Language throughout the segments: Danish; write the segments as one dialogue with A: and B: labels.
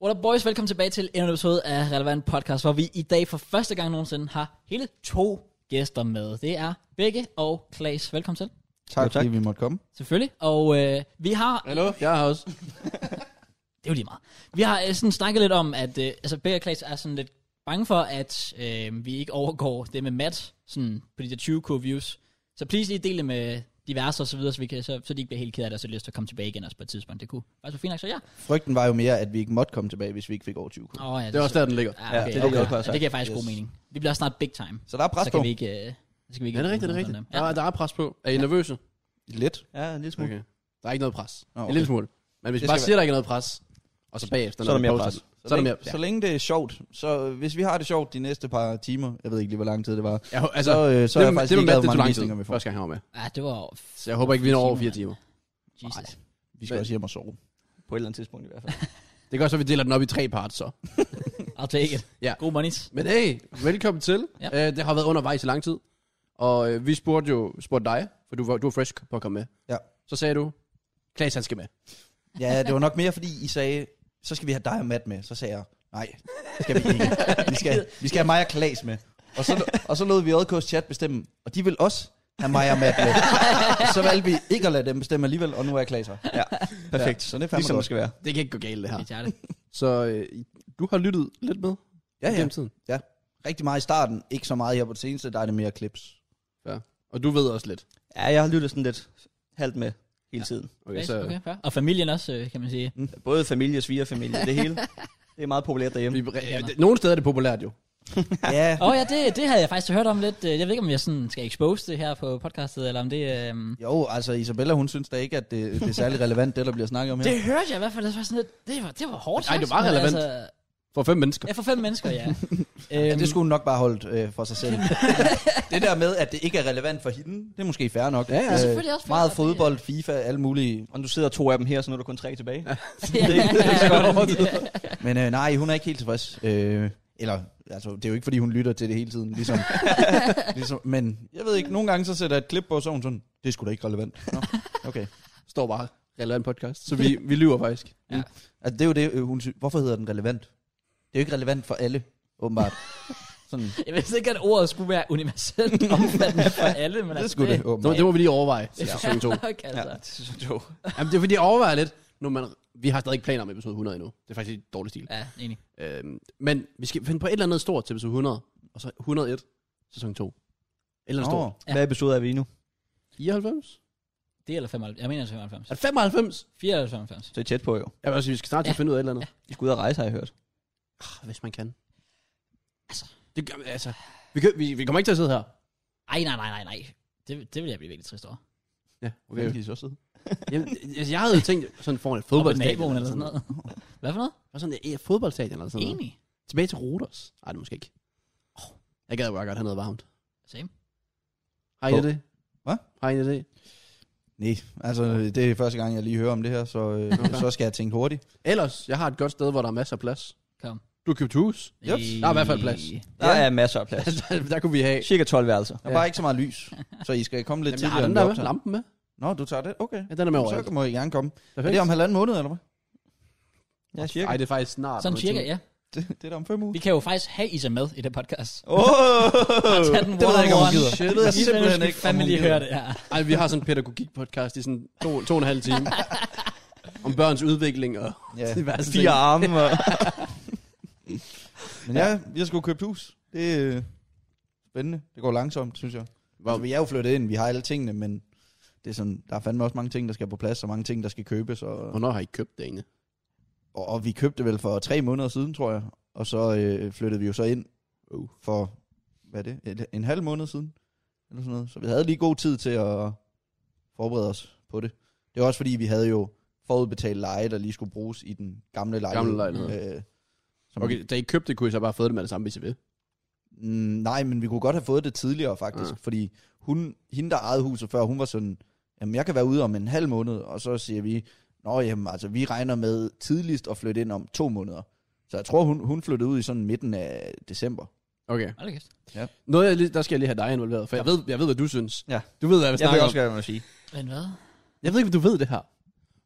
A: What up boys, velkommen tilbage til endnu en episode af Relevant Podcast, hvor vi i dag for første gang nogensinde har hele to gæster med. Det er Begge og Klaas. Velkommen til.
B: Tak,
C: Jo,
B: tak,
C: tak.
B: fordi vi måtte komme.
A: Selvfølgelig. Og øh, vi har...
C: Hallo, jeg er her også.
A: Det er jo lige meget. Vi har øh, sådan snakket lidt om, at øh, altså Begge og Klaas er sådan lidt bange for, at øh, vi ikke overgår det med Matt sådan på de der 20k views. Så please lige del det med diverse og så videre, så, vi kan, så, så de ikke bliver helt ked af det, og så har lyst til at komme tilbage igen også på et tidspunkt. Det kunne faktisk være fint nok, så ja.
B: Frygten var jo mere, at vi ikke måtte komme tilbage, hvis vi ikke fik over 20
A: Oh, ja
C: Det er også der, den ligger.
A: Ja, okay.
B: det
A: ja,
B: er
A: det,
B: det,
A: det,
B: jeg kunne have
A: det, det giver
B: sagt.
A: faktisk yes. god
B: Yes.
A: mening. Vi bliver snart big time.
B: Så der er pres
A: så
B: på.
A: kan vi ikke... øh, Så skal vi ikke
C: Ja, det er rigtigt, det er rigtigt.
A: Ja.
C: Der, er- der er pres på. Er I nervøse?
B: Lidt. Ja, en lille
C: Okay. Der er ikke noget pres.
B: okay.
C: En lille smule. Men hvis
B: Det
C: I bare
B: skal
C: siger, der ikke er noget pres, og så bagefter,
B: Så er der
C: man
B: mere
C: poster
B: pres.
C: den.
B: Så,
C: Så er der
B: længe,
C: mere.
B: så længe det er sjovt, så øh, hvis vi har det sjovt de næste par timer, jeg ved ikke lige, hvor lang tid det var,
C: Ja, altså,
B: altså, så, øh, så er jeg
C: med-
B: faktisk
C: med
B: ligeglad,
C: Matt,
B: hvor
C: det tog
B: mange
C: lang tid,
B: visninger vi får.
C: første gang, han var med.
A: Ja, det var...
C: Så jeg håber ikke, vi når over fire timer.
A: Jesus.
B: Vi skal
C: Men-
B: også hjem og sove.
D: På et eller andet tidspunkt i hvert fald.
C: Det gør så, at vi deler den op i tre parts, så.
A: I'll take it.
C: Ja.
A: God monies.
C: Men hey, velkommen til.
A: Ja.
C: Øh, Det har været undervejs i lang tid. Og øh, vi spurgte jo spurgte dig, for du var, du var fresh på at komme med.
B: Ja.
C: Så sagde du, Klaas han skal med.
B: Ja, det var nok mere, fordi I sagde, så skal vi have dig og Matt med. Så sagde jeg, nej, det skal vi ikke. Vi skal, vi skal have mig og Klaas med. Og så, og så lod vi JK's chat bestemme, og de vil også have mig og Matt med. så valgte vi ikke at lade dem bestemme alligevel, og nu er jeg Klaas her.
D: ja, perfekt.
B: Ja, så det er fandme
D: Ligesom
B: godt.
D: det skal være.
C: Det kan ikke gå galt, det her.
A: Vi tager det.
C: Så øh, du har lyttet lidt med
B: Ja, ja.
C: gennem tiden.
B: Rigtig meget i starten, ikke så meget her på det seneste, der er det mere clips.
C: Og du ved også lidt.
D: Ja, jeg har lyttet sådan lidt halvt med hele tiden.
C: Okay, så okay.
A: Okay, fair. Og familien også, øh, kan man sige.
B: Mm.
D: Både familie og svigerfamilie, det hele. Det er meget populært derhjemme.
C: Nogle steder er det populært jo.
B: Ja,
A: Åh oh, ja, det, det havde jeg faktisk hørt om lidt. Øh, Jeg ved ikke, om jeg sådan skal expose det her på podcastet, eller om det... Øh...
B: jo, altså Isabella, hun synes da ikke, at det, det er særlig relevant, det der bliver snakket om her.
A: Det hørte jeg i hvert fald, det var sådan lidt... Det var, det var hårdt.
C: Nej, det
A: sagt,
C: var
A: men
C: relevant.
A: Altså,
C: For fem mennesker.
A: ja, for fem mennesker, ja.
B: Ja,
A: øhm,
B: det skulle hun nok bare holde øh, for sig selv. det der med, at det ikke er relevant for hende, det er måske fair nok. Ja,
A: er selvfølgelig også fair,
B: Meget
A: at det-
B: fodbold, FIFA, alle mulige.
D: Og nu sidder to af dem her, så nu er der kun tre tilbage. Ja.
A: ja,
D: det er ikke- det er ikke så godt overstået.
B: Men øh, nej, hun er ikke helt tilfreds. Øh, eller, altså, det er jo ikke, fordi hun lytter til det hele tiden, ligesom. ligesom men jeg ved ikke, nogle gange så sætter jeg et klip på, så er hun sådan, det er sgu da ikke relevant. Nå, okay.
C: Står bare relevant podcast. Så vi, vi lyver faktisk.
B: Altså, det er jo det, øh, hun synes. Hvorfor hedder den relevant? Det er jo ikke relevant for alle, åbenbart. Sådan.
A: Jeg vidste ikke, at ordet skulle være universelt omfattende for alle, men altså...
B: Det skulle det,
C: Det,
B: åbenbart.
C: det må vi lige overveje til
A: Ja.
C: sæson 2.
A: Nok, altså.
D: det er så sjovt.
C: Jamen, det er fordi, jeg overvejer lidt. Nu, man, vi har stadig ikke planer om episode 100 endnu. Det er faktisk et dårligt stil.
A: Ja, enig.
C: Øhm, men vi skal finde på et eller andet stort til episode 100. Og så 101, sæson 2. Et eller andet
B: Nå.
C: stort.
D: Hvad episode er vi i nu?
C: 94?
A: Det er eller 95. Jeg mener 95.
C: Er det 95?
A: 94 95.
D: Så er I tæt på jo.
C: Jeg vil også sige, vi skal snart til at finde ud af et eller andet.
D: I skal ud og rejse, har jeg hørt.
C: Ja. Hvis man kan.
A: Altså.
C: Det, gør- altså vi, kan, vi, vi kommer ikke til at sidde her.
A: Ej, nej, nej, nej, nej. Det, det vil jeg blive virkelig trist over.
C: Ja,
B: Hvem kan I så sidde?
C: Jamen, altså, jeg havde tænkt sådan foran et
A: Fodbold
C: fodboldstadion.
A: naboen eller sådan noget. Hvad for noget?
C: Og sådan et fodboldstadion eller sådan noget.
A: Enig.
C: Tilbage til Roters. Nej, det er måske ikke. Oh, jeg gad jo bare godt have noget varmt.
A: Same.
C: Har I en
B: Hvor-
C: idé?
B: Hvad?
C: Har I en idé?
B: Nej, altså det er første gang, jeg lige hører om det her, så, øh,
C: Okay.
B: så skal jeg tænke hurtigt.
C: Ellers, jeg har et godt sted, hvor der er masser af plads.
A: Kom.
C: Du har købt hus.
B: Yep.
A: Øh,
C: Der er i hvert fald plads.
D: Der
B: Ja.
D: er masser af plads.
C: der, der kunne vi have...
D: Cirka 12 værelser.
B: Der er bare ikke så meget lys, så I skal komme lidt
C: Jamen, jeg
B: tidligere.
C: har den
B: end
C: der
B: vi
C: med.
B: optager.
C: Lampen med.
B: Nå, du tager det? Okay.
C: Ja, den er med
B: Så
C: overalt.
B: må I gerne komme. Er
C: Perfekt.
B: det om halvanden måned, eller hvad?
D: Ja, cirka.
C: Ej, det er faktisk snart.
A: Sådan cirka, ja.
B: Det, det er da om fem uger.
A: Vi kan jo faktisk have Isa med i det podcast.
D: Åh!
A: Tag den
B: Øh, det ved jeg ikke, om hun
A: one-on-one.
B: gider.
C: Shit,
B: Det ved jeg
A: Isa,
B: simpelthen
A: du
B: ikke,
A: skal fandme
B: om hun
A: lige
B: gider.
A: høre det her.
C: Ej, vi har sådan en pædagogik-podcast i sådan to, to og en halv time. om børns udvikling og
B: Ja.
C: diverse ting.
D: Fire arme. Og...
B: Men ja, vi har sgu købt hus. Det er øh, spændende. Det går langsomt, synes jeg.
C: Hvor-
B: Altså, vi er jo flyttet ind, vi har alle tingene, men det er sådan, der er fandme også mange ting, der skal på plads, og mange ting, der skal købes. Og,
C: Hvornår har I købt det egentlig?
B: og, og vi købte vel for tre måneder siden, tror jeg. Og så øh, flyttede vi jo så ind uh, for, hvad er det, en, en halv måned siden? Eller sådan noget. Så vi havde lige god tid til at forberede os på det. Det var også fordi, vi havde jo forudbetalt leje, der lige skulle bruges i den gamle lejlighed.
C: Gamle lejlighed.
B: Øh, som
C: Okay, da I købte det, kunne I så bare have fået det med det samme, hvis I vil.
B: Mm, nej, men vi kunne godt have fået det tidligere faktisk,
C: Ja.
B: ja. fordi hun, hende, der ejede huset før, hun var sådan, jamen jeg kan være ude om en halv måned, og så siger vi, nå jamen altså vi regner med tidligst at flytte ind om to måneder. Så jeg tror, hun, hun flyttede ud i sådan midten af december.
C: Okay.
A: Hold da kæft.
C: Noget, jeg lige, der skal jeg lige have dig involveret, for jeg ved, jeg ved hvad du synes.
D: Ja.
C: Du ved, hvad jeg vil
D: Jeg ved
C: snakke om.
D: også, hvad jeg må sige.
A: Men hvad?
C: Jeg ved ikke, om du ved det her.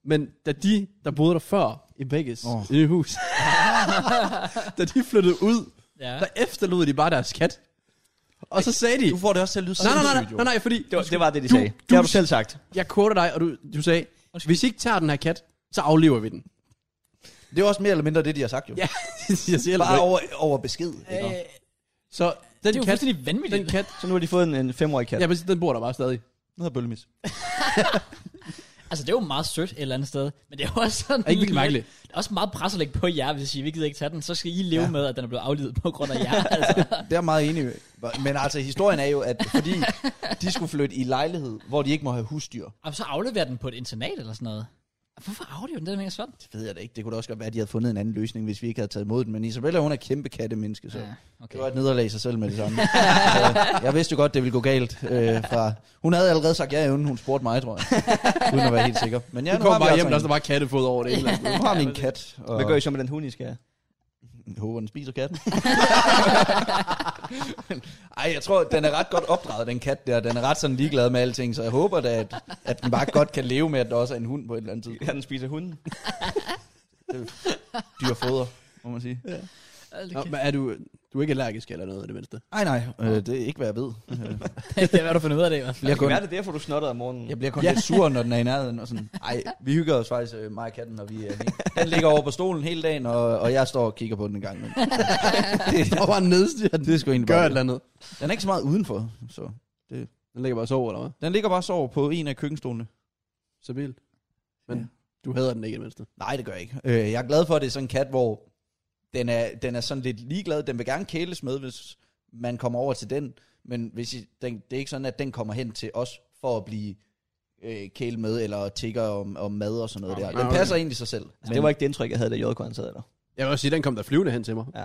C: Men da de, der boede der før i Vegas,
B: Åh.
C: oh. i det hus, da de flyttede ud,
A: Ja.
C: der efterlod de bare deres kat. Og så sagde de...
B: Du får det også til at lyde
C: Nej, nej, nej, nej, nej, nej, fordi...
D: Det var, det var det, de
C: Du-
D: sagde.
C: du-
D: det har du selv sagt.
C: Jeg quoter dig, og du, du sagde, hvis I ikke tager den her kat, så aflever vi den.
B: Det er også mere eller mindre det, de har sagt jo.
C: Ja, jeg siger
B: Bare
C: Bare
B: over, over besked. Ikke?
A: Øh,
C: Så
A: det er
C: den
A: jo
C: kat,
A: fuldstændig vanvittigt.
C: den kat,
D: Så nu har de fået en, en femårig kat.
C: ja, præcis, den bor der bare stadig.
B: Nu har bøllemis.
A: Altså, det er jo meget sødt et eller andet sted. Men det er jo også sådan...
C: Er ikke vildt mærkeligt?
A: Det er også meget pres at lægge på jer, hvis I ikke gider ikke tage den. Så skal I leve ja. med, at den er blevet aflivet på grund af jer. Altså.
B: Det er jeg meget enig med. Men altså, historien er jo, at fordi de skulle flytte i lejlighed, hvor de ikke må have husdyr.
A: Og så afleverer den på et internat eller sådan noget. Hvorfor aflever den den ikke sådan?
B: Det ved jeg da ikke. Det kunne da også godt være, at de havde fundet en anden løsning, hvis vi ikke havde taget imod den. Men Isabella, hun er kæmpe kattemenneske, så... Ja.
A: okay.
B: Det var et nederlag i sig selv med det samme. Så jeg vidste jo godt, det ville gå galt. Øh, fra... Hun havde allerede sagt ja, inden hun spurgte mig, tror jeg. Uden at være helt sikker. Men ja,
C: Ja,
B: nu
C: du kommer
B: har vi
C: bare
B: altså
C: hjem,
B: en-
C: der er sådan bare kattefod over det. hele.
B: Nu har min kat, og
D: Hvad gør I så med den hund, I skal have?
B: jeg håber, den spiser katten. Ej, jeg tror, den er ret godt opdraget, den kat der. Den er ret sådan ligeglad med alting, så jeg håber da, at, at den bare godt kan leve med, at der også er en hund på et eller andet tidspunkt.
D: Ja, den spiser hunden.
B: Dyr foder, må man sige.
C: Nå, men er du, du er ikke allergisk eller noget, i det mindste?
B: Ej, nej, øh, det er ikke, hvad jeg ved. Øh,
A: det er, hvad du finder ud af det i hvert fald.
B: bliver
D: Det kan
B: kun,
D: være, det er derfor, du snottede om morgenen.
B: jeg bliver kun ja. lidt sur, når den er i nærheden. Og sådan. Ej, vi hygger os faktisk, øh, mig og katten, når vi er alene. Den ligger over på stolen hele dagen, og, og jeg står og kigger på den en gang. Men
C: Det er bare nedstyret.
B: det er sgu egentlig
C: Gør et
B: bare
C: eller
B: det.
C: andet.
B: Den er ikke så meget udenfor, så...
C: Den ligger bare og sover, eller hvad?
B: Den ligger bare og sover på en af køkkenstolene.
C: Så vildt. Men
B: Ja.
C: ja. du hader den ikke i det mindste.
B: Nej, det gør jeg ikke. Øh, jeg er glad for, at det er sådan en kat, hvor den er, den er sådan lidt ligeglad. Den vil gerne kæles med, hvis man kommer over til den. Men hvis I, den, det er ikke sådan, at den kommer hen til os for at blive øh, kælet med, eller tigger om, om mad og sådan noget der.
C: Okay.
B: Den
C: Okay.
B: passer egentlig sig selv.
D: Altså, det var ikke det indtryk, jeg havde, da JK han sad der.
C: Jeg vil også sige, den kom der flyvende hen til mig.
D: Ja.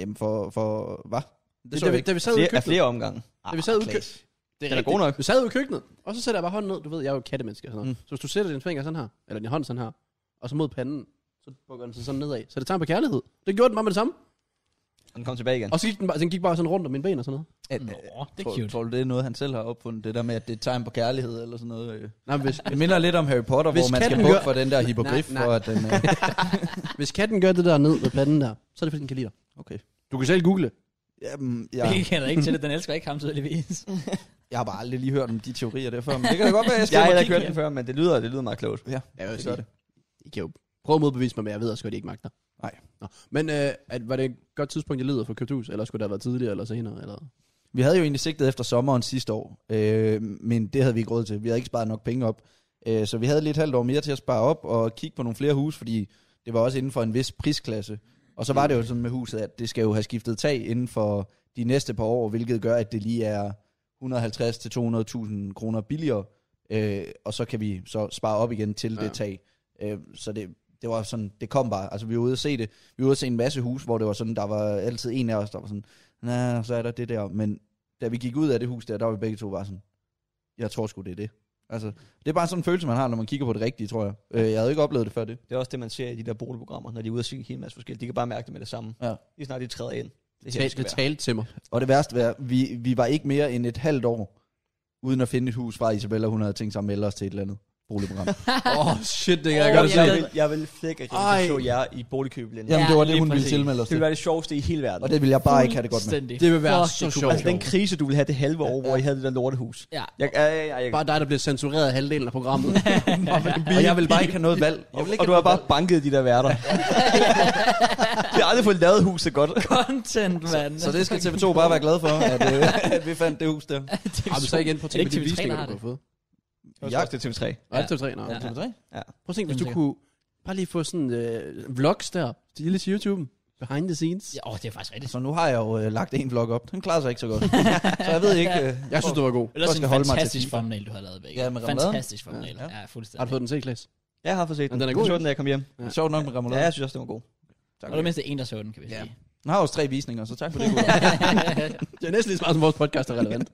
B: Jamen for, for hvad? Det,
C: Det, da, vi, da vi sad ude i
D: Flere, af
C: køkkenet.
D: flere omgange.
C: Da vi sad ude i
B: Klaas.
C: køkkenet. Det
D: Den er
C: rigtigt.
D: god nok.
C: Vi sad ude i køkkenet, og så sætter jeg bare hånden ned. Du ved, jeg er jo kattemenneske og sådan noget. Mm. Så hvis du sætter din finger sådan her, eller din hånd sådan her, og så mod panden, så bukker den sig sådan nedad. Så det tager på kærlighed. Det gjorde den bare med det samme.
D: Den kom tilbage igen.
C: Og så gik den bare, den gik bare sådan rundt om mine ben og sådan noget.
A: Nå,
B: At,
A: det er
B: tror,
A: cute.
B: tror du, det er noget, han selv har opfundet? Det der med, at det er et tegn på kærlighed eller sådan noget? øh?
C: Nej, men hvis,
B: Det minder lidt om Harry Potter,
C: Hvis
B: hvor man skal
C: katten
B: bukke
C: gør-
B: for den der hippogrif,
C: Nej, nej.
B: for at den... Øh,
C: hvis katten gør det der ned med panden der, så er det fordi, den kan lide dig.
B: okay.
C: Du kan selv google det.
B: Jamen,
A: Ja.
B: jeg...
A: Det kender ikke til det. Den elsker ikke ham tydeligvis.
B: Jeg har bare aldrig lige hørt om de teorier der før, men det kan da godt være, jeg
D: Jeg
B: skal
D: har
B: hjem
D: heller
B: og
D: ikke hørt
B: kigge.
D: den før, men det lyder, det lyder meget klogt.
B: Ja,
C: Jeg vil
B: det
C: sige,
B: gør det.
C: I kan jo prøve at modbevise mig, men jeg ved også godt, at I ikke magter.
B: Nej.
C: Nå. Men øh, at, var det et godt tidspunkt, jeg leder for at købe et hus? Eller skulle det have været tidligere eller senere? Eller?
B: Vi havde jo egentlig sigtet efter sommeren sidste år, øh, men det havde vi ikke råd til. Vi havde ikke sparet nok penge op. Øh, så vi havde lidt halvt år mere til at spare op og kigge på nogle flere hus, fordi det var også inden for en vis prisklasse. Og så var det jo sådan med huset, at det skal jo have skiftet tag inden for de næste par år, hvilket gør, at det lige er 150-200.000 kroner billigere. Øh, og så kan vi så spare op igen til ja.
C: Ja.
B: det tag. Øh, så det, det var sådan, det kom bare. Altså vi var ude at se det. Vi var ude at se en masse hus, hvor det var sådan, der var altid en af os, der var sådan, nej, så er der det der. Men da vi gik ud af det hus der, der var vi begge to bare sådan, jeg tror sgu, det er det. Altså, det er bare sådan en følelse, man har, når man kigger på det rigtige, tror jeg. Øh, jeg havde ikke oplevet det før det.
D: Det er også det, man ser i de der boligprogrammer, når de er ude og se en hel masse forskelligt. De kan bare mærke det med det samme.
B: Ja.
D: Lige snart de træder ind. Det er her,
C: Det,
D: skal
C: det
D: være.
C: talte til mig.
B: Og det værste var, vi, vi var ikke mere end et halvt år, uden at finde et hus fra Isabella, hun havde tænkt sig at melde os til et eller andet boligprogram.
C: Åh, oh, shit, det kan
D: Åh,
C: jeg
D: jeg,
C: godt se.
D: vil, jeg vil flække rigtig,
C: Ej.
D: så jer i boligkøbelinjen.
B: Jamen, det var det,
A: lige
B: hun ville
A: præcis.
B: tilmelde os
D: Det vil
B: til.
D: være det sjoveste i hele verden.
B: Og det ville jeg bare ikke have det godt med.
A: Fuldstændig.
C: Det vil være
A: Fuck,
C: så
A: det kunne-
C: sjovt.
D: Altså den krise, du ville have det halve år, hvor I havde det der lortehus.
A: Ja.
D: Jeg, jeg, jeg, jeg, jeg,
C: Bare dig, der bliver censureret af halvdelen af programmet.
B: Og jeg ville bare ikke have noget valg. Jeg
D: og,
B: ville ikke
D: og du har bare banket de der værter. Vi har aldrig fået lavet huset godt.
A: Content, mand.
B: Så det skal TV2 bare være glad for, at, øh, at vi fandt det hus der.
C: Har du så igen på
A: Er det ikke
C: TV3,
A: TV3, der
C: visninger,
A: har
C: du kunne
A: det?
C: have fået?
D: Jeg det til TV3.
C: Nej, TV3, nej.
A: Ja.
C: TV3. Prøv
D: Ja.
C: at tænke, hvis
A: Jamen,
C: du
A: sikkert.
C: kunne bare lige få sådan øh, vlogs der, til til YouTube. Behind the scenes.
A: Ja, åh, det er faktisk rigtigt.
B: Så nu har jeg jo øh, lagt en vlog op. Den klarer sig ikke så godt. så jeg ved ikke... Øh,
C: Jeg synes, det var god.
A: Ellers
B: Jeg skal
A: en
B: holde mig til
A: fantastisk
B: FIFA.
A: thumbnail, du har lavet, Begge.
B: Ja, med ramladen.
A: Fantastisk thumbnail.
B: Ja.
A: Ja, fuldstændig.
C: Har du fået den set, Klaas?
D: Jeg har fået set den.
C: Men den er god,
D: Jeg så
C: ikke?
D: den, da jeg kom hjem.
B: det er sjovt nok med
D: Ja,
B: Ramolade.
D: jeg synes også, den var god.
A: Og det mindste en, der så den, kan vi
B: Ja.
A: sige.
B: Den har også tre visninger, så tak for det. Gud.
C: Det er næsten lige så meget, som vores podcast er relevant.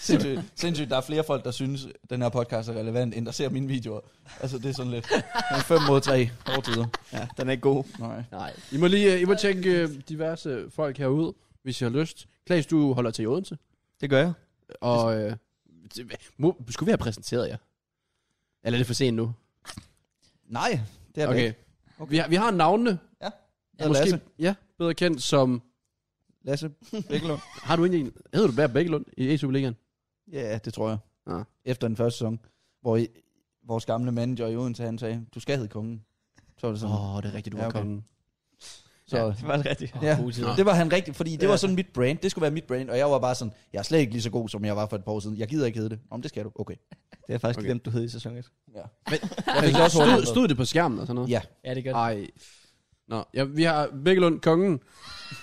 B: sindssygt, sindssygt, der er flere folk, der synes, den her podcast er relevant, end der ser mine videoer. Altså, det er sådan lidt. 5 mod 3 overtider.
D: Ja, den er ikke god.
B: Nej.
A: Nej.
C: I må lige øh, I må tjekke øh, diverse folk herude, hvis I har lyst. Klaas, du holder til i Odense.
D: Det gør jeg.
C: Og, øh, det- må, skulle vi have præsenteret jer? Eller er det for sent nu?
B: Nej, det er det
C: Okay.
B: ikke.
C: okay. Vi, har, vi har navnene.
B: Ja, Lasse.
C: ja, bedre kendt som...
B: Lasse Bækkelund.
C: Har du egentlig en... Hedder du Bær Bækkelund i E-Superligaen?
B: ja, det tror jeg.
C: Ja.
B: Efter den første sæson, hvor I, vores gamle manager i Odense, han sagde, du skal hedde kongen. Så var det sådan. Oh,
C: Åh, oh, det er rigtigt, du
B: Ja,
C: var
B: okay.
C: kongen.
B: så, ja.
D: Det var det rigtigt.
A: Ja. Gode tider.
B: Det var han rigtig, fordi det
D: Ja.
B: var sådan mit brand. Det skulle være mit brand, og jeg var bare sådan, jeg er slet ikke lige så god, som jeg var for et par år siden. Jeg gider ikke hedde det. Om det skal du. Okay.
D: Det er
C: Okay.
D: faktisk okay. glemt, du hed i sæson 1.
B: Jeg
C: Men
B: fik også
C: stod,
B: hurtigt.
C: stod det på skærmen og sådan noget?
B: Ja.
A: Ja, det er godt.
C: Ej. Nå, ja, vi har Bækkelund, kongen.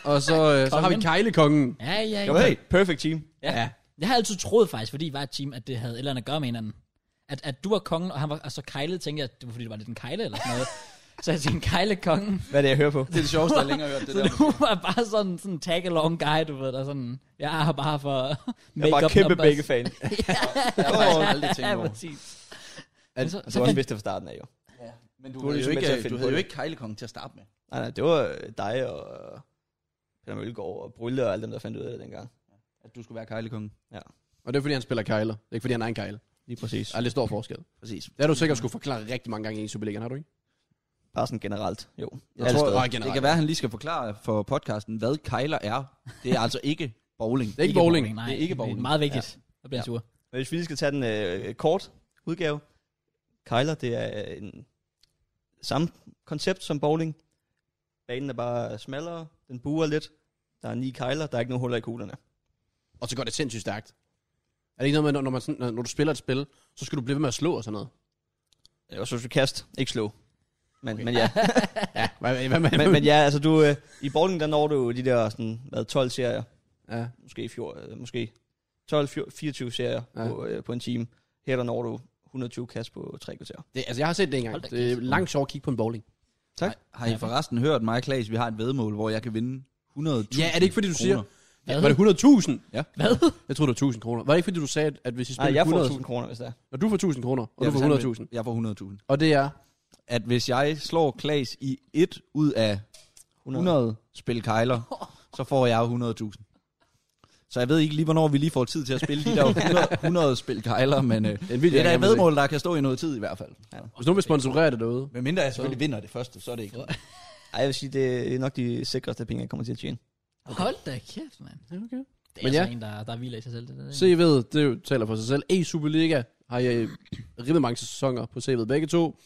C: Og så, øh, så har vi
A: Kongen.
C: Kejlekongen.
A: Ja, ja, ja.
D: Jo, hey, perfect team.
A: Ja. Jeg har altid troet faktisk, fordi I var et team, at det havde et eller andet at gøre med hinanden. At, at du var kongen, og han var og så kejlet, tænkte jeg, at det var fordi, du var lidt en kejle eller sådan noget. så jeg tænkte, kejle kongen.
D: Hvad er det, jeg hører på?
B: Det er det sjoveste, jeg længere hørt det
A: Så du var bare sådan en tag-along guy, du ved, der sådan, jeg er bare for
D: Jeg er bare kæmpe begge fan.
B: Jeg har faktisk aldrig tænkt
A: Ja,
B: over.
A: præcis.
C: At-
A: Men så,
D: Og du
A: så
D: har
A: fik
D: også vidst det Altså, fra starten af, jo.
B: Men du,
D: Du er ligesom med til at finde på det.
B: Kejlekongen til at starte med.
D: Nej, nej, det var øh, dig og øh, Peter Mølgaard og Brylle og alle dem, der fandt ud af det dengang.
B: At du skulle være Kejlekongen.
C: Og det er fordi, han spiller kejler. Det er ikke fordi, han er en kejle.
D: Lige præcis.
C: Ej, det står forskel.
D: Præcis.
C: Det har du sikkert skulle forklare rigtig mange gange i Superligaen, har du ikke?
D: Bare sådan generelt, jo.
B: Jeg
D: Alle
B: tror,
D: steder.
C: Ej, generelt.
B: Det kan være, at han lige skal forklare for podcasten, hvad kejler er. Det er altså ikke bowling.
C: Det er ikke bowling.
A: Nej,
B: Det er ikke bowling.
A: Det er meget vigtigt. Ja. Der bliver jeg sur.
D: Men hvis vi lige skal tage den øh, kort udgave. Kejler, det er øh, en samme koncept som bowling. Banen er bare smallere, den buer lidt. Der er ni kejler, der er ikke nogen huller i kuglerne.
C: Og så går det sindssygt stærkt. Er det ikke noget med, når- når, man sådan, når- når du spiller et spil, så skal du blive ved med at slå og sådan noget?
D: Og så skal du kaste, ikke slå. Men, okay. men ja,
C: Hvad, hvad, hvad,
D: men, men ja altså du, øh, i bowling der når du de der sådan, hvad, 12 serier,
C: ja.
D: måske, fjor, øh, måske 12-24 serier
C: Ja.
D: ja. på, øh, på en time. Her der når du 120 kast på tre kvarter.
C: Det, altså, jeg har set det engang.
A: Hold da
C: Det er langt sjovt at kigge på en bowling.
B: Tak. Har I forresten hørt mig, Klaas, vi har et vedmål, hvor jeg kan vinde 100.000
C: Ja, er det ikke fordi, du siger...
B: kroner?
C: Ja,
A: Hvad?
C: var det 100.000?
B: Ja.
A: Hvad?
C: Jeg troede, det var 1.000 kroner. Var det ikke fordi, du sagde, at hvis I
D: Nej,
C: spiller
D: jeg får
C: 100...
D: 1000 kroner, hvis det er.
C: Når du får 1.000 kroner, og
B: Ja,
C: du
B: hvis han vil.
C: får 100.000.
B: Jeg får 100.000.
C: Og det er...
B: At hvis jeg slår Klaas i et ud af
D: 100.
B: 100 spil kejler, så får jeg 100.000. Så jeg ved ikke lige, hvornår vi lige får tid til at spille de der 100, 100 spil kejler, men øh,
C: En
B: det er da et vedmål, der kan stå i noget tid i hvert fald.
C: Hvis nogen vil sponsorere det derude.
B: Men mindre jeg selvfølgelig vinder det første, så er det ikke.
D: Ej, jeg vil sige, det er nok de sikreste penge, jeg kommer til at tjene.
A: Hold da kæft, mand.
C: Okay.
A: Det er
C: Men
A: altså
C: ja.
A: en, der, der hviler i sig selv. Det, der,
C: CV, det jo taler for sig selv. E Superliga har jeg rimelig mange sæsoner på CV'et begge to.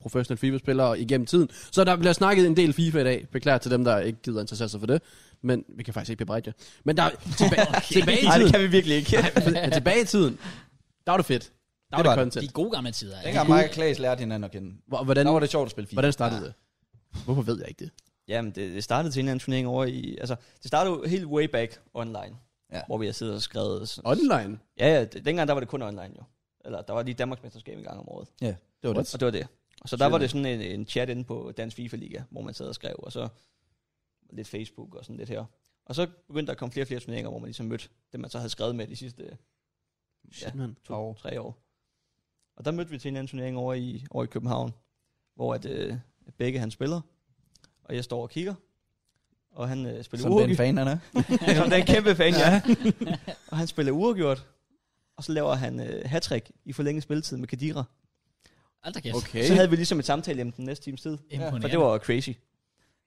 C: Professionelle FIFA-spillere igennem tiden. Så der bliver snakket en del FIFA i dag. Beklager til dem, der ikke gider interessere sig for det. Men vi kan faktisk ikke bebrejde jer. Men der er tilba- tilbage i
D: Nej, det
C: tiden.
D: kan vi virkelig ikke.
C: Men tilbage i tiden. Der var det fedt. Der var det,
B: var
C: det
B: det.
A: De
C: content.
A: gode gamle tider. ikke?
B: Dengang mig og Klaas lærte hinanden at kende,
C: Hvor- Hvordan,
B: der var det sjovt at spille FIFA.
C: hvordan startede det? Hvorfor ved jeg ikke det?
D: Jamen, det, det startede til en eller anden turnering over i... Altså, det startede jo helt way back online.
B: Ja.
D: Ja. Hvor vi har siddet og skrevet... Sådan.
C: Online?
D: Ja, ja, d- dengang der var det kun online jo. Eller der var lige Danmarks Mesterskab en gang om året.
B: Ja, det var det.
D: Og det var det. Og så der var det sådan en, en chat inde på Dansk FIFA Liga, hvor man sad og skrev, og så lidt Facebook og sådan lidt her. Og så begyndte der at komme flere og flere turneringer, hvor man ligesom mødte dem, man så havde skrevet med de sidste
C: Shit, man.
D: to, år. tre år. Og der mødte vi til en anden turnering over i, over i København, hvor at, øh, begge han spiller, og jeg står og kigger, og han øh, spiller
B: Som
D: uafgjort.
B: den fan, han er.
D: Som den kæmpe fan, ja. og han spiller uafgjort. Og så laver han øh, hattrick i forlænget spilletid med Kadira.
A: Hold da kæft.
C: Okay.
D: Så havde vi ligesom et samtale om den næste times tid.
A: Imponerende.
D: For det var crazy.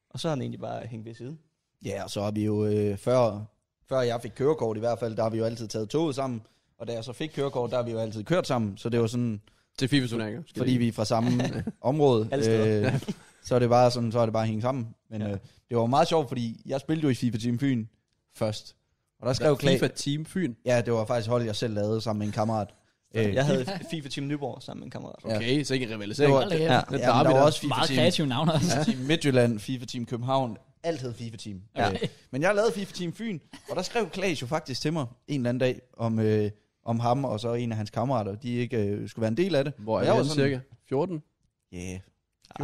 D: Og så har han egentlig bare hængt ved siden.
B: Ja, og så har vi jo, øh, før, før jeg fik kørekort i hvert fald, der har vi jo altid taget toget sammen. Og da jeg så fik kørekort, der har vi jo altid kørt sammen. Så det var sådan,
C: Til FIFA-turneringer. skal
B: fordi
C: lige-
B: vi er fra samme område.
D: Alle steder.
B: Øh, så er det bare sådan, så er det bare hængt sammen. Men
D: Ja.
B: ja. øh, det var jo meget sjovt, fordi jeg spillede jo i FIFA Team Fyn først. Og der skrev Klaas...
C: FIFA Team Fyn.
B: Ja, det var faktisk hold, jeg selv lavede sammen med en kammerat. Øh,
D: Jeg havde FIFA Team Nyborg sammen med en kammerat.
B: Ja.
C: Okay, så ikke en rivalisering.
B: det var,
A: Hold da kæft.
D: Ja.
B: ja, men
C: Der har
B: der
C: vi
B: var
C: da.
B: også FIFA
A: Meget
B: Team
A: kreative navne også.
B: Team Midtjylland, FIFA Team København, alt hed FIFA Team.
A: Okay.
B: Okay. Øh, men jeg lavede FIFA Team Fyn, og der skrev Klaas jo faktisk til mig en eller anden dag, om, øh, om ham og så en af hans kammerater, de ikke øh, skulle være en del af det.
C: Hvor
B: Og
C: er
B: jeg
C: jeg cirka? 14?
B: Ja, yeah,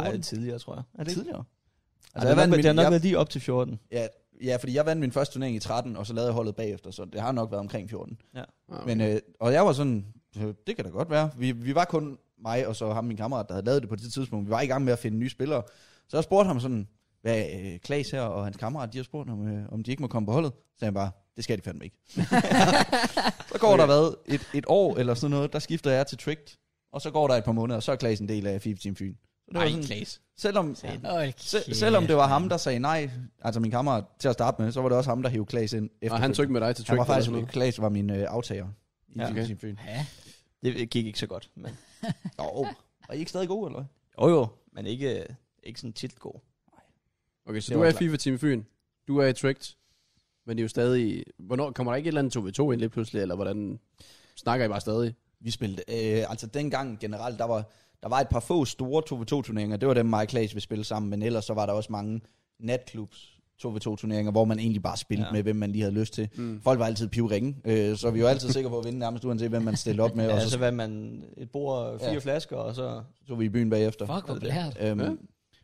D: Ej, det er tidligere, tror jeg. Er det ikke?
B: tidligere.
D: Altså,
B: jeg
D: det, er
B: vandt
D: nok,
B: min-
D: det er nok
B: jeg-
D: været lige op til 14.
B: Ja, ja, fordi jeg vandt min første turnering i 13, og så lavede jeg holdet bagefter, så det har nok været omkring 14.
C: Ah, okay.
B: Men, øh, og jeg var sådan, øh, det kan da godt være. Vi, vi var kun mig og så ham, min kammerat, der havde lavet det på det tidspunkt. Vi var i gang med at finde nye spillere. Så jeg spurgte ham sådan, hvad øh, Klaas her og hans kammerat, de har spurgt ham, øh, om de ikke må komme på holdet. Så sagde han bare, det skal de fandme ikke. så går der hvad, et, et år eller sådan noget, der skifter jeg til Tricked. Og så går der et par måneder, og så er Klaas en del af FIFA Team Fyn. Så det var
A: Nej,
B: sådan,
A: Klaas.
B: selvom,
A: Okay.
B: se, selvom det var ham, der sagde nej, altså min kammerat til at starte med, så var det også ham, der hævde Klaas ind.
C: Og han
B: efterfølgende.
C: tog ikke med dig til
B: han var
C: Trick.
B: faktisk, Klaas var min øh, aftager i
D: Ja,
B: ja,
C: okay.
B: okay. Team Fyn.
A: Ja.
D: Det gik ikke så godt. Men,
B: Nå, oh, var I ikke stadig gode, eller hvad?
D: jo jo, men ikke, øh, ikke sådan tit god.
C: Okay, så
B: Det
C: du
B: var
C: er i
B: klart.
C: FIFA Team Fyn. Du er i Tricked. Men det er jo stadig... Hvornår kommer der ikke et eller andet 2v2 ind lige pludselig, eller hvordan snakker I bare stadig?
B: Vi spillede, øh, altså dengang generelt, der var, der var et par få store 2v2-turneringer. Det var dem, mig og Klaas ville spille sammen, men ellers så var der også mange natklubs 2v2-turneringer, hvor man egentlig bare spillede
D: Ja.
B: ja. med, hvem man lige havde lyst til.
C: Mm.
B: Folk var altid pivringe, øh, så vi var altid sikre på at vinde nærmest uanset, hvem man stillede op med,
D: Ja,
B: og
D: altså,
B: så
D: hvad man et bord fire
B: Ja.
D: ja. flasker, og så...
B: tog vi i byen bagefter.
A: Fuck, hvor blært.
B: Øhm,
C: Ja.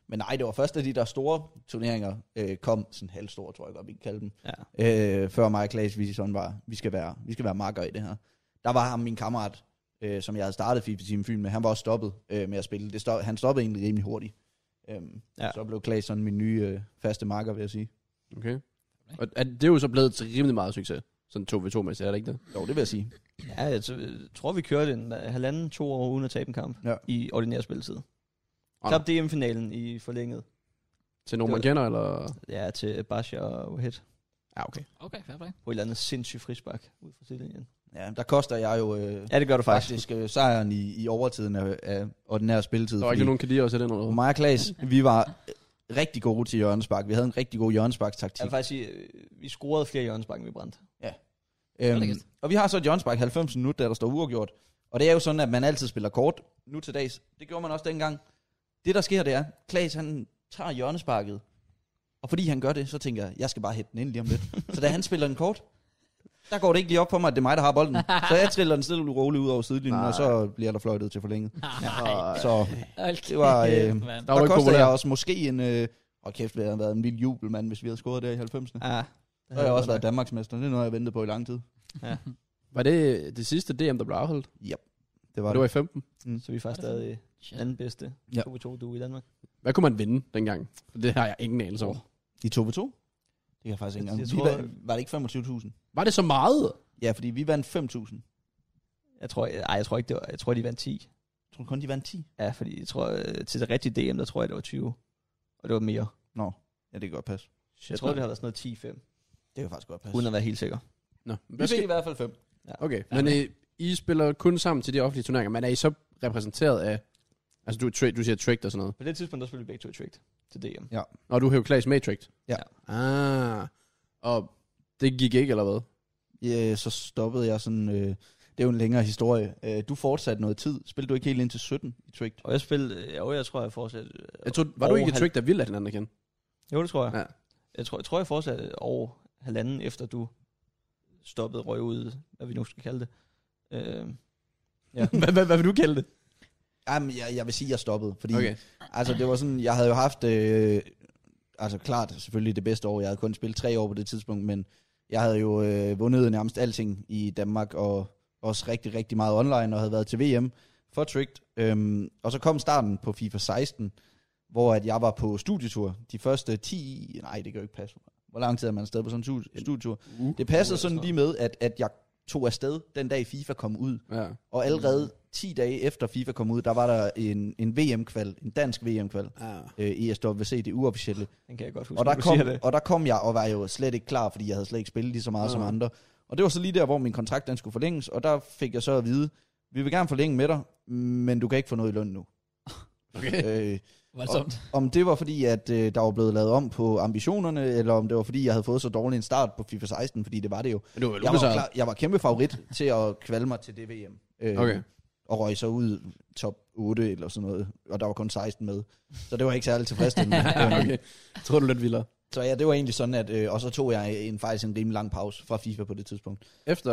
B: Men nej, det var først, da de der store turneringer øh, kom, sådan halvstore, tror jeg godt, vi kan kalde dem,
D: Ja.
B: øh, før mig og Klaas, vi sådan var, vi skal være, vi skal være makker i det her. Der var ham, min kammerat, øh, som jeg havde startet FIFA Team Fyn med, han var også stoppet øh, med at spille. Det stop, han stoppede egentlig rimelig hurtigt. Øhm,
D: Ja.
B: ja. Så blev Klaas sådan min nye øh, faste makker, vil jeg sige.
C: Okay. Og er, det er jo så blevet til rimelig meget succes. Sådan 2v2-mæssigt, er det ikke det?
B: Jo, det vil jeg sige.
D: Ja, jeg t- tror, vi kørte en øh, halvanden, to år uden at tabe en kamp
B: Ja.
D: i ordinær spilletid.
C: Åh,
D: Tab DM-finalen i forlænget.
C: Til nogen, man
D: Det
C: kender, eller?
D: Ja, til Basha og Wahed
C: Ja, okay.
A: Okay, fair play.
D: på et eller andet sindssygt frisbak ud fra sidelinjen.
B: Ja, der koster jeg jo øh,
D: Ja, det gør du faktisk.
B: faktisk øh, sejren i, i overtiden af, af ordinære spilletid.
C: Der var ikke nogen, kan lide os i den eller
B: Og
C: noget.
B: mig og Klaas, vi var øh, rigtig gode til hjørnespark. Vi havde en rigtig god hjørnespark-taktik.
D: Jeg vil faktisk sige, øh, vi scorede flere hjørnespark, end vi brændte.
A: Hold da
B: Øhm,
A: kæft.
B: og vi har så et Johnspark 90 nu, da der står uafgjort. Og det er jo sådan, at man altid spiller kort nu til dags. Det gjorde man også dengang. Det, der sker, det er, Klaas han tager hjørnesparket. Og fordi han gør det, så tænker jeg, jeg skal bare hætte den ind lige om lidt. så da han spiller den kort, der går det ikke lige op for mig, at det er mig, der har bolden. Så jeg triller den stille og roligt ud over sidelinjen,
C: Nej.
B: og så bliver der fløjtet til forlænget.
A: Nej.
B: Så
A: Okay.
B: det var... Øh,
A: mand.
C: Der var du
B: der
C: ikke
B: kostede
C: populær.
B: jeg også måske en... Øh, og kæft, det havde været en vild jubel, mand, hvis vi havde scoret der i 90'erne.
D: Ja.
B: Så har jeg også været Danmarksmester. Det er noget, jeg ventede på i lang tid.
C: Var det det sidste DM, der blev afholdt?
B: Det
C: Var
B: var
C: det var
B: det.
C: i 15.
D: Så vi er faktisk
A: Var det
D: stadig
A: Shit.
D: den anden bedste
B: Ja.
D: 2 du i Danmark.
C: Hvad kunne man vinde dengang? For Det har jeg ingen anelse over.
B: I 2 på 2? Det kan jeg faktisk ikke
D: Jeg-
B: engang. Vi
D: jeg tror-
B: vandt- var det ikke 25.000?
C: Var det så meget?
B: Ja, fordi vi vandt 5.000.
D: Jeg tror, øh, ej, jeg tror ikke, det var, jeg tror, de vandt 10.
B: Jeg tror kun, de vandt 10.
D: Ja, fordi jeg tror, øh, til det rigtige DM, der tror jeg, det var 20. Og det var mere.
B: Ja, det kan godt passe.
C: Shit,
D: Jeg tror, det har været sådan noget 10-5,
B: Det kan faktisk godt passe.
D: uden at være helt sikker.
C: Nå,
B: Vi
C: hvad
B: fik
C: skal...
B: i hvert fald 5.
C: Okay, men I, I spiller kun sammen til de offentlige turneringer, men er I så repræsenteret af... Altså, du, er tra- du siger tricked og sådan noget.
D: På det tidspunkt, der spillede vi begge to i tricked til DM.
C: Og du hævde Klaas med i tricked?
B: Ja.
C: Ah, og det gik ikke, eller hvad?
B: Ja, så stoppede jeg sådan... Øh, det er jo en længere historie. Øh, du fortsatte noget tid. Spillede du ikke helt ind til 17 i Tricked?
D: Og jeg spillede, øh, jo, jeg tror, jeg fortsatte... øh,
C: Jeg tror, var du ikke i
D: halv-
C: tricked, der ville at hinanden igen?
D: Jo, det tror jeg.
C: Ja.
D: Ja. Jeg, tror, jeg tror, jeg fortsatte over halvanden, efter du stoppede røg ud, hvad vi nu skal kalde det. Øh,
C: hvad, hvad, hvad vil du kalde det?
B: Jamen, jeg, jeg vil sige, at jeg stoppede. Fordi
C: Okay.
B: Altså, det var sådan, jeg havde jo haft, øh, altså klart, selvfølgelig det bedste år. Jeg havde kun spillet tre år på det tidspunkt, men jeg havde jo øh, vundet nærmest alting i Danmark, og også rigtig, rigtig meget online, og havde været til VM for Tricked. Øhm, og så kom starten på FIFA 16, hvor at jeg var på studietur. De første 10, nej, det kan jo ikke passe. Hvor lang tid er man stadig på sådan en stu- studietur?
C: Uh.
B: Det passede
D: uge
B: sådan
D: eller
B: lige med, at, at jeg tog afsted den dag FIFA kom ud.
C: Ja.
B: Og allerede 10 dage efter FIFA kom ud, der var der en, en VM-kval, en dansk VM-kval
C: Ah.
B: øh, ESWC, det uofficielle.
D: den kan jeg godt huske,
B: Og der,
D: når du siger
B: kom, og der kom jeg og var jo slet ikke klar, fordi jeg havde slet ikke spillet lige så meget
C: Nej,
B: som
C: nej.
B: andre. Og det var så lige der, hvor min kontrakt den skulle forlænges, og der fik jeg så at vide, vi vil gerne forlænge med dig, men du kan ikke få noget i løn nu.
C: Okay.
B: øh,
A: Voldsomt.
B: om det var fordi, at øh, der var blevet lavet om på ambitionerne, eller om det var fordi, jeg havde fået så dårlig en start på FIFA 16, fordi det var det jo.
C: Men du var vel
B: Jeg var,
C: ubesejret.
B: klar, jeg var kæmpe favorit til at kvalme mig til det VM. Øh,
C: Okay.
B: og røg så ud top 8 eller sådan noget, og der var kun 16 med. Så det var ikke særlig tilfredsstillende. Øhm,
C: okay. Jeg tror, du er lidt vildere.
B: Så ja, det var egentlig sådan, at, øh, og så tog jeg en, faktisk en rimelig lang pause fra FIFA på det tidspunkt.
C: Efter...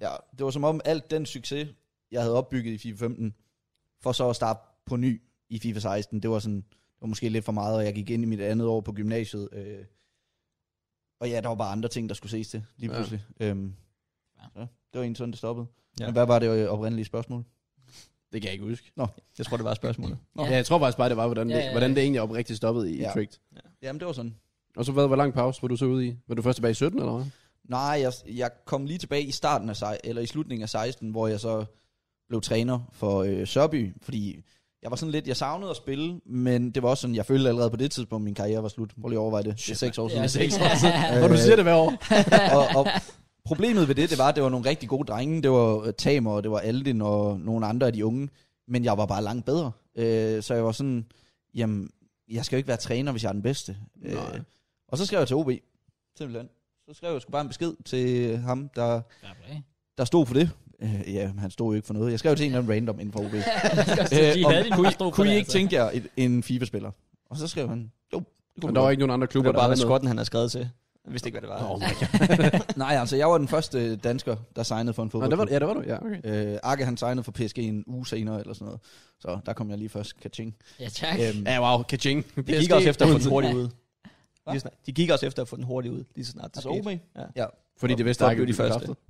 B: Ja, det var som om alt den succes, jeg havde opbygget i FIFA 15, for så at starte på ny i FIFA 16, det var sådan, det var måske lidt for meget, og jeg gik ind i mit andet år på gymnasiet, øh, og ja, der var bare andre ting, der skulle ses til, lige
C: Ja.
B: pludselig. Ja. Øhm,
A: Ja.
B: ja. Det var egentlig sådan, det stoppede.
D: Ja.
B: Ja. Men hvad var det øh, oprindelige spørgsmål?
C: Det kan jeg ikke huske.
D: Jeg tror, det var spørgsmålet.
C: Ja.
A: Ja.
C: ja. jeg tror faktisk bare, det var, hvordan,
A: Ja,
C: det,
A: ja, ja.
C: hvordan det egentlig oprigtigt stoppede i ja.
B: Ja.
C: tricked.
B: Jamen, det var sådan.
C: Og så hvad, hvor lang pause var du så ude i? Var du først tilbage i 17, eller hvad?
B: Nej, jeg, jeg kom lige tilbage i starten af, sej- eller i slutningen af 16, hvor jeg så blev træner for øh, Sørby, fordi jeg var sådan lidt, jeg savnede at spille, men det var også sådan, jeg følte allerede på det tidspunkt, min karriere var slut. Prøv lige at overveje det. Det er seks år siden.
A: Ja,
C: seks
A: år siden.
C: Og du siger Øh, det hver år.
B: og, og problemet ved det, det var, at det var nogle rigtig gode drenge. Det var øh, Tamer, og det var Aldin og nogle andre af de unge. Men jeg var bare langt bedre. Øh, så jeg var sådan, jamen, jeg skal jo ikke være træner, hvis jeg er den bedste. Øh,
C: Nej.
B: og så skrev jeg til OB, simpelthen. Så skrev jeg sgu bare en besked til ham, der, der stod for det. Øh, ja, han stod jo ikke for noget. Jeg skrev til en eller anden random inden for OB. Øh,
A: de
B: om-
A: havde din
B: kunne,
A: pistol
B: I-
A: på
B: kunne
A: det,
B: I ikke
A: altså.
B: tænke jer et, en FIFA-spiller? Og så skrev han, jo, det kunne
C: Og
B: man
C: der var
B: godt.
C: ikke nogen andre
D: Det
C: klubber,
D: var
C: der
D: bare
C: havde noget.
D: maskotten, han havde skrevet til. Jeg vidste ikke, hvad det var.
C: Oh
D: Oh
C: my god.
B: Nej, altså, jeg var den første dansker, der signede for en
C: Nå,
B: fodbold.
C: der var, ja, der var du. Ja, okay.
B: Øh, Arke han signede for PSG en uge senere eller sådan noget. Så der kom jeg lige først. Kaching.
A: Ja, tak.
B: Øhm,
C: Ja, wow. Kaching.
D: de gik også efter at få den hurtigt ud.
B: Hva?
D: Lige så snart- De gik også efter at få den hurtigt ud, lige så snart det
B: Altså
D: skete.
B: OB?
D: Ja.
C: Fordi det vidste
D: Folk
C: Arke
D: blev de
C: blev
D: første.
C: bekræftet.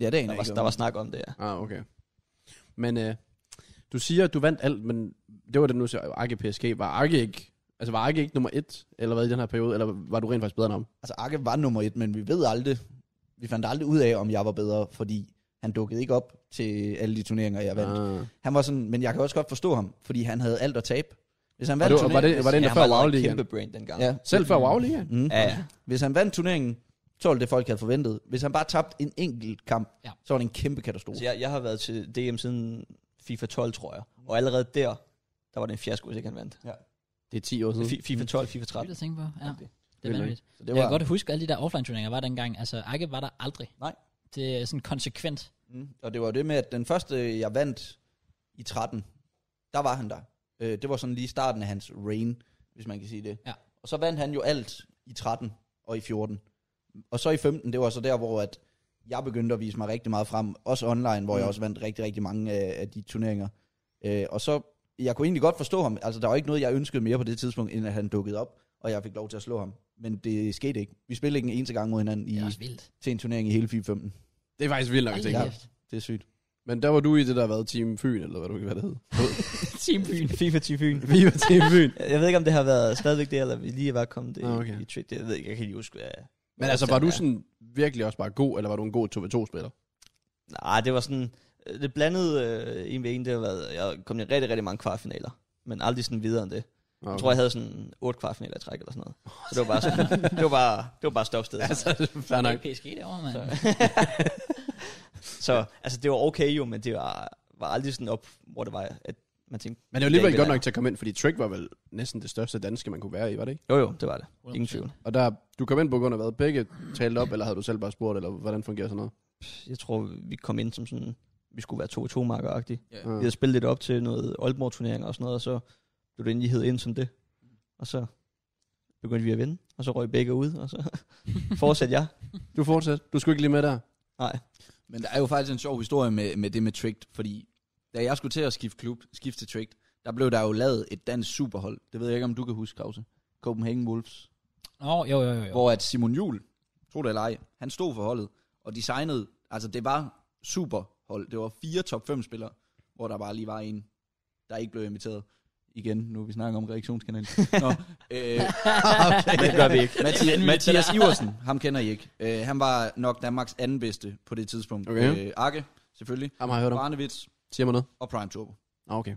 B: Ja, det er en
D: Der var, der var snak om det, ja.
C: Ah, okay. Men øh, du siger, at du vandt alt, men det var det nu, så Arke PSG. Var Arke ikke, altså var Arke ikke nummer et, eller hvad i den her periode? Eller var du rent faktisk bedre end ham?
B: Altså Arke var nummer et, men vi ved aldrig, vi fandt aldrig ud af, om jeg var bedre, fordi han dukkede ikke op til alle de turneringer, jeg vandt.
C: Ah.
B: Han var sådan, men jeg kan også godt forstå ham, fordi han havde alt at tabe. Hvis han
C: Og
B: vandt
C: det var, var,
B: turneringen...
C: det, var det
D: Ja,
C: en, der
D: han
C: før
D: var
C: wow
D: et
C: ligaen
D: kæmpe brand dengang.
B: Ja.
C: Selv før wow ligaen
B: Mm.
D: Ja, ja.
B: Hvis han vandt turneringen, så var det det, folk havde forventet. Hvis han bare tabte en enkelt kamp,
A: Ja.
B: ja. så var det en kæmpe katastrofe.
D: Altså, jeg, jeg har været til DM siden FIFA 12, tror jeg. Og allerede der, der var det en fiasko, hvis ikke han vandt.
C: Det er 10 år siden.
D: Fi- FIFA 12, FIFA 13.
A: Det tænke på. Ja.
D: Okay.
A: Det er vanvittigt.
B: Så
A: Jeg kan godt huske, alle de der offline-turneringer var dengang. Altså, Akke var der aldrig.
B: Nej.
A: Det er sådan konsekvent.
B: Mm. Og det var jo det med, at den første, jeg vandt i 13, der var han der. Øh, det var sådan lige starten af hans reign, hvis man kan sige det.
A: Ja.
B: Og så vandt han jo alt i 13 og i 14. Og så i 15, det var så der, hvor at jeg begyndte at vise mig rigtig meget frem, også online, hvor mm. jeg også vandt rigtig, rigtig mange af, af de turneringer. Øh, og så, jeg kunne egentlig godt forstå ham. Altså, der var ikke noget, jeg ønskede mere på det tidspunkt, end at han dukkede op, og jeg fik lov til at slå ham. Men det skete ikke. Vi spillede ikke en eneste gang mod hinanden i,
A: Det er
B: ja.
A: også vildt.
B: til en turnering i hele FIFA 15.
C: Det er faktisk vildt nok at
A: Hold
C: tænke.
A: da
C: på.
A: kæft.
B: Det er sygt.
C: Men der var du i det, der har været Team Fyn, eller hvad, du, hvad det hed.
A: Team Fyn.
D: FIFA 10 Fyn.
C: Vi var Team Fyn.
D: Jeg jeg ved ikke, om det har været stadigvæk det, eller vi lige var kommet det
C: Ah,
D: ah,
C: okay.
D: okay. i trick. Det, jeg ved ikke, jeg kan ikke lige huske. Hvad,
C: Men altså, var du sådan virkelig også bare god, eller var du en god 2v2-spiller?
D: Nej, det var sådan... øh, Det blandede øh, en ved en, det har været... Jeg kom i rigtig, rigtig mange kvartfinaler. Men aldrig sådan videre end det. Okay. Jeg tror, jeg havde sådan otte kvartfinaler i træk eller sådan noget. Så det var bare sådan... det var bare, det var bare stopstedet.
C: Altså, fair
A: Det
C: nok.
A: er PSG derovre, mand.
D: Så altså, det var okay jo, men det var, var aldrig sådan op, hvor det var, at man tænkte,
C: Men det var alligevel
D: Det er
C: godt
D: ikke
C: nok til at komme ind, fordi Trick var vel næsten det største danske, man kunne være i, var det ikke?
D: jo jo, det var det. Ingen
A: 100%.
D: tvivl.
C: Og der, du kom ind på grund af hvad? Begge talte op, eller havde du selv bare spurgt, eller hvordan fungerer sådan noget?
D: Jeg tror, vi kom ind som sådan, vi skulle være 2 2 marker agtige
B: Ja.
C: Ah.
D: Vi havde spillet lidt op til noget Aalborg-turnering og sådan noget, og så blev det endelig hed ind som det. Og så begyndte vi at vinde, og så røg begge ud, og så fortsatte jeg.
C: Du fortsætter. Du skulle ikke lige med der.
D: Nej,
B: Men der er jo faktisk en sjov historie med, med det med Tricked, fordi da jeg skulle til at skifte klub, skifte til Tricked, der blev der jo lavet et dansk superhold. Det ved jeg ikke, om du kan huske, Krause. Copenhagen Wolves.
A: Nå, jo, jo, jo.
B: Jo.
A: jo.
B: Hvor at Simon Juhl, tro det eller ej, han stod for holdet og designede, altså det var superhold. Det var fire top 5 spillere, hvor der bare lige var en, der ikke blev inviteret. Igen, nu vi snakker om reaktionskanalen. Nå, øh,
D: det gør vi ikke.
B: Mathias,
A: vanvittigt,
B: Mathias
A: det der.
B: Iversen, ham kender I ikke. Øh, han var nok Danmarks anden bedste på det tidspunkt.
C: Okay.
B: Øh, Arke, selvfølgelig.
C: Ham har jeg hørt om.
B: Barnevits
C: Siger mig noget.
B: og Prime Turbo.
C: Ah, okay.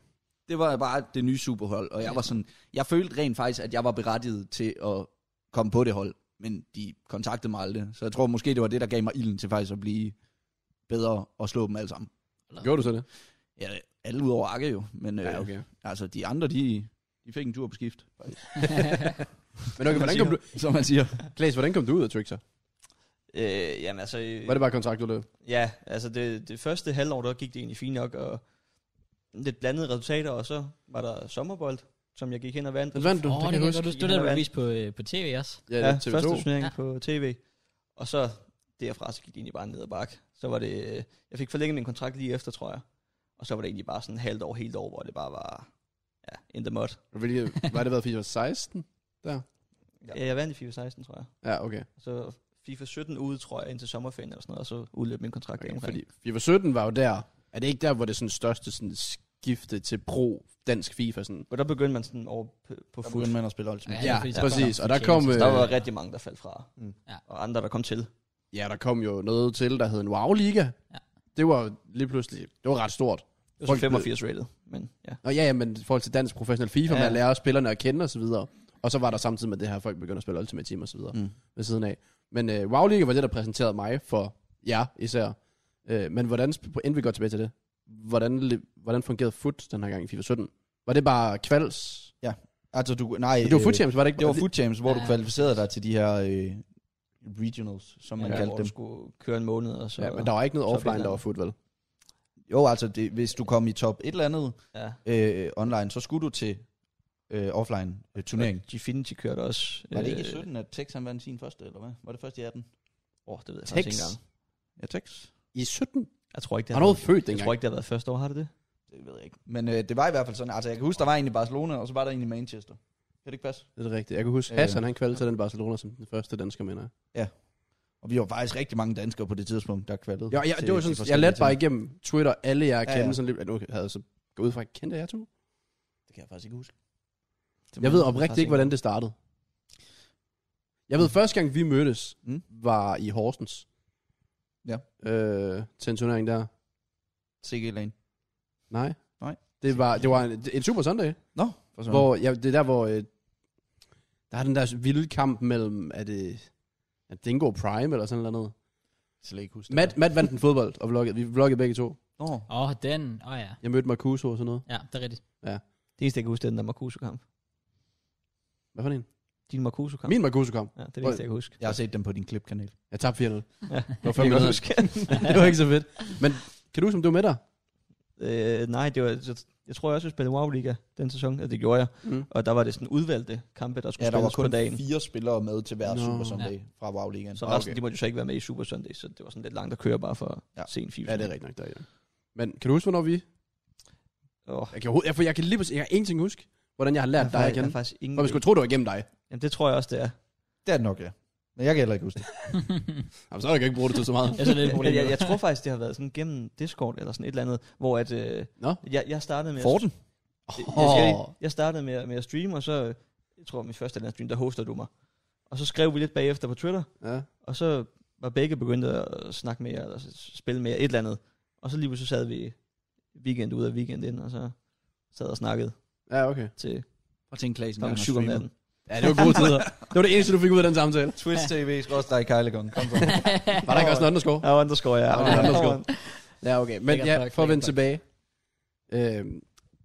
B: Det var bare det nye superhold, og jeg var sådan, jeg følte rent faktisk, at jeg var berettiget til at komme på det hold, men de kontaktede mig aldrig, så jeg tror måske, det var det, der gav mig ilden til faktisk at blive bedre og slå dem alle sammen.
C: Gjorde du så det?
B: Ja, alle udover Akke jo, men
C: Ja,
B: øh,
C: okay.
B: altså de andre, de, de fik en tur på skift,
C: Men okay, hvordan kom du,
B: som man siger.
C: Klaas, hvordan kom du ud af Trick så?
D: Øh, jamen altså...
C: Var det bare kontrakt, du løb?
D: Ja, altså det, det første halvår, der gik det egentlig fint nok, og lidt blandede resultater, og så var der sommerbold, som jeg gik hen og vandt.
C: Den vandt du,
A: Åh, det
C: det kan jeg huske.
A: du det, der blev vist på, øh, på tv også.
C: Ja,
D: Ja,
C: det er
D: ja første
C: TV2.
D: turnering
A: Ja.
D: ja. på tv. Og så derfra, så gik det egentlig bare ned ad bakke. Så var det, øh, jeg fik forlænget min kontrakt lige efter, tror jeg. Og så var det egentlig bare sådan halvt år, helt år, hvor det bare var, ja, in the mud.
C: Hvilket, var det været FIFA 16? Ja.
D: Ja. Øh, Jeg vandt i FIFA 16, tror jeg.
C: Ja, okay.
D: Og så FIFA 17 ude, tror jeg, indtil sommerferien eller sådan noget, og så udløb min kontrakt
C: okay
D: okay,
C: fordi FIFA 17 var jo der. Er det ikke der, hvor det sådan største sådan skifte til pro dansk FIFA? Sådan?
D: Og der begyndte man sådan over på, på fuld.
B: man at spille Ultimate.
A: Ja, det er fordi, så
C: præcis.
A: kom
C: Og
A: der
C: der kom,
A: fortjeneste.
D: Der
C: øh,
D: var rigtig mange, der faldt fra.
B: Mm.
D: Mm.
A: Ja.
D: Og andre, der kom til.
C: Ja, der kom jo noget til, der hed en Wow Liga.
A: Ja.
C: Det var lige pludselig, det var ret stort.
D: Det var
C: Folk
D: så 85 rated, men ja.
C: Og ja, ja, men i forhold til dansk professionel FIFA, ja.
D: Ja.
C: man lærer spillerne at kende osv. Og så var der samtidig med det her, folk begynder at spille Ultimate Team osv. Mm.
B: Mm.
C: ved siden af. Men øh, WoW League var det, der præsenterede mig for jer især. Øh, men hvordan, sp- inden vi går tilbage til det, hvordan, le- hvordan fungerede FUT den her gang i FIFA 17? Var det bare kvals?
B: Altså, du, nej,
C: Det var
B: øh,
C: FUT Champions, var det ikke?
B: Det var Food Champs, hvor du
A: Ja.
B: kvalificerede dig til de her øh, regionals, som man
D: ja,
B: ja,
D: hvor
B: kaldte
D: du
B: dem.
D: skulle køre en måned, og så...
C: Ja, men der var ikke noget
D: så
C: offline,
D: vinder.
C: der var FUT, vel?
B: Jo, altså det, hvis du kom i top et eller andet
D: ja.
B: øh, online, så skulle du til øh, offline øh, turnering.
D: Og Gfinity kørte også...
B: Var det ikke i
D: øh,
B: 17, at Tex han vandt sin første, eller hvad? Var det først i 18?
D: Åh, det ved jeg
C: Tex?
D: faktisk ikke engang.
B: Ja, Tex.
C: I 17?
D: Jeg tror ikke, det
C: Har
D: har
C: du
D: været...
C: overhovedet født
D: Jeg tror
C: dengang?
D: ikke, det har været første år, har det det?
B: Det ved jeg ikke. Men øh, det var i hvert fald sådan. Altså jeg kan huske, der var en i Barcelona, og så var der en i Manchester. Kan det ikke passe?
C: Det er rigtigt. Jeg kan huske,
B: Øh.
C: Hassan, han kvalgte til den Barcelona som den første dansker, mener jeg.
B: Og vi var faktisk rigtig mange danskere på det tidspunkt, der kvalede.
C: Ja, ja,
B: til
C: det var
B: de
C: sådan, jeg
B: forskellige
C: lærte bare
B: ting.
C: igennem Twitter alle jer
B: Ja,
C: kendte, ja, ja.
B: ja.
C: sådan lidt, at nu havde jeg så gået ud fra, kendte jeg to?
B: Det kan jeg faktisk ikke huske.
C: Jeg ved oprigtigt ikke, hvordan det startede. Jeg ved, første gang vi mødtes, mm.
B: Mm.
C: var i Horsens.
B: Ja.
C: Øh, til en turnering der.
B: CG Lane.
C: Nej.
B: Nej.
C: Det var, det var en, en super søndag,
B: Nå, for sådan.
C: hvor, ja, det er der, hvor, øh, der er den der vilde kamp mellem, er det, er det Dingo Prime eller sådan noget?
B: slet ikke huske.
C: Matt, Matt vandt en fodbold, og vloggede, vi vloggede begge to.
B: Nå,
A: Åh, oh, den. Åh oh, ja.
C: Jeg mødte Marcuso og sådan noget.
A: Ja, det er rigtigt.
D: Det eneste, jeg kan huske, det er den der Marcuso-kamp.
C: Hvad for en?
D: Din Marcuso-kamp.
C: Min Marcuso kom.
D: Ja, det er det eneste, jeg kan huske.
B: jeg har set dem på din klipkanal.
C: Jeg tabte 4 Det
D: Ja,
C: var
D: jeg
C: fandme
D: kan godt
C: nederen.
D: huske.
C: var ikke så fedt. Men kan du huske, om du var med dig?
D: øh, nej, det var, jeg, jeg tror jeg også, jeg spillede WoW Liga den sæson, og det gjorde jeg.
C: Mm.
D: Og der var det sådan udvalgte kampe, der skulle
B: Ja, der var
D: spilles
B: kun
D: på dagen.
B: fire spillere med til hver
C: Nå.
B: no. Super Sunday fra Ah, WoW Ligaen.
D: Så resten, okay. de måtte jo så ikke være med i Super Sunday, så det var sådan lidt langt at køre bare for
B: Ja.
D: ja. sen FIFA.
C: Ja, det er rigtigt nok, der, ja. Men kan du huske, hvornår vi...
D: Oh,
C: Jeg kan, overhovedet- jeg, for jeg kan lige præcis... Jeg har ingenting huske, hvordan jeg har
D: jeg
C: lært
D: har
C: dig at
D: faktisk- jeg
C: kende.
D: har faktisk ingen...
C: For vi skulle tro, det var igennem dig.
D: Jamen, det tror jeg også, det er.
B: Det er det nok, ja. Men jeg kan heller ikke huske det.
C: Jamen, så har jeg ikke brugt det til så meget.
A: Jeg så lidt et problem.
D: Jeg, jeg, jeg tror faktisk, det har været sådan gennem Discord eller sådan et eller andet, hvor at... Øh,
C: Nå.
D: jeg, jeg startede med...
B: Forden?
D: Jeg, jeg, jeg, jeg startede med, med at streame, og så... øh, Jeg tror, min første eller anden stream, der hoster du mig. Og så skrev vi lidt bagefter på Twitter,
C: Ja.
D: og så var begge begyndt at snakke mere, eller s- spille mere, et eller andet. Og så lige pludselig sad vi weekend ud af weekend ind, og så sad og snakkede
C: ja, okay.
D: til
B: Og til en klasse.
D: klokken 7 om natten.
C: Ja, det var gode tider. Det var det eneste, du fik ud af den samtale.
B: Twitch TV, skrådstræk Kejlekong. Kom så.
C: Var der ikke også en underscore?
D: Ja, underscore, ja.
C: Ja, underscore. Ja, okay. Men
A: Lækkert
C: ja,
A: nok,
C: for at vende
A: lækkert
C: tilbage. Øhm,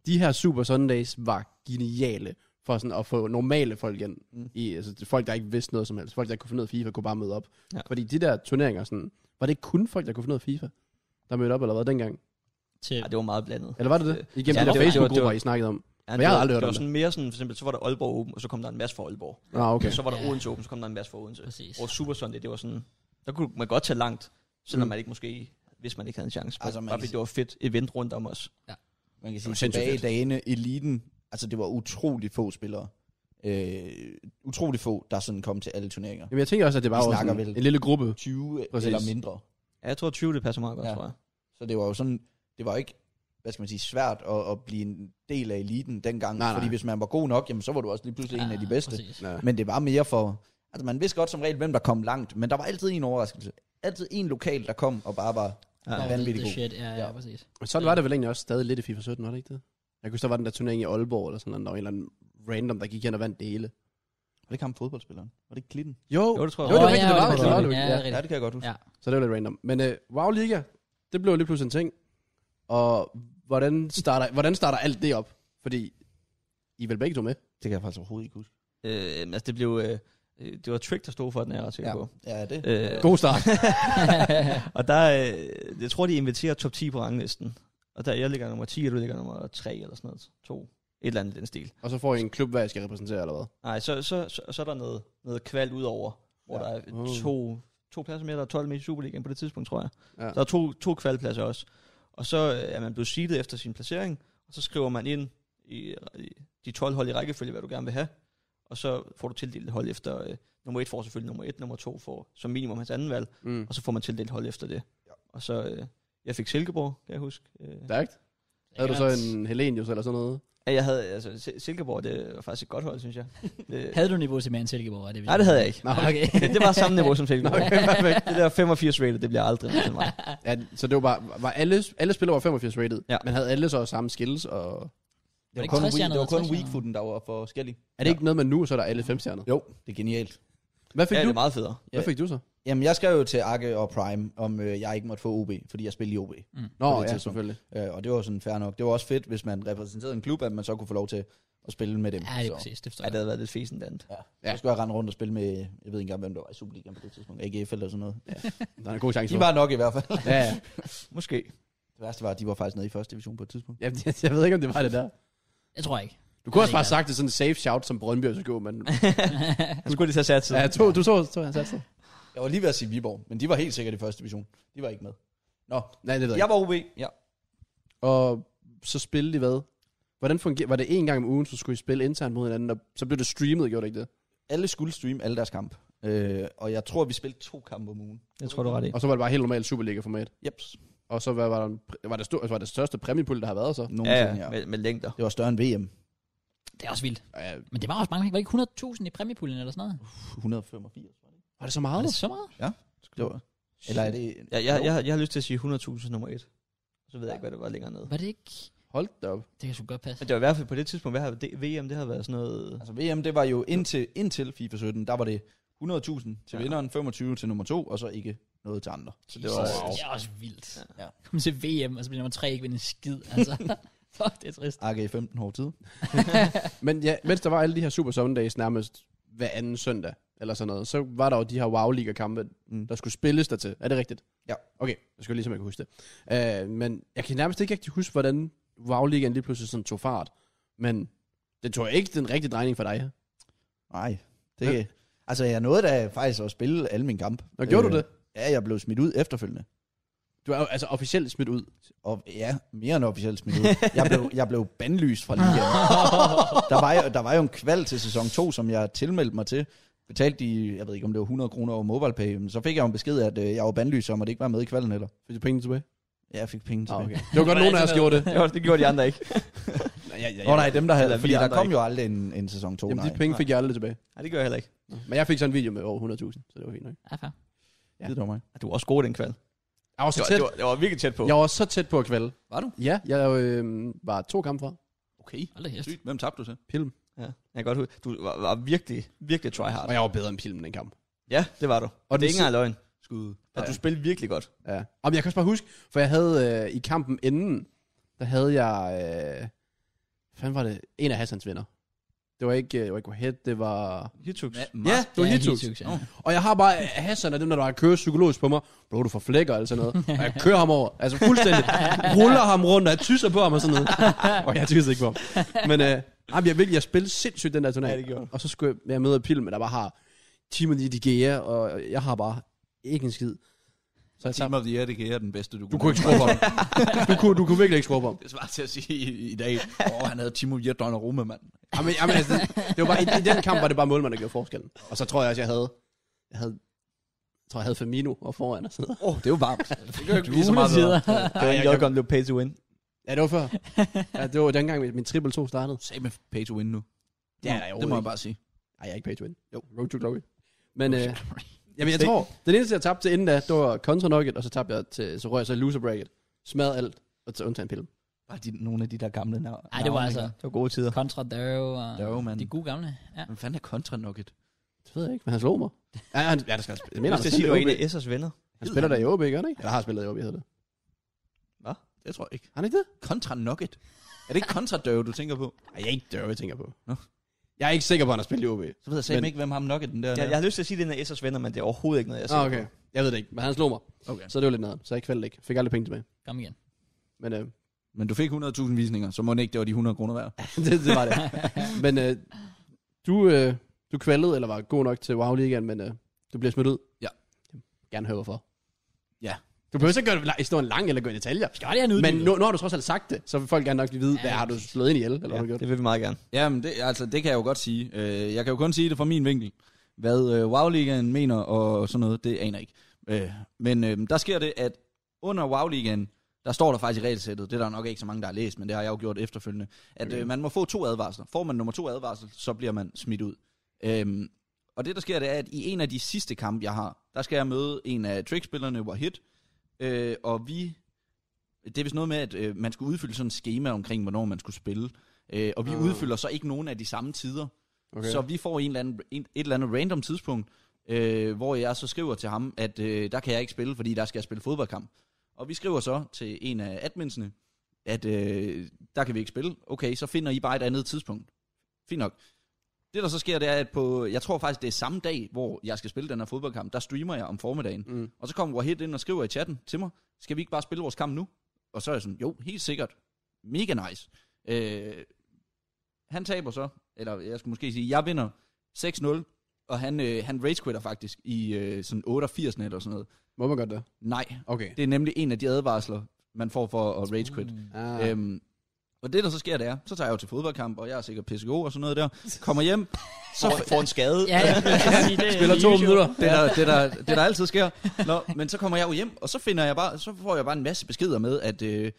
C: de her Super Sundays var geniale for sådan at få normale folk ind.
B: Mm.
C: I, altså, folk, der ikke vidste noget som helst. Folk, der ikke kunne finde noget FIFA, kunne bare møde op. Ja.
D: Ja.
C: Fordi de der turneringer, sådan, var det ikke kun folk, der kunne finde noget FIFA, der mødte op eller hvad dengang?
A: Til,
D: Ja, det var meget blandet.
C: Eller var det det? Igennem
D: Ja,
C: ja, de
D: det
C: der
D: var- det
C: Facebook-grupper,
D: var-
C: I snakkede om.
D: Ja,
C: Men
D: det
C: jeg har
D: var-
C: aldrig hørt
D: Det
C: om
D: var sådan mere sådan, for eksempel, så var der Aalborg Open, og så kom der en masse fra Aalborg.
C: Ah, okay.
D: Okay. Så var der
A: Ja.
D: Odense Open, så kom der en masse fra Odense.
A: præcis.
D: Og Super Sunday, det var sådan, der kunne man godt tage langt, selvom man ikke måske, hvis man ikke havde en chance.
B: Altså,
D: Altså,
B: man
D: bare
B: kan
D: fordi
B: sige-
D: det var et fedt event rundt om os.
B: Man kan
C: var
B: sige,
C: sindssygt
B: tilbage i
C: fedt.
B: dagene, eliten, altså det var utrolig få spillere. Øh, utrolig få, der sådan kom til alle turneringer.
C: Jamen, jeg tænker også, at det var
B: Vi
C: jo
B: snakker
C: sådan
B: vel-
C: en lille gruppe.
B: 20
C: Præcis.
B: Præcis. eller mindre.
D: Ja, jeg tror 20, det passer meget godt,
B: Ja.
D: ja. tror jeg.
B: Så det var jo sådan, det var ikke, hvad skal man sige, svært at, at blive en del af eliten dengang.
C: Nej, nej.
B: fordi hvis man var god nok, jamen, så var du også lige pludselig ja, en af de bedste. Præcis.
A: Præcis.
C: Ja.
B: Men det var mere for, altså man vidste godt som regel, hvem der kom langt, men der var altid en overraskelse. Altid en lokal, der kom og bare var
D: Ja.
A: Ja,
B: vanvittig
A: det
B: god.
A: shit, ja, ja,
B: Ja.
A: præcis.
C: Men sådan var det vel egentlig også stadig lidt i FIFA 17, var det ikke det? Jeg kunne huske, der var den der turnering i Aalborg, eller sådan noget, der var en eller anden random, der gik hen og vandt det hele.
B: Var det ikke ham fodboldspilleren? Var det ikke Klitten?
C: Jo,
D: Jo, det tror jeg.
C: Jo, det var
A: Åh,
C: rigtigt,
A: ja,
C: det var.
A: det
C: Det var
A: Klitten.
C: det.
A: Ja,
C: Ja.
A: det er rigtigt.
B: Ja, det kan jeg godt huske.
A: Ja.
B: Ja.
C: Så det var lidt random. Men øh, WoW Liga, det blev lige pludselig en ting. Og hvordan starter, hvordan starter alt det op? Fordi I er vel begge to med?
B: Det kan jeg faktisk overhovedet ikke huske.
D: Øh, altså, det blev... Øh, øh, det var Trick, der stod for den, er jeg ret sikker
B: Ja,
D: på.
B: ja det.
D: Øh,
C: God start.
D: og der, øh, jeg tror, de inviterer top 10 på ranglisten. Og der, jeg ligger nummer 10, og du ligger nummer 3 eller sådan noget. 2. Et eller andet i den stil.
C: og så får I en klub, hvad jeg skal repræsentere, eller hvad?
D: Nej, så, så, så, så er der noget, noget kvalt udover, hvor
B: Ja.
D: ja. Mm. der er
C: Oh.
D: to, to pladser mere, der er 12 med i Superligaen på det tidspunkt, tror jeg.
C: Ja.
D: Ja. Der er to, to kvalpladser også. Og så øh, er man blevet seedet efter sin placering, og så skriver man ind i, i de 12 hold i rækkefølge, hvad du gerne vil have. Og så får du tildelt et hold efter, øh, nummer 1 får selvfølgelig nummer 1, nummer 2 får som minimum hans anden valg,
C: Mm.
D: og så får man tildelt et hold efter det.
B: Ja.
D: Ja. Og så, øh, jeg fik Silkeborg, kan jeg huske. Øh,
C: Stærkt. Havde du så en Helenius eller sådan noget?
D: at jeg havde, altså Sil- Silkeborg, det var faktisk et godt hold, synes jeg. Det,
A: Havde du niveau til mere end Silkeborg? Er det, vi-
D: nej, det havde jeg ikke.
A: Nå, okay.
D: Det, det var samme niveau som Silkeborg. det der 85 rated, det bliver aldrig noget til mig.
C: Ja, så det var bare, var alle, alle spillere var 85 rated,
D: Ja.
C: men havde alle så samme skills, og
B: Det var
A: ikke
B: kun,
A: træstjernet
B: weak, det var
A: eller
B: kun
A: træstjernet?
B: weakfooten, der var forskellig.
C: er det ikke noget med nu, så er der alle fem stjerner?
B: Jo, det er genialt.
C: Mhm. Hvad fik
D: Ja, det
C: du?
D: er meget federe.
C: Hvad fik du så?
B: Jamen, jeg skrev jo til Akke og Prime, om øh, jeg ikke måtte få OB, fordi jeg spillede i OB.
C: Nå,
B: det
C: ja,
B: tidspunkt.
C: selvfølgelig.
B: Øh, og det var sådan fair nok. Det var også fedt, hvis man repræsenterede en klub, at man så kunne få lov til at spille med dem.
A: Ja, det er
B: så,
A: præcis. Det forstår
D: Ja,
A: jeg.
D: det havde været lidt fæsent andet.
B: ja. så skulle jeg rende rundt og spille med, jeg ved ikke engang, hvem der var i Superligaen på det tidspunkt. AGF eller sådan noget.
C: Der er en god chance
B: De
C: for.
B: var nok i hvert fald.
C: Ja, ja.
D: Måske.
B: Det værste var, at de var faktisk nede i første division på et tidspunkt.
C: Jamen, jeg, jeg ved ikke, om det var det der.
A: Jeg tror ikke.
C: Du kunne
A: Det
C: også
A: er
C: bare
A: ikke
C: have sagt det sådan en safe shout som Brøndby, og så gjorde man...
D: Han skulle lige tage sat
C: Ja, to, du så, så han satte sig.
B: Jeg var lige ved at sige Viborg, men de var helt sikkert i første division. De var ikke med. Nå,
C: Nej, det ved jeg
B: jeg var OB. Ja.
C: ikke. Og så spillede de hvad? Hvordan fungerer... Var det en gang om ugen, så skulle I spille internt mod hinanden, og så blev det streamet, gjorde det ikke det?
B: Alle skulle streame alle deres kamp. Øh, og jeg tror, vi spillede to kampe om ugen.
D: Jeg tror, du har ret i.
C: Og så var det bare helt normalt Superliga-format.
B: Jeps.
C: Og så hvad var, der en, pr- var, det stor, altså, var det største præmiepul, der har været så?
D: Ja,
B: Nogensinde,
D: ja,
B: ja.
D: med, med længder.
B: Det var større end VM.
A: Det er også vildt.
C: Ja,
A: Men det var også mange penge. Var det ikke 100.000 i præmiepuljen eller sådan noget?
B: 185.
C: var det så
A: Var
C: meget?
A: det så meget?
B: Det var, eller er det...
D: Jeg, jeg, jeg, jeg har lyst til at sige 100.000 nummer et. Så ved jeg ikke, hvad det var længere nede.
A: Var det ikke...
C: Hold da op.
A: Det kan sgu godt passe.
D: Men det var i hvert fald på det tidspunkt, hvad har det, VM, det har været sådan noget...
B: Altså VM, det var jo indtil, indtil FIFA 17, der var det 100.000 til
D: Ja.
B: vinderen, 25 til nummer to, og så ikke noget til andre. Så det var,
A: Jesus,
B: wow.
A: det er også vildt.
B: Ja.
A: Ja. Kom til VM, og så bliver nummer 3 ikke vinde en skid. Altså. Fuck, det er trist.
B: Akke i 15 år tid.
C: Men ja, mens der var alle de her Super Sundays nærmest hver anden søndag, eller sådan noget, så var der jo de her wow liga kampe
B: Mm.
C: der skulle spilles der til. Er det rigtigt?
B: Ja.
C: Okay, jeg skal ligesom, jeg kan huske det. Uh, men jeg kan nærmest ikke rigtig huske, hvordan wow ligaen lige pludselig sådan tog fart. Men det tog ikke den rigtige drejning for dig.
B: Nej, det... Altså, jeg nåede da faktisk at spille alle mine kampe. Øh,
C: Nå, gjorde du det?
B: Ja, jeg blev smidt ud efterfølgende.
C: Du er jo altså officielt smidt ud.
B: Og ja, mere end officielt smidt ud. Jeg blev, jeg blev bandlyst fra ligaen. der, var jo, der var jo en kval til sæson 2, som jeg tilmeldte mig til. Betalte de, jeg ved ikke om det var 100 kroner over MobilePay, men så fik jeg jo en besked, at øh, jeg var bandlyst, så jeg måtte ikke være med i kvalen heller.
C: Fik du pengene tilbage?
B: Ja, jeg fik penge tilbage.
C: okay. Det var godt, nogen af os gjorde det.
D: Det, var, det gjorde de andre ikke.
C: Nej, ja, ja,
B: Åh oh, nej, dem der havde,
D: Eller vi
B: fordi der
D: andre
B: kom
D: ikke.
B: jo aldrig en, en sæson 2,
C: Jamen,
B: nej.
C: de penge fik jeg aldrig tilbage.
D: Nej, det gør jeg heller ikke.
C: Men jeg fik så en video med over 100.000, så det var fint nok.
A: Ja, fair.
C: Ja.
B: Det var mig.
D: Du var også god den kval.
C: Jeg var
D: Det
C: så
D: var,
C: tæt.
D: det var, det var virkelig tæt på.
C: Jeg var så tæt på at kvalde.
B: Var du?
C: Ja, jeg øh, var to kampe fra.
B: Okay.
A: Hold da kæft.
B: Sygt. Hvem tabte du til?
C: Pilm.
D: Ja, jeg kan godt huske. Du var, var virkelig, virkelig tryhard.
C: Og jeg var bedre end Pilm den kamp.
D: Ja, det var du. Og det
C: den
D: er ikke engang løgn.
B: Skud.
D: At du spillede virkelig godt.
C: Ja. Og jeg kan også bare huske, for jeg havde øh, i kampen inden, der havde jeg, øh, hvad fanden var det, en af Hassans venner. Det var ikke, øh, det var ikke Wahed, det var...
D: Hitux.
C: Ja, det var
A: Ja,
C: Hitus.
A: Hitus, ja.
C: Og jeg har bare, Hassan er dem, der har kørt psykologisk på mig. Bro, du får flækker eller sådan noget. Og jeg kører ham over, altså fuldstændig. Ruller ham rundt, og jeg tyser på ham og sådan noget. Og jeg tyser ikke på ham. Men øh, ej, men jeg, virkelig, jeg spillede sindssygt den der turnering.
D: Ja, det gjorde du.
C: Og så skulle jeg, jeg møde Pilmen, der bare har Timon i Digea, og jeg har bare ikke en skid. Så jeg tager
B: Team of the Year, det kan jeg den bedste, du,
C: Du kunne ikke skrue på ham. Du kunne, du kunne virkelig ikke skrue på ham.
B: Det svarer til at sige i, i dag, åh, oh, han havde Timo Hjertøjn og Rome, mand.
C: Jamen, jamen, altså, det var bare, i, i, den kamp var det bare målmanden, der gjorde forskellen. Og så tror jeg også, jeg havde... Jeg havde jeg tror, jeg havde Firmino og foran og sådan noget.
B: Åh, oh, det var varmt. det gør ikke lige så meget bedre.
A: Julesider.
D: Det var en
C: jeg
D: Jotgun, blev pay to win.
C: Ja, det var før. Ja, det var dengang, min, min triple 2 startede.
B: Sag med pay to win nu.
C: Det er der
B: det
C: overhovedet
B: må jeg
C: ikke.
B: bare sige.
C: Nej, jeg er ikke pay to win. Jo, road to glory. Men, øh, jamen, jeg tror, den eneste, jeg tabte til inden da, det var Contra Nugget, og så tabte jeg til, så røg jeg så i loser bracket. Smadrede alt, og så undtagen pillen.
B: Bare de, nogle af de der gamle navne.
A: Ej, det var altså
D: Det var gode tider.
A: kontra Darrow og
B: Darrow, mand.
A: de gode gamle. Ja.
B: Hvem fanden er Contra Nugget?
C: Det ved jeg ikke, men han slog mig. Ja, han, ja, der skal han spille. Jeg
D: Jeg
C: mener, han,
D: vil til at sige, at du
C: spiller,
D: var
C: i OB.
D: en af S'ers venner.
C: han spiller der i OB, gør han ikke? Eller har spillet i OB, hedder det.
B: Det tror jeg ikke.
C: Har han ikke det?
B: Contra Nugget? Er det ikke Contra Døve, du tænker på?
C: Ej, jeg er ikke dør, jeg tænker på.
B: Nå.
C: Jeg er ikke sikker på, at han har spillet i OB.
B: Så ved jeg selv
C: Men-
B: ikke, hvem ham Nugget den der.
D: Jeg, jeg har lyst til at sige, at det er en af S'ers venner, men det er overhovedet ikke noget, jeg
C: Ah,
D: siger.
C: okay. Jeg ved det ikke, men han slog mig.
B: Okay.
C: Så det var lidt noget. Så jeg kvalgte ikke. Fik aldrig penge tilbage.
A: Kom igen.
C: Men øh,
B: Men du fik 100.000 visninger, så må det ikke, det var de 100 kroner værd.
C: det, det, var det. men øh, du, øh, du kvalgede, eller var god nok til WoW Ligaen, men øh, du bliver smidt ud.
B: Ja.
C: Gerne høre hvorfor.
B: Ja.
C: Du behøver ikke gøre la- historien lang eller gå i detaljer.
A: Skal det have en
C: Men
A: udbytte?
C: nu, nu har du trods alt sagt det, så vil folk gerne nok lige vide,
A: Ja,
C: ja, hvad har du
A: præcis.
C: slået ind i el, eller ja, hvad har du
D: Ja,
C: gjort?
D: det vil vi meget gerne.
B: Jamen, det, altså, det kan jeg jo godt sige. Øh, jeg kan jo kun sige det fra min vinkel. Hvad øh, WoW-ligaen mener og sådan noget, det aner jeg ikke. Øh, men øh, der sker det, at under WoW-ligaen, der står der faktisk i regelsættet, det er der nok ikke så mange, der har læst, men det har jeg jo gjort efterfølgende, at øh, man må få to advarsler. Får man nummer to advarsel, så bliver man smidt ud. Øhm, og det, der sker, det er, at i en af de sidste kampe, jeg har, der skal jeg møde en af trickspillerne, Wahid, øh, og vi... Det er vist noget med, at øh, man skulle udfylde sådan et schema omkring, hvornår man skulle spille. Øh, og vi
C: Ah.
B: udfylder så ikke nogen af de samme tider.
C: Okay.
B: Okay. Så vi får en eller anden, en, et eller andet random tidspunkt, øh, hvor jeg så skriver til ham, at øh, der kan jeg ikke spille, fordi der skal jeg spille fodboldkamp. Og vi skriver så til en af adminsene, at øh, der kan vi ikke spille. Okay, så finder I bare et andet tidspunkt. Fint nok. Det der så sker, det er, at på, jeg tror faktisk, det er samme dag, hvor jeg skal spille den her fodboldkamp, der streamer jeg om formiddagen.
C: Mm.
B: Og så kommer Wahid ind og skriver i chatten til mig, skal vi ikke bare spille vores kamp nu? Og så er jeg sådan, jo, helt sikkert. Mega nice. Øh, han taber så, eller jeg skulle måske sige, jeg vinder 6-0, og han, øh, han ragequitter faktisk i øh, sådan 88 eller sådan noget.
C: Må man godt det?
B: Nej,
C: Okay.
B: det er nemlig en af de advarsler, man får for at
A: Uh.
B: ragequit.
A: Mm.
C: Ah.
B: Ja. Øhm, og det, der så sker, det er, så tager jeg jo til fodboldkamp, og jeg er sikkert pissegod og sådan noget der. Kommer hjem, så,
D: Får, får en skade.
A: Ja, ja.
C: Spiller to minutter.
B: det, der, det, der, det der altid sker. Nå, men så kommer jeg jo hjem, og så finder jeg bare, så får jeg bare en masse beskeder med, at, øh,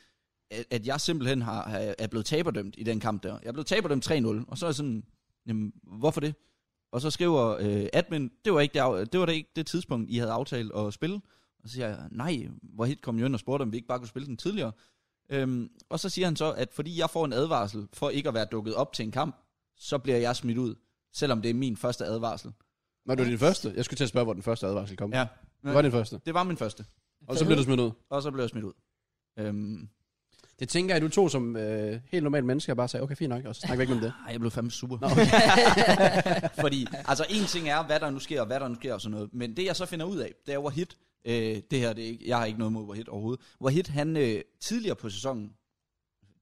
B: at- at jeg simpelthen har, har- er blevet taberdømt i den kamp der. Jeg er blevet taberdømt 3-0, og så er jeg sådan, jamen, hvorfor det? Og så skriver øh, admin, det var, ikke det, af- det var da ikke det tidspunkt, I havde aftalt at spille. Og så siger jeg, nej, hvor hit kom Jørgen og spurgte, om vi ikke bare kunne spille den tidligere. Øhm, og så siger han så, at fordi jeg får en advarsel for ikke at være dukket op til en kamp, så bliver jeg smidt ud, selvom det er min første advarsel.
C: Nå, det var din første. Jeg skulle til at spørge, hvor den første advarsel kom.
B: Ja.
C: Det var din første.
B: Det var min første.
C: Og så blev du smidt ud.
B: Og så blev jeg smidt ud. Øhm,
C: Det tænker jeg, du to som øh, helt normale mennesker bare sagde, okay, fint nok, og så snakker vi ikke om det.
B: ej, jeg blev fandme sur. Fordi, altså en ting er, hvad der nu sker, og hvad der nu sker og sådan noget. Men det jeg så finder ud af, det er Wahid. Øh, det her, det er ikke, jeg har ikke noget mod Wahid overhovedet. Wahid, han øh, tidligere på sæsonen,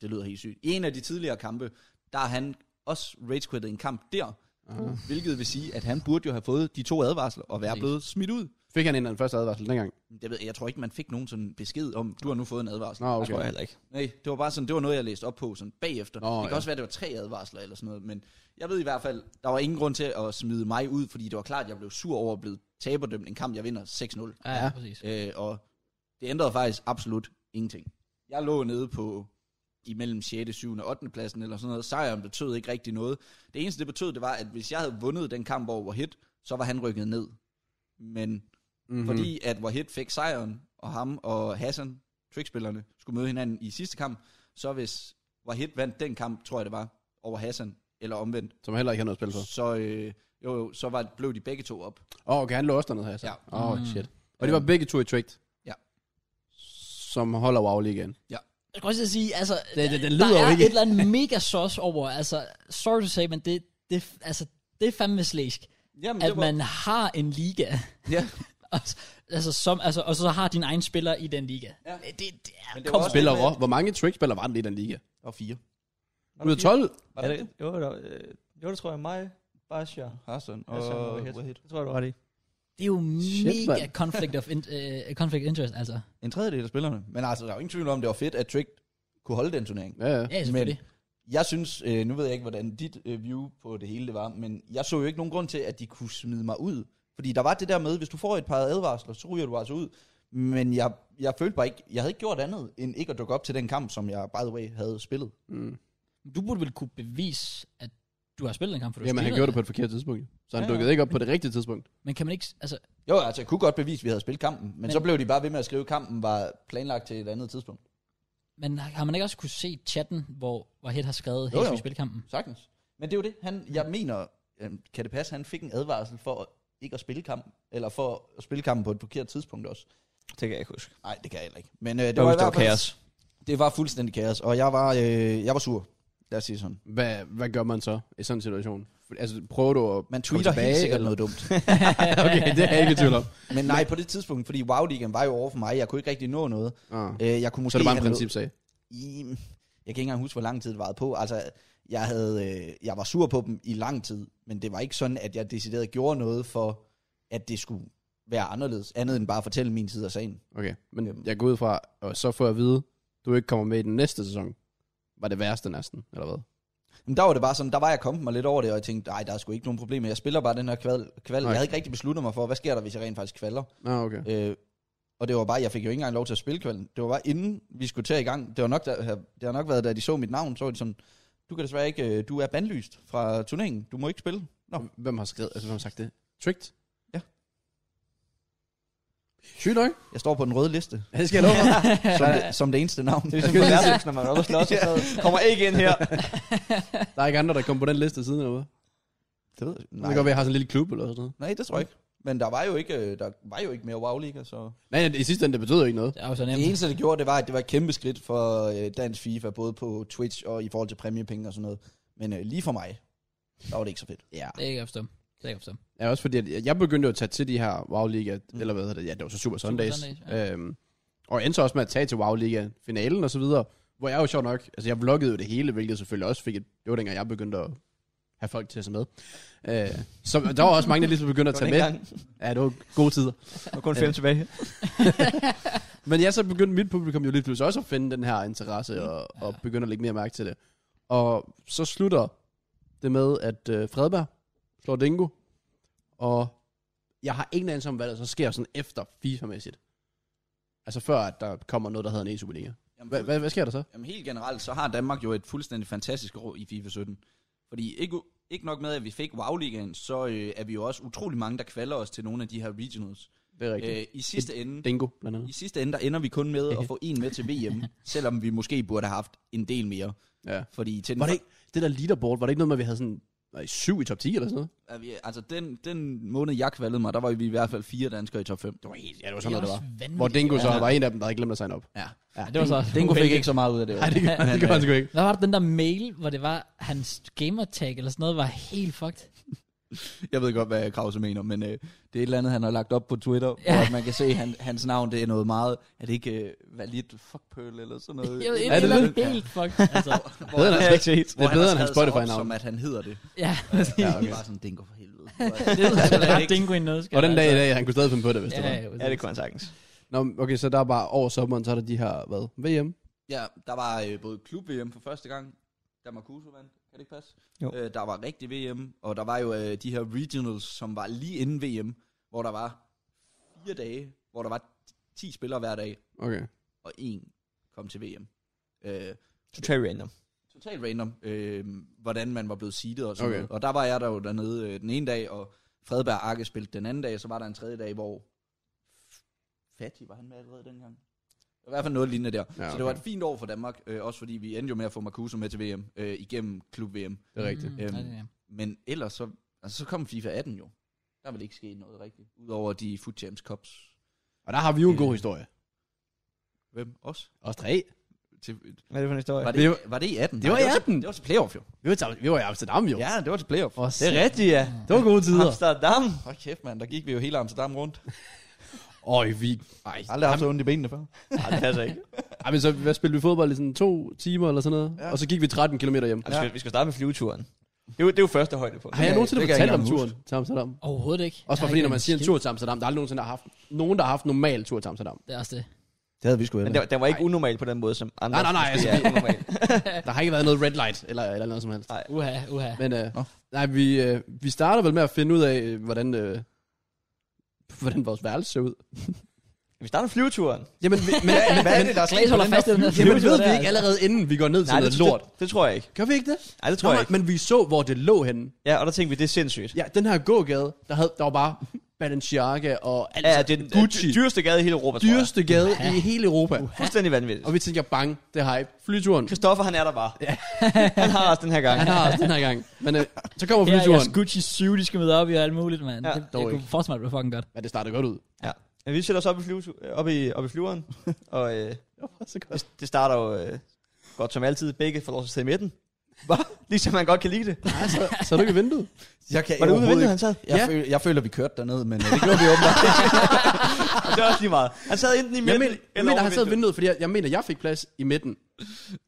B: det lyder helt sygt, i en af de tidligere kampe, der har han også ragequittet en kamp der.
C: Uh.
B: Hvilket vil sige, at han burde jo have fået de to advarsler og være
A: Præcis.
B: blevet smidt ud.
C: Fik han en af den første advarsel dengang?
B: Jeg, ved, jeg tror ikke, man fik nogen sådan besked om, du har nu fået en advarsel.
C: Nå,
D: Det tror jeg
C: okay.
D: heller ikke.
B: Nej, det var bare sådan, det var noget, jeg læste op på sådan bagefter.
C: Nå,
B: Nå, det kan
C: ja.
B: ja. også være, det var tre advarsler eller sådan noget, men jeg ved i hvert fald, der var ingen grund til at smide mig ud, fordi det var klart, jeg blev sur over at blive taberdømt en kamp, jeg vinder 6-0.
A: Ja, ja, præcis.
B: Øh, og det ændrede faktisk absolut ingenting. Jeg lå nede på imellem 6., 7. og 8. pladsen eller sådan noget. Sejren betød ikke rigtig noget. Det eneste, det betød, det var, at hvis jeg havde vundet den kamp over Wahid, så var han rykket ned. Men
C: Mm-hmm.
B: Mm-hmm. Fordi at Wahid fik sejren, og ham og Hassan, trickspillerne, skulle møde hinanden i sidste kamp. Så hvis Wahid vandt den kamp, tror jeg det var, over Hassan, eller omvendt,
C: Som heller ikke har noget at spille for.
B: så, øh, jo, jo, så var, blev de begge to op.
C: Åh, oh, okay, han lå også dernede her, så.
B: Ja. Mhm.
C: Åh, oh,
A: Mm.
C: shit. Og det var begge to i Tricked?
B: Ja.
C: Som holder wow ligaen.
A: Jeg skal også lige sige, altså,
C: Det- det- den
A: der
C: lyder jo
A: er
C: ikke.
A: et eller andet mega sauce over, altså, sorry to say, men det, det, altså, det er fandme slæsk,
B: Jamen,
A: at man har en liga,
B: Ja,
A: og, s- altså, som, altså, og så har din egen spiller i den liga.
B: Ja.
A: Det, det er,
B: Men det var
A: kom,
B: også-
C: Spiller hvor? Hvor mange Tricked-spillere var den i den liga?
B: og fire.
C: Ud af 12?
B: Var
D: Er
B: det
D: det,
B: det?
D: jo, der, øh, jo, det tror jeg mig, Basha,
B: Hassan og
D: Hassan og
B: Wahid.
D: Wahid. Det tror jeg, du har ret i.
A: det er jo
C: Shit,
A: mega
C: mand.
A: conflict of, in, uh, conflict of interest, altså.
B: En tredjedel af spillerne. Men altså, der er jo ingen tvivl om, det var fedt, at Trick kunne holde den turnering.
C: Ja, ja.
A: Ja, selvfølgelig.
B: Jeg synes, øh, nu ved jeg ikke, hvordan dit øh, view på det hele det var, men jeg så jo ikke nogen grund til, at de kunne smide mig ud. Fordi der var det der med, hvis du får et par advarsler, så ryger du altså ud. Men jeg, jeg følte bare ikke, jeg havde ikke gjort andet, end ikke at dukke op til den kamp, som jeg, by the way, havde spillet.
C: Mm.
A: Men Du burde vel kunne bevise, at du har spillet en kamp, for du
C: Jamen, han
A: spillede
C: gjorde det
A: den.
C: på et forkert tidspunkt. Så han
B: Ja, ja.
C: dukkede ikke op på det rigtige tidspunkt.
A: Men kan man ikke, altså,
B: Jo, altså jeg kunne godt bevise, at vi havde spillet kampen, men,
A: Men-
B: men så blev de bare ved med at skrive, at kampen var planlagt til et andet tidspunkt.
A: men har man ikke også kunne se chatten, hvor Warhead har skrevet, hey,
B: Jo,
A: skal
B: jo.
A: vi spille kampen?
B: Sagtens. Men det er jo det, han, jeg mener, øhm, kan det passe, han fik en advarsel for ikke at spille kampen, eller for at spille kampen på et forkert tidspunkt også.
D: Det kan jeg ikke huske.
B: Nej, det kan jeg heller ikke. Men øh, det
D: Jeg
B: var i
D: husker,
B: hvert
D: det var
B: fald
D: kaos.
B: Det var fuldstændig kaos, og jeg var, øh, jeg var sur. Lad os sige sådan.
C: Hvad, hvad gør man så i sådan en situation? Altså, prøver du at
B: Man
C: komme
B: tweeter helt sikkert
C: eller-
B: noget dumt.
C: okay, det er jeg ikke i tvivl om.
B: Men nej, på det tidspunkt, fordi wow League var jo over for mig. Jeg kunne ikke rigtig nå noget.
C: Ah.
B: Øh, jeg kunne måske
C: Så er det bare en
B: have
C: principsag.
B: Noget, i, jeg kan ikke engang huske, hvor lang tid det varede på. Altså, jeg, havde, øh, jeg var sur på dem i lang tid, men det var ikke sådan, at jeg decideret gjorde noget for, at det skulle være anderledes, andet end bare at fortælle min side af sagen.
C: Okay, men
B: Øhm.
C: jeg går ud fra, og så får jeg at vide, du ikke kommer med i den næste sæson. Var det værste næsten, eller hvad?
B: Men der var det bare sådan, der var jeg kommet mig lidt over det, og jeg tænkte, nej, der er sgu ikke nogen problemer. Jeg spiller bare den her kval. kval.
C: Nej.
B: Jeg havde ikke rigtig besluttet mig for, hvad sker der, hvis jeg rent faktisk kvalder?
C: Nå, okay.
B: Øh, Og det var bare, jeg fik jo ikke engang lov til at spille kvalden. Det var bare inden vi skulle tage i gang. Det var nok, der, det har nok været, da de så mit navn, så var de sådan, du kan desværre ikke, øh, du er bandlyst fra turneringen. Du må ikke spille. Nå.
C: Hvem har skrevet, altså hvem har sagt det? Tricked?
B: Ja.
C: Sygt nok.
B: Jeg står på den røde liste,
C: Ja, Det skal jeg love mig.
B: som, det, som det eneste navn.
D: Det er ligesom på værtshus, når man er oppe og slås og sådan noget. Kommer ikke ind her.
C: Der er ikke andre, der kommer på den liste siden eller hvad?
B: Det ved jeg.
C: Det kan
B: Nej.
C: godt være, at jeg har sådan en lille klub eller sådan noget.
B: Nej, det tror jeg ikke. Men der var jo ikke, øh, der var jo ikke mere WoW-liga, så...
C: Nej, nej, i sidste ende, det betød jo ikke noget.
A: Det er jo så
B: Det
A: nemt.
B: eneste, det gjorde, det var, at det var et kæmpe skridt for øh, dansk FIFA, både på Twitch og i forhold til præmiepenge og sådan noget. Men øh, lige for mig, der var det ikke så fedt.
C: Ja.
A: Det er ikke opstå. Det er ikke opstå.
C: Ja, også fordi, at jeg- jeg begyndte jo at tage til de her WoW Liga, mm. eller hvad hedder det, ja, det var så Super Sundays. Super
A: Sundays,
C: Sundays ja. øhm, og endte så også med at tage til WoW Liga finalen og så videre, hvor jeg jo sjov nok, altså jeg vloggede jo det hele, hvilket selvfølgelig også fik et, det var dengang jeg begyndte at have folk til at se med. Øh, så der var også mange, der ligesom begyndte at tage med. Ja, det var gode tider.
D: Og kun fem tilbage.
C: Men jeg så begyndte mit publikum jo lige pludselig også at finde den her interesse, og, og begynde at lægge mere mærke til det. Og så slutter det med, at øh, Fredberg slår Dingo, og jeg har ingen anelse om, hvad der så sker sådan efter FIFA-mæssigt. Altså før, at der kommer noget, der hedder en e-superliga.
B: Jamen,
C: Hva- hva- Hvad sker der så?
B: Jamen helt generelt, så har Danmark jo et fuldstændig fantastisk år i FIFA 17. Fordi ikke, u- ikke nok med, at vi fik WoW-ligaen, så øh, er vi jo også utrolig mange, der kvalder os til nogle af de her regionals.
C: Det er rigtigt.
B: Øh, I sidste ende...
C: Dingo, blandt andet.
B: I sidste ende, der ender vi kun med at få en med til VM, selvom vi måske burde have haft en del mere.
C: Ja.
B: Fordi til den
C: Var det ikke, det der leaderboard, var det ikke noget med, at vi havde sådan nej, syv i top 10 eller sådan noget?
B: Er vi, altså den, den måned, jeg kvalede mig, der var vi i hvert fald fire danskere i top 5.
C: Det var helt, ja, det var sådan noget, det var.
A: vanvittigt.
C: Hvor Dingo så
B: Ja.
C: var en af dem, der havde glemt at signe op.
B: Ja.
C: Ja,
A: det var så
B: Dingo fik
A: uheldigt.
B: ikke så meget ud af det. øh,
C: Nej, det gør, det gør han sgu ikke.
A: Hvad var det, den der mail, hvor det var, hans gamertag eller sådan noget, var helt fucked?
B: Jeg ved godt, hvad Krause mener, men øh, det er et eller andet, han har lagt op på Twitter,
A: Ja.
B: ja. hvor man kan se, han, hans navn, det er noget meget... Er det ikke øh, valid fuck pearl eller sådan noget?
A: Jeg ved,
C: Er
A: det,
C: det
A: det var
C: det?
A: helt fucked. Altså,
B: Hvor,
C: Bedre end
D: Det
C: hans
D: har jeg ikke set.
C: Det er bedre end hans
B: navn.
C: Spotify-navn.
B: Som at han hedder det.
A: ja, præcis.
C: Ja,
A: Ja,
B: Okay.
C: okay.
B: Bare sådan, Dingo for helvede.
A: det er sådan, at dingo i noget, skal
C: Og den dag i
A: altså.
C: dag, han kunne stadig finde på det, hvis
A: Ja,
C: det var.
A: ja,
D: Ja, det kunne han sagtens.
C: Nå, men okay, så der er bare over sommeren, så er der de her, hvad, VM?
B: Ja, der var øh, både klub-VM for første gang, der Marcuso vandt, kan det ikke passe?
D: Jo.
B: Øh, der var rigtig VM, og der var jo øh, de her regionals, som var lige inden VM, hvor der var fire dage, hvor der var 10 spillere hver dag,
C: Okay.
B: og en kom til VM. Øh,
D: Totalt random.
B: totalt random, øh, hvordan man var blevet seedet og sådan
C: Okay.
B: okay. noget. Og der var jeg der jo dernede øh, den ene dag, og Fredberg Arke spillede den anden dag, så var der en tredje dag, hvor Fatih, var han med allerede dengang? I hvert fald noget lignende der. Ja, okay. Så
C: okay.
B: det var et fint år for Danmark, øh, også fordi vi endte jo med at få Marcuso med til VM, øh, igennem klub-VM.
C: Det er rigtigt.
A: Mm, ja,
B: Øhm,
A: det er-
B: Men ellers så, altså, så kom FIFA 18 jo. Der vil ikke ske noget rigtigt, udover de Foot Champs Cups.
C: Og der har vi jo en god historie.
B: Hvem? Os?
C: Os tre.
B: Til,
D: Hvad er det for en historie?
B: var,
C: Det
B: det,
C: var-
B: var det i 18?
C: det var
B: Nej,
C: i 18.
B: Det var til playoff jo.
C: Vi var, til- vi var i Amsterdam, jo.
B: Ja, det var til playoff.
C: Og
D: Det er rigtigt, ja.
C: det var gode tider.
D: Amsterdam.
B: Hold kæft, mand. Der gik vi jo hele Amsterdam rundt.
C: Øj, vi... Ej,
B: Aldrig haft så ondt i benene før.
D: Nej, det passer ikke.
C: ej, men så hvad spillede vi fodbold i sådan to timer eller sådan noget? Ja. Altså,
B: Ja.
C: Og så gik vi 13 km hjem.
D: Ja. Vi, skal, vi skal starte med flyveturen. Det er jo, det er jo første højde på.
C: Har jeg
B: kan-
C: nogensinde
B: det kan jeg
C: fortalt
B: ikke
C: om
B: engang
C: turen til Amsterdam?
A: Overhovedet ikke. Jeg
C: Også bare
A: har
C: fordi,
A: ikke
C: når man siger en
A: skid.
C: tur til Amsterdam, der er aldrig nogensinde, der har haft nogen, der har haft normal tur til Amsterdam.
A: Det er også det.
B: Det havde vi sgu
D: Men den, den var ikke unormal på den måde, som andre
C: Nej, nej, nej,
D: måske
C: altså,
D: er unormal.
C: Der har ikke været noget red light eller, eller noget som helst.
A: Uha, uha.
C: Men øh,
B: Nå.
C: nej, vi, øh, vi starter vel med at finde ud af, øh, hvordan, øh, hvordan vores værelse ser ud.
D: Vi starter med flyveturen.
C: Jamen, vi, men, men,
B: Hvad er det, der er
A: Klaas
B: slet
A: holder fast i den her
C: jamen ved
A: flyvetur
C: vi
A: der, altså.
C: ikke allerede, inden vi går ned til
D: Nej,
C: noget
D: det,
C: lort?
D: Det, det tror jeg ikke.
C: Gør vi ikke det?
D: Nej, det tror jeg ikke.
C: Men vi så, hvor det lå henne.
D: Ja, og der tænkte vi, det er sindssygt.
C: Ja, den her gågade, der, havde, der var bare Balenciaga og alt.
D: Ja, det er den
C: Altså, Gucci.
D: Gucci. dyreste gade i hele Europa, tror jeg.
C: dyreste gade i hele Europa.
D: Fuldstændig vanvittigt.
C: Og vi tænker, bang, det er hype. Flyturen.
D: Christoffer, han er der bare. Ja. han har os den her gang.
C: Han har os den her gang. Men øh, så kommer
A: Her er
C: flyturen.
A: jeres Gucci 7, de skal møde op i og alt muligt, mand.
D: Ja,
A: Ja, det,
C: dog
A: jeg kunne
C: ikke.
A: forestille mig, at det var fucking godt.
C: Ja, det starter godt ud.
D: Ja. Men vi sætter os op i, flyvetu- øh, op i, op i flyveren, og øh,
C: Så godt.
D: det, det starter jo øh, godt som altid. Begge får lov til at sidde i midten. Hva? Ligesom man godt kan lide det.
C: Nej, så, Altså, så er du ikke i vinduet.
B: Jeg kan
D: Var det ude ved
B: overhovedet
D: vinduet,
B: ikke- Jeg,
D: han sad?
C: Ja.
B: ja. føler, jeg føler, vi kørte derned, men øh, det gjorde vi åbenbart.
D: Det er også lige meget. Han sad enten i
C: Jeg
D: midten
C: mener, jeg
D: eller
C: mener
D: over
C: han sad i
D: vinduet.
C: vinduet, fordi jeg, jeg mener, jeg fik plads i midten.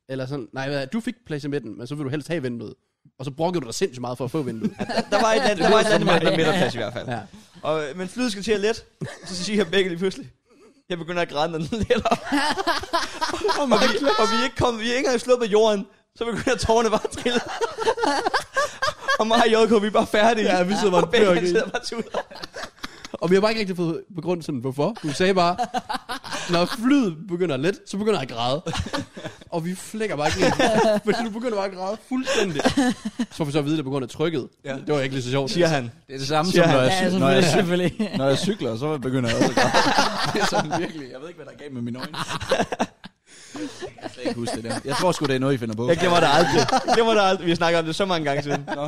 C: Eller sådan, nej, hvad, du fik plads i midten, men så vil du helst have vinduet. Og så brokkede du dig sindssygt meget for at få vinduet.
D: Der var et andet, der var et andet med, med
A: Ja.
D: midterplads i hvert fald.
C: Ja.
D: Ja. Og, øh, men flyet skal til at let, så siger jeg begge lige pludselig. Jeg begynder at græde, når den letter. og, vi, og vi, er ikke kom, vi er ikke engang slået på jorden, så begynder tårerne bare at trille. og mig og JK, vi er bare færdige.
C: Ja, vi sidder bare og
D: og begge
C: dør og
D: han
C: griner.
D: sidder bare og tuder.
C: Og vi har bare ikke rigtig fået begrundelsen, hvorfor. Du sagde bare, når flyet begynder lidt, så begynder jeg at græde. Og vi flækker bare ikke rigtig, fordi du begynder bare at græde fuldstændig. Så får vi så at vide, det er på grund af trykket. Ja. Det var ikke lige så sjovt.
D: siger han.
B: Det er det samme
D: Siger
B: som, når
D: han.
B: jeg,
A: Ja,
B: cy- når, jeg,
A: selvfølgelig. selvfølgelig.
B: cy- når jeg cykler, så begynder jeg også at græde. Det er sådan virkelig, jeg ved ikke, hvad der er galt med mine øjne. Jeg kan slet ikke huske det der. Jeg tror sgu, det er noget, I finder på.
D: Jeg glemmer det aldrig. Jeg glemmer det aldrig. Vi har snakket om det så mange gange siden.
B: Nå.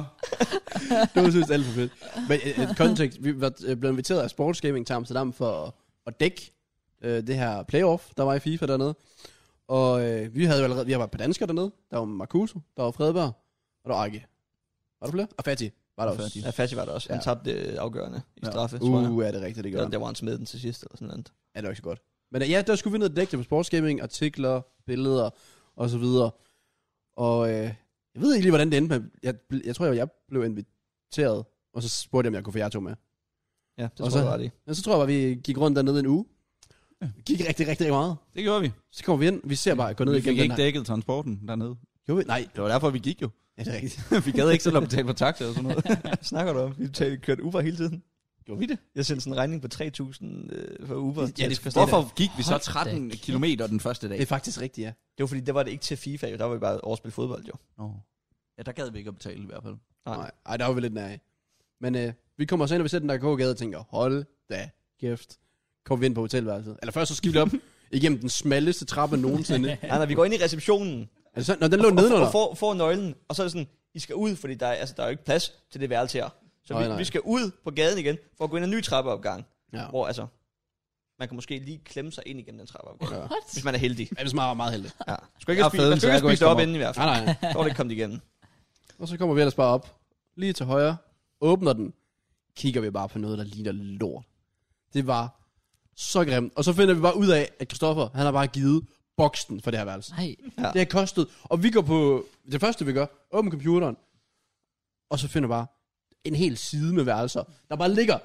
C: Det var synes alt for fedt. Men øh, øh, kontekst, vi var øh, blevet inviteret af Sportsgaming til Amsterdam for at- at dække øh, det her playoff, der var i FIFA dernede. Og øh, vi havde jo allerede, vi har været på dansker dernede. Der var Marcuso, der var Fredberg, og der var Arke. Var der flere? Og Fati var der
B: Og
C: også.
B: Fati.
D: Ja, Fassi var der også. Han
C: Ja.
D: tabte øh, afgørende i
C: Ja.
D: straffe, tror jeg.
C: Uh, er det er rigtigt, det gør
D: Eller
C: han.
D: der var han smed den til sidst eller sådan noget.
C: Ja, det var ikke så godt. Men øh, ja, der skulle vi ned og dække det på sportsgaming, artikler, billeder og så videre. Og øh, jeg ved ikke lige, hvordan det endte, men jeg, bl- jeg tror, jeg, jeg blev inviteret, og så spurgte jeg, om jeg kunne få jer to med.
D: Ja, det
C: Og
D: tror
C: så-
D: jeg ret i.
C: Men så tror jeg bare, vi gik rundt dernede en uge. Gik rigtig, rigtig meget.
B: Det gjorde vi.
C: Så kommer vi ind, vi ser bare, gå ned
B: Vi fik
C: igennem den
B: ikke
C: her.
B: dækket transporten dernede.
C: Jo, vi- nej,
B: Det var derfor, vi gik jo.
C: ja, det er rigtigt.
B: vi gad ikke selv at betale for taxa og sådan noget.
D: Snakker du om? Vi tager- kørte Uber hele tiden.
C: Gjorde vi det?
D: Jeg sendte sådan en regning på 3.000 øh, for Uber.
B: ja,
D: til-
B: det, hvorfor gik vi så
A: Hold da
B: 13
A: kæft.
B: kilometer den første dag?
C: Det er faktisk rigtigt, ja.
D: Det var fordi, der var det ikke til FIFA, jo. der var vi bare overspille fodbold, jo.
B: Nå. Ja, der gad vi ikke at betale i hvert fald.
D: Nej.
C: Nej, ej, der var vi lidt nær. Men øh, vi kommer så ind, og vi ser den der gågade og tænker, hold da kæft. Kommer vi ind på hotelværelset. Eller først så skifter vi op igennem den smalleste trappe nogensinde.
D: Nej, nej, vi går ind i receptionen.
C: Er det sådan? Nå, den lå
D: og,
C: nedenunder.
D: og får, får nøglen, og så er det sådan, I skal ud, fordi der, er- altså, der er jo ikke plads til det værelse her. Så
C: Nej,
D: vi,
C: nej.
D: vi skal ud på gaden igen, for at gå ind i en ny trappeopgang,
C: Ja.
D: hvor altså, man kan måske lige klemme sig ind igennem den trappeopgang,
C: Ja.
D: hvis man er heldig.
C: Ja, det smager meget heldigt.
D: Ja. Du skal ikke
B: Jeg er
D: spise,
B: fed,
D: man
B: så
D: skal
B: jeg
D: ikke
B: går
D: spise
B: ikke
D: det op
B: derop.
D: inden i hvert fald.
C: Nej, nej.
D: Så er det ikke kommet igennem.
C: Og så kommer vi ellers bare op. Lige til højre. Åbner den. Kigger vi bare på noget, der ligner lort. Det var så grimt. Og så finder vi bare ud af, at Christoffer, han har bare givet boksen for det her værelse.
A: Nej.
D: Ja.
C: Det har kostet. Og vi går på, det første vi gør, åbner computeren. Og så finder vi bare en hel side med værelser, der bare ligger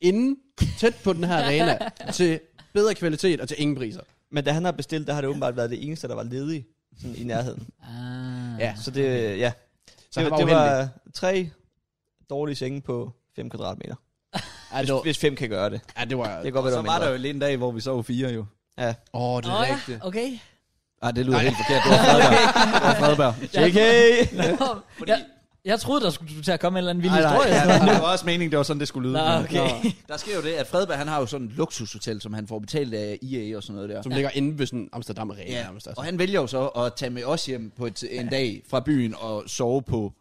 C: inde tæt på den her arena til bedre kvalitet og til ingen priser.
D: Men da han har bestilt, der har det åbenbart været det eneste, der var ledig sådan i nærheden.
A: Ah.
C: Ja,
D: Så det, ja.
C: Så
D: det,
C: han var
D: det
C: uheldig.
D: var tre dårlige senge på 5 kvadratmeter.
C: Ej, det
D: Hvis,
C: var,
D: hvis 5 kan gøre det.
C: ja, det var,
D: Det kan godt være,
B: Så
D: det var
B: var der
D: mindre.
B: jo lige en dag, hvor vi sov fire jo.
C: åh, det er
A: Åh, ja,
C: rigtigt.
A: okay.
B: Ah, det lyder helt forkert. Det var Fredberg. Det var Fredberg.
D: JK!
A: Nå, jeg, jeg troede, der skulle du til at komme en eller anden vild historie. altså.
B: ja, det var også meningen, det var sådan, det skulle lyde.
A: Nå,
B: Men-
A: okay.
B: Der sker jo det, at Fredberg, han har jo sådan et luksushotel, som han får betalt af EA og sådan noget der.
C: Som ja. ligger inde ved sådan Amsterdam Arena ja.
B: Ja,
C: nærmest.
B: og
C: Altså.
B: han vælger jo så at tage med os hjem på et, en dag fra byen og sove på...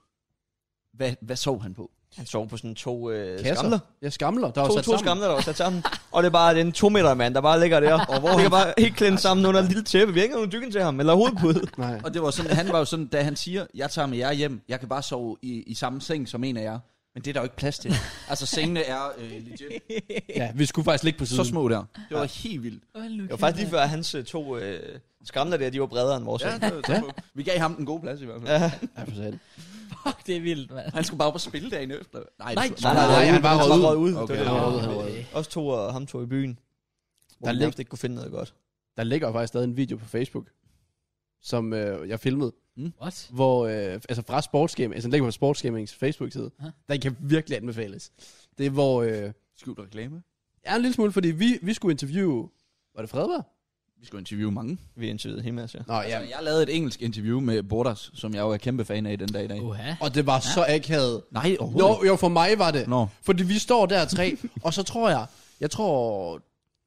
B: Hvad, hvad sov han på?
D: Han sov på sådan to øh,
C: Kasser.
D: skamler.
C: Ja, skamler, der var
D: To,
C: sat
D: to
C: sammen.
D: skamler, der var sat sammen. Og det er bare den to meter mand, der bare ligger der. Og hvor ligger bare helt klint sammen under et lille tæppe. Vi har ikke engang nogen dykken til ham, eller hovedpude.
C: Nej.
B: Og det var sådan, han var jo sådan, da han siger, jeg tager med jer hjem, jeg kan bare sove i, i samme seng som en af jer. Men det er der jo ikke plads til. altså, sengene er øh, legit
C: Ja, vi skulle faktisk ligge på siden.
B: så små der. Det var helt vildt.
D: Det var faktisk lige før, at hans øh, to øh, skamler der, de var bredere end vores. Ja.
B: Ja, det var,
C: Ja.
B: ja. Vi gav ham den gode plads i hvert fald.
C: Ja, for satan.
A: Fuck, det er vildt, mand.
B: Han skulle bare på spil dagen efter. Nej,
A: Nej,
B: det-
A: nej,
C: nej, nej, han var røget ud.
D: ud.
B: Okay,
D: Det
C: han
D: var
C: var
D: det.
C: røget ud.
D: Os to og ham to i byen.
C: Der
D: Hvor der vi
C: lig-
D: nærmest ikke kunne finde noget godt.
C: Der ligger jo faktisk stadig en video på Facebook, som øh, jeg filmede,
A: What?
C: hvor, øh, altså fra Sportsgaming, altså den ligger på Sportsgamings Facebook-side,
A: Aha.
C: den kan virkelig anbefales. Det er hvor, øh,
B: Skjult reklame.
C: ja, en lille smule, fordi vi, vi skulle interviewe, var det Fredberg?
B: Vi skulle interviewe mange.
D: Vi interviewede hende, altså.
C: Nå, ja.
B: Altså, jeg lavede et engelsk interview med Borders, som jeg jo er kæmpe fan af den dag i dag.
A: Uha.
C: Og det var så akavet.
B: Nej,
C: Jo,
B: overhovedet
C: jo, for mig var det.
B: ikke. Nå.
C: Fordi vi står der tre, og så tror jeg, jeg tror,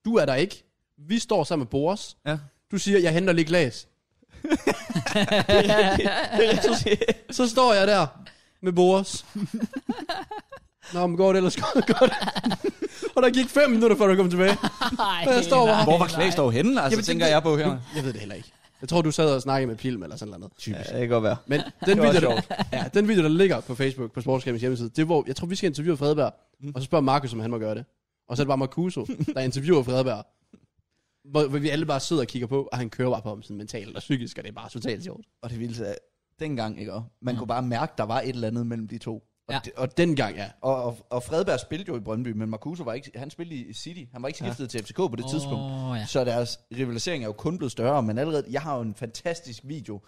C: du er der ikke. Vi står sammen med Boris.
B: Ja.
C: Du siger, jeg henter lige glas. Så står jeg der med Boris. Nå, men går det ellers godt? godt. og der gik fem minutter, før du kom tilbage.
A: Ej,
C: Jeg står bare-
B: Hvor var Klaas dog henne? Altså,
C: Jamen,
B: tænker
C: det-
B: jeg på her.
C: Jeg ved det heller ikke. Jeg tror, du sad og snakkede med Pilm eller sådan noget.
D: Ja, det kan godt være.
C: Men den
D: var
C: video, der, ja, den video, der ligger på Facebook, på Sportsgamings hjemmeside, det er, hvor jeg tror, vi skal interviewe Fredberg, og så spørger Markus, om han må gøre det. Og så er det bare Marcuso, der interviewer Fredberg, hvor, hvor vi alle bare sidder og kigger på, og han kører bare på ham sådan mentalt og psykisk, og det er bare totalt sjovt.
B: Og det vildeste er, dengang, ikke? Og Man kunne bare mærke, der var et eller andet mellem de to.
A: Ja.
B: det-
C: Og dengang, ja.
B: Og, og, og Fredberg spillede jo i Brøndby, men Marcuso var ikke, han spillede i City. Han var ikke skiftet ja. til FCK på det oh, tidspunkt.
A: Åh, ja.
B: Så deres rivalisering er jo kun blevet større, men allerede, jeg har jo en fantastisk video.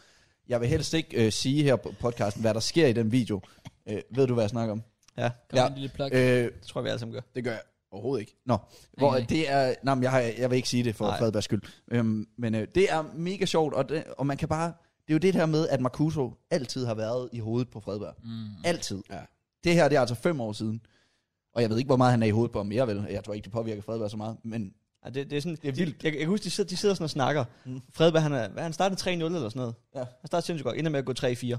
B: Jeg vil helst ikke øh, sige her på podcasten, hvad der sker i den video. Øh, ved du, hvad jeg snakker om?
D: Ja,
A: Kom
B: Ja.
A: ja. en lille plug.
B: Øh,
D: det tror jeg, vi alle sammen gør.
C: Det gør jeg. Overhovedet ikke.
B: Hvor
A: Nej.
B: okay. det er, nej, men jeg, har, jeg vil ikke sige det for
D: Nej.
B: Fredbergs skyld. Øhm, men øh, det er mega sjovt, og, det, og man kan bare, det er jo det her med, at Marcuso altid har været i hovedet på Fredberg.
A: Mm.
B: Altid.
C: Ja.
B: Det her, det er altså fem år siden. Og jeg ved ikke, hvor meget han er i hovedet på ham mere, vel? Jeg tror ikke, det påvirker Fredberg så meget, men
D: Ja, det, det er sådan,
B: Det er vildt.
D: De, jeg, jeg kan huske, de sidder, de sidder sådan og snakker.
B: Mm.
D: Mm. Fredberg, han, er, hvad, han startede 3-0 eller sådan noget.
B: Ja.
D: Han startede sindssygt godt, ender med at gå 3-4.
B: Ja.
D: Ja.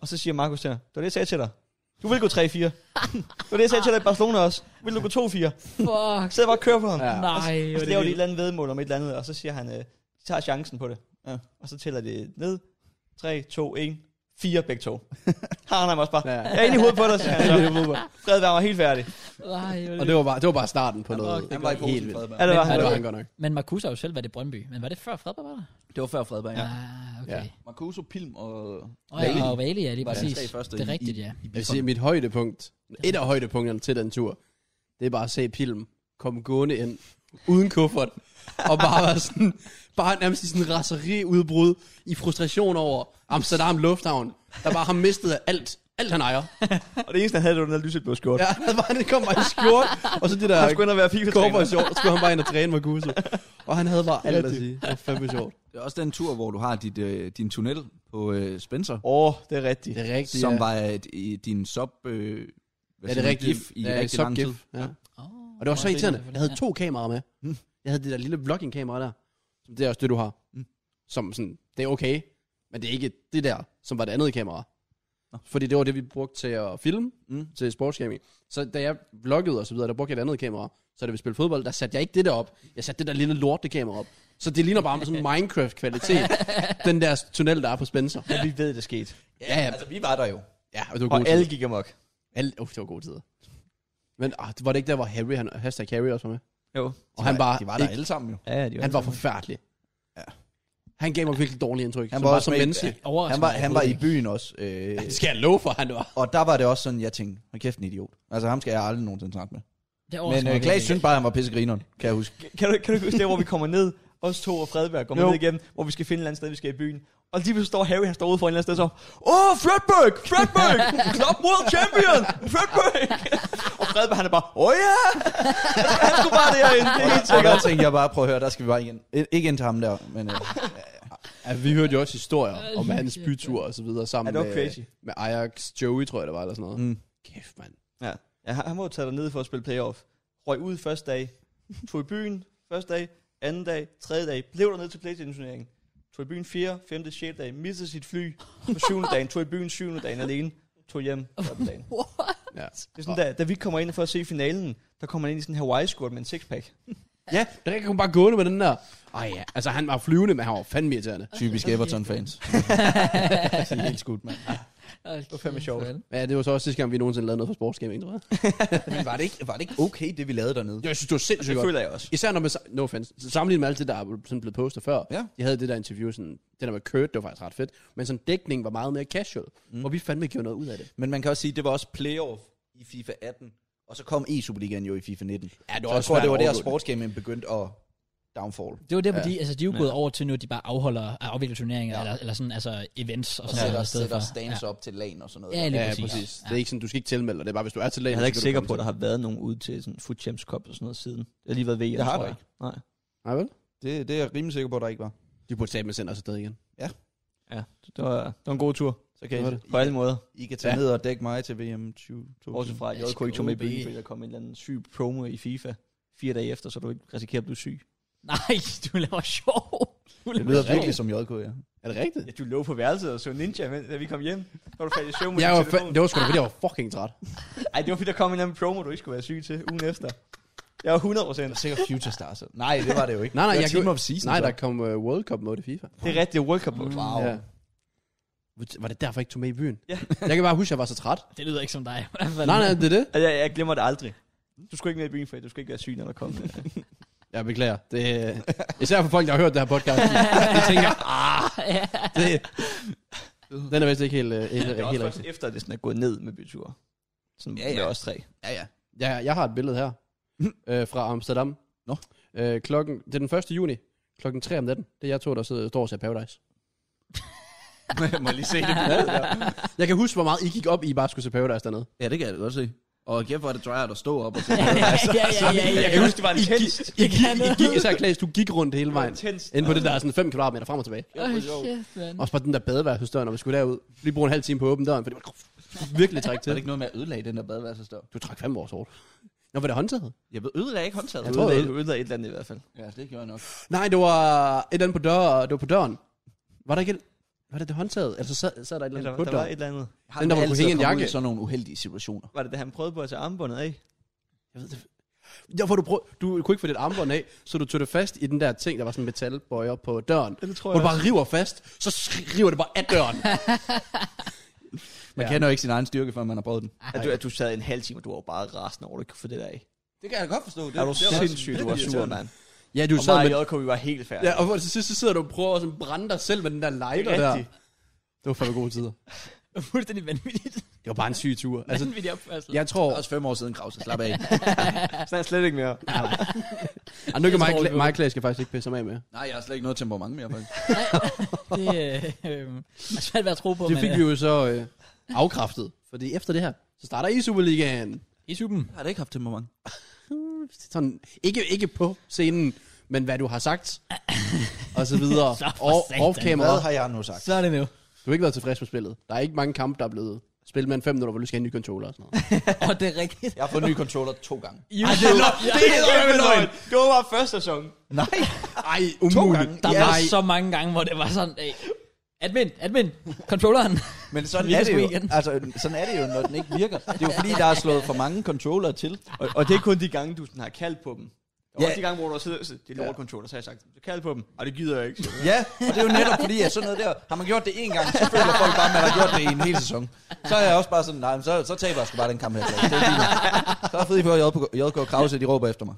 D: Og så siger Markus til dig, det var det, jeg sagde til dig. Du vil gå 3-4. det var det, jeg sagde til dig i Barcelona også. Vil du gå 2-4? Så
A: Fuck.
D: sidder bare og kører på ham. Ja.
C: Ja.
A: Nej,
D: Og
A: hvor
D: så
A: er
D: laver de et
A: vildt.
D: eller andet vedmål om et eller andet, og så siger han, øh, de tager chancen på det.
B: Ja.
D: Og så tæller det ned. 3, 2, 1, 4 begge to. har han ham også bare.
C: Ja.
D: Jeg er inde i hovedet på dig, siger han så. Fredberg var helt færdig.
A: Nej, hvor er
C: Og
A: det
C: det var, bare, det var bare starten på
A: Han var-
C: noget.
A: han var i
C: helt vildt.
B: Fredberg.
D: Ja, det var
C: Ja,
D: han.
C: det var han godt nok.
A: vildt. Men Marcus har jo selv været i Brøndby. Men var det før Fredberg var der?
B: Det var før Fredberg, ja.
A: Ah, okay.
C: Ja.
B: Marcuso, Pilm og...
A: Og ja, og Vali, ja, lige
B: Var de
A: præcis.
B: tre første
A: Det er
B: i-
A: rigtigt, ja.
C: Jeg vil sige, mit højdepunkt, et af højdepunkterne til den tur, det er bare at se Pilm komme gående ind, uden kuffert, og bare være sådan, bare nærmest i sådan en raseriudbrud, i frustration over Amsterdam Lufthavn, der bare har mistet alt, alt han ejer.
D: Og det eneste, han havde, det var den der lyseblå skjorte.
C: Ja, han bare, han kom bare i skjort, og så det der
D: Han skulle ind og være FIFA-træner.
C: koffer sjovt, så skulle han bare ind og træne med Guse. Og han havde bare alt at sige. Det var fandme sjovt.
E: Det er også den tur, hvor du har dit, øh, din tunnel på øh, Spencer,
D: Åh, oh, det er rigtigt.
C: Det er rigtigt,
E: som
C: ja.
E: var et, i din sub... Øh, hvad
C: Ja, det
E: siger man,
C: er rigtigt.
E: gif i
C: Ja,
E: rigtig lang tid.
C: sub-gif, Ja.
A: Oh,
C: Og det var så irriterende. Jeg havde to kameraer med. Jeg havde det der lille vlogging-kamera der. Som det er også det, du har.
E: Mm.
C: Som sådan, det er okay. Men det er ikke det der, som var det andet kamera. Fordi det var det, vi brugte til at filme,
E: Mm.
C: til sportsgaming. Så da jeg vloggede og så videre, der brugte jeg et andet kamera. Så da vi spillede fodbold, der satte jeg ikke det der op. Jeg satte det der lille lorte kamera op. Så det ligner bare med sådan Minecraft-kvalitet. den der tunnel, der er på Spencer.
D: Men vi ved, det skete.
C: Ja, ja.
B: Altså, vi var der jo.
C: ja og det var
D: Og
C: gode
D: alle
C: tider.
D: gik amok.
C: Alle, uh, det var gode tider. Men ah, var det ikke der, hvor Harry, han, hashtag Harry også var med?
D: Jo.
C: Og han bare
B: De var der
C: ikke-
B: alle sammen jo.
D: Ja, ja, de
C: Han var forfærdelig.
B: Ja.
C: Han gav mig virkelig dårlige indtryk.
B: Han
C: Han
B: var
C: var bare
B: også
C: som
B: med i-
C: menneske.
B: Han var, han var i byen også. Øh,
C: Det skal jeg love for, han var.
B: og der var det også sådan, jeg tænkte, hold kæft en idiot. Altså, ham skal jeg aldrig nogensinde snakke med.
A: Det
B: Men øh, Klaas synes bare, han var pissegrineren, kan jeg huske.
D: kan, du, kan du huske det, hvor vi kommer ned, os to og Fredberg kommer
B: Jo.
D: jo. ned igen, hvor vi skal finde et eller andet sted, vi skal i byen. Og lige pludselig står Harry, han står ude for en eller anden sted, så, Åh, oh, Fredberg! Fredberg! Club World Champion! Fredberg! og Fredberg, han er bare, åh oh, ja! han skulle bare derinde, det er helt
B: Og der
D: sikkert.
B: tænkte jeg bare, prøv at høre, der skal vi bare igen. I- Ikke ind til ham der, men øh,
C: Altså, vi hørte jo også historier om hans bytur og så videre
D: Ja,
C: sammen
D: det var
C: med,
D: crazy.
C: med Ajax Joey, tror jeg, der var, eller sådan noget.
B: Mm.
C: Kæft, mand.
D: Ja. ja han han må jo tage ned for at spille playoff. Røg ud første dag, tog i byen første dag, anden dag, tredje dag, blev dernede til Playstation-turneringen. Tog i byen fjerde, femte, sjette dag, missede sit fly på syvende dagen, tog i byen syvende dagen alene, tog hjem ottende dagen.
C: Ja.
D: Det er sådan, da, da vi kommer ind for at se finalen, der kommer han ind i sådan en Hawaii-skjort med en sixpack.
C: ja, der kan hun bare gående med den der. Ej ja, altså han var flyvende, men han var fandme irriterende.
B: typisk Everton-fans.
D: Det er helt skudt, mand.
A: det var
D: fandme sjovt.
C: Men Ja, det var så også sidste gang, vi nogensinde lavede noget for sportsgaming, tror jeg.
B: Men var det, ikke, var det ikke okay, det vi lavede dernede?
C: Jeg synes, det var sindssygt
D: Det
C: godt.
D: føler jeg også.
C: Især når man, sa- no offense, Så sammenlignet med alt det, der er sådan blevet postet før.
B: Ja.
C: De havde det der interview, sådan, det der med Kurt, det var faktisk ret fedt. Men sådan dækning var meget mere casual, mm. og vi fandme gjorde noget ud af det.
B: Men man kan også sige, det var også playoff i FIFA 18, og så kom E-Superligaen jo i FIFA 19. Det
C: Ja, det
B: var så jeg tror,
C: svært
B: det var
C: at
B: der,
C: overgå
B: sportsgaming begyndte at downfall.
A: Det var der, hvor de, altså, de er jo gået over til nu, at de bare afholder, øh, afvikler turneringer, ja. eller, eller sådan, altså events og
B: Og
A: sådan
B: sætter,
A: noget. i stedet
B: sætter
A: for.
B: stands op til lagen og sådan noget.
A: Ja, ja, lige
C: Ja,
A: præcis.
C: præcis. Ja. Det er ikke sådan, du skal ikke tilmelde dig. Det er bare, hvis du er til lagen,
D: Jeg er
C: så
D: ikke
C: skal du
D: sikker
C: komme
D: på, at der
C: til.
D: har været nogen ude til sådan Food Champs Cup og sådan noget siden. Det har lige været VM,
B: Det har
D: tror
B: der
D: jeg. Nej.
C: Nej, vel?
B: Det, det er jeg rimelig sikker på, at der ikke var.
C: De burde tage med sender os afsted igen.
D: Det var, det var en god tur.
B: Så kan
C: Det var
B: I,
D: På alle måder.
B: I kan tage
C: Ja.
B: ned og dække mig til VM 2022.
D: Bortset fra, at jeg ikke tog med i byen, fordi der kom en eller anden syg promo i FIFA fire dage efter, så du ikke risikerer at blive syg.
A: Nej, du laver sjov. Du
B: Det lyder virkelig som JK, ja.
C: Er det rigtigt?
D: Ja, du lå på værelset og så Ninja, men, da vi kom hjem. Når du faldt i søvn med
C: Jeg
D: din
C: var fa-
D: telefon.
C: det var sgu da, fordi jeg var fucking træt.
D: Ej, det var fordi, der kom en eller anden promo, du ikke skulle være syg til ugen efter. Jeg var 100 procent.
B: Sikkert Future Stars. Nej, det var det jo ikke.
C: Nej, nej,
B: det var
C: jeg
B: Team
C: kan-
B: of Season.
C: Nej,
B: så.
C: der kom uh, World Cup mode i FIFA.
D: Det er rigtigt, World Cup. Mm.
B: Wow.
C: Ja. Var det derfor, jeg ikke tog med i byen?
D: Ja.
C: jeg kan bare huske, at jeg var så træt.
A: Det lyder ikke som dig.
C: nej, nej, det er det.
D: Jeg, jeg glemmer det aldrig. Du skulle ikke med i byen, for du skulle ikke være syg, når der kom.
C: Jeg beklager. Det, øh, især for folk, der har hørt det her podcast. de, de tænker, ah, det, den er vist ikke helt, uh, helt,
D: Det er
C: helt
D: også først
C: rigtig.
D: efter, at det sådan er gået ned med byture. Sådan
B: Ja,
D: ja,
B: ja.
D: ja. med os tre.
B: Ja, ja.
C: Ja, jeg har et billede her øh, fra Amsterdam.
B: Nå.
C: Øh, klokken, det er den 1. juni, klokken 3 om natten. Det er jeg to, der sidder, står og ser Paradise.
B: Må jeg lige se det?
C: Jeg kan huske, hvor meget I gik op i, at I bare skulle se Paradise dernede.
E: Ja, det kan jeg da godt se.
B: Og kæft, hvor er det tryhard at stå op og
A: ja, ja, ja, ja, ja.
D: Jeg kan huske, det var intenst.
A: Jeg kan
C: I gik, især Klaas, du gik rundt hele vejen.
D: Intenst.
C: Inde på det der er sådan 5 kvadratmeter frem og tilbage.
A: Oh, shit, man.
C: Også bare den der badeværelsesdør, når vi skulle derud. Lige bruge en halv time på at åbne døren, for det var virkelig træk
B: Var det
C: til.
B: ikke noget med at ødelægge den der badeværelsesdør?
C: Du trak fandme vores hårdt. Nå, var det håndtaget?
B: Jeg ved, ødelægge ikke håndtaget.
C: Jeg
D: Jeg
C: tror,
D: tror,
C: det-
D: det er et eller andet i hvert fald.
B: Ja, det gjorde jeg nok.
C: Nej, det var et eller andet på, dør, det var på døren. Var der ikke et, var det det håndtaget? Altså, sad, sad der et eller
D: Ja, der,
C: andet på
D: der var et
C: døren?
D: eller andet.
B: Har
C: Den der, hvor du kunne hænge en jakke.
B: i sådan nogle uheldige situationer.
D: Var det da han prøvede på at tage armbåndet af?
C: Jeg ved det. Ja, hvor du, prøv, du kunne ikke få dit armbånd af, så du tog det fast i den der ting, der var sådan en metalbøjer på døren.
D: Det tror
C: Hvor du bare river fast, så sk- river det bare af døren.
B: Man
C: Ja.
B: kender jo ikke sin egen styrke, før man har prøvet den.
D: At du, at du sad en halv time, og du var bare rasende over, at du ikke kunne få det der af.
B: Det kan jeg godt forstå.
D: Det, er du sindssygt, du var sur, mand.
C: ja, du
D: Og
C: sad
D: mig og
C: med,
D: JK, vi var helt færdige.
C: ja, og hvor til sidst så sidder du og prøver at sådan brænde dig selv med den der lighter
D: Det er
C: der. Det
D: rigtigt.
C: var fandme gode tider.
A: Fuldstændig vanvittigt.
C: Det var bare en syg tur. Altså,
A: Vanvittig opførsel.
C: jeg tror...
B: Også Altså, fem år siden, Krause. Slap af.
D: Snart slet ikke mere.
C: Ah, nu kan
A: tror vi
C: Mike,
A: på.
C: Mike Clay skal faktisk ikke pisse mig af med.
B: Nej, jeg har slet ikke noget temperament mere, faktisk.
A: Det øh, øh, er svært ved at tro på,
C: Det
A: men...
C: fik vi jo så øh, afkræftet. Fordi efter det her, så starter I Superligaen.
A: øh, I suppen.
B: Jeg har da ikke haft temperament.
C: Sådan, ikke, ikke på scenen, men hvad du har sagt. Og så videre.
A: Så for
C: Og
A: satan.
C: off
F: Hvad
C: camera.
F: har jeg nu sagt?
A: Så er det nu.
C: Du har ikke været tilfreds med spillet. Der er ikke mange kampe, der er blevet spillet med en 5 minutter, hvor du skal have en ny controller og sådan noget.
A: Og det er rigtigt.
B: Jeg har fået en ny controller to gange.
A: Ej, det er løgn.
D: Det er kæmpe løgn. Det var bare første sæson.
B: Nej.
C: Ej, umuligt.
B: gange?
A: Der
B: Ja,
A: var så mange gange, hvor det var sådan... Øh, admin, admin, controlleren.
B: Men sådan
A: Vi
B: er
A: kan
B: det
A: sgu
B: jo.
A: igen.
B: Altså, sådan er det jo, når den ikke virker. Det er jo fordi, der er slået for mange controller til.
D: Og, og, det er kun de gange, du sådan har kaldt på dem. Og
B: Ja.
D: også de gange, hvor du har siddet, så- det er lortkontroller, så har jeg sagt, så kald på dem. Og det gider jeg ikke.
B: Ja, og det er jo netop fordi, at sådan noget der, har man gjort det én gang, så føler folk bare, at man har gjort det i en hel sæson. Så er jeg også bare sådan, nej, men så, så taber jeg sgu bare den kamp her. Claus. Det er fint nok. Så er Fridi på JK, JK Krause, de råber efter mig.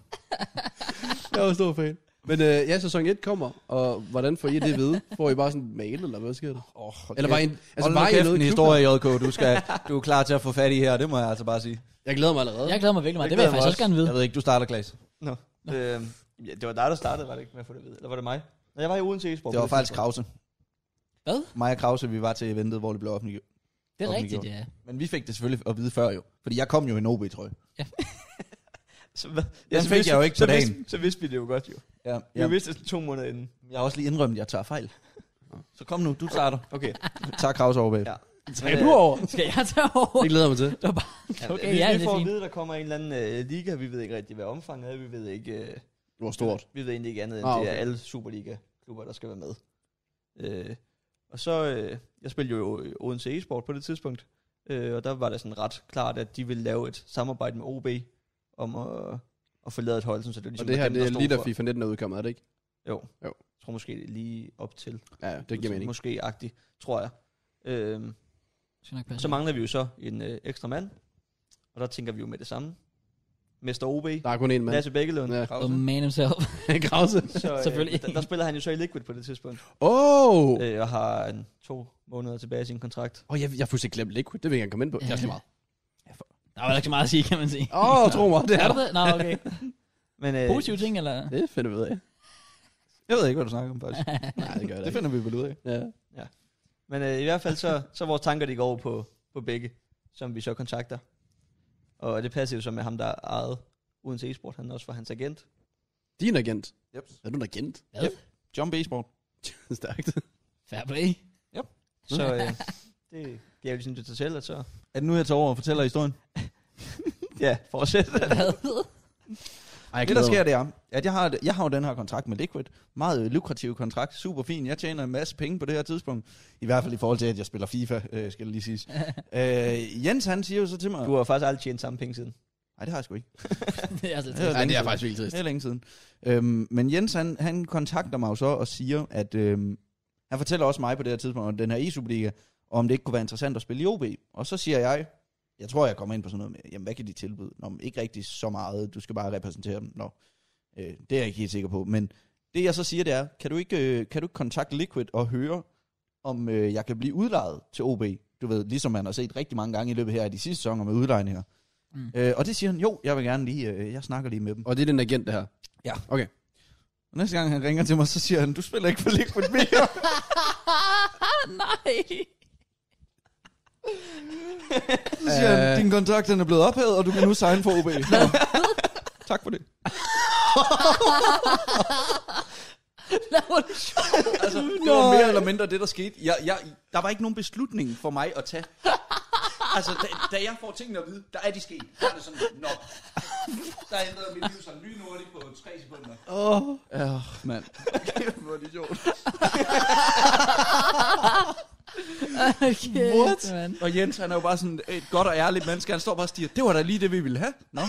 C: Jeg var stor fan. Men øh, ja, sæson 1 kommer, og hvordan får I det at vide? Får I bare sådan en mail, eller hvad sker der?
B: Oh,
C: Eller var I, altså,
B: Altså,
C: var
B: bare
C: I
B: kæft,
C: noget
B: en
C: i
B: historie, JK, du, skal, du er klar til at få fat i her, det må jeg altså bare sige.
C: klubben? Jeg glæder mig allerede.
A: Jeg glæder mig virkelig meget. Det vil jeg faktisk også gerne vide.
B: Jeg ved ikke, du starter, Klaas.
D: Nå. Øh, ja, det var dig, der startede, var det ikke med at få det at vide? Eller var det mig? Når jeg var i Odense e-sport.
B: Det var faktisk Krause.
A: Hvad?
B: Mig og Krause, vi var til eventet, hvor det blev offentliggjort.
A: Det er
B: Offentliggjort.
A: rigtigt, ja.
B: Men vi fik det selvfølgelig at vide før jo. Fordi jeg kom jo i en OB-trøje.
D: Så, hvad?
B: Den
D: så
B: fik
D: vidste-
B: jeg jo ikke på
D: så vidste-
B: dagen.
D: Så vidste vi det jo godt, jo.
B: Ja,
D: Vi
B: ja.
D: vidste det to måneder inden.
B: Jeg har også lige indrømt, at jeg tager fejl. Så kom nu, du starter.
D: Okay. Øh,
B: Tak Krause over bag.
D: Ja.
C: Skal du over?
A: Skal jeg tage over?
C: Det glæder jeg mig til.
A: Det var bare... Okay,
D: vi,
A: ja,
D: vi
A: det er
D: får at
A: fint.
D: vide, der kommer en eller anden øh, liga. Vi ved ikke rigtig, hvad omfanget er. Vi ved ikke... Øh,
C: Det var stort.
D: Vi ved egentlig ikke andet, end
C: Ah,
D: ah, okay. det
C: okay.
D: er alle Superliga-klubber, der skal være med. Øh, og så, øh, jeg spillede jo i Odense e-sport på det tidspunkt, øh, og der var det sådan ret klart, at de ville lave et samarbejde med OB om at, at få lavet et hold, sådan, så det var
C: Og
D: ligesom
C: det her,
D: dem,
C: det
D: der
C: er
D: stod
C: lige da
D: for-
C: FIFA 19 er udkommet, er det ikke?
D: Jo.
C: Jo.
D: jo. Jeg tror måske det er lige op til.
C: Ja, ja, det giver mening.
D: Måske agtigt, tror jeg. Øhm,
A: Skal nok passe.
D: så mangler vi jo så en øh, ekstra mand, og der tænker vi jo med det samme. Mester OB,
C: Der er kun én mand.
D: Lasse Bækkelund,
C: Ja.
D: ja.
A: The man himself.
C: Krause.
D: Så, øh,
A: Selvfølgelig.
D: Der, der spiller han jo så i Liquid på det tidspunkt.
C: Åh! Oh!
D: øh, og har en, to måneder tilbage af sin kontrakt.
C: Åh, oh, jeg, jeg har fuldstændig glemt Liquid. Det vil jeg gerne komme ind på. Jeg skal meget.
A: Der var ikke så meget at sige, kan man sige.
C: Åh, oh, tro mig, det er
A: Er
C: der.
A: det? Nå, okay.
D: Men, øh,
A: Positive ting, eller?
C: Det finder vi ud af.
B: Jeg ved ikke, hvad du snakker om faktisk.
C: Nej, det gør jeg da
B: det
C: ikke.
B: finder vi vel ud af.
C: Ja.
D: Men øh, i hvert fald så, så er vores tanker, de går over på, på begge, som vi så kontakter. Og det passer jo så med ham, der ejede Odense e-sport. Han er også var hans agent.
C: Din agent.
B: Yep.
C: Er du en agent?
B: Jump e-sport.
C: Stærkt.
A: Fair play.
D: Så øh, det giver jo ligesom til sig selv, at så...
B: Mm. Er det nu, jeg tager over og fortæller historien?
D: Ja, fortsæt.
C: Ej, jeg
B: Det, der sker, det er, at jeg har, jeg har jo den her kontrakt med Liquid. Meget lukrativ kontrakt. Super fin. Jeg tjener en masse penge på det her tidspunkt. I hvert fald i forhold til, at jeg spiller FIFA, øh, skal det lige siges. øh, Jens, han siger jo så til mig...
D: Du har faktisk aldrig tjent samme penge siden.
B: Nej, det har jeg sgu ikke.
A: det er altså
B: Ja.
A: trist.
C: Nej, det er faktisk vildt
B: Det
C: trist.
B: er længe siden. Øhm, men Jens, han, han kontakter mig jo så og siger, at... Øhm, han fortæller også mig på det her tidspunkt om den her e-superliga, og om det ikke kunne være interessant at spille i OB. Og så siger jeg, jeg tror, jeg kommer ind på sådan noget med, jamen hvad kan de tilbyde? Nå, men ikke rigtig så meget, du skal bare repræsentere dem. Nå, øh, det er jeg ikke helt sikker på. Men det jeg så siger, det er, kan du ikke, øh, kan du ikke kontakte Liquid og høre, om øh, jeg kan blive udlejet til OB? Du ved, ligesom man har set rigtig mange gange i løbet her af de sidste sæsoner med udlejninger.
A: Mm.
B: Mm. Øh, og det siger han, jo, jeg vil gerne lige, øh, jeg snakker lige med dem.
C: Og det er den agent, det her.
B: Og næste gang han ringer til mig, så siger han, du spiller ikke for Liquid mere.
A: Nej.
B: Så siger han, din kontrakt den er blevet ophævet, og du kan nu signe for OB. Nå. tak for det. altså, det var mere eller mindre det, der skete. Jeg, jeg, der var ikke nogen beslutning for mig at tage. Altså, da, da jeg får tingene at vide, der er de sket. Der er det sådan, nå. Der ændrede mit liv sig lynhurtigt på tre sekunder.
E: Ja, mand.
B: Kæft, hvor er det sjovt.
A: okay,
B: What?
A: Man.
B: Og Jens, han er jo bare sådan et godt og ærligt menneske. Han står bare og stiger, det var da lige det, vi ville have. Nå.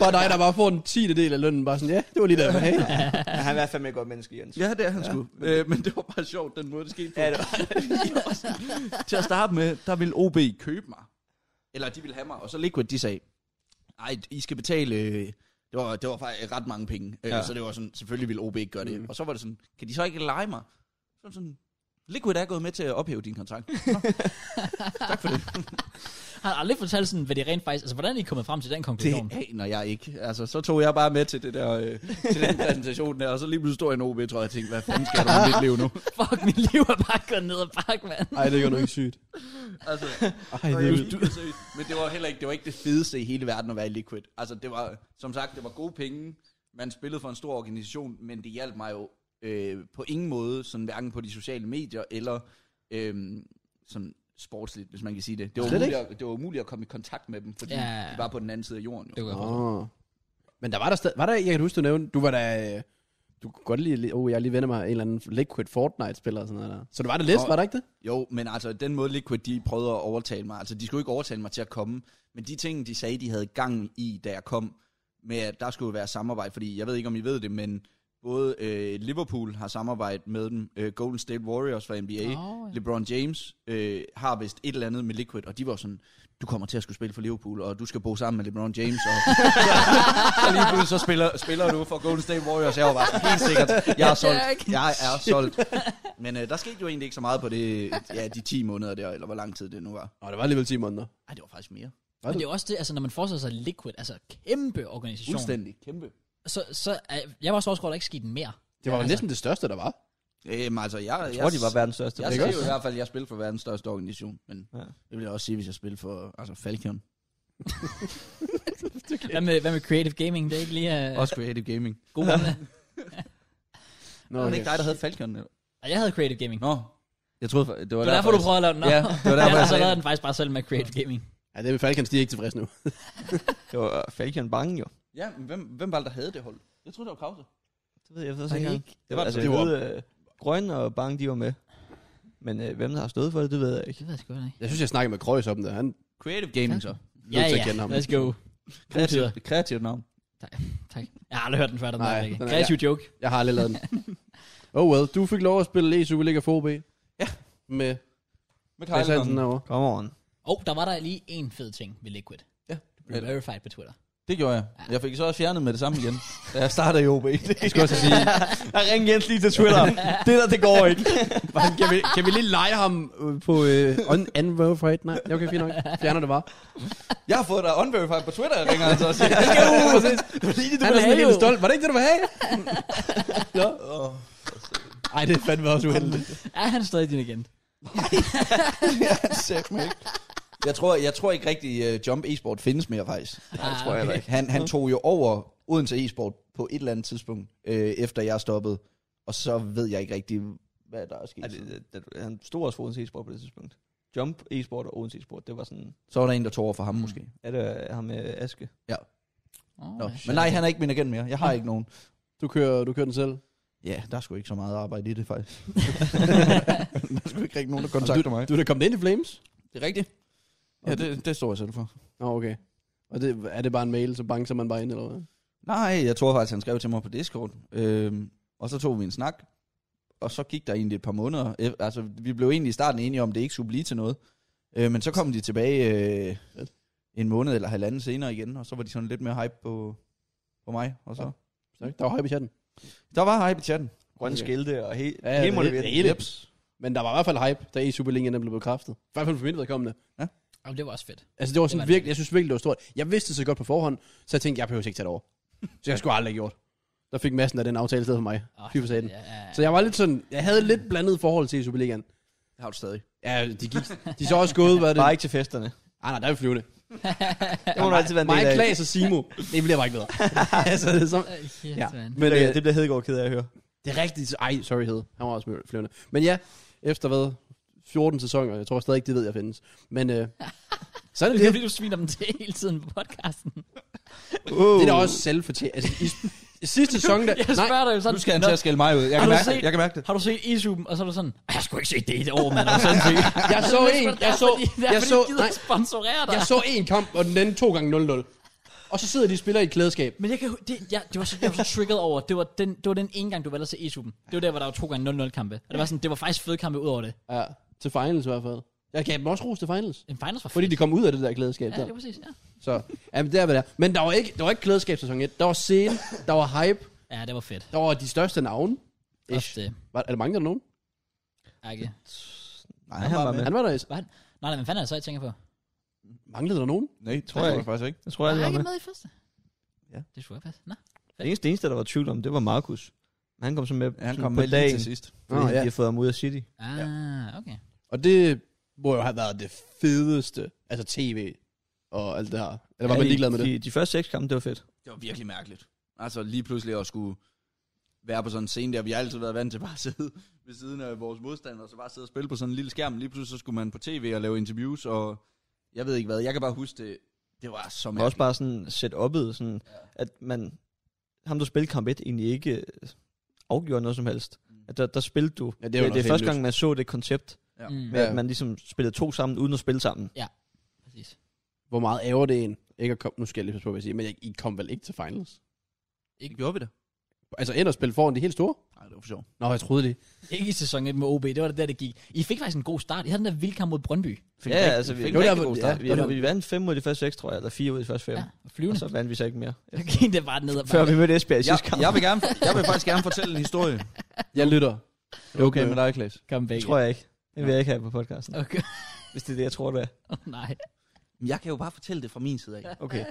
C: Bare dig, der bare får en tiende del af lønnen, bare sådan, ja, det var lige der, jeg ville have.
D: Ja, han er i hvert fald med et godt menneske, Jens.
B: Ja, det er han ja, sgu. Men, øh, men det var bare sjovt, den måde, det skete på.
D: Ja, det var,
B: Til at starte med, der ville OB købe mig. Eller de ville have mig. Og så Liquid, de sagde, nej, I skal betale... øh, Det var, det var faktisk ret mange penge. Ja.
D: Ja.
B: Så det var sådan, selvfølgelig ville OB ikke gøre det. Mm. Og så var det sådan, kan de så ikke lege mig? Så var det sådan, Liquid er gået med til at ophæve din kontrakt. Nå. tak for det.
A: Har han aldrig fortalt sådan, hvad det rent faktisk... Altså, hvordan er I kommet frem til den konklusion?
B: Det aner jeg ikke. Altså, så tog jeg bare med til, det der, øh, til den præsentation der, og så lige pludselig stod jeg i en OB, tror jeg, og tænkte, hvad fanden sker der med mit liv nu?
A: Fuck, mit liv er bare gået ned ad bakke, mand.
C: Ej, det gør du ikke sygt.
B: altså,
C: Ej, det er vildt.
B: du... Men det var heller ikke, det var ikke det fedeste i hele verden at være i Liquid. Altså, det var, som sagt, det var gode penge. Man spillede for en stor organisation, men det hjalp mig jo øh, på ingen måde, sådan hverken på de sociale medier eller øh, sådan sportsligt, hvis man kan sige det. Det var,
C: Slet
B: umuligt at, det var umuligt at komme i kontakt med dem, fordi
A: Ja.
B: ja. de var på den anden side af jorden.
A: Det
B: Jo.
A: var godt.
C: Oh. Men der var der stadig, var der, jeg kan huske, du nævnte, du var der, øh, du kunne godt lige, oh, jeg lige vender mig en eller anden Liquid Fortnite-spiller og sådan noget der. Så du var der lidt,
B: Nå.
C: var der ikke det?
B: jo, men altså, den måde Liquid, de prøvede at overtale mig, altså, de skulle ikke overtale mig til at komme, men de ting, de sagde, de havde gang i, da jeg kom, med, at der skulle være samarbejde, fordi jeg ved ikke, om I ved det, men både øh, Liverpool har samarbejde med dem, øh, Golden State Warriors fra NBA,
A: Nå, ja.
B: LeBron James øh, har vist et eller andet med Liquid, og de var sådan, du kommer til at skulle spille for Liverpool, og du skal bo sammen med LeBron James, og så lige pludselig så spiller, spiller du for Golden State Warriors, jeg var bare, helt sikkert, jeg er solgt, jeg er solgt. Men øh, der skete jo egentlig ikke så meget på det, ja, de 10 måneder der, eller hvor lang tid det nu var.
C: Åh, det var alligevel 10 måneder.
B: Nej, det var faktisk mere.
A: Men det er jo også det, altså når man forestiller sig Liquid, altså kæmpe organisation,
B: Fuldstændig. Kæmpe.
A: så, så er- jeg var så også godt, at der ikke skete mere.
C: Det var jo
A: altså.
C: næsten det største, der var.
B: Øhm, altså, jeg, jeg,
D: jeg tror, de var verdens største.
B: Jeg
D: band.
B: sagde jo i hvert fald, at jeg spiller for verdens største organisation, men ja.
D: Ja.
B: det vil jeg også sige, hvis jeg spiller for altså Falcon.
A: Hvad med, hvad med Creative Gaming? Det er ikke lige uh,
B: Også Creative Gaming.
A: god gamle.
C: Nå,
B: Var det ikke dig, der havde Falcon? Eller?
A: Og jeg havde Creative Gaming.
B: Nå. Jeg troede, det var,
A: Det var derfor, du prøvede at lave den op. altså,
B: Ja, det var derfor,
A: jeg
B: jeg
A: har
B: sagde
A: lavet
B: det.
A: den faktisk bare selv med Creative Gaming.
C: Ja, det er Falcons, de er ikke tilfredse nu.
D: Det var øh, Falcon Bange, jo.
B: Ja, men hvem, hvem var det, der havde det hold? Jeg troede, det var Krause.
D: Det ved jeg, jeg
B: Ej,
D: ikke.
B: ikke.
D: Det var, altså,
C: det
D: det
C: var-
D: var... Ved, øh, Grøn og Bange, de var med. Men øh, hvem der har stået for det, det ved jeg ikke.
A: Det ved jeg sgu ikke.
C: Jeg synes, jeg snakkede med Kreuz om det. Han
B: Creative Gaming så.
A: Ja,
C: til at
A: ja.
C: kende ham.
A: Let's go. Gode tider.
B: Kreativt, kreativt navn.
A: Tak. Jeg har aldrig hørt den før, den
C: Nej,
A: der.
C: den er-
A: Rikke. Kreativ joke.
C: Jeg har aldrig lavet den. oh well, du fik lov at spille E i Superliga for OB. Ja. Med
B: Med
C: Chris Hansen derovre.
D: Kom on.
A: Og der var der lige en fed ting ved Liquid.
B: Ja.
A: Det blev verified på Twitter.
B: Det gjorde jeg. Jeg fik så også fjernet med det samme igen, da jeg startede i OB. Det skal også sige.
D: Jeg ringer Jens lige til Twitter. det der, det går ikke.
C: Kan vi, kan vi lige lege ham øh, på øh, on, anden row for et? Nej, okay, fint nok. Fjerner det bare.
B: Jeg har fået dig unverified på Twitter, jeg ringer altså og siger.
C: Han er sådan helt stolt. Var det ikke det, du ville have? ja. Ej, det er fandme også uheldigt.
A: Er han stadig din agent?
B: Jeg tror, jeg tror ikke rigtig, uh, Jump Esport findes mere faktisk.
A: det
D: tror jeg heller ikke.
B: Han, han tog jo over Odense Esport på et eller andet tidspunkt, øh, efter jeg stoppede. Og så ved jeg ikke rigtig, hvad der er sket.
D: Ej, det, det, det, Altså, han stod også for Odense e-sport på det tidspunkt. Jump e-sport og Odense e-sport, det var sådan...
B: Så var der en, der tog over for ham måske.
D: Er det øh, ham med Aske?
A: Oh,
B: Nå. Men nej, han er ikke min agent mere. Jeg har ikke nogen.
C: Du kører, du kører den selv.
B: Mm. Ja, der er sgu ikke så meget arbejde i det faktisk. der er sgu ikke rigtig nogen, der kontakter mig.
C: Du er da kommet ind i Flames?
B: Det er rigtigt. Ja, det, det står jeg selv for.
C: Nå, oh, okay. Og det, er det bare en mail, så banker man bare ind, eller hvad?
B: Nej, jeg tror faktisk, han skrev til mig på Discord. Øhm, og så tog vi en snak, og så gik der egentlig et par måneder. Øh, Altså, vi blev egentlig i starten enige om, at det ikke skulle blive til noget. Øh, men så kom de tilbage øh, en måned eller halvanden senere igen, og så var de sådan lidt mere hype på, på mig. Og så.
C: Så, der var hype i chatten.
B: Der var hype i chatten.
D: Grønne
C: Okay.
D: okay. skilte og he,
C: Ja, ja,
D: ja, hele
C: det-
D: målet.
C: det hele. Men der var i hvert fald hype, da E-Superligaen den blev bekræftet. I hvert fald for mit vedkommende.
A: Jamen, det var også fedt.
C: Altså det var sådan
A: Det var
C: det var virkelig, jeg synes virkelig, det var stort. Jeg vidste det så godt på forhånd, så jeg tænkte, jeg behøver ikke tage det over. Så jeg skulle aldrig have gjort. Der fik massen af den aftale i stedet for mig.
A: Åh,
C: FIFA sagde den.
A: Ah, Ja, ja.
C: Så jeg var lidt sådan, jeg havde lidt blandet forhold til Superligaen.
B: Det har du stadig.
C: Ja, de, gik, de er så også gået, hvad er det?
D: Bare ikke til festerne.
C: Ah, nej, der er vi flyvende.
D: Det må du altid være en del
C: Mike
D: af.
C: Klaas og Simo. Det bliver bare ikke bedre. altså, det er som,
A: ja.
C: Ja.
D: Men
C: Men,
D: det,
C: øh,
D: det bliver Hedegaard ked af at høre.
C: Det er rigtigt. Ej, sorry hed. Han var også flyvende. Men ja, efter hvad? 14 sæsoner. Jeg tror stadig ikke, det ved jeg findes. Men øh, så er det
A: Det er
C: det.
A: fordi, du sviner dem til hele tiden på podcasten.
C: Det er da også selvfortjent. Altså, i, i sidste sæson, der...
A: Jeg
C: Nej,
A: spørger dig jo sådan.
B: Nu skal han til at skælde mig ud. Jeg
A: Har
B: kan,
A: du
B: mærke,
A: set-
B: det. Altså, jeg kan mærke det.
A: Har du set Isum? Og så er du sådan, "Ej, jeg skulle ikke se det i det år, mand. Er du sindssyg?" Det
C: jeg
A: er
C: så
A: sgu da
C: en.
A: derfor,
C: Jeg så,
A: de- det er
C: jeg
A: fordi,
C: så,
A: de gider
C: nej,
A: sponsorere dig.
C: jeg så en kamp, og den anden to gange 0-0. Og så sidder de og spiller i et klædeskab.
A: Men jeg kan hu- det, ja, det var så, jeg var så triggeret over, det var den, det var den ene gang, du valgte at se E-Suppen. Det var der, hvor der var to gange 0-0 kampe. Og det var sådan, det var faktisk fede kampe ud over det.
C: Ja, til finals i hvert fald. Jeg gav dem også ros til finals.
A: En finals var
C: Fordi
A: fedt.
C: de kom ud af det der klædeskab
A: Ja,
C: der.
A: det var præcis, ja.
C: Så, ja, men der var der. Men der var ikke, der var ikke klædeskab sæson 1. Der var scene, der var hype,
A: Ja, det var fedt.
C: der var de største navne.
A: Også det.
C: Var, er der mange, der er nogen?
A: Ja, ikke.
B: Nej,
D: han var med.
C: Han var der i
A: Nej, nej, men fanden er det så, jeg tænker på?
C: Manglede der nogen?
B: Nej, tror
D: jeg
B: jeg
D: ikke.
B: faktisk ikke.
D: Jeg tror, jeg
A: Var
D: var
A: han
D: med.
A: ikke med i første?
B: Ja.
A: Det skulle jeg passe. Nå.
D: Det eneste, det eneste, der var tvivl om, det var Markus. Men Han kom så med,
B: Han
D: sådan
B: kom
D: på
B: med lige
D: dagen,
B: til sidst.
D: fordi
C: Nå, ja.
D: de har fået ham ud af City.
A: Ah, okay.
C: Og det må jo have været det fedeste, altså tv og alt det her. Eller var man
D: de-
C: ligeglad med det?
D: De, de første seks kampe, det var fedt.
B: Det var virkelig mærkeligt. Altså lige pludselig at skulle være på sådan en scene der. Vi har altid været vant til bare at sidde ved siden af vores modstandere, og så bare sidde og spille på sådan en lille skærm. Lige pludselig så skulle man på tv og lave interviews, og jeg ved ikke hvad. Jeg kan bare huske det. Det var så
D: Og
B: mærkeligt.
D: også bare sådan set opet, sådan, at man, ham der spillede kamp 1, egentlig ikke øh, afgjorde noget som helst. At der, der spillede du.
C: Ja, det er jo
D: det, det
C: noget
D: er første
C: helt
D: gang, man så det koncept,
B: Ja.
A: Mm,
D: med
C: Ja.
D: at man ligesom spillede to sammen, uden at spille sammen.
A: præcis.
C: Hvor meget ærger det en? Ikke at komme, nu skal jeg lige passe på, hvad jeg siger, men jeg, I kom vel ikke til finals?
B: Ikke gjorde vi det?
C: Altså ind og spille foran de helt store?
B: Nej, det var for sjov.
C: Nå, jeg troede det.
A: Ikke i sæson 1 med OB, det var det der, det gik. I fik faktisk en god start. I havde den der vild kamp mod Brøndby.
D: Ja, altså, vi,
B: fik
C: Jo,
B: en
C: der
B: rigtig
C: var-
B: god
C: ja.
B: start.
D: vi, vi, vi vandt fem ud af de første seks, tror jeg, eller fire ud af de første fem.
A: Ja,
D: Ja.
A: og flyvende.
D: Og så vandt vi så ikke mere.
A: Så gik det bare ned og
D: Før vi mødte Esbjerg i
B: Jeg,
D: sidste kamp,
B: jeg, vil gerne, jeg vil faktisk gerne fortælle en historie.
C: Jeg lytter.
B: Det er okay med dig, Klaas.
A: kom væk.
D: det tror jeg ikke. Det vil jeg ikke have på podcasten,
A: Okay.
D: hvis det er det, jeg tror, det er.
A: Oh, nej,
B: Men Jeg kan jo bare fortælle det fra min side af.
C: Okay.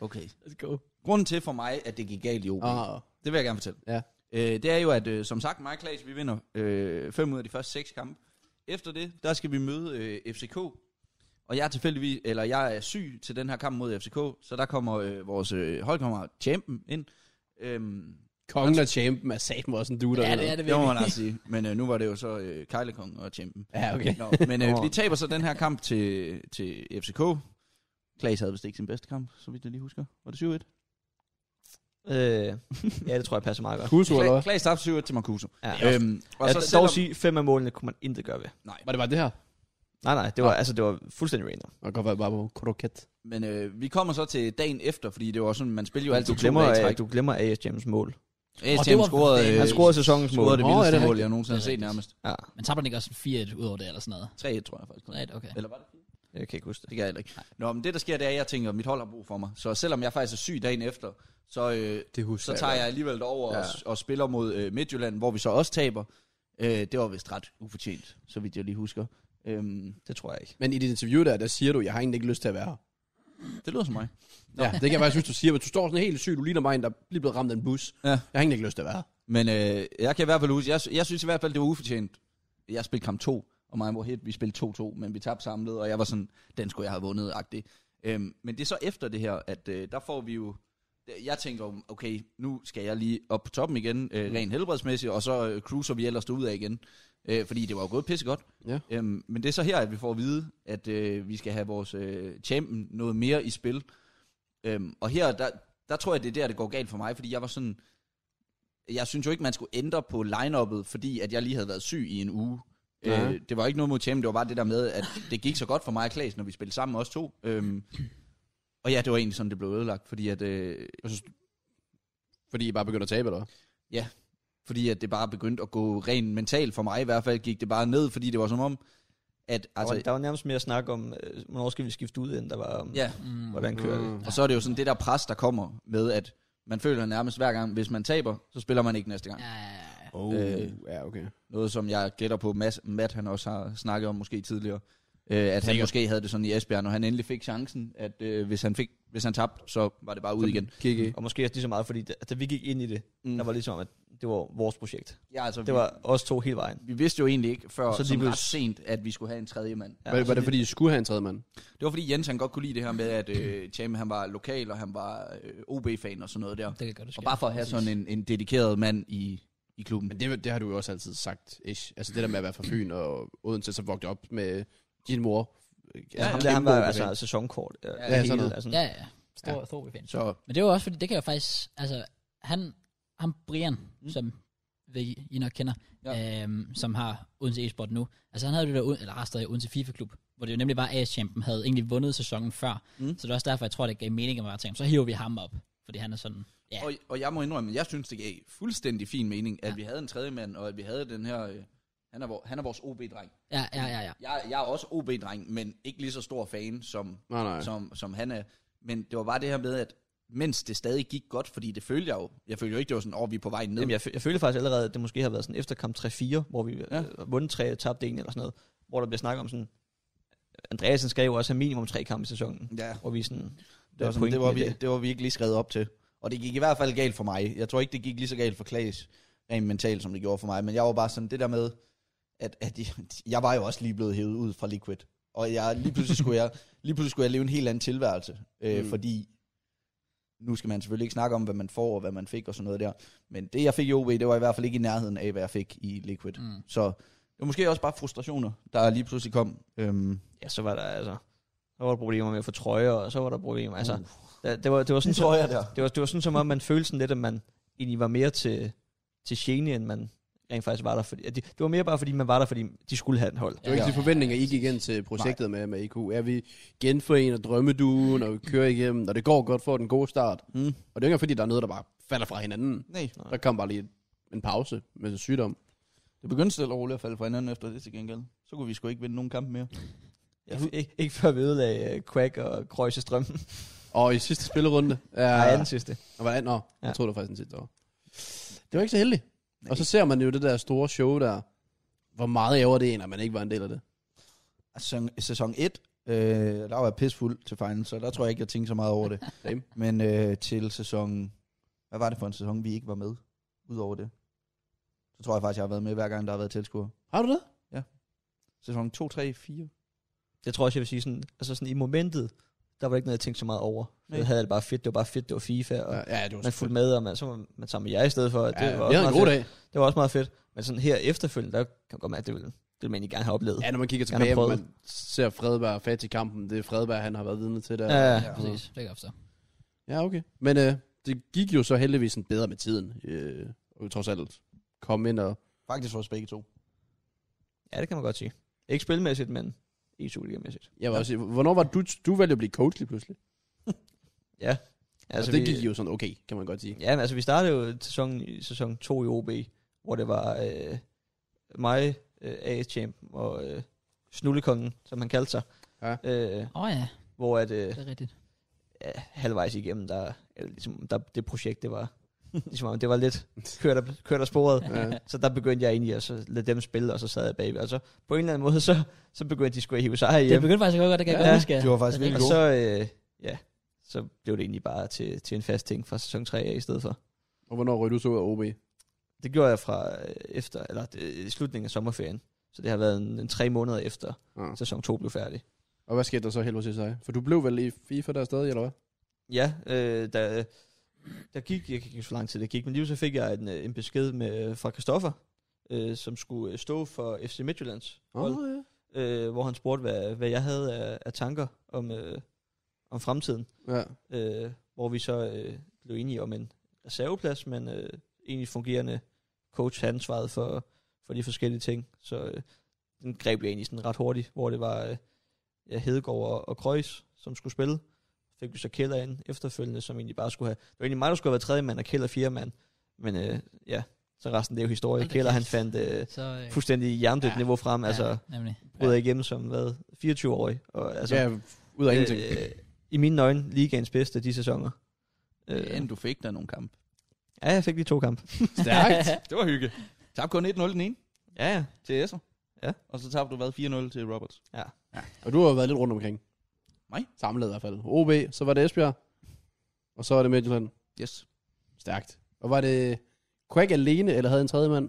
B: Okay.
A: let's go.
B: Grunden til for mig, at det gik galt i OB,
C: Ah,
B: det vil jeg gerne fortælle.
C: Ja.
B: Øh, det er jo, at øh, som sagt, mig og Klaas, vi vinder øh, fem ud af de første seks kampe. Efter det, der skal vi møde øh, FCK. Og jeg er tilfældigvis, eller jeg er syg til den her kamp mod FCK, så der kommer øh, vores øh, holdkammerat Champen ind. Øhm,
C: kongen og champen er satme også en dude.
A: Ja, det er det
B: det må
A: virkelig.
B: man altså sige. Men øh, nu var det jo så øh, Kejlekong og Champen.
C: Ja, okay.
B: Nå, men øh, vi taber så den her kamp til, til FCK. Klaas havde vist ikke sin bedste kamp, så vidt jeg lige husker. Var det 7-1?
D: Øh, ja, det tror jeg passer meget godt.
C: Kusu, eller hvad?
B: Kla- Klaas tabte 7-1 til Mancuso.
D: Ja.
B: Øhm, og
D: Og
B: så
D: så
B: selvom,
D: dog sige, fem af målene kunne man intet gøre ved.
C: Var det bare det her?
D: Nej, nej, det var, altså, det var fuldstændig random.
C: Og godt være bare på kroket.
B: Men øh, vi kommer så til dagen efter, fordi det var sådan, man spiller jo
D: Du
B: altid
D: glemmer,
B: to dage i
D: øh,
B: træk.
D: du glemmer AS James' mål.
B: ASM
A: Og det var-
B: scorede, øh,
D: Han scorede sæsonens mål.
B: scorede det
C: Nå, er
B: vildeste
C: det
B: mål, jeg nogensinde har
A: Det er
B: set nærmest.
D: Ja,
A: Men taber den ikke også en 4-1 ud over det, eller sådan noget?
B: 3 tror jeg faktisk.
A: Right, okay.
B: Eller var det?
D: jeg kan ikke huske det.
B: Det kan jeg heller ikke. Nå, men det der sker, det er, at jeg tænker, at mit hold har brug for mig. Så selvom jeg faktisk er syg dagen efter, så, øh,
C: Det husker
B: så tager jeg alligevel over ja.
D: Ja.
B: og, og spiller mod øh, Midtjylland, hvor vi så også taber. Øh, det var vist ret ufortjent, så vidt jeg lige husker. Øhm,
D: Det tror jeg ikke.
C: Men i dit interview der, der siger du, jeg har egentlig ikke lyst til at være her.
B: det lyder som mig.
C: Ja, det kan jeg faktisk synes, du siger, men du står sådan helt syg, du ligner mig en, der lige blevet ramt af en bus.
B: Ja.
C: Jeg har egentlig ikke lyst til at være her.
B: Men øh, jeg kan i hvert fald huske, jeg, sy- jeg synes i hvert fald, det var ufortjent. Jeg spillede kamp 2, og mig og Mohed, vi spillede 2-2, men vi tabte samlet, og jeg var sådan, den skulle jeg have vundet, agtig. Øhm, men det er så efter det her, at øh, der får vi jo, jeg tænker jo, okay, nu skal jeg lige op på toppen igen, øh, rent helbredsmæssigt, og så øh, cruiser vi ellers ud af igen. Øh, fordi det var jo gået pissegodt.
C: Ja.
B: Øhm, men det er så her, at vi får at vide, at øh, vi skal have vores øh, champion noget mere i spil. Øhm, og her, der, der tror jeg, det er der, det går galt for mig, fordi jeg var sådan, jeg synes jo ikke, man skulle ændre på lineuppet, fordi at jeg lige havde været syg i en uge.
C: Ja.
B: Øh, det var ikke noget mod Champion, det var bare det der med, at det gik så godt for mig og Klaas, når vi spillede sammen os to. Øhm, og ja, det var egentlig sådan, det blev ødelagt, fordi at, øh,
C: Jeg synes, fordi I bare begynder at tabe, eller hvad?
B: fordi at det bare begyndte at gå rent mentalt for mig. I hvert fald gik det bare ned, fordi det var som om, at...
D: Altså,
B: Altså,
D: der, var, der var nærmest mere snak om, øh, hvornår skal vi skifte ud, end der var om,
B: ja,
A: Mm.
D: hvordan kører det.
B: og så er det jo sådan det der pres, der kommer med, at man føler nærmest hver gang, hvis man taber, så spiller man ikke næste gang.
A: Ja, ja, ja, ja.
C: Oh. Øh, ja, okay.
B: Noget, som jeg gætter på, Mads, Matt han også har snakket om måske tidligere.
E: Øh, at han
A: Sikkert.
E: måske havde det sådan i Esbjerg, når han endelig fik chancen, at øh, hvis, han fik, hvis han tabte, så var det bare ud igen.
C: GG.
D: Og måske også lige så meget, fordi da, da vi gik ind i det, mm. der var ligesom, at det var vores projekt.
E: Ja, altså,
D: Det var os to hele vejen.
E: vi, vi vidste jo egentlig ikke før,
D: Og så
E: så
D: lige
E: som ret
D: pludselig-
E: sent, at vi skulle have en tredje mand.
C: Var, var det fordi, I skulle have en tredje mand?
E: Det var fordi Jens han godt kunne lide det her med, at øh, Cham han var lokal, og han var øh, OB-fan og sådan noget der.
A: Det kan godt, det
E: Og
A: sker.
E: bare for at have sådan en, en dedikeret mand i, i klubben.
C: Men det, det har du jo også altid sagt, ish. Altså det der med at være fra Fyn og Odense, så vokte op med din mor.
D: Ja,
E: ja.
D: ham, der, han var altså sæsonkort. Ja, ja,
C: sådan noget.
D: Altså,
A: Ja, ja, ja. Stor, ja. stor fan.
E: Så
A: Men det var også fordi, det kan jeg faktisk, altså, han, ham Brian, mm. som vi, I nok kender, ja. øhm, som har Odense e-sport nu, altså han havde det der, Oden- eller har stadig Odense FIFA-klub, hvor det jo nemlig var AS-champen, havde egentlig vundet sæsonen før, mm. så det er også derfor, jeg tror, det gav mening, at man var tænkt, så hiver vi ham op, fordi han er sådan, ja,
E: Og, og jeg må indrømme, jeg synes, det gav fuldstændig fin mening, at ja. vi havde en tredje mand, og at vi havde den her... Øh, han, er vor, han er vores OB-dreng.
A: ja, ja, ja, ja.
E: Jeg, jeg er også OB-dreng, men ikke lige så stor fan, som,
C: Nej, nej.
E: som, som han er. Men det var bare det her med, at mens det stadig gik godt, fordi det følte jeg jo. Jeg følte jo ikke, det var sådan, åh, oh, vi er på vej ned.
D: Jamen, jeg, fø- jeg følte faktisk allerede, at det måske har været sådan efter kamp 3-4, hvor vi ja. øh, vundet 3 og tabte en eller sådan noget, hvor der bliver snakket om sådan, Andreasen skal jo også have minimum tre kampe i sæsonen,
E: ja,
D: hvor vi sådan,
B: Det var, sådan,
D: pointen
B: det, var
D: i
B: vi,
D: det.
B: det var vi ikke lige skrevet op til.
E: og det gik
B: I hvert fald galt for mig. Jeg tror ikke, det gik lige så galt for Klaas, rent mentalt, som det gjorde for mig. Men jeg var bare sådan, det der med, at, at jeg, jeg var jo også lige blevet hævet ud fra Liquid. Og jeg, lige, pludselig skulle jeg, lige pludselig skulle jeg leve en helt anden tilværelse. Øh,
C: Mm.
B: mm. Fordi nu skal man selvfølgelig ikke snakke om, hvad man får og hvad man fik og sådan noget der. Men det, jeg fik i OB, det var i hvert fald ikke i nærheden af, hvad jeg fik i Liquid.
A: Mm.
B: Så det var måske også bare frustrationer, der lige pludselig kom. Øhm,
D: ja, så var der altså, så var der problemer med at få trøjer, og så var der problemer,
C: Uh.
D: altså, det, det, var, det var sådan,
B: det tror jeg der.
D: det var, det var sådan som om, man følte sådan lidt, at man egentlig var mere til, til gene, end man rent faktisk var der. Fordi, at de, det var mere bare, fordi man var der, fordi de skulle have et hold.
C: Det var ikke de forventninger, I gik ind til projektet med, med IQ. Er vi genforener drømmeduen, og vi kører igennem, og det går godt for den gode start. Mm. Og det er jo ikke, fordi der er noget, der bare falder fra hinanden.
B: Nej.
C: Der kom bare lige en pause med sygdom.
B: Det begyndte stille og roligt at falde fra hinanden efter det til gengæld. Så kunne vi sgu ikke vinde nogen kamp mere.
D: Ja. Ikke, ikke før vi ødelagde øh, Quack og Krøjses drøm.
C: Og i sidste spillerunde... Ja,
D: Nej, anden sidste.
C: Og hvordan? Nå,
D: Ja.
C: jeg troede det var faktisk den sidste år. Det var ikke så heldigt. Nej. Og så ser man jo det der store show der. Hvor meget ærger det en, at man ikke var en del af det.
B: sæson, sæson 1, øh, der var jeg pissfuld til final, så der tror jeg ikke, jeg tænkte så meget over det.
C: Same.
B: Men øh, til sæson... Hvad var det for en sæson, vi ikke var med? Udover det. Så tror jeg faktisk, jeg har været med, hver gang der har været tilskuer.
C: Har du det?
B: Sæson 2, 3, 4.
D: Det tror jeg også, jeg vil sige sådan, altså sådan i momentet, der var ikke noget, jeg tænkte så meget over.
B: Nej.
D: Jeg havde det bare fedt, det var bare fedt, det var FIFA, og ja.
C: Ja, ja det var
D: man fulgte med, og man, så var man sammen med jer i stedet for, og det,
C: Ja,
D: var
C: det
D: også
C: havde
D: meget
C: en god
D: fedt.
C: dag.
D: det var også meget fedt. Men sådan her efterfølgende, der kan jeg godt mærke, at det ville, det ville man egentlig gerne have oplevet.
C: Ja, når man kigger
D: Han har
C: tilbage, hvor
D: prøvet.
C: man ser Fredberg og Fat i kampen. Det er Fredberg, han har været vidne til der.
D: Ja,
A: Ja, præcis. Det kan jeg forstå.
C: ja okay. Men øh, det gik jo så heldigvis sådan bedre med tiden. Øh, og trods alt kom ind og...
B: Faktisk for os begge to.
D: ja, det kan man godt sige. Ikke spilmæssigt, men i Superliga-mæssigt.
C: Jeg var også, hvornår var du... Du valgte at blive coach lige pludselig. Altså, og det
D: vi-
C: gik jo sådan okay, kan man godt sige.
D: Ja, men altså vi startede jo sæsonen, i sæson 2 i OB, hvor det var øh, mig, øh, AS Champ og øh, Snullekongen, som han kaldte sig.
C: Ja.
D: Øh,
A: Åh oh, ja,
D: hvor at, øh,
A: det er rigtigt.
D: ja, halvvejs igennem, der, eller, ligesom, der, det projekt, det var, ligesom, om det var lidt kørt af, kørt af sporet.
C: Ja.
D: Så der begyndte jeg egentlig at så lade dem spille, og så sad jeg bagved. Og så på en eller anden måde, så, så begyndte de sgu at hive sig
A: Det
D: hjem.
A: begyndte faktisk at gå godt, det kan jeg
D: Ja,
A: godt huske. ja.
B: det var faktisk
A: Det er
B: virkelig
D: Og
A: rigtigt.
D: så, øh, ja, så blev det egentlig bare til, til en fast ting fra sæson 3 af i stedet for.
C: Og hvornår røg du så ud af OB?
D: Det gjorde jeg fra øh, efter, eller det, i slutningen af sommerferien. Så det har været en, en tre måneder efter
C: Ja.
D: sæson 2 blev færdig.
C: Og hvad skete der så heldigvis i sig? For du blev vel i FIFA der stadig, eller hvad?
D: Ja, øh, der, der gik, jeg kan ikke huske, hvor lang tid det gik, men lige så fik jeg en, øh, en besked med, fra Christoffer, øh, som skulle øh, stå for FC Midtjyllands hold,
C: Åh, ja.
D: øh, hvor han spurgte, hvad, hvad jeg havde af, af tanker om, øh, om fremtiden,
C: Ja.
D: øh, hvor vi så øh, blev enige om en reserveplads, men øh, egentlig fungerende coach havde ansvaret for, for de forskellige ting, så øh, den greb jeg egentlig sådan ret hurtigt, hvor det var øh, ja, Hedegaard og, og Kreuz, som skulle spille, fik vi så Keller ind efterfølgende, som egentlig bare skulle have, det var egentlig mig, der skulle have været tredje mand, og Keller fjerde mand, men øh, ja, så resten det er jo historie.
A: Hold da
D: Keller han
A: kæft.
D: fandt øh,
A: Så, øh,
D: fuldstændig jerndødt
A: Ja.
D: ja. niveau frem, altså
A: ja, nemlig.
D: bryder ja. igennem som hvad, 24-årig. Og, altså,
C: Altså, ja, ud af øh, ingenting.
D: øh, I mine øjne, ligaens bedste de sæsoner. Øh,
E: Men du fik der nogle kampe.
D: ja, jeg fik lige to kampe.
C: Stærkt.
E: Det var hygge. Tab kun 1-0 den ene.
D: Ja, ja.
E: Til Esser.
D: Ja.
B: Og så tabte du hvad? 4-0 til Roberts.
C: Og du har jo været lidt rundt omkring.
B: Mig?
C: Samlet i hvert fald. OB, så var det Esbjerg. Og så var det Midtjylland.
B: Yes.
C: Stærkt. Og var det Quack alene, eller havde en tredje mand?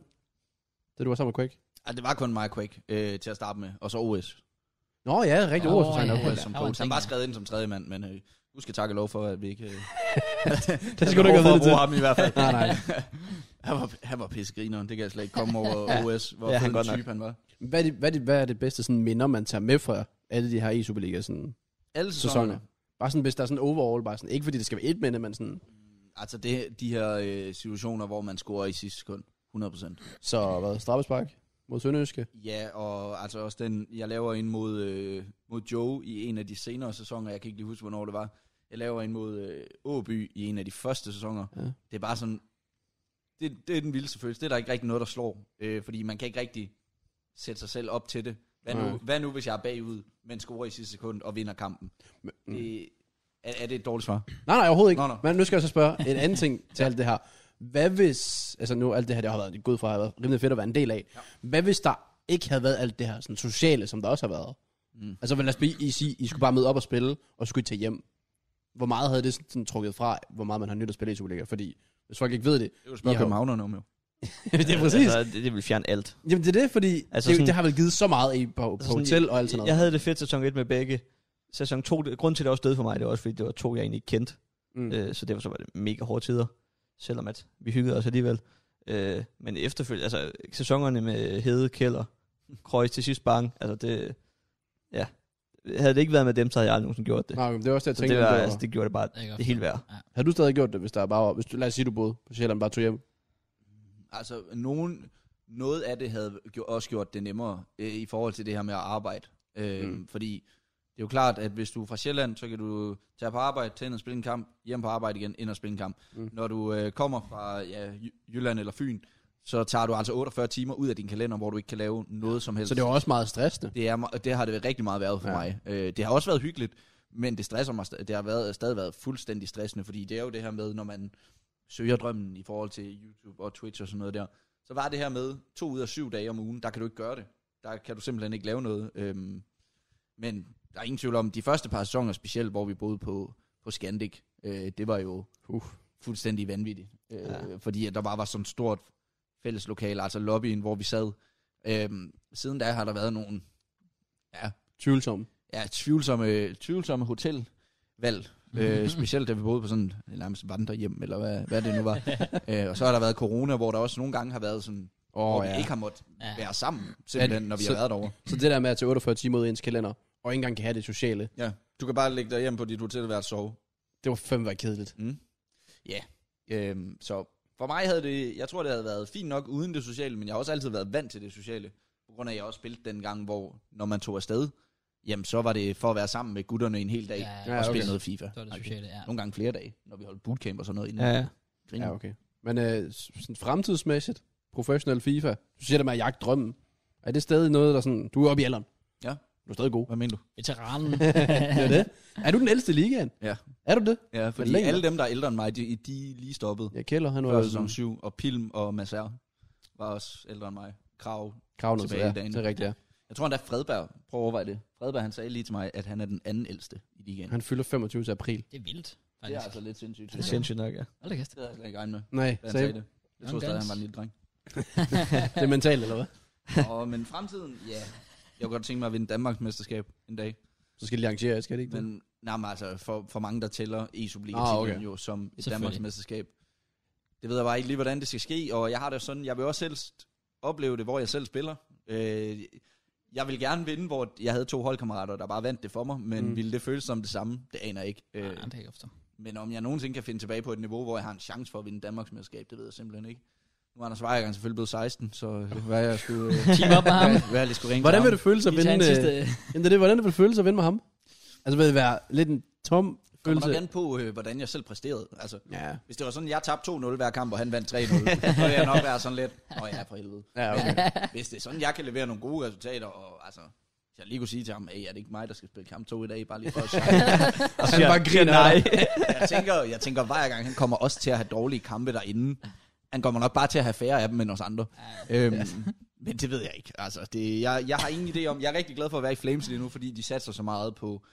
C: Det du var sammen med Quack.
B: Altså, det var kun mig Quake øh, til at starte med, og så OS.
C: Nå ja, rigtig
A: Nå,
C: ord, så
A: ja.
C: op på.
A: der
B: som
A: var en
B: coach.
A: ting,
B: Han var
A: ja.
B: skrevet ind som tredje mand, men øh, du skal takke og lov for, at vi ikke... Øh,
C: Det skulle du ikke have
B: have
C: været til.
B: bruge ham i hvert fald.
C: Nej, nej.
B: Han var, han var pissegrineren, det kan jeg slet ikke komme over OS, hvor
D: Ja,
B: ja,
D: han
B: fed en
D: godt
B: type
D: nok.
B: han var.
C: Hvad er, det, hvad, er det, hvad er det bedste sådan, minder, man tager med fra alle de her e Superliga sådan,
B: Alle
C: sæsoner?
B: sæsoner.
C: Bare sådan, hvis der er sådan overall, bare sådan, ikke fordi det skal være et minde, men sådan,
B: Altså, det, de her øh, situationer, hvor man scorer i sidste sekund. 100%.
C: så hvad, straffespark mod Sønderjyske?
B: Ja, og altså også den, jeg laver en mod, øh, mod Joe i en af de senere sæsoner. Jeg kan ikke lige huske, hvornår det var. Jeg laver en mod øh, Åby i en af de første sæsoner.
C: Ja.
B: Ja. Det er bare sådan... Det, det er den vildeste følelse. Det er der ikke rigtig noget, der slår. Øh, fordi man kan ikke rigtig sætte sig selv op til det. Hvad nu,
C: Nej.
B: hvad nu hvis jeg er bagud, men scorer i sidste sekund og vinder kampen?
C: Men-
B: Det, er, er det et dårligt svar?
C: Nej, nej, overhovedet ikke.
B: Nå, nå.
C: Men nu skal jeg så spørge en anden ting til alt det her. Hvad hvis, altså nu alt det her, det har været gået fra, har været rimelig fedt at være en del af. Ja. Hvad hvis der ikke havde været alt det her sådan sociale, som der også har været? Mm.
B: Mm.
C: Altså, men lad os blive, I sige, I skulle bare møde op og spille, og så skulle I tage hjem. Hvor meget havde det sådan trukket fra, hvor meget man har nyt at spille i Superliga? Fordi, hvis folk ikke ved det,
B: Det er jo
C: spørge
B: københavnerne om jo.
C: det er præcis.
D: Altså, det, det vil fjerne alt.
C: Jamen det er det, fordi altså,
D: Altså
C: det,
D: sådan-
C: det, har vel givet så meget i på, på
D: Altså sådan,
C: hotel
D: jeg-
C: og alt sådan noget.
D: Jeg havde det fedt sæson 1 med begge. Sæson 2, det, grunden til at det også døde for mig, det var også fordi, det var to, jeg egentlig ikke kendte.
C: Mm.
D: Mm. Øh, så derfor så var det mega hårde tider, selvom at vi hyggede os alligevel. Øh, men efterfølgende, altså sæsonerne med Hede, Kælder, Krøjs til sidst Bang, altså det, ja. Havde det ikke været med dem, så havde jeg aldrig nogensinde gjort det.
C: Nej, men det var også det, jeg
D: så
C: tænkte.
D: det,
C: Det
D: var, altså, det gjorde det bare
A: Det kan jeg
D: det
A: godt
D: hele værd.
C: Har du stadig gjort det, hvis der bare var, hvis du, lad os sige, du boede på Sjælland, bare tog hjem?
B: Altså, nogen, noget af det havde gjo- også gjort det nemmere øh, i forhold til det her med at arbejde. Øh,
C: Mm.
B: mm. Fordi det er jo klart, at hvis du er fra Sjælland, så kan du tage på arbejde, tage ind og spille en kamp, hjem på arbejde igen, ind og spille en kamp.
C: Mm.
B: Mm. Når du øh, kommer fra ja, Jy- Jylland eller Fyn, så tager du altså 48 timer ud af din kalender, hvor du ikke kan lave noget som helst.
C: Så det var også meget stressende.
B: Det, er, me- det har det rigtig meget været for
C: Ja.
B: ja. mig. Øh, det har også været hyggeligt, men det stresser mig. sta- Det har været, stadig været fuldstændig stressende, fordi det er jo det her med, når man søger drømmen i forhold til YouTube og Twitch og sådan noget der. Så var det her med to ud af syv dage om ugen, der kan du ikke gøre det. Der kan du simpelthen ikke lave noget. Øhm, men der er ingen tvivl om, de første par sæsoner specielt, hvor vi boede på, på Scandic, øh, det var jo uh, fuldstændig vanvittigt. Øh,
D: Ja.
B: ja. Fordi at der bare var sådan et stort fælles lokale, altså lobbyen, hvor vi sad. Øhm, siden da har der været nogle
C: Tvivlsom.
B: ja, tvivlsomme, tvivlsomme hotelvalg. Øh, specielt da vi boede på sådan nærmest vandrehjem, eller hvad, hvad det nu var. øh, og så har der været corona, hvor der også nogle gange har været sådan, oh, hvor
C: Åh,
B: vi
C: ja.
B: ikke har måttet
A: Ja.
B: ja. være sammen, simpelthen, når vi
C: så-
B: har været derovre.
C: Så det der med at tage 48 timer ud i ens kalender, og ikke engang kan have det sociale,
B: Ja, du kan bare ligge dig hjem på dit hotelværelse og sove.
C: det var fandme være kedeligt.
B: Mm. Ja, øhm, så for mig havde det, jeg tror det havde været fint nok uden det sociale, men jeg har også altid været vant til det sociale, på grund af at jeg også spillede den gang, hvor når man tog afsted, jamen så var det for at være sammen med gutterne en hel dag
A: Ja,
B: ja,
A: ja,
B: og spille
C: okay.
B: noget FIFA.
A: Det var det
B: Okay.
A: sociale, ja.
B: Nogle gange flere dage, når vi holdt bootcamp og sådan noget inden.
D: Ja, ja.
B: Griner.
C: Ja, okay. Men øh, sådan fremtidsmæssigt, professionel FIFA, du siger det med at jagte drømmen. Er det stadig noget, der sådan, du er oppe i alderen?
B: Ja.
C: Du er stadig god.
B: Hvad mener du?
A: Veteranen.
C: det er det. Er du den ældste i ligaen?
B: Ja.
C: Er du det?
B: Ja, fordi
C: længere.
B: alle dem, der er ældre end mig, de, de er lige stoppet.
C: Ja, Kjeller, han
B: Ja,
C: var
B: før
C: jo
B: sæson
C: sådan
B: 7, og Pilm og Masser var også ældre end mig. Krav.
C: kravnet
B: tilbage
C: tilbage.
B: i dagen.
C: Det er rigtigt, ja.
B: Jeg tror endda Fredberg, prøv at overveje det. Fredberg han sagde lige til mig, at han er den anden ældste i ligaen.
C: Han fylder 25. til april.
A: det er vildt,
B: Det er
A: faktisk.
B: altså lidt sindssygt.
D: Det er sindssygt nok, ja.
A: Hold da kæft.
B: Det havde jeg slet ikke regnet med,
C: Nej,
B: da han
C: sagde
B: sagde det.
A: Young
B: Jeg troede stadig,
A: Guns.
B: han var en lille dreng.
C: det er mentalt, eller hvad?
B: og, men fremtiden, ja. Jeg kunne godt tænke mig at vinde Danmarks mesterskab en dag.
C: Så skal de arrangere, skal det ikke? Men,
B: Men, nej, men altså, for, for mange, der tæller e superliga
C: Ah,
B: ah,
C: okay.
B: okay. jo som et
A: Selvfølgelig.
B: Danmarks mesterskab. Det ved jeg bare ikke lige, hvordan det skal ske, og jeg har det jo sådan, jeg vil også helst opleve det, hvor jeg selv spiller. Øh, jeg vil gerne vinde, hvor jeg havde to holdkammerater, der bare vandt det for mig, men
C: Mm.
B: mm. ville det føles som det samme? Det aner jeg ikke.
A: Øh.
B: Øh,
A: Ah, det kan jeg ofte.
B: men om jeg nogensinde kan finde tilbage på et niveau, hvor jeg har en chance for at vinde Danmarks mesterskab, det ved jeg simpelthen ikke. Nu er Anders Weiergang selvfølgelig blevet 16, så det kan være, jeg skulle... Øh,
A: Team op med ham.
B: hvad jeg lige skulle ringe
C: hvordan vil
B: du?
C: det føles at
A: Vi
C: vinde?
A: tager en sidste...
C: øh, Jamen, det er det, hvordan det vil føles at vinde med ham? Altså, vil det være lidt en tom
B: Kommer nok
C: følelse?
B: an på, øh, hvordan jeg selv præsterede. Altså,
C: Ja.
B: Hvis det var sådan, jeg tabte 2-0 hver kamp, og han vandt 3-0, så ville jeg nok være sådan lidt, nå ja, for helvede.
C: Ja, okay.
B: Hvis det er sådan, jeg kan levere nogle gode resultater, og altså, hvis jeg lige kunne sige til ham, hey, er det ikke mig, der skal spille kamp 2 i dag, bare lige for at sige.
C: Og han bare griner af dig.
B: jeg tænker, jeg tænker hver gang, han kommer også til at have dårlige kampe derinde. Han kommer nok bare til at have færre af dem end os andre. Øhm, men det ved jeg ikke. Altså, det, jeg, jeg har ingen idé om... Jeg er rigtig glad for at være i Flames lige nu, fordi de satser så meget på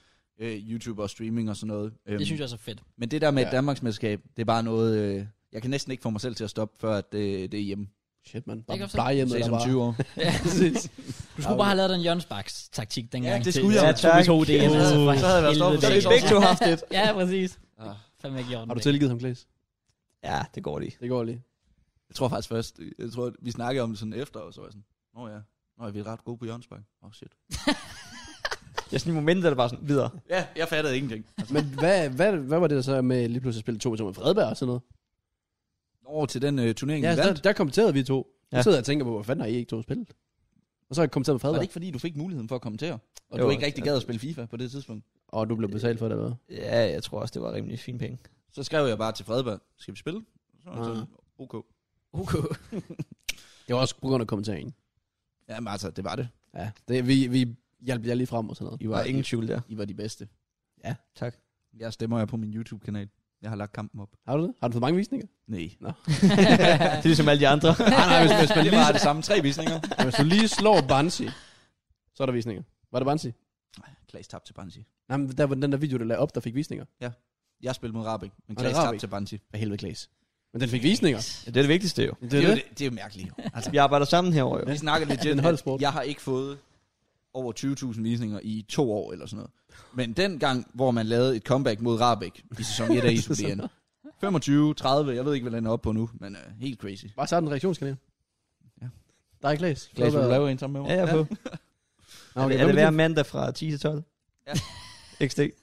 B: øh, YouTube og streaming og sådan noget. Øhm,
A: Det synes jeg er så fedt.
B: Men det der med ja.
C: Ja.
B: et Danmarksmesterskab, det er bare noget... Øh, jeg kan næsten ikke få mig selv til at stoppe, før at, øh, det er hjemme.
C: Shit, man.
A: kan
C: Bare
A: også-
C: plejehjemmet,
B: Se
C: der
B: som
C: bare...
B: 20 år.
A: Ja. Du skulle
C: Ja,
A: bare have lavet den Jørgens Baks taktik dengang.
B: det skulle jeg.
A: Ja,
D: Ja,
A: tak.
D: tak.
A: To DM, altså, for
B: Så havde jeg været stoppet.
A: helvede.
B: Så
D: havde vi begge to haft et.
A: ja, præcis.
B: Ah.
A: Fandme ikke i orden.
C: Har du
A: det.
C: tilgivet ham, Klaas?
D: Ja, det går lige.
C: Det går lige.
B: Jeg tror faktisk først... Jeg tror, vi snakkede om det sådan efter, og så var jeg sådan... Nå ja, Nå, vi er ret gode på Jørgensbank. Åh, oh, shit.
D: Jeg sådan i momentet, der bare sådan videre.
B: Ja, jeg fattede ingenting. Altså,
C: Men hvad, hvad, hvad var det der så med lige pludselig at spille to med Thomas Fredberg og sådan noget?
B: over til den øh, turnering,
C: Ja,
B: ja, vi
C: altså, der,
B: vandt.
C: der kommenterede vi to. Ja.
D: Ja.
C: Jeg sidder og tænker på, hvor fanden har I ikke to spillet? Og så har jeg kommenteret med
B: Var det
C: Fredberg,
B: ikke fordi, du fik muligheden for at kommentere? Og
D: Jo,
B: jo, du ikke rigtig
D: ja.
B: gad at spille FIFA på det tidspunkt?
C: og du blev betalt for det, eller hvad?
D: Ja, jeg tror også, det var rimelig fine penge.
B: Så skrev jeg bare til Fredberg, skal vi spille? Så var han
C: Ah.
B: sådan, okay.
A: Okay.
C: Det var også på grund af kommenteringen.
B: Jamen altså, det var det.
C: Ja, det, vi, vi hjalp jer lige frem og sådan noget.
B: I
D: Der
B: var,
D: er ingen
B: I,
D: tvivl der.
B: I var de bedste.
C: Ja,
D: tak.
B: Jeg stemmer jeg på min YouTube-kanal. Jeg har lagt kampen op.
C: Har du det? Har du fået mange visninger?
B: Nej.
D: Det er ligesom alle de andre.
C: nej, nej, hvis, hvis, man
B: Det
C: lige,
B: var det samme. Tre visninger.
C: hvis du lige slår Bansi, så er der visninger. Var det Bansi?
B: Klaas tabte til Bansi.
C: Nej, men der var den der video, der lagde op, der fik visninger.
B: Jeg spillede mod Rabik, men
C: Og det er
B: Klaas tabte
C: Rahbek.
B: til Bansi.
C: Hvad helvede, Klaas? Men den fik visninger.
D: Ja, det er det vigtigste jo.
C: Det er det.
B: det er jo mærkeligt. jo. Altså,
D: Vi arbejder sammen herovre jo.
B: vi snakker lidt
C: Det er en holdsport.
B: Jeg har ikke fået over 20.000 visninger i to år eller sådan noget. Men den gang, hvor man lavede et comeback mod Rabik i sæson 1 af ISUBN, 25, 30, jeg ved ikke, hvad den er oppe på nu, men uh, helt crazy.
C: Bare sådan en reaktionskanal.
B: Ja.
C: Der er Klaas.
B: Klaas, vil du lave en sammen med mig?
D: Ja, jeg er på.
C: Nå,
D: Okay,
C: okay,
D: er det
C: hvad
D: hver
C: med
D: mandag fra 10 til 12?
B: Ja.
D: XD.
A: Okay.
B: 10-16.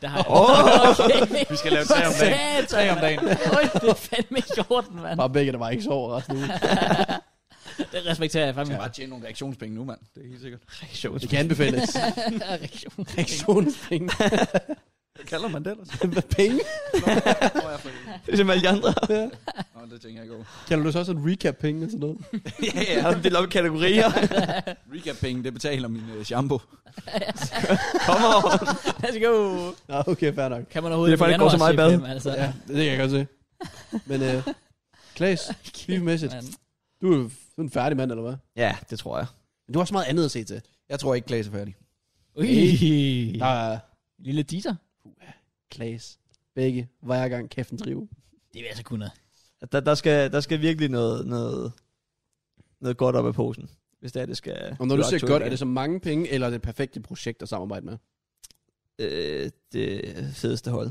A: Der har jeg.
D: Åh!
A: Okay.
B: Vi skal lave tre om dagen. Tre om dagen.
A: Øj, det er fandme ikke i orden,
C: din?
A: mand.
C: Bare begge, der var ikke sover resten af ugen.
A: Det respekterer jeg
B: Vi
A: fandme.
B: skal bare tjene nogle reaktionspenge nu, mand. Det er helt sikkert.
C: Det kan anbefales.
A: Reaktion.
C: Reaktionspenge.
B: Hvad kalder man det ellers?
C: Hvad penge?
B: Hvor er jeg fra?
D: Det er ligesom alle de andre.
B: Nå, det tænker jeg ikke over.
C: Kalder du så også en recap-penge og sådan noget?
D: ja, ja. Har dem delt op i kategorier.
B: Recap-penge, det betaler min øh, shampoo.
D: Kom over.
A: Let's go.
C: Nå, okay, fair nok.
A: Kan man overhovedet
D: Det er for, det går så meget i
A: januar
D: bad.
A: se film, Altså.
C: Ja, det kan jeg godt se. Men øh, Klaas, FIFA-mæssigt,
A: Man.
C: du er jo f- du er en færdig mand, eller hvad?
D: Ja, det tror jeg.
C: Men du har også meget andet at se til.
B: Jeg tror ikke, Klaas er færdig.
A: Ui.
C: Der er
A: Lille Dieter.
C: Klaas, begge, hver gang kæften drive.
A: Det vil jeg så kunne.
D: At Der, der, skal, der skal virkelig noget, noget, noget godt op af posen. Hvis det er, det skal...
C: Og når du
D: blive
C: siger
D: aktuelt
C: godt, er
D: igen.
C: det så mange penge, eller er det perfekte projekt at samarbejde med?
D: øh, det fedeste hold.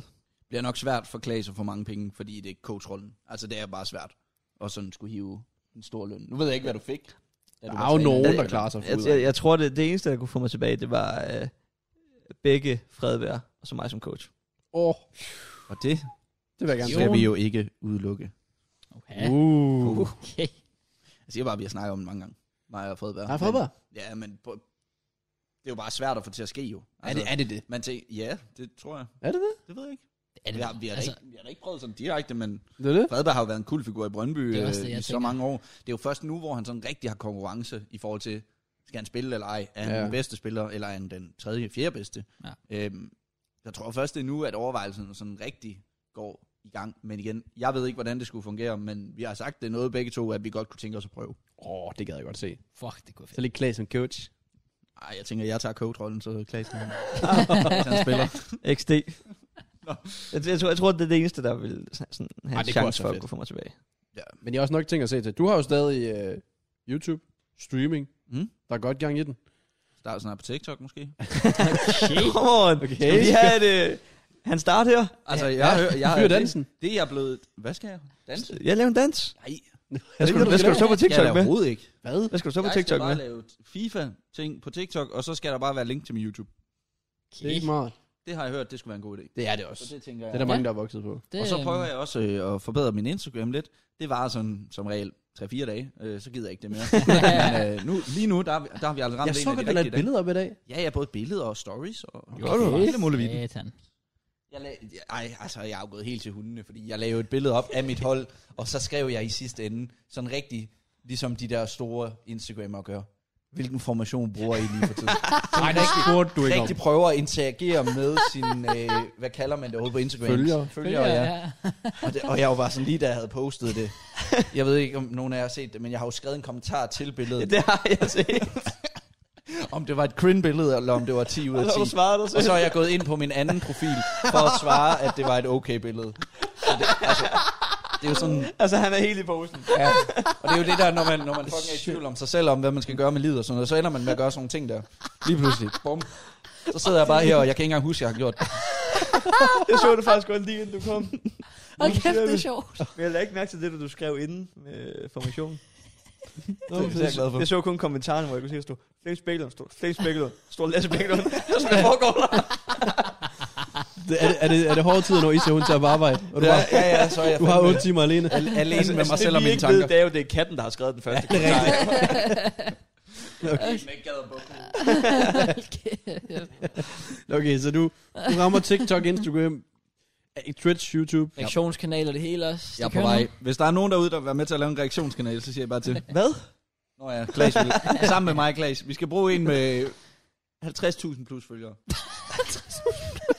B: Bliver nok svært for Klaas at få mange penge, fordi det er coachrollen. Altså, det er bare svært. Og sådan skulle hive en stor løn. Nu ved jeg ikke, hvad du fik.
C: Der er jo nogen, der klarer sig for
D: Jeg, jeg, jeg tror, det, det eneste, der kunne få mig tilbage, det var øh, begge Fredberg og så mig som coach.
C: Åh,
B: Og det
C: det vil jeg gerne se.
B: skal vi jo ikke udelukke.
A: Okay.
C: Uh.
A: okay.
B: Jeg siger bare, at vi har snakket om det mange gange. Mig og Fredberg.
C: Nej, Fredberg.
B: Men, ja, men på, det er jo bare svært at få til at ske jo. Altså,
C: Er det, er det det?
B: Man tænker, ja, det tror jeg.
C: Er det det?
B: Det ved jeg ikke.
A: Er det,
B: Vi har, vi har, altså,
A: altså,
B: ikke, vi har da ikke prøvet sådan direkte, men
C: Det er det?
B: Fredberg har jo været en kul figur i Brøndby
A: Det
B: det
A: er også det,
B: det, i
A: jeg
B: så
A: tænker.
B: mange år. Det er jo først nu, hvor han sådan rigtig har konkurrence i forhold til, skal han spille eller ej? Er han
C: Ja.
B: ja. den bedste spiller, eller er han den tredje, fjerde bedste?
A: Ja.
B: Øhm, jeg tror først det er nu, at overvejelsen sådan rigtig går i gang. Men igen, jeg ved ikke, hvordan det skulle fungere, men vi har sagt det er noget begge to, at vi godt kunne tænke os at prøve.
C: Åh, oh, det gad jeg godt se.
A: fuck, det kunne være
C: Så
A: fedt.
C: lige Klaas som coach.
B: Ej, jeg tænker, jeg tager coach-rollen, så Klaas kan hvis han spiller.
D: XD. jeg, jeg, tror, jeg tror, det er det eneste, der vil sådan, have
C: Ej,
D: en
C: det kunne også
D: chance for
C: være
D: at
C: fedt.
D: kunne få mig tilbage.
C: Men jeg har også nok ting at se til. Du har jo stadig øh, YouTube, streaming.
B: Mm.
C: Der er godt gang i den.
B: Starter snart på TikTok måske.
D: Come on.
C: Okay.
D: Okay. Skal vi have et, øh, han start her?
B: Altså, jeg, jeg, jeg,
C: Fyr
B: jeg,
C: dansen.
B: Det, det er jeg blevet... Hvad skal jeg? Danse?
D: Jeg laver en dans.
B: Nej,
D: Hvad skal, du- hvad skal du så på
B: det skal jeg
D: TikTok
B: da
D: med?
B: overhovedet ikke.
C: Hvad?
D: Hvad skal du så på
B: jeg
D: TikTok
B: skal bare
D: med?
B: lave FIFA-ting på TikTok, og så skal der bare være link til min YouTube.
C: Det er ikke meget.
B: Det har jeg hørt, det skulle være en god idé.
C: Det er det også.
B: Så det tænker
C: Det
B: jeg.
C: er der mange, der er vokset på.
A: Det,
B: og så
A: øhm,
B: prøver jeg også øh, at forbedre min Instagram lidt. Det var sådan som regel 3-4 dage, øh, så gider jeg ikke det mere. Men øh, nu, lige nu, der, har vi- der har vi altså ramt
C: Jeg så
B: en af
C: godt,
B: de
C: du lagde
B: rigtige
C: et
B: dage.
C: billede op i dag.
B: Ja, ja, både billeder og stories. Og,
C: Gjorde du?
B: Hele muligheden.
A: Satan.
B: Jeg lag, ej, altså, jeg er jo gået helt til hundene, fordi jeg lavede jo et billede op af mit hold, og så skrev jeg i sidste ende, sådan rigtig, ligesom de der store Instagrammer gør. hvilken formation bruger I lige for tiden?
C: Nej, det spurgte du ikke om.
B: Rigtig prøver at interagere med sin, øh, hvad kalder man det overhovedet på Instagram?
C: Følgere.
B: Følgere, ja. Og, det, og jeg var bare sådan lige da jeg havde postet det. Jeg ved ikke, om nogen af jer har set det, men jeg har jo skrevet en kommentar til billedet.
D: Ja, det har jeg set.
B: Om det var et cringe-billede, eller om det var 10 ud af
D: Så har du
B: 10.
D: svaret dig
B: Og
D: selv.
B: så er jeg gået ind på min anden profil, for at svare, at det var et okay billede. Så det, altså, det er jo sådan,
D: Altså, han er helt i posen.
B: ja. Og det er jo det der, når man, når man fucking er i tvivl om sig selv, om hvad man skal gøre med livet og sådan noget, så ender man med at gøre sådan nogle ting der. Lige pludselig, bum. Så sidder jeg bare her, og jeg kan ikke engang huske, at jeg har gjort det.
D: Jeg så det faktisk godt lige, inden du kom.
A: Og
D: Hvorfor
A: kæft,
D: siger
A: det er
D: du?
A: sjovt.
D: Men jeg lagde ikke mærke til det, du skrev inden med formationen.
B: Det er jeg glad for.
D: Jeg så kun kommentarerne, hvor jeg kunne se, at stod Flemming Spækkelund, stod Flemming Spækkelund, stod Lasse Spækkelund. Sådan, hvad foregår der?
C: Det- Er det, er, det, er det hårde tider, når I ser hun til at på arbejde? Og du,
B: Ja,
C: har,
B: ja, ja, så er jeg
C: du har
B: fandme
C: 8 timer alene.
B: alene med mig selv og
D: det, Altså, vi
B: mine
D: ikke ved,
B: tanker.
D: det er jo, det er katten, der har skrevet den første ja,
C: Okay, så du, du rammer TikTok, Instagram, eh, Twitch, YouTube.
A: Reaktionskanaler, det hele også.
B: Jeg er på vej. Hvis der er nogen derude, der vil være med til at lave en reaktionskanal, så siger jeg bare til.
D: Hvad?
B: Nå ja, Klaas vil. Sammen med mig, Klaas. Vi skal bruge en med 50.000 plus følgere.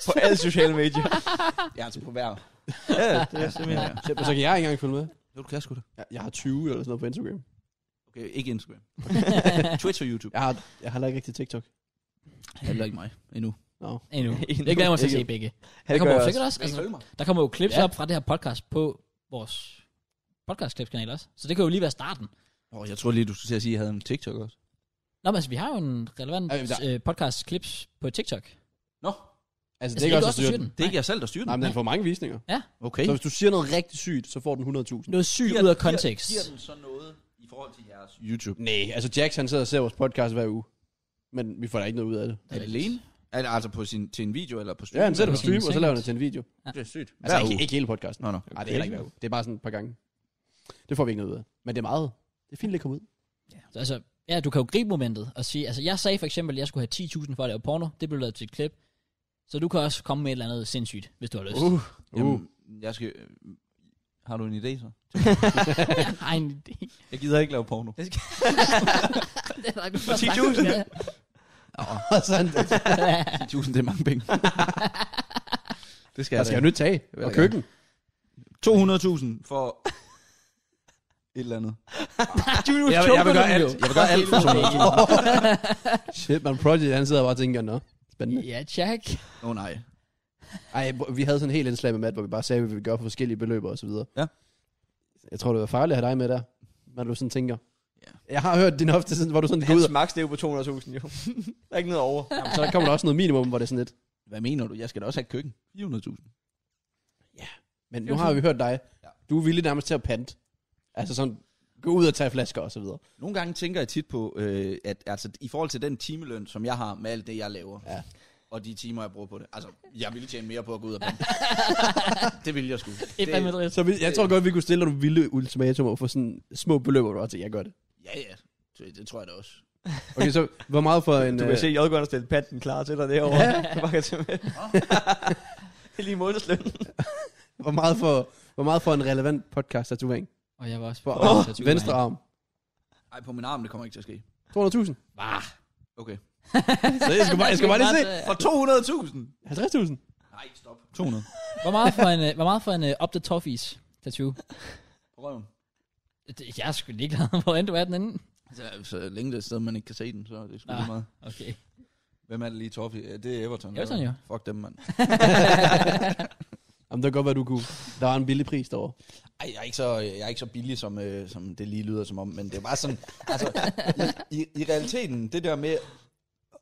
D: På alle sociale medier.
B: Ja, altså på hver.
D: ja, det er simpelthen. Ja.
C: Så, så kan jeg ikke engang følge med.
B: Jo, du kan sgu da.
C: Jeg, jeg har 20 eller sådan noget på Instagram.
B: Okay, ikke Instagram. Twitch og YouTube.
C: Jeg har, jeg har heller ikke rigtig TikTok.
B: Ja, heller ikke mig endnu.
A: Endnu.
D: Endnu.
A: Jeg glæder mig til at se begge. Der
D: Det
A: kommer jo
D: gør jeg også.
A: sikkert også. Altså,
B: følge mig?
A: der kommer jo clips
C: Ja.
A: op fra det her podcast på vores podcastklipskanal også. Så det kan jo lige være starten.
B: Åh, jeg tror lige, du skulle til at sige, at jeg havde en TikTok også.
A: Nå, men altså, vi har jo en relevant
C: Ja, men der-
A: øh, podcast-clips på TikTok. Altså,
B: Nå,
C: Altså, det er ikke også at styre den.
B: det er ikke jeg selv, der styrer
C: Nej,
B: den.
C: men den får mange visninger.
B: Okay.
C: Så hvis du siger noget rigtig sygt, så får den 100.000.
A: Noget sygt ud af kontekst.
B: Giver den så noget i forhold til jeres YouTube?
C: Nej, altså Jax han sidder og ser vores podcast hver uge. Men vi får da ikke noget ud af det.
B: Er det alene? Al- Altså på sin, til en video eller på stream?
C: Ja, han sætter
A: på
C: på stream,
A: sin
C: og så laver
A: seng.
C: han det til en video.
B: Det er sygt.
C: Altså
B: Hver
C: ikke,
B: uge.
C: ikke hele podcasten.
B: Nå, nå.
C: Nej, det er heller ikke hver uge. Det er bare sådan et par gange. Det får vi ikke noget ud af. Men det er meget. Det er fint, det kommer ud.
A: Så altså, ja, du kan jo gribe momentet og sige, altså jeg sagde for eksempel, at jeg skulle have 10.000 for at lave porno. Det blev lavet til et klip. Så du kan også komme med et eller andet sindssygt, hvis du har lyst. Uh.
B: Jamen, jeg skal... Har du en idé så?
A: Jeg har en idé.
B: Jeg gider ikke lave porno.
A: Det er der ikke
D: For
A: nogen, der
D: 10.000?
A: har sagt.
C: Og sådan,
A: Ja.
B: 10.000, det er mange penge. det skal
C: der
B: jeg
C: skal
B: da.
C: jo nyt tag og køkken.
B: 200.000 for et eller andet.
A: Julius
B: Jeg, jeg vil gøre alt. Jeg vil gøre alt for 200.000.
C: Shit, man Project, han sidder bare og tænker, nå, spændende.
A: Ja, Jack.
B: Åh oh, nej.
C: Ej, br- vi havde sådan en helt indslag med Matt, hvor vi bare sagde, hvad vi ville gøre for forskellige beløb og så videre.
B: Ja.
C: Jeg tror, det var farligt at have dig med der, når du sådan tænker.
B: Ja.
C: Jeg har hørt din ofte, sådan, hvor du sådan, går ud,
D: Hans
C: og-
D: max, det er jo på 200.000, jo. der er ikke noget over.
C: Jamen, så der kommer der også noget minimum, hvor det er sådan lidt.
B: Hvad mener du? Jeg skal da også have et køkken. 400.000.
C: Men nu har vi hørt dig. Du er villig nærmest til at pant. Altså sådan, gå ud og tage flasker og så videre.
B: Nogle gange tænker jeg tit på, øh, at altså, i forhold til den timeløn, som jeg har med alt det, jeg laver,
C: Ja.
B: og de timer, jeg bruger på det. Altså, jeg ville tjene mere på at gå ud og pande. det ville jeg sgu.
A: Det er fandme drift.
C: Så vi, jeg tror godt, vi kunne stille dig nogle vilde ultimatumer for sådan små beløb, hvor du også tænker, jeg gør det.
B: Ja, ja. Det, det tror jeg da også.
C: Okay, så hvor meget for en... øh,
D: Du kan
B: øh,
D: se, at Jodgården har stillet panten klar til dig derovre. Ja. Du bare kan tage med. Det er lige månedsløn.
C: øh, hvor, meget for, hvor meget for en relevant podcast tatovering?
A: Og jeg var også
C: For
A: på
C: oh, venstre arm.
B: Ej, på min arm, det kommer ikke til at ske.
C: 200.000.
A: Bah.
B: Okay.
C: Så jeg skal bare, jeg skal bare lige se.
B: For 200.000?
C: 50.000.
B: Nej, stop. 200.
A: Hvor meget for en, øh, hvor meget for en uh, up the toffees tattoo?
B: På røven.
A: Det- Jeg er sgu ligeglad, hvor end du er den anden.
B: Så, så Altså, længe det er et sted, man ikke kan se den, så er det sgu
A: Ah.
B: lige meget.
A: Okay.
B: Hvem er det lige Toffi? Ja, det er Everton.
A: Everton, jo.
B: Fuck dem, mand.
C: Jamen, det kan godt være, du kunne. Der var en billig pris derovre.
B: Ej, jeg er ikke så, jeg er ikke så billig, som, øh, som det lige lyder som om, men det er bare sådan, altså, i, i, i realiteten, det der med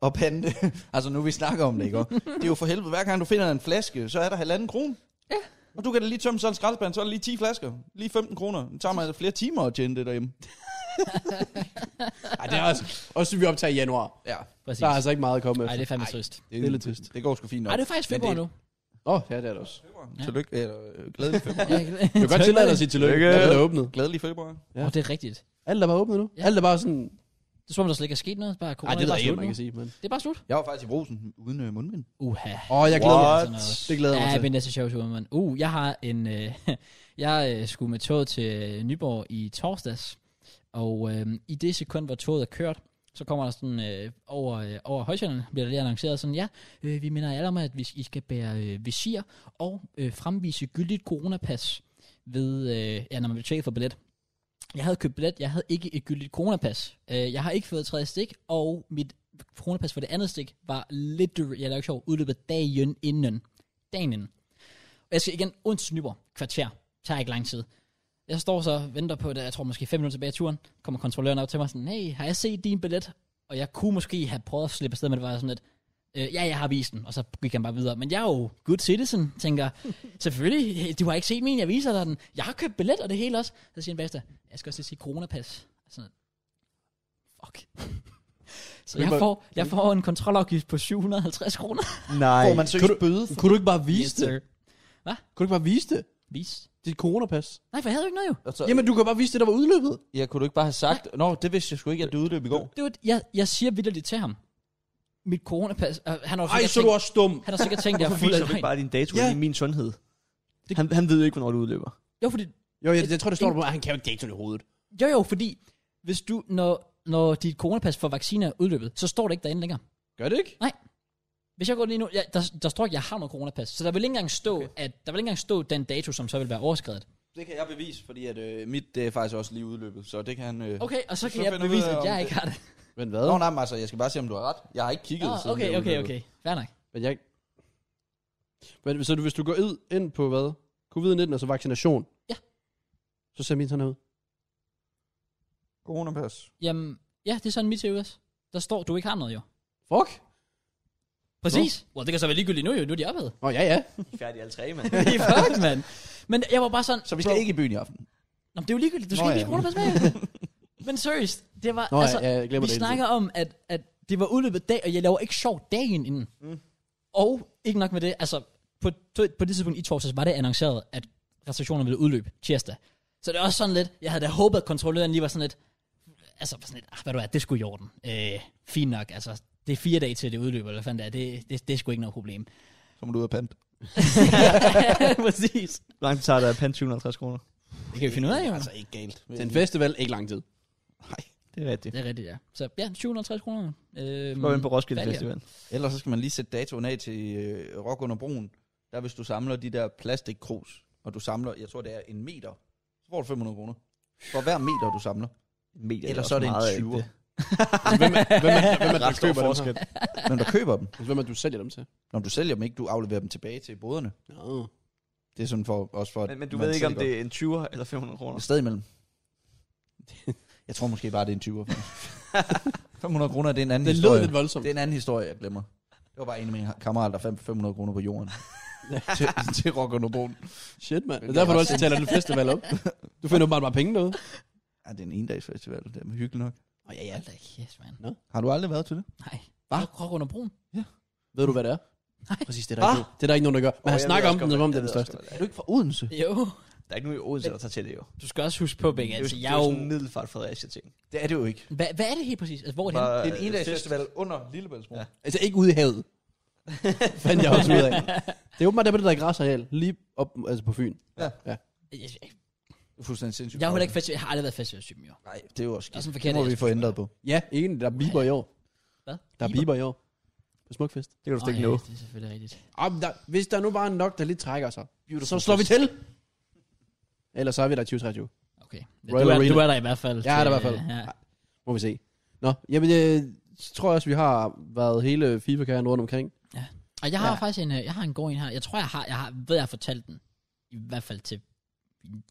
B: at pande, altså nu vi snakker om det, ikke? Og Det er jo for helvede, hver gang du finder en flaske, så er der halvanden krone. Ja. Og du kan da lige tømme sådan en skraldespand, så er der lige 10 flasker. Lige 15 kroner. Det tager mig altså flere timer at tjene det derhjemme.
C: Ej, det er også, også vi optager i januar.
B: Ja,
A: Præcis.
C: Der er altså ikke meget at komme
A: Ej,
C: efter.
A: det er fandme trist.
B: det,
C: Det er lidt trist.
B: Det går sgu fint nok.
A: Ej, det er faktisk
B: Men det-
A: februar nu.
C: Åh, oh, ja, det er det også.
A: Ja.
B: Ja. Tillykke. Eller, øh, glædelig februar.
C: Du kan godt tillade dig at sige tillykke.
D: Tillykke.
C: Hvad er åbnet?
B: glædelig februar.
A: Åh, det er rigtigt.
C: Alt er bare åbnet nu.
A: Ja.
C: Alt er bare sådan...
A: Det er som om, der slet ikke er sket noget. Bare corona,
C: Nej, det ved
A: bare
C: jeg ikke, om
A: slut
C: man
A: nu.
C: kan sige, men...
A: Det er bare slut.
B: Jeg var faktisk i brusen uden øh, mundbind.
A: Uha.
C: Åh, oh, jeg glæder mig.
A: Sådan noget.
C: Det glæder jeg mig
A: Ja,
C: til.
A: men næste show, man. Uh, jeg har en... Øh, jeg øh, skulle med toget til øh, Nyborg i torsdags, og øh, i det sekund, hvor toget er kørt, Så kommer der sådan øh, over, øh, over højsjælerne, bliver der lige annonceret sådan, ja, øh, vi minder jer alle om, at hvis I skal bære øh, visir og øh, fremvise gyldigt coronapas, ved, øh, ja, når man vil tjekke for billet. Jeg havde købt billet, jeg havde ikke et gyldigt coronapas. Øh, jeg har ikke fået tredje stik, og mit coronapas for det andet stik var lidt, jeg lader ikke sjov, udløbet dagen inden. Dagen inden. Og jeg skal igen onsdag til Nyborg, kvarter. Tager ikke lang tid. Jeg står så og venter på det, jeg tror måske 5 minutter tilbage i turen, kommer kontrolløren op til mig sådan, hey, har jeg set din billet? Og jeg kunne måske have prøvet at slippe afsted, men det var sådan lidt, øh, ja, jeg har vist den, og så gik han bare videre. Men jeg er jo good citizen, tænker, selvfølgelig, du har ikke set min, jeg viser dig den. Jeg har købt billet og det hele også. Så siger han bagefter, jeg skal også lige sige coronapas. Og Sådan, fuck. Så jeg får, jeg får en kontrolafgift på 750 kroner.
B: Nej.
E: Får man
C: Kan
E: seriøst bøde for
C: Kunne du ikke bare vise det? Kunne du ikke bare vise det?
A: Vis.
C: Dit coronapas.
A: Nej, for jeg havde jo ikke noget jo.
B: Og så,
C: Jamen, du kan bare vise det, der var udløbet.
B: ja, kunne du ikke bare have sagt, Nå, det vidste jeg sgu ikke, at det udløb i går.
A: Det var, jeg, jeg siger vidderligt til ham. Mit coronapas... Øh, han har jo
C: Ej,
A: sikkert
C: så er du
A: tænkt,
C: også dum.
A: han har sikkert tænkt, at jeg er
D: Hvorfor
A: fuld af
D: viser du ikke
A: løgn.
D: bare din dato
C: Ja.
D: ja. i min sundhed?
A: Det-
D: Han, han ved jo ikke, hvornår det udløber.
A: Jo, fordi,
C: Jo, jeg, jeg tror, det står der på, at han kan jo ikke datoen i hovedet.
A: jo, jo, fordi hvis du, når, når dit coronapas for vacciner er udløbet, så står det ikke derinde længere.
C: Gør det ikke?
A: Hvis jeg går lige nu, ja, der, der står ikke, at jeg har noget coronapas, så der vil ikke engang stå, okay. at, der vil ikke engang stå den dato, som så vil være overskrevet.
B: Det kan jeg bevise, fordi at, øh, mit det er faktisk også lige udløbet, så det kan han... Øh...
A: Okay, og så kan
B: Så
A: så jeg
B: finder vi
A: bevise,
B: ud af,
A: at
B: om
A: jeg
B: det-
A: ikke har det.
C: Men hvad?
B: Nå, nej, men altså, jeg skal bare se, om du har ret. Jeg har ikke kigget
A: Ah,
B: siden
A: okay,
B: det
A: okay,
B: udløb.
A: okay. Fair nok.
C: Men jeg... Men, så du- hvis du går ud ind på hvad? Covid-19, altså vaccination.
A: Ja.
C: Så ser min sådan her ud.
B: Coronapas.
A: Jamen, ja, det er sådan mit teori også. Der står, du ikke har noget jo.
C: Fuck.
A: Præcis. Well, det kan så være ligegyldigt nu jo, nu er de ophedet.
C: Åh, oh, ja, ja.
D: I er færdige alle tre, mand.
A: Fuck, mand. Men jeg var bare sådan...
B: Så vi skal
A: bro,
B: ikke i byen i aften.
A: Nå, men det er jo ligegyldigt. Du skal
B: Nå,
A: ikke
B: ja.
A: bruge det med. Men seriøst, det var...
C: Nå,
A: altså,
C: altså, ja, jeg glemmer
A: vi
C: det. hele
A: snakker om, at, at det var udløbet dag, og jeg laver ikke sjov dagen inden. Mm. Og ikke nok med det, altså på, på det tidspunkt i torsdags var det annonceret, at restriktionerne ville udløbe tirsdag. Så det er også sådan lidt, jeg havde da håbet, at kontrolløren lige var sådan lidt, altså var sådan lidt, ah, hvad du er, det skulle i orden. Øh, fint nok, altså det er fire dage til det udløber, eller hvad fanden det er, det, det, det er sgu ikke noget problem.
B: Så må du ud af pant.
A: Præcis.
D: Hvor langt tager der at pande 750 kroner?
A: Det kan vi finde ud af, jo. Altså,
B: ikke galt.
C: tiden. Til en festival, ikke lang tid.
D: Det er rigtigt.
A: det er rigtigt, ja. Så ja, 750 kroner. Øh,
D: Gå ind på Roskilde
A: Færdig, ja.
D: Festival.
B: Ellers så skal man lige sætte datoen af til øh, Rock under broen. Der hvis du samler de der plastikkrus, og du samler, jeg tror det er en meter, så får du 500 kroner. For hver meter du samler.
D: Medier
B: Ellers så er det en 20'er.
C: Altså, hvem, er, hvem, er, hvem er
D: Ret
C: det, du
D: stor
C: køber dem
D: forskel.
B: Men du køber dem.
C: her? Hvem er det, du sælger dem til?
B: Når du sælger dem ikke, du afleverer dem tilbage til boderne.
C: Nå.
B: Det er sådan for, også for, at
D: Men, men du
B: man
D: ved ikke,
B: selv
D: om
B: godt-
D: det er en 20'er eller 500 kroner.
B: Et sted imellem. Jeg tror måske bare, det er en 20'er. faktisk. 500 kroner, det er en anden
C: Det lød
B: historie.
C: lidt voldsomt.
B: Det er en anden historie, jeg glemmer. Det var bare en af mine kammerater, der fandt 500 kroner på jorden. til, til Rock under broen.
C: Shit, mand. Det er
B: Det
C: derfor, du
B: er
C: altid taler den festival op. Du finder bare bare penge noget.
B: Ja, det er en endagsfestival, det er hyggeligt nok.
A: Åh, ja, ja. Yes, man.
B: Har du aldrig været til det?
A: Nej. Bare krok under broen.
C: Ved du, hvad det er?
A: Nej.
C: Præcis, det er der, ikke, nogen- det er der ikke nogen, der gør. Men han snakker om den, som om det er den største.
B: Er du ikke fra Odense?
A: Jo.
D: Der er ikke nogen i Odense, der tager til det jo.
A: Du skal også huske på, Bæk, altså,
D: det
A: jeg
D: er
A: er
D: jo
A: jo...
D: sådan en middelfart Fredericia ting.
B: Det er det jo ikke.
A: Hvad, hvad er det helt præcis? Altså, hvor er det henne?
B: Det er en endagsfestival under Lillebæltsbro. Ja.
C: Altså ikke ude i havet. Fandt jeg også ud af. Det er åbenbart der på det der græsareal. Lige op altså på Fyn.
A: Jeg, jeg,
B: Det er fuldstændig sindssygt.
A: jeg, har heller ikke festival, jeg har aldrig været festivalsyg, jo.
B: Nej, det er jo også
A: Det er
B: skidt.
A: sådan
B: Det
A: forkert.
B: må
A: jeg-
B: vi få ændret på.
C: Ja, egentlig. Der er Bieber i år.
A: Hvad?
C: Der er
A: Biber?
C: Bieber i år. På Smukfest.
D: Det kan du
A: Nå,
D: slet ikke
A: ja,
D: nå.
A: Det er selvfølgelig rigtigt.
C: Ah, men der, hvis der nu bare er nok, der lige trækker sig, så slår vi til. Ellers så er vi der i 2023.
A: Okay.
C: Royal
A: du, er,
C: Arena.
A: du er der i hvert fald.
C: Jeg er der i hvert fald.
A: Ja.
C: Må vi se. Nå, jamen jeg tror også, vi har været hele FIFA-karrieren rundt omkring.
A: Og jeg har
C: Ja.
A: ja. faktisk en, øh, jeg har en god en her. Jeg tror, jeg har, jeg har, ved, jeg har fortalt den. I hvert fald til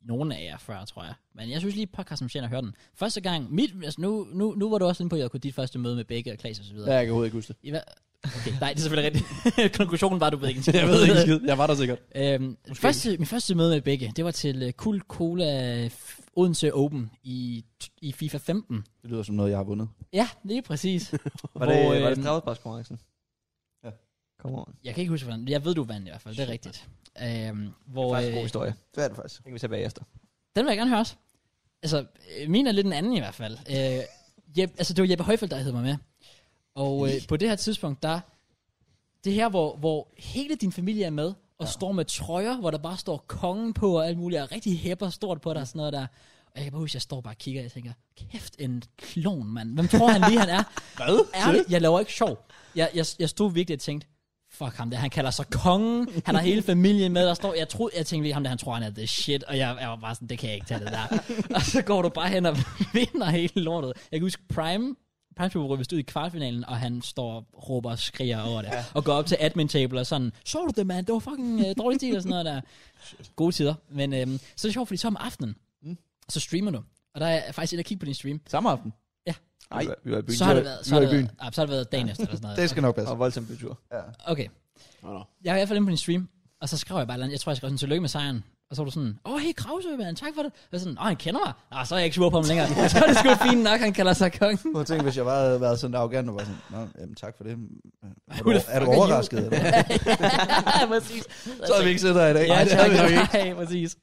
A: nogen af jer før, tror jeg. Men jeg synes lige, podcasten fortjener at høre den. Første gang, mit, altså nu, nu, nu var du også inde på, at jeg kunne dit første møde med Bække og Klaas og så videre.
C: Ja, jeg kan overhovedet ikke huske det.
A: I hva- okay, nej, det er selvfølgelig rigtigt. Konklusionen var, at du ved ikke en skid.
C: Jeg ved ikke en skid. Jeg var der sikkert.
A: Øhm, første, min første møde med begge, det var til uh, Kul Cola F- Odense Open i, i FIFA 15.
B: Det lyder som noget, jeg har vundet.
A: Ja, lige præcis.
D: Var det,
A: Hvor,
D: var det
A: øhm,
D: straffesparkskonkurrencen?
B: Ja.
D: Kom over. Det
A: jeg kan ikke huske, hvordan. Jeg ved, du vandt i hvert fald. Det er rigtigt. Øhm,
D: er
A: hvor,
D: faktisk en god
A: øh,
D: historie.
B: Det er det faktisk.
D: Den kan vi tage bagefter.
A: den vil jeg gerne høre også. Altså, øh, min er lidt en anden i hvert fald. Øh, Jeb, altså, det var Jeppe Højfeldt, der hed mig med. Og øh, på det her tidspunkt, der... Det her, hvor, hvor hele din familie er med, og ja. står med trøjer, hvor der bare står kongen på og alt muligt, og rigtig hæpper stort på dig og sådan noget der. Og jeg kan bare huske, jeg står bare og kigger, og jeg tænker, kæft en klon, mand. Hvem tror han lige, han er? Hvad? Ærligt, jeg laver ikke sjov. Jeg, jeg, jeg stod virkelig og tænkte, fuck ham der, han kalder sig kongen, han har hele familien med, der står, jeg troede, jeg tænkte lige, ham der, han tror, han er the shit, og jeg, jeg var bare sådan, det kan jeg ikke tage det der. og så går du bare hen og vinder hele lortet. Jeg kan huske Prime, Prime blev rykket ud i kvartfinalen, og han står og råber og skriger over det, og går op til admin table og sådan, så du det, mand, det var fucking øh, dårlig stil og sådan noget der. Gode tider. Men øhm, så er det sjovt, fordi så om aftenen, så streamer du. Og der er jeg faktisk inde og kigge på din stream.
B: Samme aften.
D: Nej, vi var i byen.
A: Så
D: Så
A: har det været, så
B: vi
A: har
B: var
A: det
B: i
A: været, ah, så har det været dagen efter eller sådan noget.
B: Det skal nok passe.
D: Og voldsom bytur.
A: Okay. Jeg er i hvert fald inde på din stream, og så skrev jeg bare, et eller andet. jeg tror, jeg skrev sådan, tillykke med sejren. Og så var du sådan, åh, oh, hey Krause, mand, tak for det. Og jeg sådan, åh, han kender mig. Ah, så er jeg ikke sur på ham længere. så er det sgu fint nok, han kalder sig kongen.
B: Prøv at tænke, hvis jeg bare havde været sådan arrogant og var sådan, Nå, jamen, tak for det. Er
A: Who
B: du,
A: the
B: er du
A: fuck are
B: overrasket? Eller? hvad?
A: ja, præcis.
B: så havde vi ikke siddet her i dag.
A: Ja,
B: Ej,
A: det
B: havde vi nok ikke.
A: er Nej, præcis.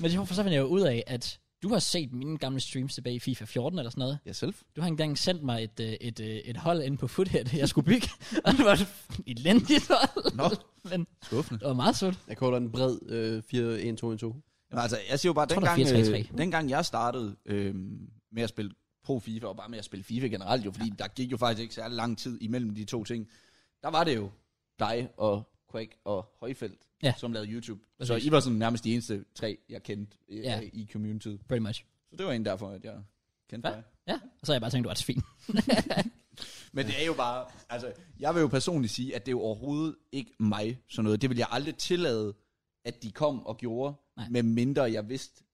A: Men det var- for så fandt jeg jo ud af, at du har set mine gamle streams tilbage i FIFA 14 eller sådan noget.
B: Ja, selv.
A: Du har engang sendt mig et, øh, et, øh, et hold inde på Foothead, jeg skulle bygge. og det var et elendigt hold.
B: Nå.
A: Men
B: Skuffende.
A: det var meget sødt.
C: Jeg kalder den bred øh, 4-1-2-1-2.
B: Jamen, altså, jeg siger jo bare,
A: Jeg tror,
B: dengang,
A: der er 4-3-3.
B: øh, dengang jeg startede øh, med at spille pro FIFA, og bare med at spille FIFA generelt jo, fordi ja. der gik jo faktisk ikke særlig lang tid imellem de to ting, der var det jo dig og Quack og Højfeldt,
A: Ja.
B: ja. som lavede YouTube. Så
A: Præcis.
B: I var sådan nærmest de eneste tre, jeg kendte øh,
A: Ja.
B: ja. i communityet.
A: Pretty much.
B: Så det var en derfor, at jeg kendte
A: Ja.
B: dig.
A: Ja, og så har jeg bare tænkt, du var et svin.
B: Men det er jo bare, altså, jeg vil jo personligt sige, at det er jo overhovedet ikke mig, sådan noget. Det vil jeg aldrig tillade, at de kom og gjorde,
A: Nej.
B: Nej. med mindre jeg vidste,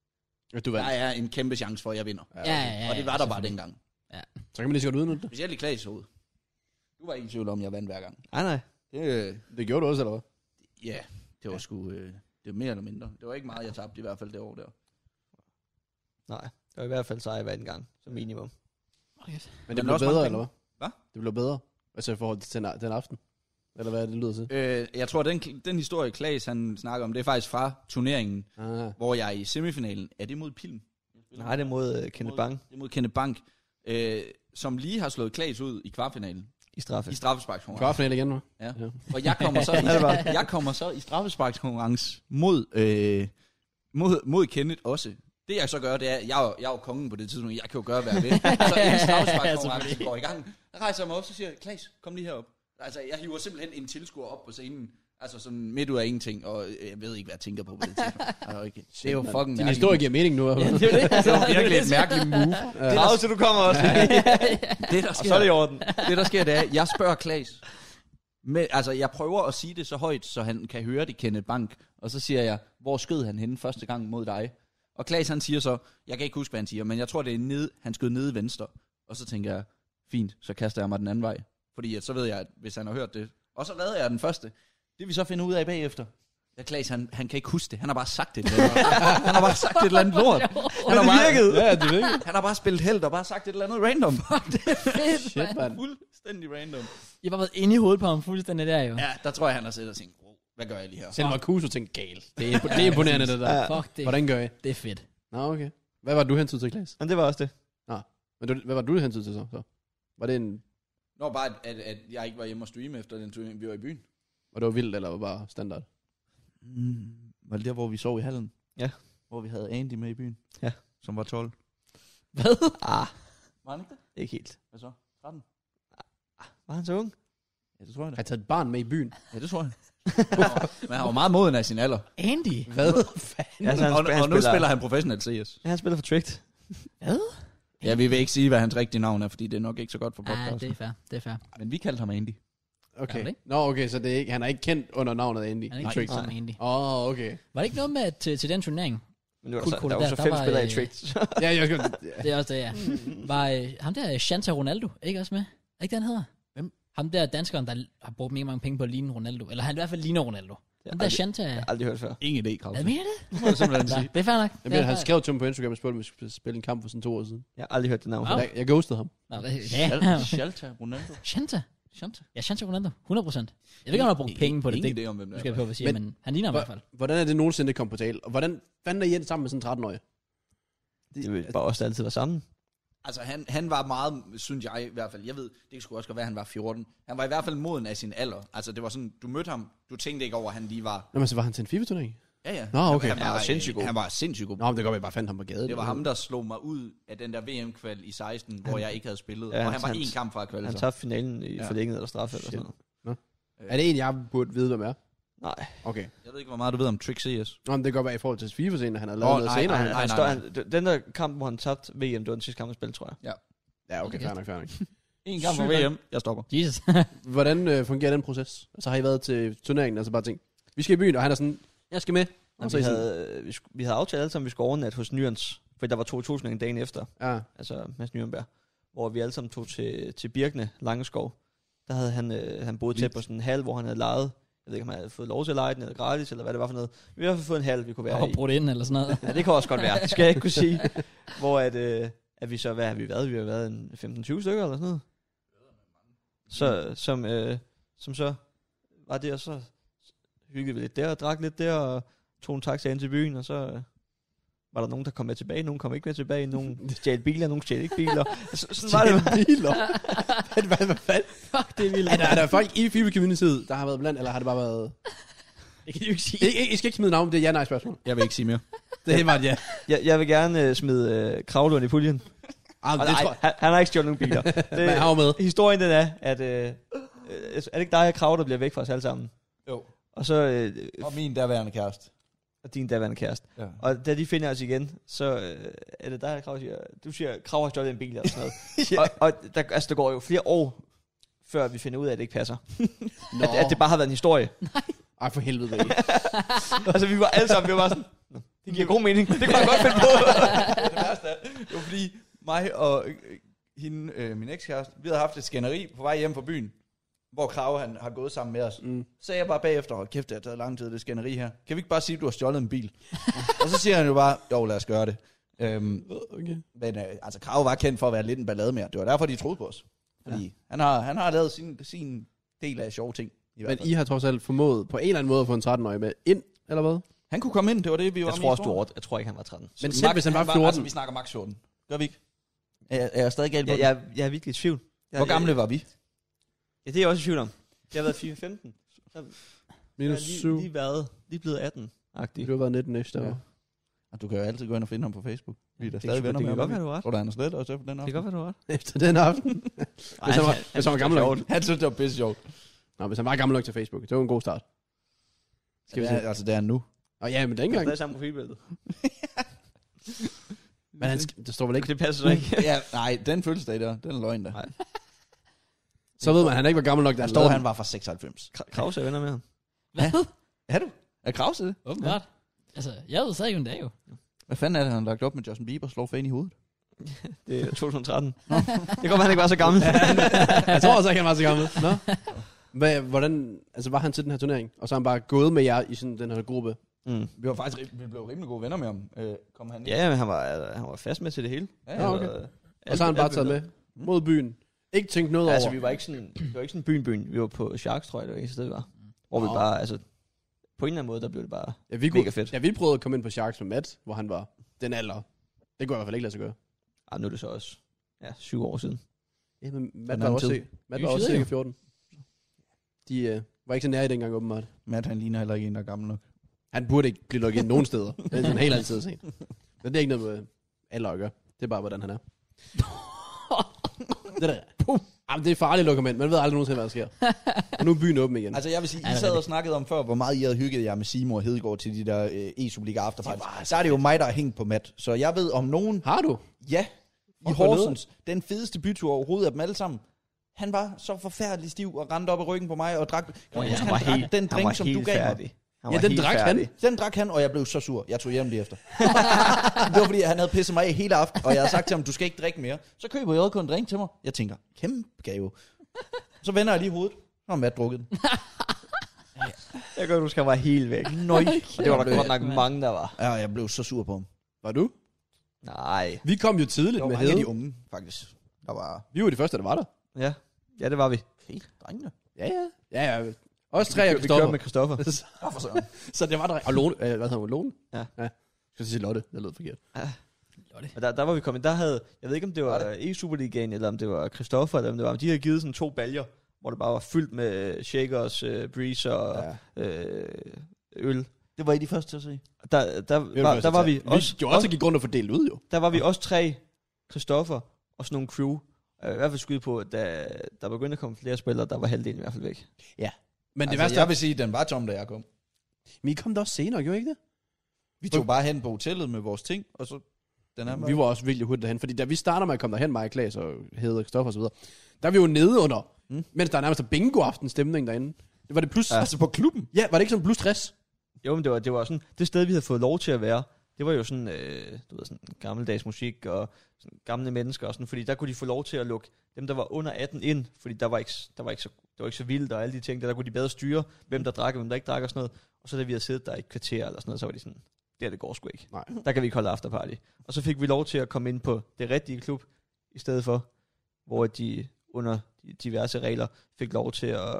C: Du
B: der
C: vandt.
B: er en kæmpe chance for, at jeg vinder.
A: Ja, ja, ja.
B: og det var der bare
A: selvfølgelig.
B: dengang.
C: Så kan man lige så godt udnytte det.
B: Specielt i Klaas hoved. Du var ikke i tvivl om, at jeg vandt hver gang.
C: Nej, nej.
B: Det, øh,
C: Det gjorde du også, eller hvad?
B: ja, det var sgu... Øh, det var mere eller mindre. Det var ikke meget, jeg tabte i hvert fald det år der.
D: Nej, det var i hvert fald sejr hver en gang, som minimum.
A: Okay.
C: Men
B: det
C: det
B: blev
C: blev
B: også
C: bedre,
B: mange
C: eller
B: Hvad?
C: hvad? Det blev bedre. Altså i forhold til den, den aften. Eller hvad det lyder til.
B: Øh, jeg tror, den, den historie, Klaas han snakker om, det er faktisk fra turneringen,
C: Ah.
B: hvor jeg er i semifinalen. Er det mod Pilm?
D: Nej, det er mod uh, Kenneth Bang
B: Det er mod Kenneth Bank, øh, som lige har slået Klaas ud i kvartfinalen.
D: i straffe.
B: I straffesparkskonkurrence.
C: Kvartfinal igen, hva'?
B: Og jeg kommer så, jeg kommer så i straffesparkskonkurrence mod, øh, mod, mod Kenneth også. Det jeg så gør, det er, jeg er jo, jeg er jo kongen på det tidspunkt, jeg kan jo gøre, hvad jeg vil. Så inden straffesparkskonkurrencen går i gang, der rejser jeg mig op, så siger jeg, Klaas, kom lige herop. Altså, jeg hiver simpelthen en tilskuer op på scenen, altså sådan midt ud af ingenting, og øh, jeg ved ikke, hvad jeg tænker på på det tidspunkt. Altså, okay. Det er jo fucking
C: Din
B: mærkeligt.
C: historie giver mening nu. Ja,
A: Det er jo det.
B: Det var virkelig et mærkeligt move.
D: Krav, så du kommer også.
B: Det, der
D: og så er det i orden.
B: det der sker, det er, jeg spørger Klaas. Men, altså, jeg prøver at sige det så højt, så han kan høre det, Kenneth Bank. Og så siger jeg, hvor skød han henne første gang mod dig? Og Klaas han siger så, jeg kan ikke huske, hvad han siger, men jeg tror, det er ned, han skød nede i venstre. Og så tænker jeg, fint, så kaster jeg mig den anden vej. Fordi at, så ved jeg, at hvis han har hørt det. Og så redder jeg den første. Det vi så finder ud af bagefter. Ja, Klaas, han, han kan ikke huske det. Han har bare sagt det. han har bare sagt et eller andet lort. Han har bare,
C: Ja, det er det.
B: han har bare spillet held og bare sagt et eller andet random.
A: Fedt,
C: Shit,
A: mand.
C: mand.
B: Fuldstændig random.
A: Jeg var været inde i hovedet på ham fuldstændig der, jo.
B: Ja, der tror jeg, han har siddet og tænkt, wow, hvad gør jeg lige her?
C: Selv Marcuso tænkte, galt. Det er, impo- det er imponerende, det der.
D: Ja.
A: Fuck, det,
C: Hvordan gør I?
A: det er fedt.
C: Nå, okay. Hvad var det, du hentede til, Klaas?
D: Men det var også det.
C: Men du, hvad var det, du hentede til så? så? Var det en...
B: Nå, bare at, at, at jeg ikke var hjemme og streame efter den turnering, vi var i byen.
C: Var det var vildt, eller var det bare standard?
B: Mm, var det der, hvor vi sov i hallen?
D: Ja.
B: Hvor vi havde Andy med i byen?
D: Ja.
B: Som var 12.
A: Hvad?
D: Ah,
B: Var han ikke det?
D: ikke helt.
B: Hvad så? 13?
D: Var han så ung?
B: Ja, det tror jeg
C: Har jeg taget et barn med i byen?
B: Ja, det tror jeg. Men han var meget moden af sin alder.
A: Andy?
C: Hvad fanden?
D: Ja, så Altså, han,
B: og,
D: sp- han
B: og nu spiller han professionelt CS.
D: Ja, han spiller for Tricked.
B: Ja, vi vil ikke sige, hvad hans rigtige navn er, fordi det er nok ikke så godt for
A: Ah,
B: podcasten.
A: det er fair, det er fair.
B: Men vi kaldte ham Andy.
C: Okay.
A: Er det ikke?
C: Nå, okay, så det er ikke, han er ikke kendt under navnet Andy.
A: Han er
C: Nej.
A: ikke kendt som Andy.
C: Åh, oh, okay.
A: Var det ikke noget med, at til, til den turnering,
D: Men nu er der,
A: Cool,
D: så,
A: cool,
D: der var
A: der-
D: så
A: der
D: fem
A: var,
D: spillere i
A: øh,
D: Tricked.
C: Ja, jeg skal...
A: det er også det, ja, var øh, ham der Shanta Ronaldo, ikke også med? Er ikke det, han hedder?
B: Hvem?
A: Ham der danskeren, der har brugt mega mange penge på at ligne Ronaldo. Eller han i hvert fald ligner Ronaldo.
D: Jeg
A: Ham
D: har
A: der
D: aldrig,
A: Shanta...
D: jeg har aldrig hørt før.
B: Ingen idé, Kraus.
A: Hvad mener det?
B: Det må jeg simpelthen
A: Nå,
B: sige.
A: Det er fair nok.
C: Jeg
A: Det
C: ved,
A: er
C: han
A: fair.
C: skrev til mig på Instagram, at jeg spurgte, om vi skulle spille en kamp for sådan to år siden.
D: Jeg har aldrig hørt det navn.
A: Wow.
D: Wow.
C: Jeg, jeg ghostede ham.
A: Nå, det- Ja,
B: Shalta Ronaldo.
A: Shanta.
B: Shanta.
A: Ja, Shanta Ronaldo. 100%. Jeg ved ikke, om han har brugt
C: E-
A: penge på det.
B: Ingen
A: Det
B: idé om, hvem det
A: du skal
B: er.
A: jeg på, hvad jeg siger,
C: Men-
A: men han ligner ham i
C: Hvor-
A: hvert fald.
C: Hvordan er det nogensinde kommet på tale? Og hvordan fanden er Jens sammen med sådan en 13-årig?
D: Det var bare også altid var sammen.
B: Altså, han, han var meget, synes jeg i hvert fald, jeg ved, det skulle også godt være, at han var 14. Han var i hvert fald moden af sin alder. Altså, det var sådan, du mødte ham, du tænkte ikke over, at han lige var...
C: Nå, men så var han til en FIFA-turnering.
B: Ja, ja.
C: Nå, okay.
B: Han var,
G: Han var
B: sindssygt
G: sindssygt
B: god.
G: god.
B: Han var sindssygt god.
C: Nå, men det går, jeg bare fandt ham på gaden.
B: Det var ham, der slog mig ud af den der VM-kval i 16, hvor jeg ikke havde spillet.
D: Ja,
B: Ja, og han
D: han-
B: var
D: han-
B: én kamp fra at
D: Han
B: kvalde sig.
D: tabte finalen i
B: altså- Ja.
D: ja. forlænget eller straffe eller sådan
C: Shit.
D: noget.
C: Er det en, jeg burde vide, hvem er?
D: Nej.
C: Okay.
B: Jeg ved ikke, hvor meget du ved om Trick CS.
C: Nå, men det går bare i forhold til FIFA senere, han har
B: Åh,
C: lavet oh, noget
B: nej,
C: senere.
B: nej,
D: Han,
C: han-
D: han
B: nej,
D: står,
B: nej.
D: Han, den der kamp, hvor han tabte VM, det var den sidste kamp, han spillede, tror jeg.
C: Ja, okay, fair nok, fair nok.
A: En kamp for VM.
B: Jeg stopper.
A: Jesus.
C: Hvordan øh, fungerer den proces? Altså har I været til turneringen, altså bare tænkt, vi skal i byen, og han er sådan, jeg skal med. Og
D: Og
C: så
D: vi,
C: er I sådan,
D: havde, øh, vi, sk- vi havde aftalt alle sammen, at vi skulle overnatte hos Nyans, for der var 2000 en dagen efter,
C: ja,
D: altså Mads Nyenberg, hvor vi alle sammen tog til, til Birkene, Langeskov. Der havde han, øh, han boet tæt på sådan en hal, hvor han havde lejet. Jeg ved ikke, om han havde fået lov til at lege den, eller gratis, eller hvad det var for noget. Vi har i hvert fald fået en hal, vi kunne
A: Jeg
D: være
A: har
D: i.
A: brudt ind eller sådan noget.
D: Ja, det kan også godt være. Det skal jeg ikke kunne sige. Hvor at, øh, at vi så, hvad har vi været? Vi har været en 15-20 stykker eller sådan noget. Så, som, øh, som så var det, og så hyggede vi lidt der, og drak lidt der, og tog en taxa ind til byen, og så øh, var der nogen, der kom med tilbage, nogen kom ikke med tilbage, nogen stjal biler, nogen stjal ikke biler. Så, sådan var det bare.
C: biler. hvad, hvad, hvad, hvad?
A: Fuck, det er vildt.
C: Er der, er der folk i FIFA communityet, der har været blandt, eller har det bare været...
A: Det kan du ikke sige.
C: I, I, I skal ikke smide navn, det er ja-nej spørgsmål.
B: Jeg vil ikke sige mere.
C: Det var et ja.
D: Jeg, jeg vil gerne øh, smide øh, Kravlund i puljen.
C: Ah,
D: Og
C: det
D: Nej,
C: tror jeg.
D: han, han har ikke stjålet nogen biler.
C: Men jeg har jo med.
D: Historien den er, at øh, øh, er det ikke dig og Krav, der bliver væk fra os alle sammen?
B: Jo.
D: Og så øh,
B: Og min derværende kæreste.
D: og din daværende kæreste.
B: Ja.
D: Og da de finder os igen, så øh, er det dig, der Krav siger, du siger, Krav har stjålet en bil eller sådan noget. yeah. Og, og der, altså, der går jo flere år, før vi finder ud af, at det ikke passer.
C: Nå.
D: At, at, det bare har været en historie.
C: Ej, for helvede. Mikkel.
D: altså vi var alle sammen, vi var bare sådan, "Nå, det giver god mening, det kunne jeg godt finde på.
B: det værste er, det var fordi mig og øh, øh, hende, øh, min ekskæreste, vi havde haft et skænderi på vej hjem fra byen, hvor Krave han har gået sammen med os.
C: Mm.
B: Så jeg bare bagefter, hold kæft, det har taget lang tid, det skænderi her. Kan vi ikke bare sige, at du har stjålet en bil? og så siger han jo bare, jo lad os gøre det. Øhm,
C: Okay.
B: men øh, altså, Krave var kendt for at være lidt en ballademær. Det var derfor, de troede på os. Fordi ja. han, har, han har lavet sin, sin del af sjove ting. I hvert
C: Men
B: fald.
C: I har trods alt formået på en eller anden måde at få en 13-årig med ind, eller hvad?
B: han kunne komme ind, det var det, vi var
D: jeg
B: med i
D: tror også, du
B: historien.
D: over, jeg tror ikke, han var 13.
C: Men selv hvis han var 14.
B: Altså, vi snakker max 14. Gør vi ikke? Er, jeg- er jeg stadig galt på
D: Jeg,
B: den?
D: jeg, jeg er virkelig i tvivl. Jeg,
B: Hvor gamle var vi?
D: Ja, det er jeg også i tvivl om. Jeg har været 4-15. Jeg
C: Minus
D: har
C: 7.
D: lige, lige været, lige blevet 18. Agtig.
C: Du har været 19 næste
D: Ja.
C: år.
B: Og du kan jo altid gå ind og finde ham på Facebook. Vi er da
D: Det
B: stadig
D: kan-
B: venner
D: det
B: med ham.
D: kan godt være, du har ret.
B: Tror du, han er slet også på den
D: Det kan
B: aften?
D: godt være, du har ret.
C: Efter den aften. hvis han var, hvis han var gammel nok.
B: Han synes, det var pisse sjovt.
C: Nå, hvis han var gammel nok til Facebook. Det var en god start. Skal vi
B: Ja,
C: se.
B: altså, det er han nu.
C: Og ja, men dengang.
D: Det er samme profilbillede.
C: Men han, sk- det står vel ikke
D: Det passer så ikke.
B: ja, nej, den fødselsdag der, den er løgn der.
D: Nej,
C: Så ved man, at han ikke var gammel nok, da
B: Der
C: han
B: står,
C: lavede
B: han var fra 96.
D: Krause er venner med ham.
B: Er Krause det?
A: Åbenbart. Altså, jeg ved stadig, hvem det er jo.
B: Hvad fanden er det, han har lagt op med Justin Bieber? Slår fan i hovedet?
D: Det er 2013. det kommer han ikke var så gammel.
C: den. Jeg tror også ikke, han var så gammel. Nå? Hvad, hvordan, altså var han til den her turnering? Og så har han bare gået med jer i sådan den her gruppe.
D: mm.
B: Vi var faktisk rim- vi blev rimelig gode venner med ham. Øh, kom han ind?
D: Ja, men han var, altså, han var fast med til det hele.
B: Ja,
C: Ja, okay.
D: Altså,
C: Og så har han bare
D: alt-
C: taget med mod byen. Ikke tænkt noget
D: Altså,
C: over.
D: vi var ikke sådan, det var ikke sådan byen-byen. Vi var på Sharks, tror jeg, det var eneste sted, vi var. Hvor vi
C: Nå.
D: bare, altså, på en eller anden måde, der blev det bare...
C: Ja, vi kunne,
D: Mega fedt.
C: Ja, vi prøvede at komme ind på Sharks med Matt, hvor han var den alder. Det kunne jeg i hvert fald ikke lade sig gøre.
D: Ah, nu er det så også ja, syv år siden.
C: Ja, men Matt
B: anden
C: var også,
B: tid.
C: i- Matt
A: Vi
C: var også
A: sidder
C: cirka
A: jo.
C: 14. De øh, var ikke så nære i dengang, åbenbart.
B: Matt, han ligner heller ikke en, der er gammel nok.
C: Han burde ikke blive lukket ind nogen steder. Det er sådan helt altid at se. Men det er ikke noget med alder at gøre. Det er bare, hvordan han er. det der. Jamen, det er farligt at lukke ham ind. Man ved aldrig nogensinde, hvad der sker. Og nu er byen åben igen.
B: Altså, jeg vil sige,
A: Ja,
B: I
A: det er
B: sad og
A: rigtigt.
B: snakkede om før, hvor meget I havde hygget jer med Simon og Hedegaard til de der øh, e-subliga afterparties. Så er det jo mig, der har hængt på Matt. Så jeg ved om nogen,
C: Har du?
B: Ja, i
C: Og
B: Horsens. Den fedeste bytur overhovedet af dem alle sammen. Han var så forfærdelig stiv og rendte op i ryggen på mig og drak... Kan du huske, han drak den
D: han var
B: drink, som du
D: helt
B: gav mig.
D: færdig. Han
C: Ja,
D: var
C: den
D: helt
C: drak
D: færdig.
C: han.
B: Den drak han, og jeg blev så sur. Jeg tog hjem lige efter. det var fordi, han havde pisset mig af hele aften, og jeg havde sagt til ham, du skal ikke drikke mere. Så køber jeg kun en drink til mig. Jeg tænker, kæmpe gave. Så vender jeg lige hovedet. Nå, Matt drukket den.
D: Jeg kan godt huske, han var helt væk.
B: Nøj.
D: Og det var der godt nok mange, der var.
B: Ja, jeg blev så sur på ham.
C: Var du?
D: Nej.
C: Vi kom jo tidligt
B: Det var
C: med
B: mange af
C: Hede.
B: de unge, faktisk. Der var
C: Vi var de første, der var der.
D: Ja. Ja, det var vi.
B: okay, drengene.
C: Ja, ja. Ja, ja. Også tre
D: Vi
C: af
D: kø- vi kørte med Christoffer.
B: Nå, for søren.
C: Så det var der. Og Lone, øh, hvad hedder hun? Lone?
D: Ja.
C: ja. Jeg skal sige Lotte, det lød forkert.
D: Og der, der var vi kommet, der havde, jeg ved ikke om det var e Superligaen, eller om det var Christoffer, eller om det var, men de havde givet sådan to baljer, hvor det bare var fyldt med øh, shakers, øh, breezer og
C: Ja.
D: øh, øl.
B: Det var I de første til at se.
D: Der, der,
C: det
D: var,
C: første
D: der var
C: til.
D: vi også,
C: jo også gik rundt og fordelt ud, jo.
D: der var vi også tre, Christoffer og sådan nogle crew. Jeg vil i hvert fald skyde på, at der, der begyndte at komme flere spillere, der var halvdelen i hvert fald væk.
C: Men det
B: altså,
C: værste
B: jeg
C: er,
B: vil sige, at den var tom, da jeg kom.
C: men I kom da også senere, gjorde I ikke det?
B: Vi tog bare hen på hotellet med vores ting, og så... Den er
C: Vi var også virkelig hurtigt derhen, fordi da vi starter med at komme derhen, Mike Klaas og Hede og Kristoffer og så videre, der er vi jo nede under, mm. mens der er nærmest bingo-aften stemning derinde. Det var det plus, ja.
B: på klubben.
C: ja, var det ikke sådan plus 60?
D: Jo, men det var, det var sådan, det sted, vi havde fået lov til at være, det var jo sådan, øh, du ved, sådan gammeldags musik og sådan gamle mennesker og sådan, fordi der kunne de få lov til at lukke dem, der var under 18 ind, fordi der var ikke, der var ikke, så, der var ikke så vildt og alle de ting, der, der kunne de bedre styre, hvem der drak og hvem der ikke drak og sådan noget. Og så da vi havde siddet der i et kvarter eller sådan noget, så var de sådan, det her det går sgu ikke.
C: Nej.
D: Der kan vi ikke holde afterparty. Og så fik vi lov til at komme ind på det rigtige klub, i stedet for, hvor de under de diverse regler fik lov til at,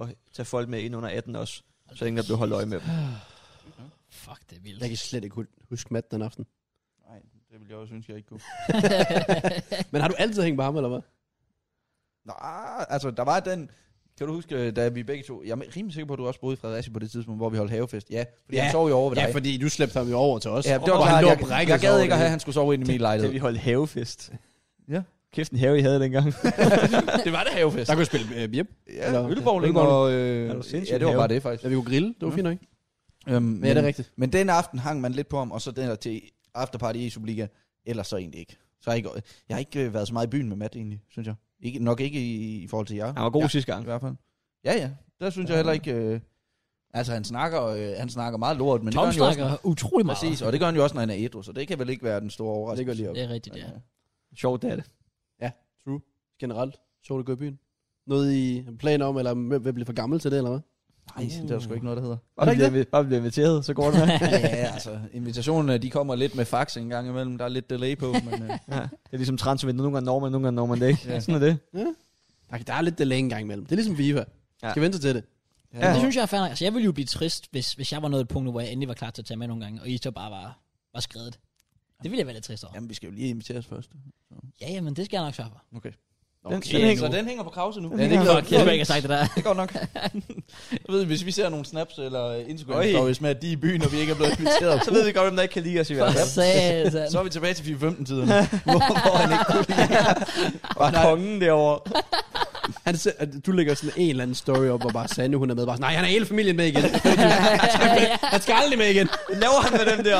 D: at tage folk med ind under 18 også, så ingen der blev holdt øje med dem.
A: Fuck, det er vildt.
C: Jeg kan slet ikke hu- huske Matt den aften.
B: Nej, det ville jeg også synes, jeg ikke kunne.
C: Men har du altid hængt på ham, eller hvad?
B: Nå, altså der var den... Kan du huske, øh, da vi begge to... Jeg er rimelig sikker på, at du også boede i Fredericia på det tidspunkt, hvor vi holdt havefest. Ja, fordi
C: Ja.
B: ja. han sov jo over ved dig.
C: Ja, fordi du slæbte ham jo over til os.
B: ja det var
C: og han
B: klart,
C: lå og
B: jeg, jeg,
C: brækkede
B: jeg
C: sig over
B: gad ikke
C: det
B: at have, at
C: hele.
B: han skulle sove inde i min
D: Da vi
B: lejlighed.
D: holdt havefest.
B: Ja.
D: Kæft en have, I havde dengang.
B: det var det havefest.
C: Der kunne vi spille øh, bjep, Eller-
B: Ja, ølbowling
C: Ølbowling.
B: og...
D: Er
B: Øh,
D: du sindssyg,
B: ja, det var
D: have?
B: bare det, faktisk.
C: da vi kunne grille. Det var fint nok.
B: Øhm,
C: Men ja, det er rigtigt.
B: Men den aften hang man lidt på ham, og så den der til afterparty i Superliga, ellers så egentlig ikke. Så har jeg, ikke, jeg har ikke øh, været så meget i byen med Matt egentlig, synes jeg. Ikke, nok ikke i, i forhold til jer,
D: Han var god
B: Ja.
D: ja. sidste gang.
B: i hvert fald. Ja, ja. Der synes ja. jeg heller ikke... Øh, altså, han snakker, øh, han snakker meget lort, men
A: Tom
B: det gør han jo også,
A: snakker utrolig meget.
B: præcis, og det gør han jo også, når han er ædru, så det kan vel ikke være den store
C: Det
B: overraskelse. øh,
C: går lige op.
A: Det er rigtigt, ja.
D: Sjovt, det er det.
C: Generelt, sjovt at gå i byen. Noget I har planer om, eller hvem hvem bliver for gammel til det, eller hvad?
B: Nej, det er der sgu ikke noget, der hedder.
D: Bare
B: der
D: vi
B: ikke
D: bliver, bare vi bliver inviteret, så går det nok.
B: ja, altså, invitationerne, de kommer lidt med fax en gang imellem. Der er lidt delay på, men... Øh,
D: ja. Det er ligesom transfervinduet. Nogle gange når man, nogle gange når man det ikke.
B: Ja.
D: ja. Sådan er det.
C: Der, der er lidt delay en gang imellem. Det er ligesom FIFA. Ja.
D: Ja.
C: Skal vente til det.
A: Ja. Det synes jeg er fair nok. Altså, jeg ville jo blive trist, hvis, hvis jeg var nået et punkt, nu, hvor jeg endelig var klar til at tage med nogle gange, og I så bare var, var skredet. Det ville jeg være lidt trist over.
B: Jamen, vi skal jo lige inviteres først.
A: Ja, ja, men det skal jeg nok sørge for.
D: Den,
A: Okay,
D: den hænger.
A: nu.
B: den hænger på krause nu.
D: Ja, det er klart.
A: Fuck, jeg skulle ikke have sagt det der.
B: Det går nok. jeg ved, hvis vi ser nogle snaps eller Instagram
D: Oj.
B: stories med, at de er i byen, og vi ikke er blevet inviteret,
D: Så ved vi godt, hvem der ikke kan lide os i
A: For
D: hvert fald.
A: satan.
B: så er vi tilbage til 4-15-tiden, hvor, hvor han ikke kunne lide.
D: Og kongen derovre.
C: Han, se- at du lægger sådan en eller anden story op, hvor bare Sanne, hun er med. Bare sådan, nej, han er hele familien med igen. han, skal, han skal aldrig med igen.
D: Hvad laver han med dem der?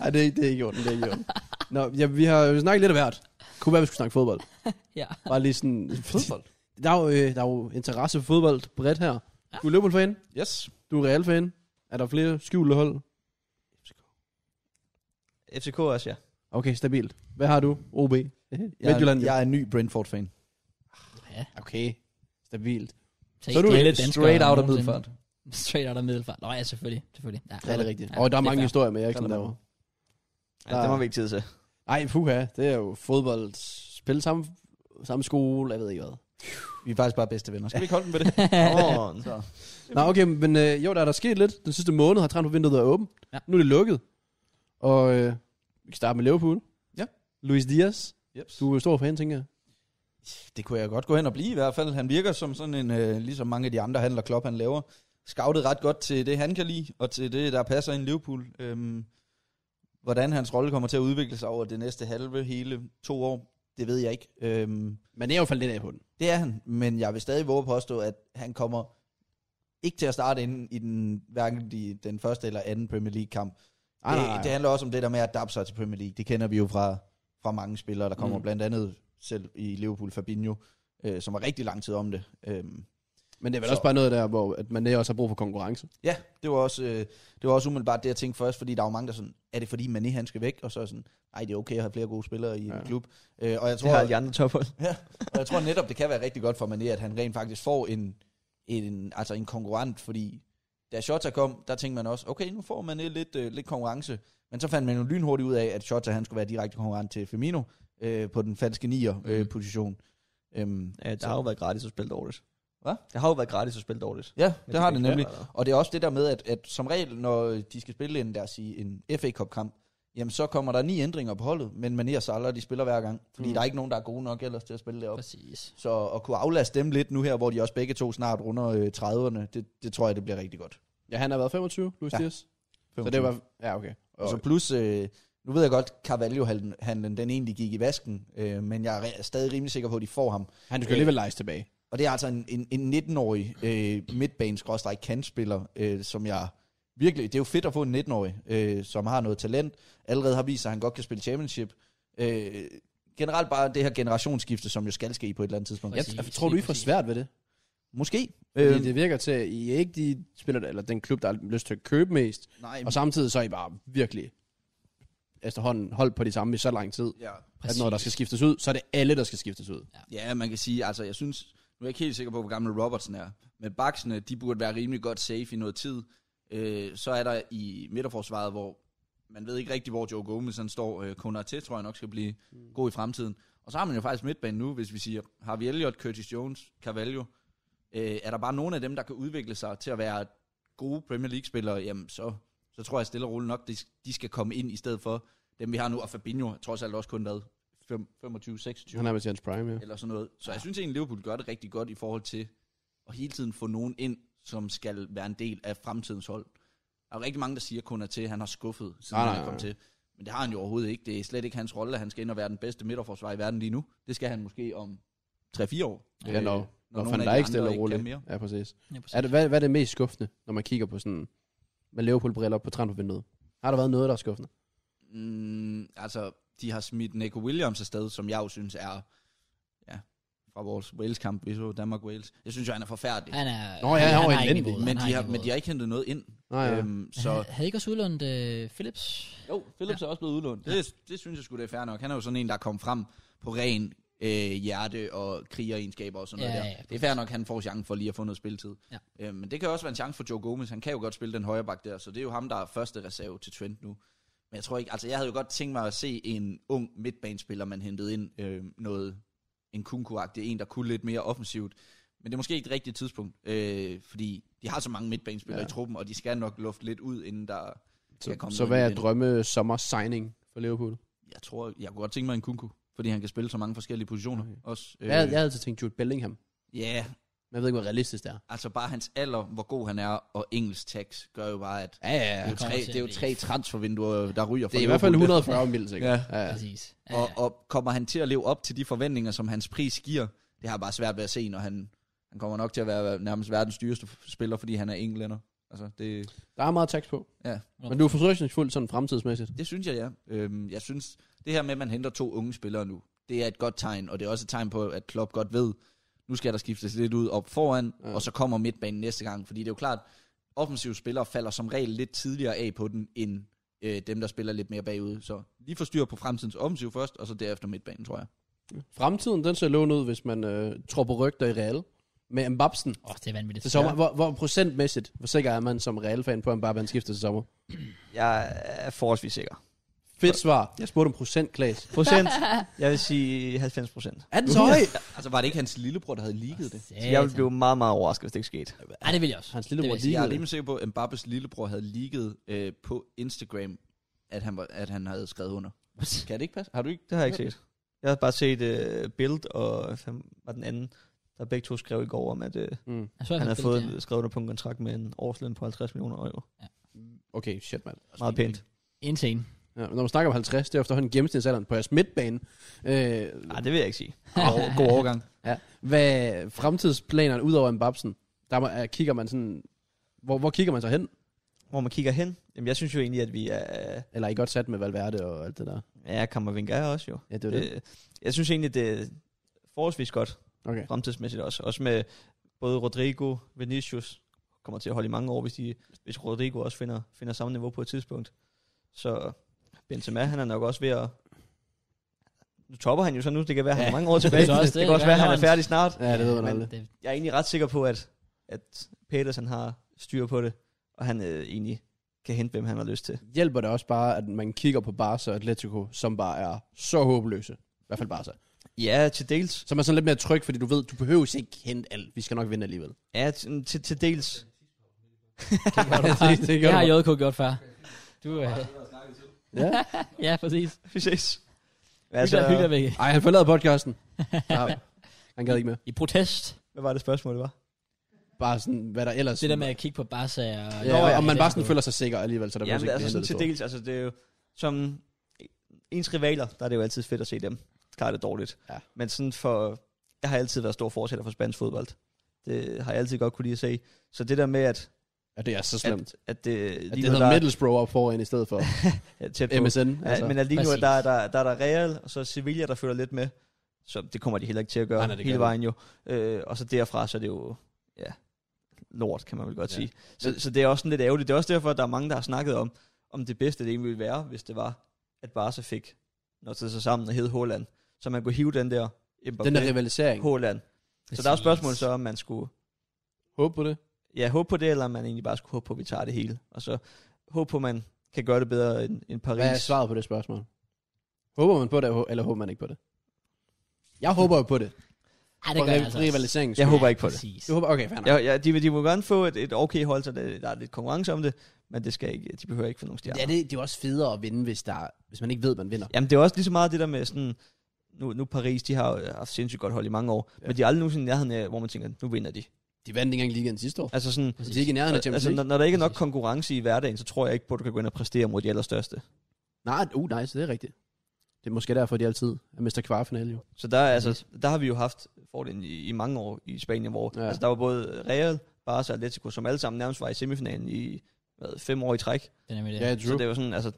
C: Nej, det, er- det er ikke ordentligt. Det er ikke ordentligt. Nå, ja, vi har jo snakket lidt af hvert. Kunne være, vi skulle snakke fodbold.
A: ja.
C: Bare lige sådan... Fodbold? Der er, jo, øh, der er jo interesse for fodbold bredt her. Du er Liverpool-fan.
B: Yes.
C: Du er Real-fan. Er der flere skjulte hold?
D: FCK også, ja.
C: Okay, stabilt. Hvad har du? OB?
B: Jeg,
C: Midtjylland.
B: er, jeg er en ny Brentford-fan.
C: Okay, stabilt.
A: Så,
C: Så er du
A: alle
C: lidt
A: danskere
B: Straight out af
A: nogensinde.
B: Middelfart.
A: Straight out af Middelfart. Nå ja, selvfølgelig. selvfølgelig. Ja,
C: Ja, det er rigtigt.
A: Ja,
C: Og der er
A: det er
C: mange
A: fair.
C: historier med Eriksen
B: Der er
C: derovre.
D: ja. Det var vi ikke tid til.
C: Ej, puha. Det er jo fodbold. Spil samme, samme skole, jeg ved ikke hvad.
B: Vi er faktisk bare bedste venner. Skal vi ikke holde den ved det?
D: Åh,
B: Så.
C: Nå, okay, men øh, jo, der er der sket lidt. Den sidste måned har transfervinduet været åbent. Ja.
A: Ja.
C: Nu er det lukket. Og øh, vi kan starte med Liverpool.
B: Ja.
C: Luis Diaz.
B: Jeps.
C: Du er jo stor fan, tænker jeg.
B: Det kunne jeg godt gå hen og blive i hvert fald. Han virker som sådan en, øh, ligesom mange af de andre handler Klopp han laver. Scoutet ret godt til det, han kan lide, og til det, der passer ind i Liverpool. Øhm, hvordan hans rolle kommer til at udvikle sig over det næste halve, hele to år, det ved jeg ikke. Øhm,
C: Man er jo faldet lidt af på den.
B: det er han, men jeg vil stadig våge at påstå, at han kommer ikke til at starte inden i den, hverken de, den første eller anden Premier League-kamp.
C: Ej, nej, nej.
B: Det, det handler også om det der med at adapte sig til Premier League. Det kender vi jo fra, fra mange spillere, der kommer
C: Mm.
B: mm. blandt andet selv i Liverpool, Fabinho, øh, som var rigtig lang tid om det. Øhm,
C: Men det er vel
B: Så-
C: også bare noget der, hvor at man er også har brug for konkurrence.
B: ja, det var, også, øh, det var også umiddelbart det, jeg tænkte først, fordi der er jo mange, der sådan, er det fordi Mané han skal væk? Og så er jeg sådan, nej, det er okay at have flere gode spillere i
C: Ja.
B: en klub. Øh, og jeg tror,
D: det har de andre tophold.
B: Og jeg tror netop, det kan være rigtig godt for Mané, at han rent faktisk får en, en, altså en konkurrent, fordi da Shota kom, der tænkte man også, okay, nu får Mané lidt, øh, lidt konkurrence. Men så fandt man jo lynhurtigt ud af, at Shota han skulle være direkte konkurrent til Firmino øh, på den falske nier-position. Øh, position. øhm,
D: Ja, det har jo været gratis at spille dårligt.
B: Hvad?
D: Det har jo været gratis at spille dårligt.
B: ja, det har det
D: ikke
B: nemlig.
D: være der.
B: Og det er også det der med, at, at som regel, når de skal spille en, lad os sige, en FA Cup-kamp,
H: jamen så kommer der ni ændringer på holdet, men Mané og Salah, de spiller hver gang, fordi
B: Mhm.
C: Mm.
H: mm. der er ikke nogen, der er gode nok ellers til at spille deroppe.
A: Præcis.
H: Så at kunne aflaste dem lidt nu her, hvor de også begge to snart runder øh, 30'erne, det, det tror jeg, det bliver rigtig godt.
C: Ja, han har været 25, Luis ja.
H: Ja.
C: Dias. Så det var... Ja, okay.
H: Og
B: Altså,
H: så plus, øh, nu ved jeg godt, Carvalho-handlen, den egentlig gik i vasken, øh, men jeg er re- stadig rimelig sikker på, at de får ham.
C: Han skal alligevel lejes tilbage.
H: Og det er altså en, en, en 19-årig øh, midtbanes-kantspiller, øh, som jeg virkelig... Det er jo fedt at få en 19-årig, øh, som har noget talent, allerede har vist sig, at han godt kan spille championship. Øh, generelt bare det her generationsskifte, som jo skal ske på et eller andet tidspunkt.
A: Præcis.
C: Jeg altså, tror du, I får svært ved det?
H: Måske.
C: Fordi
B: Øhm.
H: Øh,
C: det virker til, at I er ikke de spiller, eller den klub, der har lyst til at købe mest.
H: nej,
C: Og samtidig så er I bare virkelig efterhånden holdt på de samme i så lang tid.
H: ja.
C: Præcis. At når der skal skiftes ud, så er det alle, der skal skiftes ud.
B: Ja, man kan sige, altså jeg synes, nu er jeg ikke helt sikker på, hvor gammel Robertson er, men baksene, de burde være rimelig godt safe i noget tid. Øh, så er der i midterforsvaret, hvor man ved ikke rigtig, hvor Joe Gomez han står. Øh, Konate tror jeg nok skal blive mm. god i fremtiden. Og så har man jo faktisk midtbanen nu, hvis vi siger, har vi Elliot, Curtis Jones, Carvalho. Øh, er der bare nogen af dem, der kan udvikle sig til at være gode Premier League-spillere, jamen så, så tror jeg stille og roligt nok, de, de skal komme ind i stedet for dem, vi har nu. Og Fabinho er trods alt også kun været 25-26
C: Han er med til hans prime, ja.
B: eller sådan noget. Så jeg synes egentlig, Liverpool gør det rigtig godt i forhold til at hele tiden få nogen ind, som skal være en del af fremtidens hold. Der er jo rigtig mange, der siger kun til, at han har skuffet, siden
C: Nej,
B: nej,
C: nej,
B: nej, han kom
C: nej.
B: til. Men det har han jo overhovedet ikke. Det er slet ikke hans rolle, at han skal ind og være den bedste midterforsvar i verden lige nu. Det skal han måske om 3-4 år.
C: Ja, når, når, når
B: nogle
C: han
B: af
C: der
B: de
C: ikke stille
B: andre
C: og
B: ikke
C: roligt.
B: kan mere.
C: Ja, præcis.
A: Ja, præcis.
C: Er det, hvad, hvad er det mest skuffende, når man kigger på sådan med Liverpool-briller på transfervinduet? Har der været noget, der er skuffende?
B: Mm, altså, de har smidt Nico Williams afsted, som jeg jo synes er... Ja, fra vores Wales-kamp, vi så Danmark-Wales. Jeg synes jo, han er forfærdelig.
A: Han er...
C: Nå, ja, han var
A: har ikke
C: elendig,
A: niveauet,
B: men,
A: han
B: de har,
A: ikke
B: men de har ikke hentet noget ind.
C: Nej, ja.
B: Øhm,
A: niveauet.
B: så
A: Ha- Havde I ikke også udlånt øh, Philips?
B: Jo, Philips ja. er også blevet udlånt. Det, det synes jeg sgu, det er fair nok. Han er jo sådan en, der er kommet frem på ren øh, hjerte og krigeregenskaber og sådan
A: Ja,
B: noget der.
A: ja, ja,
B: det er fair nok, han får chancen for lige at få noget spilletid.
A: Ja.
B: Øh, men det kan også være en chance for Joe Gomez. Han kan jo godt spille den højre bak der, så det er jo ham, der er første reserve til Trent nu. Men jeg tror ikke, altså jeg havde jo godt tænkt mig at se en ung midtbanespiller, man hentede ind øh, noget, en kunku en, der kunne lidt mere offensivt. Men det er måske ikke det rigtige tidspunkt, øh, fordi de har så mange midtbanespillere
C: Ja.
B: ja. i truppen, og de skal nok lufte lidt ud, inden der kan
C: Så,
B: komme
C: så
B: noget
C: hvad
B: nyt
C: er
B: ind.
C: drømme sommer signing for Liverpool?
B: Jeg tror, jeg kunne godt tænke mig en Kunku, fordi han kan spille så mange forskellige positioner
C: Okay.
B: okay. også. Øh,
C: Øh. Jeg, havde- jeg havde altid tænkt Jude Bellingham.
B: Ja,
C: Men jeg ved ikke, hvor realistisk det er.
B: altså bare hans alder, hvor god han er, og engelsk tax gør jo bare, at
C: Ja, ja,
B: det er
C: ja.
B: jo
A: kommer
B: tre,
A: til at
B: det er jo
A: blive-
B: tre transfervinduer, der ryger for
C: Det er i hvert fald
B: Liverpool.
C: 140 mil, sikkert.
B: Ja.
C: ja. altså.
A: Præcis. Ja,
B: Og,
A: ja.
B: og kommer han til at leve op til de forventninger, som hans pris giver? Det har jeg bare svært ved at se, når han, han kommer nok til at være nærmest verdens dyreste spiller, fordi han er englænder. Altså, det,
C: Der er meget tax på.
B: Ja.
C: Men du er fortrøstningsfuld sådan fremtidsmæssigt.
B: det synes jeg, ja. Øhm, jeg synes, det her med, at man henter to unge spillere nu, det er et godt tegn, og det er også et tegn på, at Klopp godt ved, nu skal der skiftes lidt ud op foran,
C: Ja.
B: ja. og så kommer midtbanen næste gang. Fordi det er jo klart, offensive spillere falder som regel lidt tidligere af på den, end øh, dem, der spiller lidt mere bagud. Så lige få styr på fremtidens offensiv først, og så derefter midtbanen, tror jeg.
C: Fremtiden, den ser lovende ud, hvis man øh, tror på rygter i Real. Med Mbappsen.
A: Åh, det er vanvittigt.
C: Til sommer. Hvor, hvor, procentmæssigt, hvor sikker er man som Real-fan på, at Mbappé han skifter til sommer?
D: Jeg er forholdsvis sikker.
C: Fedt svar. Jeg spurgte om procent, Klaas.
D: Procent? jeg vil sige 90 procent.
C: Er den så høj?
B: Altså var det ikke hans lillebror, der havde ligget det?
A: Satan.
D: Så jeg vil blive meget, meget overrasket, hvis det ikke skete.
A: Ej, det vil jeg også.
C: Hans lillebror
A: Det vil
B: Jeg er
C: lignede det.
B: rimelig sikker på, at Mbappes lillebror havde ligget øh, på Instagram, at han, var, at han havde skrevet under. Kan det ikke passe? Har du ikke?
D: Det har jeg ikke set. Jeg har bare set uh, Bild og hvad fanden var den anden, der begge to skrev i går om, at uh,
C: Mm.
A: Jeg så,
D: han har
A: fik
D: fået
A: det
D: en, skrevet under på en kontrakt med en årsløn på 50 millioner euro.
C: Okay, shit, mand.
D: Meget pænt.
A: der. Insane.
C: Ja, når man snakker om 50, det er efterhånden gennemsnitsalderen på jeres midtbane. Øh,
D: Nej, det vil jeg ikke sige.
B: God, god overgang.
C: hvad fremtidsplanerne ud over Mbappsen, der må- er- kigger man sådan... Hvor, hvor kigger man så hen?
D: Hvor man kigger hen, jamen jeg synes jo egentlig, at vi er...
C: Eller er I godt sat med Valverde og alt det der?
D: Ja, Kammervinga er også jo.
C: Ja, det er jo det.
D: Det, jeg synes egentlig, det er forholdsvis godt
C: Okay.
D: fremtidsmæssigt også. Også med både Rodrigo, Vinicius, kommer til at holde i mange år, hvis, de, hvis Rodrigo også finder, finder samme niveau på et tidspunkt. Så Benzema, han er nok også ved at... Nu topper han jo så nu, det kan være, han har
C: Ja.
D: mange år tilbage.
A: Det er så også
D: det,
A: det,
D: kan også
A: ja,
D: være,
A: han
D: han er
A: har en-
D: færdig snart.
C: Ja, det ved man
A: Men
C: aldrig.
A: det,
D: Jeg er egentlig ret sikker på, at, at Peters, han har styr på det, og han øh, egentlig kan hente, hvem han har lyst til.
C: Hjælper det også bare, at man kigger på Barca og Atletico, som bare er så håbløse? I hvert fald Barca.
D: Ja, til dels.
C: Så er man sådan lidt mere tryg, fordi du ved, du behøver ikke hente alt. Vi skal nok vinde alligevel.
D: Ja, til, til, til dels.
A: det, det, det, det,
C: gør
A: har
C: du
A: JK gjort før. Du, øh,
C: Ja.
A: ja, præcis.
D: Vi ses.
A: Altså, hygger, hygger væk.
C: Ej, han forlader podcasten. Ja, han gad ikke med.
A: I protest.
D: hvad var det spørgsmål, det var?
C: Bare sådan, hvad der ellers...
A: Det der med at kigge på Barca og...
C: Ja, og om man bare sådan føler sig sikker alligevel, så der
D: Ja,
C: behøver
D: men altså sådan
C: ikke
D: til
C: blive hentet
D: dels, altså det er jo, som e- ens rivaler, der er det jo altid fedt at se dem. Klarer det dårligt.
C: Ja.
D: Men sådan for, jeg har altid været stor fortæller for spansk fodbold. Det har jeg altid godt kunne lide at se. Så det der med, at,
C: på. Ja, det er så slemt.
D: at, at det,
C: At det hedder Middlesbrough op foran i stedet for
D: ja, tæt på.
C: MSN.
D: Altså,
C: Altså.
D: ja, men at lige nu, at
A: Præcis.
D: der, er- der, der er der Real, og så Sevilla, der følger lidt med. Så det kommer de heller ikke til at gøre
C: Nej,
D: nej,
C: nej,
D: nej,
C: det gør
D: hele
C: de
D: vejen jo. Øh, og så derfra, så er det jo, ja, lort, kan man vel godt
C: Ja.
D: ja. sige. Så, så det er også sådan lidt ærgerligt. Det er også derfor, at der er mange, der har snakket om, om det bedste det egentlig ville være, hvis det var, at Barca fik noget til sig sammen og hed Håland. Så man kunne hive den der Mbappé,
C: Den der rivalisering.
D: Håland. Så der er et spørgsmål så, om man skulle
C: Håb på det.
D: ja, håbe på det, eller om man egentlig bare skulle håbe på, at vi tager det hele. Og så håbe på, at man kan gøre det bedre end, end Paris.
C: Hvad er svaret på det spørgsmål? Håber man på det, eller håber man ikke på det? Jeg håber jo på det.
A: Ej, det
C: For
A: gør jeg altså også.
C: rivalisering.
D: Jeg håber ikke på det.
A: Præcis.
C: Du håber, okay, fair nok.
D: Ja, ja de, vil- de må gerne få et, et okay hold, så der, der er lidt konkurrence om det, men det skal ikke, de behøver ikke få nogen stjerner.
C: Ja, det, det er jo også federe at vinde, hvis, der, hvis man ikke ved, man vinder.
D: Jamen, det er også lige så meget det der med sådan, nu, nu Paris, de har jo haft sindssygt godt hold i mange år, ja. men de er aldrig nogensinde i nærheden af, hvor man tænker, nu vinder de.
C: De vandt ikke engang ligaen sidste år.
D: Altså sådan,
C: Altså, de er ikke i nærheden af Champions
D: altså,
C: League.
D: når, når der ikke er nok
A: Præcis.
D: konkurrence i hverdagen, så tror jeg ikke på, at du kan gå ind og præstere mod de allerstørste.
C: Nej, uh, nej, så det er rigtigt. Det er måske derfor, de altid er mester kvartfinale, jo.
D: Så der, er, altså, der har vi jo haft fordelen i, i mange år i Spanien, hvor
C: Ja.
D: ja. altså, der var både Real, Barca og Atletico, som alle sammen nærmest var i semifinalen i hvad, fem år i træk.
A: Det er nemlig det.
C: Ja,
D: Så
C: true.
D: det var sådan, altså,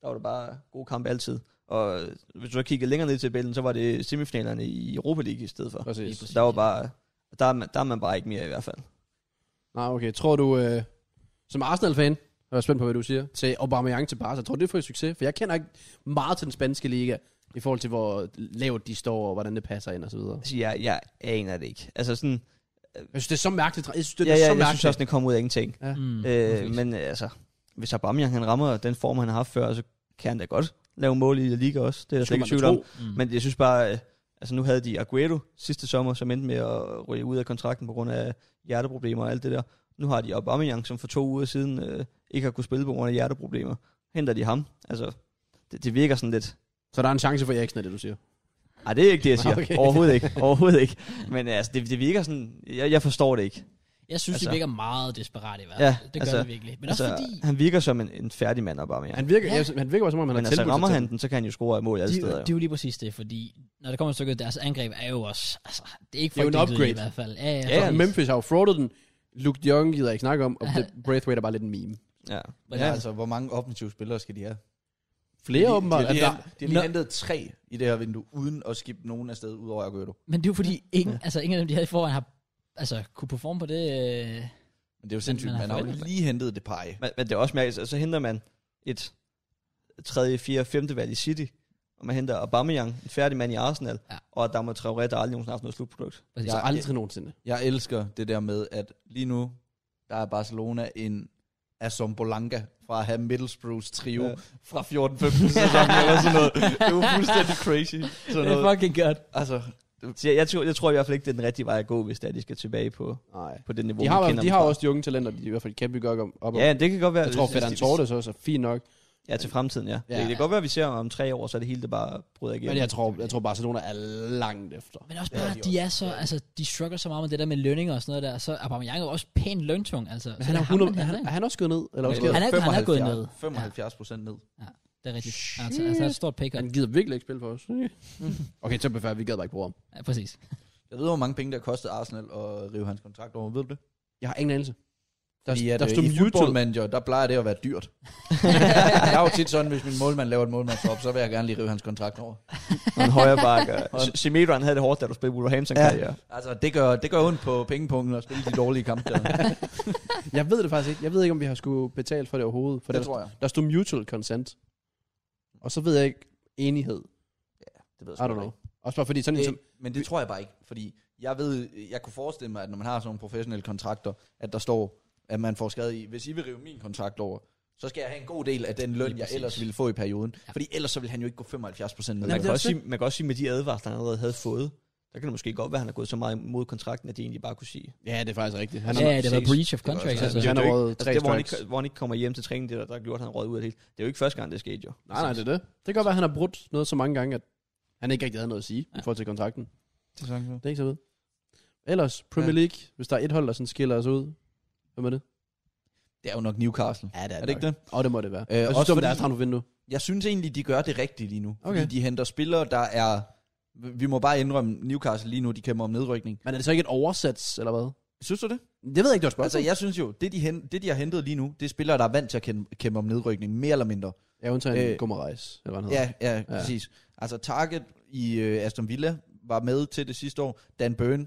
D: der var det bare god kamp altid. Og øh, hvis du så kiggede længere ned i tabellen, så var det semifinalerne i Europa League i stedet for.
C: Præcis.
A: Lige præcis.
D: Så der var bare, der er, man, der er man bare ikke mere i hvert fald.
C: Nej, okay. Tror du, øh, som Arsenal-fan, og jeg er spændt på, hvad du siger, til Aubameyang til Barca, tror du, det får succes? For jeg kender ikke meget til den spanske liga, i forhold til, hvor lavt de står, og hvordan det passer ind, og så videre.
D: Altså, jeg, jeg aner det ikke. Altså sådan,
C: Jeg synes, det er så mærkeligt. Jeg synes, det
D: det
C: er
D: ja,
C: så
D: ja, jeg
C: mærkeligt.
D: synes også, det kom ud af ingenting.
A: Mm,
D: Øh,
A: præcis.
D: men øh, altså, hvis Aubameyang han rammer den form, han har haft før, så kan han da godt lave mål i La Liga også. Det er der slet
C: Skulle
D: ikke
C: man da
D: tvivl om.
C: tro.
A: Mm.
D: Men jeg synes bare, øh, altså nu havde de Aguero sidste sommer, som endte med at ryge ud af kontrakten på grund af hjerteproblemer og alt det der. Nu har de Aubameyang, som for to uger siden øh, ikke har kunne spille på grund af hjerteproblemer. Henter de ham? Altså, det, det virker sådan lidt...
C: Så der er en chance for Eriksen, er det du siger.
D: Nej, det er ikke det, jeg siger.
C: Okay.
D: Okay. Overhovedet ikke. Overhovedet ikke. Men altså, det, det virker sådan... Jeg, jeg forstår det ikke.
A: Jeg synes, altså,
D: altså-
A: det virker meget desperat i hvert
D: Ja,
A: fald. Ja, det gør
D: altså-
A: det virkelig. Men altså, også
D: Altså,
A: fordi...
D: han virker som en, en færdig mand, Aubameyang.
C: Han virker,
A: Ja.
C: ja. han virker bare som om, han
D: Men
C: har
D: altså,
C: tilbudt
D: rammer
C: sig
D: han den, så kan han jo score et mål alle
A: Det,
D: steder.
A: det
D: Jo.
A: er jo lige præcis det, fordi når det kommer til stykket, deres angreb er jo også, altså, det er ikke
C: Det er jo en
A: frygtelig yderligere
C: upgrade.
A: i hvert fald. Ja, ja,
C: til. Ja, altså,
A: præcis.
C: Memphis har jo fraudet den. Luke de Jong gider jeg ikke snakke om, og det- Braithwaite er bare lidt en meme.
D: Ja.
A: Men
B: Ja,
A: altså,
B: altså, hvor mange offensive spillere skal de have?
C: Flere
B: de,
C: åbenbart.
B: de, har
C: at
B: lige,
C: der-
B: hen- de har lige hentet tre i det her vindue, uden at skifte nogen afsted, udover Aguero.
A: Men det er jo fordi, ingen, altså, ingen af dem, de havde i forvejen, har altså, kunne performe på det. Øh,
B: Men det er jo sindssygt,
A: man har
B: man har jo
A: forventet det.
B: lige hentet det pege.
D: Men, men det er også mærkeligt, altså, så henter man et tredje, fjerde, femte valg i City, og man henter Aubameyang, en færdig mand i Arsenal,
A: Ja.
D: ja. og der må Traoré, der aldrig nogensinde har haft noget slutprodukt.
A: præcis.
C: Så
B: Ja.
C: aldrig nogensinde.
B: Jeg elsker det der med, at lige nu, der er Barcelona en Assombolanca fra at have Middlesbroughs trio
D: Ja.
B: ja. fra 14-15 sæsonen eller sådan noget. Det er jo fuldstændig crazy.
A: det
B: Sådan
A: er
B: noget.
A: fucking godt.
B: Altså,
D: Så jeg, jeg, tror, jeg tror i hvert fald ikke, det er den rigtige vej at gå, hvis det er, de skal tilbage på,
C: Nej.
D: på det niveau,
C: De har,
D: vi
C: jo-
D: kender
C: de
D: dem
C: har
D: fra.
C: også de unge talenter, de i hvert fald kan bygge op om. op om.
D: Ja, det kan godt være.
C: jeg tror,
D: hvis-
C: Ferdinand
D: hvis de-
C: Torres også er fint nok.
D: Ja, til fremtiden, ja.
C: Ja.
D: ja. Det, det kan godt være, at vi ser om tre år, så er det hele, der bare bryder igennem.
C: Men jeg tror, jeg tror Barcelona er langt efter.
A: Men også bare, ja, de, de er så, altså, de struggler så meget med det der med lønninger og sådan noget der, så Aubameyang er jo også pænt løntung, altså.
C: Men
A: så
C: han
A: det
C: er,
A: ham,
C: 100,
A: man
C: han,
A: henter
C: er
A: ind.
C: han også gået ned? Eller
A: Han er-
C: hvad
A: han er gået ned.
B: 75 procent ned.
A: Det er rigtigt. Altså, altså, et stort pick
C: han gider virkelig ikke spille for os. okay, så befærd, vi gad bare ikke bruge ham.
A: Ja, præcis.
B: Jeg ved, hvor mange penge, der kostede Arsenal at rive hans kontrakt over. Ved du det?
C: Jeg har ingen anelse. Der,
B: Fordi at,
C: der
B: øh,
C: stod
B: i
C: muted.
B: Football Manager, der plejer det at være dyrt. jeg er jo tit sådan, hvis min målmand laver et målmandsop, så vil jeg gerne lige rive hans kontrakt over.
D: Og en højre bakke. Simedron havde det hårdt, da du spillede Wolverhampton ja. karriere.
B: Altså, det gør, det gør ondt på pengepunkten at spille de dårlige kampe der.
C: Jeg ved det faktisk ikke. Jeg ved ikke, om vi har skulle betale for det overhovedet. For
B: det
C: der,
B: tror jeg.
C: der stod mutual consent. Og så ved jeg ikke enighed.
B: Det ved jeg
C: I don't know. Også bare fordi sådan en som...
B: Det, men det tror jeg bare ikke, fordi jeg ved, jeg kunne forestille mig, at når man har sådan nogle professionelle kontrakter, at der står, at man får skade i, hvis I vil rive min kontrakt over, så skal jeg have en god del af den løn, jeg
A: præcis.
B: ellers ville få i perioden.
A: Ja.
B: Ja. Fordi ellers så ville han jo ikke gå 75 procent ned.
D: Man,
B: Nej,
D: kan også sige, man kan også sige, med de advarsler, han allerede havde fået, der kan det måske godt være, at han har gået så meget imod kontrakten, at de egentlig bare kunne sige.
C: Ja, det er faktisk rigtigt. Han
A: Ja,
C: har,
A: det har været
D: præcis.
A: breach of contract.
D: også-
A: Altså.
C: han har
D: det er jo
C: røget
D: Altså
C: tre
D: det, hvor han,
C: strikes.
D: ikke, hvor han ikke kommer hjem til træning, det der, der gjorde, at han røg ud af det hele. Det er jo ikke første gang, det skete jo.
C: Nej, nej, det er det. Det kan godt være, at han har brudt noget så mange gange, at han ikke rigtig havde noget at sige ja.
A: Ja.
C: i forhold til kontrakten.
B: Det er sådan, så.
C: Det er ikke så ved. Ellers, Premier League, hvis der er et hold, der sådan skiller os ud. Hvem er det?
B: Det er jo nok Newcastle.
C: Ja,
B: Er det ikke det?
C: Åh, oh, det må det være.
B: Øh,
C: Øh, også
B: også
C: fordi...
B: fordi-
C: deres transfervindue.
B: Jeg synes egentlig, de gør det rigtigt lige nu. Okay.
C: Okay.
B: Fordi de henter spillere, der er... Vi må bare indrømme, Newcastle lige nu, de kæmper om nedrykning.
C: Men er det så ikke et oversats, eller hvad?
B: Synes du det?
C: Det ved jeg ikke, det var et
B: Altså,
C: spørgsmål. Altså,
B: jeg synes jo, det de, hen, det de har hentet lige nu, det er spillere, der er vant til at kæmpe, kæmpe om nedrykning, mere eller mindre.
C: jeg... jeg undtager en øh,
B: øh,
C: gummerejs, eller hvad han hedder.
B: Ja, ja, ja. præcis. Altså, Target i øh, Aston Villa var med til det sidste år. Dan Byrne,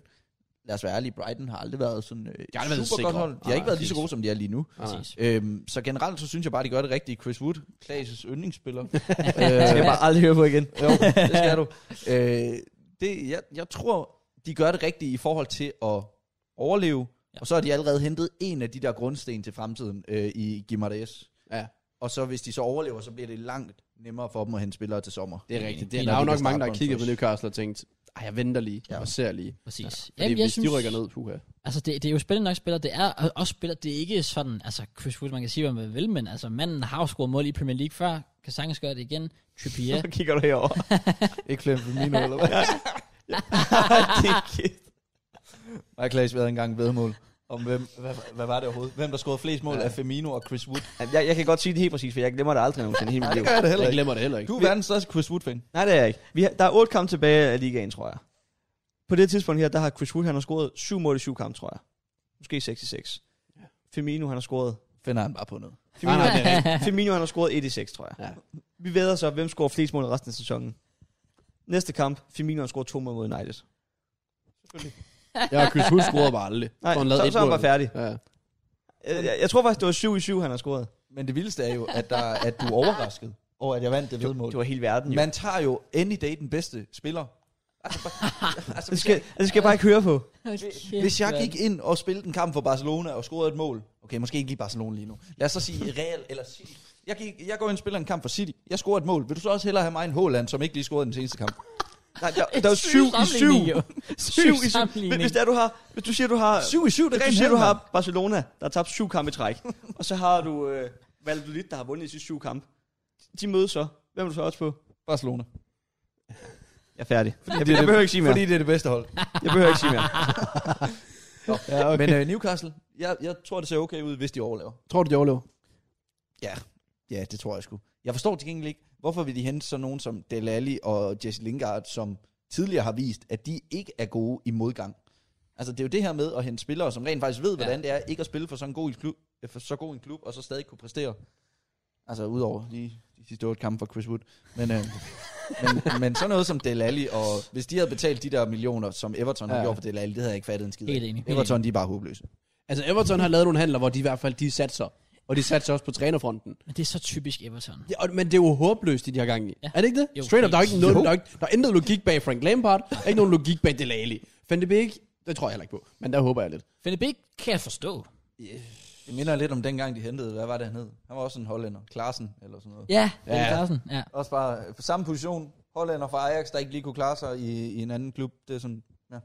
B: lad os være ærlige, Brighton har aldrig været sådan øh,
C: har aldrig været
B: super
C: sikre.
B: godt hold. De har
C: Nej,
B: ikke været lige så
C: præcis.
B: gode, som de er lige nu.
A: Præcis.
B: Øhm, så generelt, så synes jeg bare, de gør det rigtigt. Chris Wood, Klaas' yndlingsspiller. øh,
D: Det skal jeg bare aldrig høre på igen.
B: jo, det skal du. Øh, det, jeg, jeg tror, de gør det rigtigt i forhold til at overleve.
A: Ja.
B: Ja. Og så har de allerede hentet en af de der grundsten til fremtiden øh, i Gimardes.
C: Ja.
B: Og så hvis de så overlever, så bliver det langt nemmere for dem at hente spillere til sommer.
C: Det er rigtigt. Det
A: Helt
C: er, der er jo
B: enig.
C: nok mange, der har
B: Startbånd
C: kigget på
B: først.
C: Newcastle og tænkt, ej, jeg venter lige ja.
B: Ja.
C: og ser lige.
A: Præcis.
C: Fordi Jamen, hvis synes... de rykker ned, puha.
A: Altså, det, det er jo spændende nok spillere. Det er og- også spillere, det er ikke sådan, altså Chris Wood, man kan sige, hvad man vil, men altså manden har jo scoret mål i Premier League før, kan sagtens gøre det igen. Trippier.
D: Så kigger du herover.
B: Ikke Clem Femino, eller hvad?
D: det er kæft.
B: Mig og Klaas været engang vedmål. Om hvem, hvad, hvad var det overhovedet? Hvem der scorede flest mål
C: Ja.
B: ja. af Femino og Chris Wood?
D: Jamen, jeg, jeg kan godt sige det helt præcis, for jeg glemmer det aldrig nogensinde i hele mit liv.
B: det
C: Jeg glemmer det heller ikke.
B: Du er verdens største Chris Wood-fan.
D: Nej, det er jeg ikke. Vi har, der er otte kampe tilbage af ligaen, tror jeg. På det tidspunkt her, der har Chris Wood, han har scoret syv mål i syv kampe, tror jeg. Måske 6 i 6. Firmino, han har scoret...
B: Finder han bare på noget.
D: Firmino,
C: Ah, nej, det er
D: Firmino han har scoret 1 i 6, tror jeg.
C: Ja.
D: Vi ved så, hvem scorer flest mål i resten af sæsonen. Næste kamp, Firmino har scoret to mål mod United.
C: Jeg og Chris Wood scorede bare aldrig.
D: Nej,
C: Så han
D: så,
C: lavede
D: så er han bare færdig.
C: Ja.
D: Jeg, jeg, jeg, tror faktisk, det var 7 i 7, han har scoret.
B: Men det vildeste er jo, at, der, at du er overrasket over, at jeg vandt det vedmål.
D: Det var hele verden, jo.
B: Man tager jo any day den bedste spiller. Altså, bare, altså,
D: det,
B: hvis, jeg,
D: skal, det skal jeg bare ikke høre på.
B: hvis jeg gik ind og spillede en kamp for Barcelona og scorede et mål. Okay, måske ikke lige Barcelona lige nu. Lad os så sige Real eller City. Jeg, gik, jeg går ind og spiller en kamp for City. Jeg scorer et mål. Vil du så også hellere have mig en Håland, som ikke lige scorede den seneste kamp?
D: Nej, der, der var 7 i 7. 7 i 7.
A: sammenligning.
D: Hvis, det er, du har, hvis du siger, du har...
B: 7 i 7, det er
D: Hvis du
B: rent
D: siger, du
B: hævn,
D: har Barcelona, der har tabt syv kampe i træk, og så har du øh, Valladolid, der har vundet i sidste syv kampe. De mødes så. Hvem er du så også på?
B: mand. Barcelona.
D: Jeg er færdig. Fordi jeg,
B: det er
D: jeg
B: det-
D: behøver ikke sige mere.
B: Fordi det er det bedste hold.
D: Jeg behøver ikke sige mere.
B: Ja, okay. Men øh, Newcastle, jeg, jeg tror, det ser okay ud, hvis de overlever.
C: Tror du, de overlever?
B: Ja, det tror jeg sgu. Jeg forstår til gengæld ikke, hvorfor vil de hente sådan nogen som Dele Alli og Jesse Lingard, som tidligere har vist, at de ikke er gode i modgang. Altså, det er jo det her med at hente spillere, som rent faktisk ved, hvordan det er ikke at spille for, sådan en god klub, øh, for så god en klub, og så stadig kunne præstere. Altså, udover lige de sidste otte kampe for Chris Wood. Men, øh, men, men sådan noget som Dele Alli, og hvis de havde betalt de der millioner, som Everton ja.
C: Ja.
B: har gjort for Dele Alli, det havde jeg ikke fattet en skid af.
A: Helt enig, helt
B: Everton, de er bare håbløse.
C: Altså, Everton har lavet nogle handler, hvor de i hvert fald de satser. Og de satser også på trænerfronten.
A: Men det er så typisk Everton.
C: Ja, og- men det er jo håbløst, de, de har gang i.
A: Ja.
C: Er det ikke det?
A: Jo,
C: Straight up, der er
A: helt.
C: ikke noget, der er, ikke, der er intet logik bag Frank Lampard, der er ikke nogen logik bag Dele Alli. Fandt det ikke? Det tror jeg heller ikke på, men der håber jeg lidt.
A: Philip Big kan jeg forstå.
B: Det minder lidt om dengang, de hentede, hvad var det, han hed? Han var også en hollænder. Klarsen, eller sådan noget.
A: Ja,
C: Ja.
A: ja. Carlsen. Ja.
B: Også bare øh, på samme position. Hollænder fra Ajax, der ikke lige kunne klare sig i, i en anden klub. Det er sådan, ja.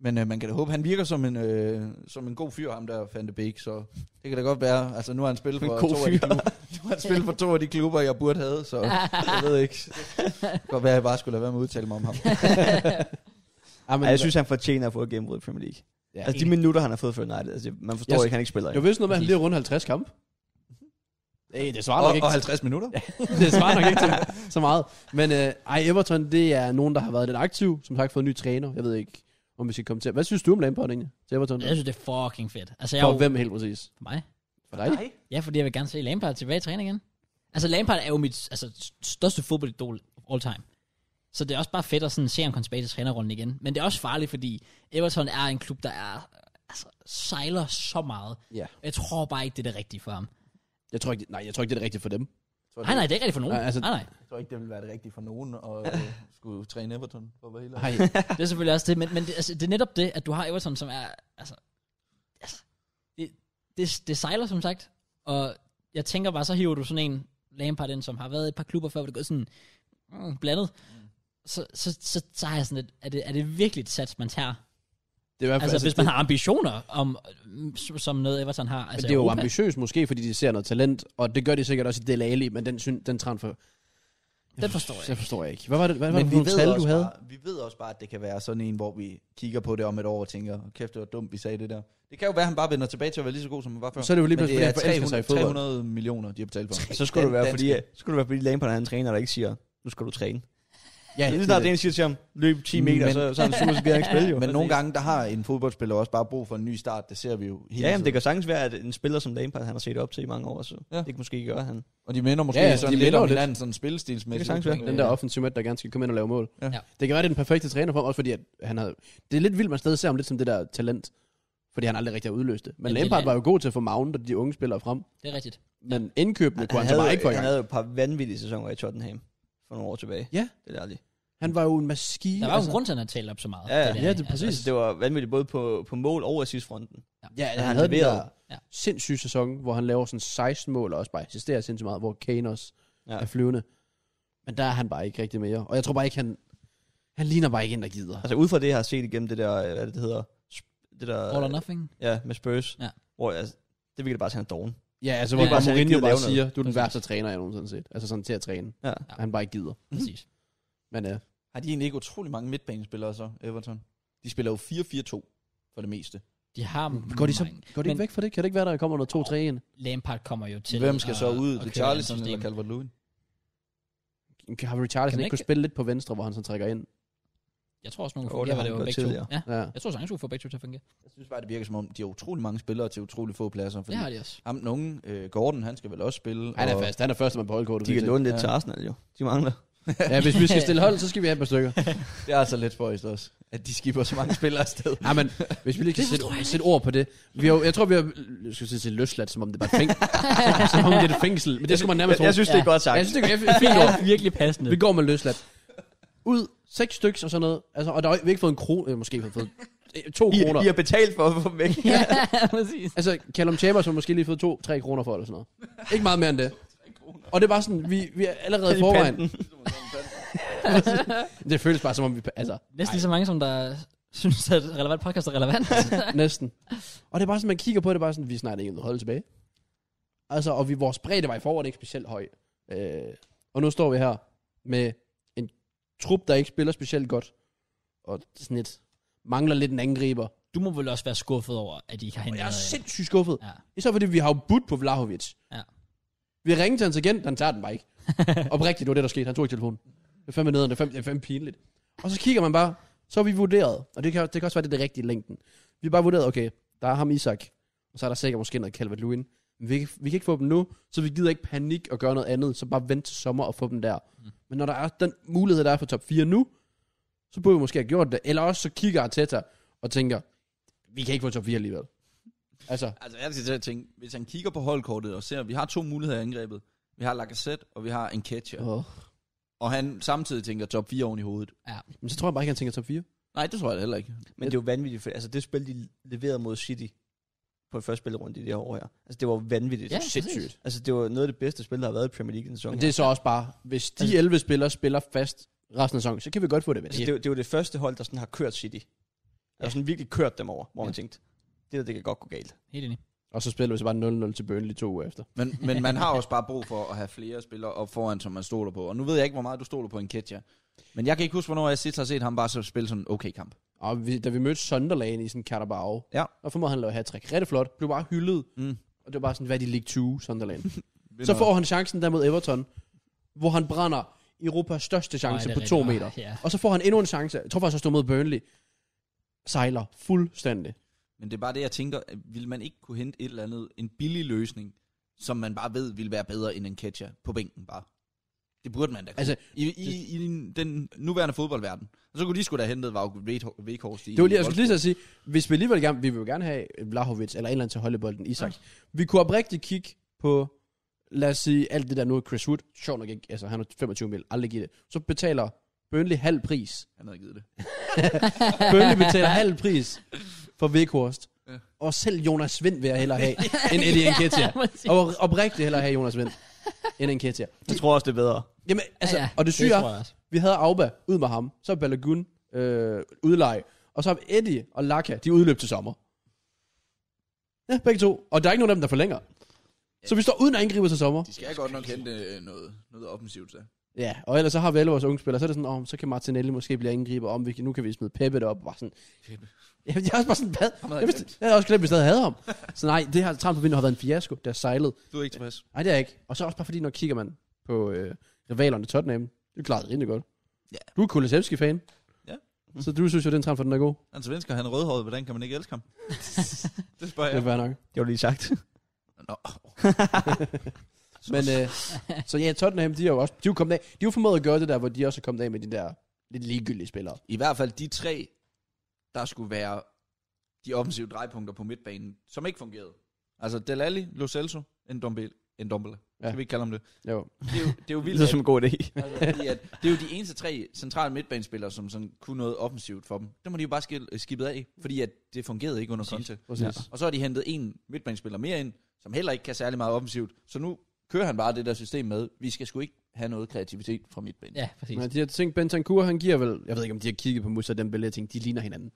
B: Men øh, man kan da håbe, han virker som en, øh, som en god fyr, ham der Van de Beek, så det kan da godt være. Altså, nu har han spillet for, to af, de klubber, nu har han spillet for to af de klubber, jeg burde have, så jeg ved ikke. Det kan godt være, at jeg bare skulle lade være med at udtale mig om ham.
C: Ah, men,
D: Ej, jeg synes, han fortjener at få et gennembrud i Premier League.
C: Ja.
D: Altså de minutter, han har fået for United, altså, man forstår
C: Jeg sy-
D: ikke, han ikke spiller.
C: det var vist noget med, at han lige rundt 50 kamp. Ej, det svarer
B: Og,
C: nok ikke.
B: og 50 minutter.
C: det svarer nok ikke til så meget. Men øh, ej, Everton, det er nogen, der har været lidt aktiv. Som sagt, fået en ny træner. Jeg ved ikke, om vi skal komme til. Hvad synes du om Lampard egentlig? Til Everton?
A: Jeg synes, det er fucking fedt. Altså, jeg er
C: For
A: jo...
C: hvem helt præcis?
A: For mig?
C: For dig?
A: Ja, fordi jeg vil gerne se Lampard tilbage i træning igen. Altså Lampard er jo mit altså, st- største fodboldidol all time. Så det er også bare fedt at sådan, se ham komme tilbage til trænerrollen igen. Men det er også farligt, fordi Everton er en klub, der er, øh, altså, sejler så meget.
C: Ja.
A: Jeg tror bare ikke, det er det rigtige for ham.
C: Jeg tror ikke, nej, jeg tror ikke, det er det rigtige for dem.
A: Nej, nej, det er ikke rigtigt for nogen.
C: Nej,
A: Nej,
C: altså-
A: altså, nej, nej.
B: Jeg tror ikke, det ville være det rigtige for nogen at øh, skulle træne Everton. For at være helt ærlig.
C: Nej,
A: Det er selvfølgelig også det. Men, men det, altså, det er netop det, at du har Everton, som er... Altså, altså det, det, det sejler, som sagt. Og jeg tænker bare, så hiver du sådan en Lampard ind, som har været i et par klubber før, hvor det går sådan mm, blandet. så, så, så, så har jeg sådan lidt, er det, er det virkelig et sats, man tager?
C: Det er i hvert
A: Altså, altså hvis
C: det-
A: man har ambitioner, om, øh, som- som noget Everton har. Altså,
C: Men det er jo
A: Europa.
C: ambitiøst måske, fordi de ser noget talent, og det gør de sikkert også i Dele Alli, men den, syn, den transfer,
A: Den forstår jeg.
C: det forstår jeg ikke. Hvad var det, hvad var
B: Men
C: det for
B: vi
C: nogle
B: ved,
C: tal,
B: også
C: du havde?
B: Bare, vi ved også bare, at det kan være sådan en, hvor vi kigger på det om et år og tænker, "Åh, kæft, det var dumt, vi sagde det der. Det kan jo være, at han bare vender tilbage til at være lige så god, som han var før.
C: Så er det jo lige
B: Men
C: pludselig,
B: det
C: fordi
B: er
C: han forelsker sig i
B: 300,
C: fodbold.
B: 300 millioner, de har betalt for. ham.
D: Så skulle
B: Den
D: det være, fordi, øh,
B: danske.
D: så skulle det være, fordi Lampard er en træner, der ikke siger, nu skal du træne.
C: Ja,
D: Lige
C: det
D: snart
C: er
D: det
C: det.
D: ene siger til ham, løb 10 meter,
B: Men-
D: så, så er han super, så gider han ikke spille jo.
B: Men nogle gange, der har en fodboldspiller også bare brug for en ny start. Det ser vi jo hele
D: Ja, jamen, det
B: tiden.
D: kan sagtens være, at en spiller som Lampard, han har set op til i mange år, så
B: Ja.
D: ja. det kan måske gøre han.
B: Og de minder måske
C: Ja,
B: ja,
C: ja,
B: sådan
C: de
B: lidt
C: minder
B: om
C: lidt.
B: hinanden, sådan øh, spilstilsmæssigt.
D: Det kan sagtens være.
C: Den der offensiv mand, der gerne skal komme ind og lave mål.
B: Ja.
A: Ja.
C: Det kan være, det er den perfekte træner for ham, også fordi at han havde, det er lidt vildt, man stadig ser ham lidt som det der talent, fordi han aldrig rigtig har udløst det. Men
A: Men det er
C: Lampard
A: det.
C: var jo god til at få mountet de unge spillere frem,
A: Det er rigtigt.
C: men indkøbene kunne han, så
D: havde,
C: bare
D: jo-
C: ikke få i
D: han
C: gang.
D: havde jo et par vanvittige sæsoner i Tottenham for nogle år tilbage.
C: Ja.
D: Det er ærligt.
C: Han var jo en maskine. altså.
A: Der var jo en grund til, at han har talt op så meget.
D: Ja, ja.
A: der,
C: Ja, det er
A: altså.
C: præcis.
D: Altså, det var vanvittigt både på, på mål og assistfronten.
C: Ja, han,
D: han
C: han havde den
D: leverede.
C: der
A: Ja.
C: ja. sindssyge sæson, hvor han laver sådan 16 mål, og også bare insisterer sindssygt meget, hvor Kane også
D: Ja.
C: ja. er flyvende. Men der er han bare ikke rigtig mere. Og jeg tror bare ikke, han... Han ligner bare ikke en, der gider.
D: Altså ud fra det, jeg har set igennem det der, øh, hvad er det, det hedder, Sp- det der,
C: øh,
A: All or nothing.
D: ja, med Spurs,
A: Ja.
D: hvor altså, det virkede bare til, at han er doven.
C: Ja, altså,
D: Det
C: hvor
D: er bare
C: bare
D: sådan, han
C: Mourinho
D: ikke gider
C: bare
D: lave
C: siger, du er den
A: Præcis.
C: værste træner, jeg nogensinde har set. Altså sådan til at træne.
D: Ja.
C: Og Han bare ikke gider.
A: Præcis.
C: Men øh, ja,
B: Har de egentlig ikke utrolig mange midtbanespillere så, Everton? De spiller jo 4-4-2 for det meste.
A: De har
C: går de så
A: mange.
C: går de
A: Men-
C: ikke væk fra det? Kan det ikke være, der kommer noget 2-3-1?
A: Lampard kommer jo til
B: Hvem skal
A: at-
B: så
C: ah,
B: ud?
A: at
B: Det er
A: køre
B: Charlison
A: den
B: eller
A: system.
B: Calvert-Lewin?
C: Kan Harvey Charles
A: Kan man
C: ikke kunne
A: ikke-
C: spille lidt på venstre, hvor han sådan trækker ind?
A: Jeg tror også, nogle
D: Jo, det
A: fungerer,
D: har
A: hvor det var
D: han gjort
A: begge to.
D: tidligere.
A: Ja.
C: Ja.
A: Jeg tror sagtens, du får begge to til at fungere.
B: Jeg synes bare, det virker som om, de har utrolig mange spillere til utrolig få pladser. Fordi
A: Det har
B: ja.
A: de også.
B: ham den unge, øh, Gordon, han skal vel også spille.
C: Han er
B: og-
C: fast. Han er første man på holdkortet.
D: De kan
C: vil jeg
D: låne lidt
B: Ja.
D: til Arsenal jo. De mangler.
C: sige. Ja, hvis vi skal stille hold, så skal vi have et par stykker.
B: Det er altså lidt spøjst også, at de skipper så mange spillere afsted.
C: Ja, men hvis vi lige kan
A: Det
C: sætte,
A: forstår jeg ikke.
C: sætte ord på det. Vi har, jo- jeg tror, vi har jeg skulle til at sige løsladt, som om det bare er et fængsel. som om det er et fængsel. Men det skal man nærmest
D: Jeg, jeg synes, det er
A: Ja.
D: godt
C: Ja,
D: sagt.
C: jeg synes, det er et fint ord.
A: virkelig passende.
C: Vi går med løsladt. Ud seks stykker og sådan noget. Altså, og der har vi har ikke fået en krone, øh, måske vi har fået øh, to
D: I,
C: kroner.
D: I har betalt for at få dem væk.
A: ja, præcis.
C: Altså, Callum Chambers har måske lige fået to, tre kroner for, eller sådan noget. Ikke meget mere end det. Og det er bare sådan, vi, vi er allerede i forvejen. det føles bare som om, vi... Altså,
A: Næsten lige så mange, som der synes, at relevant podcast er relevant.
C: Næsten. Og det er bare sådan, man kigger på det, bare sådan, vi er snart ikke noget hold tilbage. Altså, og vi, vores bredde var i foråret ikke specielt høj. Øh, og nu står vi her med en trup, der ikke spiller specielt godt. Og sådan lidt, mangler lidt en angriber.
A: du må vel også være skuffet over, at I ikke har øh,
C: Og
A: hentet
C: jeg er
A: noget ind.
C: sindssygt skuffet.
A: Ja.
C: Især fordi vi har jo budt på Vlahovic.
A: Ja.
C: Vi ringede til hans agent, han tager den bare ikke. Oprigtigt, det var det, der skete. Han tog ikke telefonen. Det er fandme nederen, det er fandme, det er fandme pinligt. Og så kigger man bare, så har vi vurderet, og det kan, det kan også være, det er det rigtige i længden. Vi har bare vurderet, okay, der er ham Isak, og så er der sikkert måske noget Calvert Lewin. Men vi, kan ikke- vi kan ikke få dem nu, så vi gider ikke panik og gøre noget andet, så bare vente til sommer og få dem der. Mm. Men når der er den mulighed, der er for top 4 nu, så burde vi måske have gjort det. Eller også så kigger Arteta og tænker, vi kan ikke få top 4 alligevel. Altså,
B: Altså, jeg skal til at tænke, hvis han kigger på holdkortet og ser, at vi har to muligheder i angrebet. Vi har Lacazette, og vi har en catcher.
C: Åh.
B: Og han samtidig tænker top 4 oven i hovedet.
C: Men så tror jeg bare ikke, han tænker top 4.
B: Nej, det tror jeg da heller ikke.
D: Men det er jo vanvittigt, for altså det spil, de leverede mod City på første spillerunde i det her år her. Altså det var vanvittigt.
A: Ja,
C: Sindssygt.
D: Altså det var noget af det bedste spil, der har været i Premier League i den sæson.
C: Men
D: her.
C: det er så også bare, hvis de
D: Altså-
C: 11 spillere spiller fast resten af sæsonen, så kan vi godt få det med.
D: Altså, det, er jo- det var det første hold, der sådan har kørt City. Der
A: Ja.
D: ja. sådan virkelig kørt dem over, hvor man
A: Ja.
D: tænkte, det der, det kan godt gå galt.
A: Helt enig.
C: Og så spiller vi så bare 0-0 til Burnley to uger efter.
B: Men, men man har også bare brug for at have flere spillere op foran, som man stoler på. Og nu ved jeg ikke, hvor meget du stoler på en catcher. Men jeg kan ikke huske, hvornår jeg sidst har set ham bare så spille sådan en okay kamp.
C: Og vi, da vi mødte Sunderland i sådan Carabao,
B: Ja.
C: og formåede han at lave hat-trick. Rigtig flot. Blev bare hyldet.
B: Mm.
C: Og det var bare sådan, hvad er de League 2, Sunderland. så får han chancen der mod Everton, hvor han brænder Europas største chance
A: Nej,
C: på
A: det er
C: to
A: rigtigt.
C: meter.
A: Ja.
C: Og så får han endnu en chance. Jeg tror faktisk, han stod mod Burnley. Sejler fuldstændig.
B: Men det er bare det, jeg tænker, at vil man ikke kunne hente et eller andet, en billig løsning, som man bare ved vil være bedre end en catcher på bænken bare? Det burde man da kunne.
C: Altså,
B: Altså, I, i, i den nuværende fodboldverden. Og så kunne de sgu da have hentet Vauk Vekhorst i
C: Det var lige, altså, jeg skulle lige så sige, hvis vi alligevel gerne, vi vil jo gerne have Vlahovic eller en eller anden til at holde bolden, Isak. Vi kunne oprigtigt kigge på, lad os sige, alt det der nu, Chris Wood, sjov nok ikke, altså han har 25 mil, aldrig give det. Så betaler Burnley halv pris.
B: Han havde givet det.
C: Burnley betaler halv pris for Vekhorst.
B: Ja.
C: Og selv Jonas Vind vil jeg hellere have, end Eddie Nketiah. Og oprigtigt hellere have Jonas Vind, end Nketiah.
D: Jeg tror også, det er bedre.
C: Jamen, altså,
A: Ja, ja,
C: og det syge er,
A: tror jeg også.
C: Vi havde Auba, ud med ham. Så Balagun, øh, udleje. Og så har vi Eddie og Laka, de udløb til sommer. Ja, begge to. Og der er ikke nogen af dem, der forlænger. Så vi står uden angriber til sommer.
B: De skal godt nok hente øh, noget, noget offensivt. Så.
C: Ja, og ellers så har vi alle vores unge spillere, så er det sådan, oh, så kan Martinelli måske blive angriber, om vi kan, nu kan vi smide Peppe op, og bare sådan, jeg, jeg er også bare sådan, hvad? Jeg, vidste, jeg havde også glemt, at vi stadig havde ham. Så nej, det her transfer vindue har været en fiasko, der sejlede.
B: Du er ikke tilfreds.
C: Nej, det er jeg ikke. Og så også bare fordi, når kigger man på øh, rivalerne Tottenham, det klarede rimelig godt.
B: Ja.
C: Du er Kulisevski-fan.
B: Ja.
C: Så du synes jo, den transfer, den er god.
B: Han er svensker, han er rødhåret, hvordan kan man ikke elske ham? det spørger
C: Ja. Det er
B: jeg.
C: fair nok.
D: Det var lige sagt.
B: Nå,
C: Men, øh, så ja, Tottenham, de er jo også, de er jo kommet af, de er jo formået at gøre det der, hvor de også er kommet af med de der lidt ligegyldige spillere.
B: I hvert fald de tre, der skulle være de offensive drejepunkter på midtbanen, som ikke fungerede. Altså Delali, Lo Celso, Ndombele. Ndombele.
C: Ja.
B: Ja. Skal vi ikke kalde ham det?
C: Jo.
B: Det er jo, det er jo
D: Det
B: vildt,
D: lyder som en god idé.
B: altså, fordi at, det er jo de eneste tre centrale midtbanespillere, som sådan kunne noget offensivt for dem. Det må de jo bare skil- skibet af, fordi at det fungerede ikke under Conte.
C: Præcis. Ja.
B: Og så har de hentet en midtbanespiller mere ind, som heller ikke kan særlig meget offensivt. Så nu kører han bare det der system med, vi skal sgu ikke have noget kreativitet fra midtbanen.
A: Ja, præcis.
C: Men de har tænkt, Bentancur, han giver vel... Jeg ved ikke, om de har kigget på Musa Dembélé og tænkt, de ligner hinanden.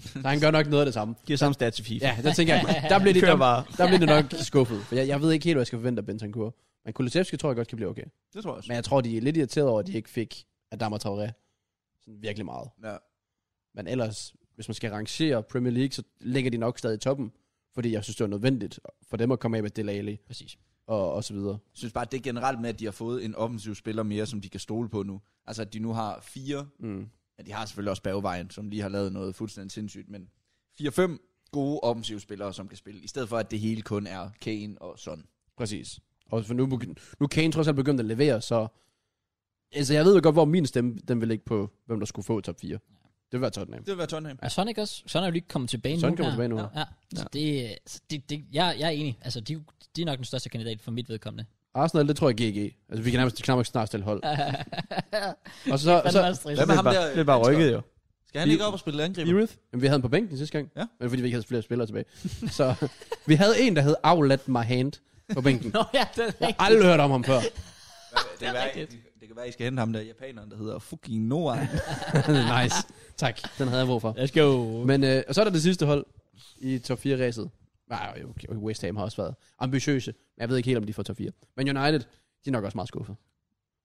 C: Så han gør nok noget af det samme.
D: Giver samme stat til FIFA.
C: Ja, der tænker jeg, der bliver de,
D: Kører
C: der,
D: bare.
C: der bliver de nok skuffet. For jeg, jeg ved ikke helt, hvad jeg skal forvente af Bentancur. Men Kulusevski tror jeg godt kan blive okay.
B: Det tror jeg også.
C: Men jeg tror, de er lidt irriteret over, at de ikke fik Adama Traoré. Sådan virkelig meget.
B: Ja.
C: Men ellers, hvis man skal rangere Premier League, så ligger de nok stadig i toppen. Fordi jeg synes, det var nødvendigt for dem at komme af med Delali
A: præcis.
C: og, og så videre.
B: Jeg synes bare, det er generelt med, at de har fået en offensiv spiller mere, som de kan stole på nu. Altså, at de nu har fire,
C: Mm.
B: ja, de har selvfølgelig også Bergvejen, som lige har lavet noget fuldstændig sindssygt, men fire-fem gode offensive spillere, som kan spille, i stedet for, at det hele kun er Kane og Son.
C: Præcis. Og for nu, begy- nu er Kane trods alt begyndt at levere, så... Altså, jeg ved jo godt, hvor min stemme den vil ligge på, hvem der skulle få top 4. Det vil være Tottenham.
B: Det vil være Tottenham.
A: Er Sonic også? Sonic er jo lige kommet tilbage
C: Son
A: nu.
C: kommer
A: her.
C: tilbage nu,
A: Ja. ja. Så det, så det, det jeg, jeg er enig. Altså, de, de er nok den største kandidat for mit vedkommende.
C: Arsenal, det tror jeg er GG. Altså, vi kan nærmest, knap nok snart stille hold. Og så,
A: Fandme
C: så
A: også trist.
B: Hvad med ham
D: bare,
B: der,
D: Det er bare
B: dansker?
D: rykket jo.
B: Skal han ikke op og spille angriber?
C: Erith, jamen, vi havde ham på bænken sidste gang.
B: Ja.
C: Men fordi vi ikke havde flere spillere tilbage. så vi havde en, der hed Outlet My Hand på bænken.
A: Nå ja, det er
C: Jeg har
A: rigtigt.
C: aldrig hørt om ham før.
B: Det, kan være, det kan være, I skal hente ham der japaneren, der hedder fucking Noah.
C: nice. Tak. Den havde jeg brug for.
A: Let's go.
C: Men øh, og så er der det sidste hold i top 4 ræset. Nej, okay, West Ham har også været ambitiøse. Men jeg ved ikke helt, om de får top 4. Men United, de er nok også meget skuffet.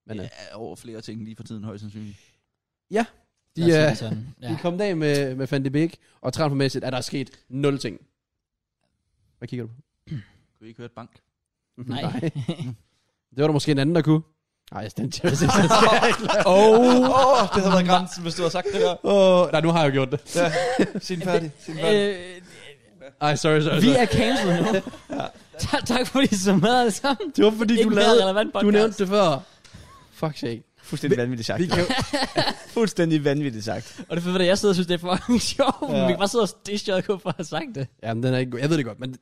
C: Men øh,
B: ja, over flere ting lige for tiden, højst sandsynligt.
C: de,
A: Lad os sige
C: øh,
A: det sådan.
C: de
A: Ja.
C: er kommet af med, med Van de Beek, og transfermæssigt er der sket nul ting. Hvad kigger du på?
B: Kunne I ikke høre et bank?
A: Nej.
C: Mhm. Det var der måske en anden, der kunne. Nej, den Chelsea.
B: Åh, oh, oh, det havde været grænsen, hvis du havde sagt det der.
C: oh, nej, nu har jeg jo gjort det.
B: Sin færdig, sin færdig.
A: Øh,
C: Ej, sorry, sorry.
A: vi
C: sorry.
A: er cancelled nu. Ta- tak fordi I så med alle sammen.
C: Det var fordi, du,
A: Ikke mere
C: lavede,
A: relevant podcast.
C: du nævnte det før. Fuck sake.
D: Fuldstændig vanvittigt sagt.
C: Vi kan jo,
D: Fuldstændig vanvittigt sagt.
A: Og det er for, at jeg sidder og synes, det er fucking sjovt. Ja.
D: Ja.
A: Vi kan bare sidde og dishe og gå for at have sagt det.
C: Jamen, den er ikke god. Jeg ved det godt, men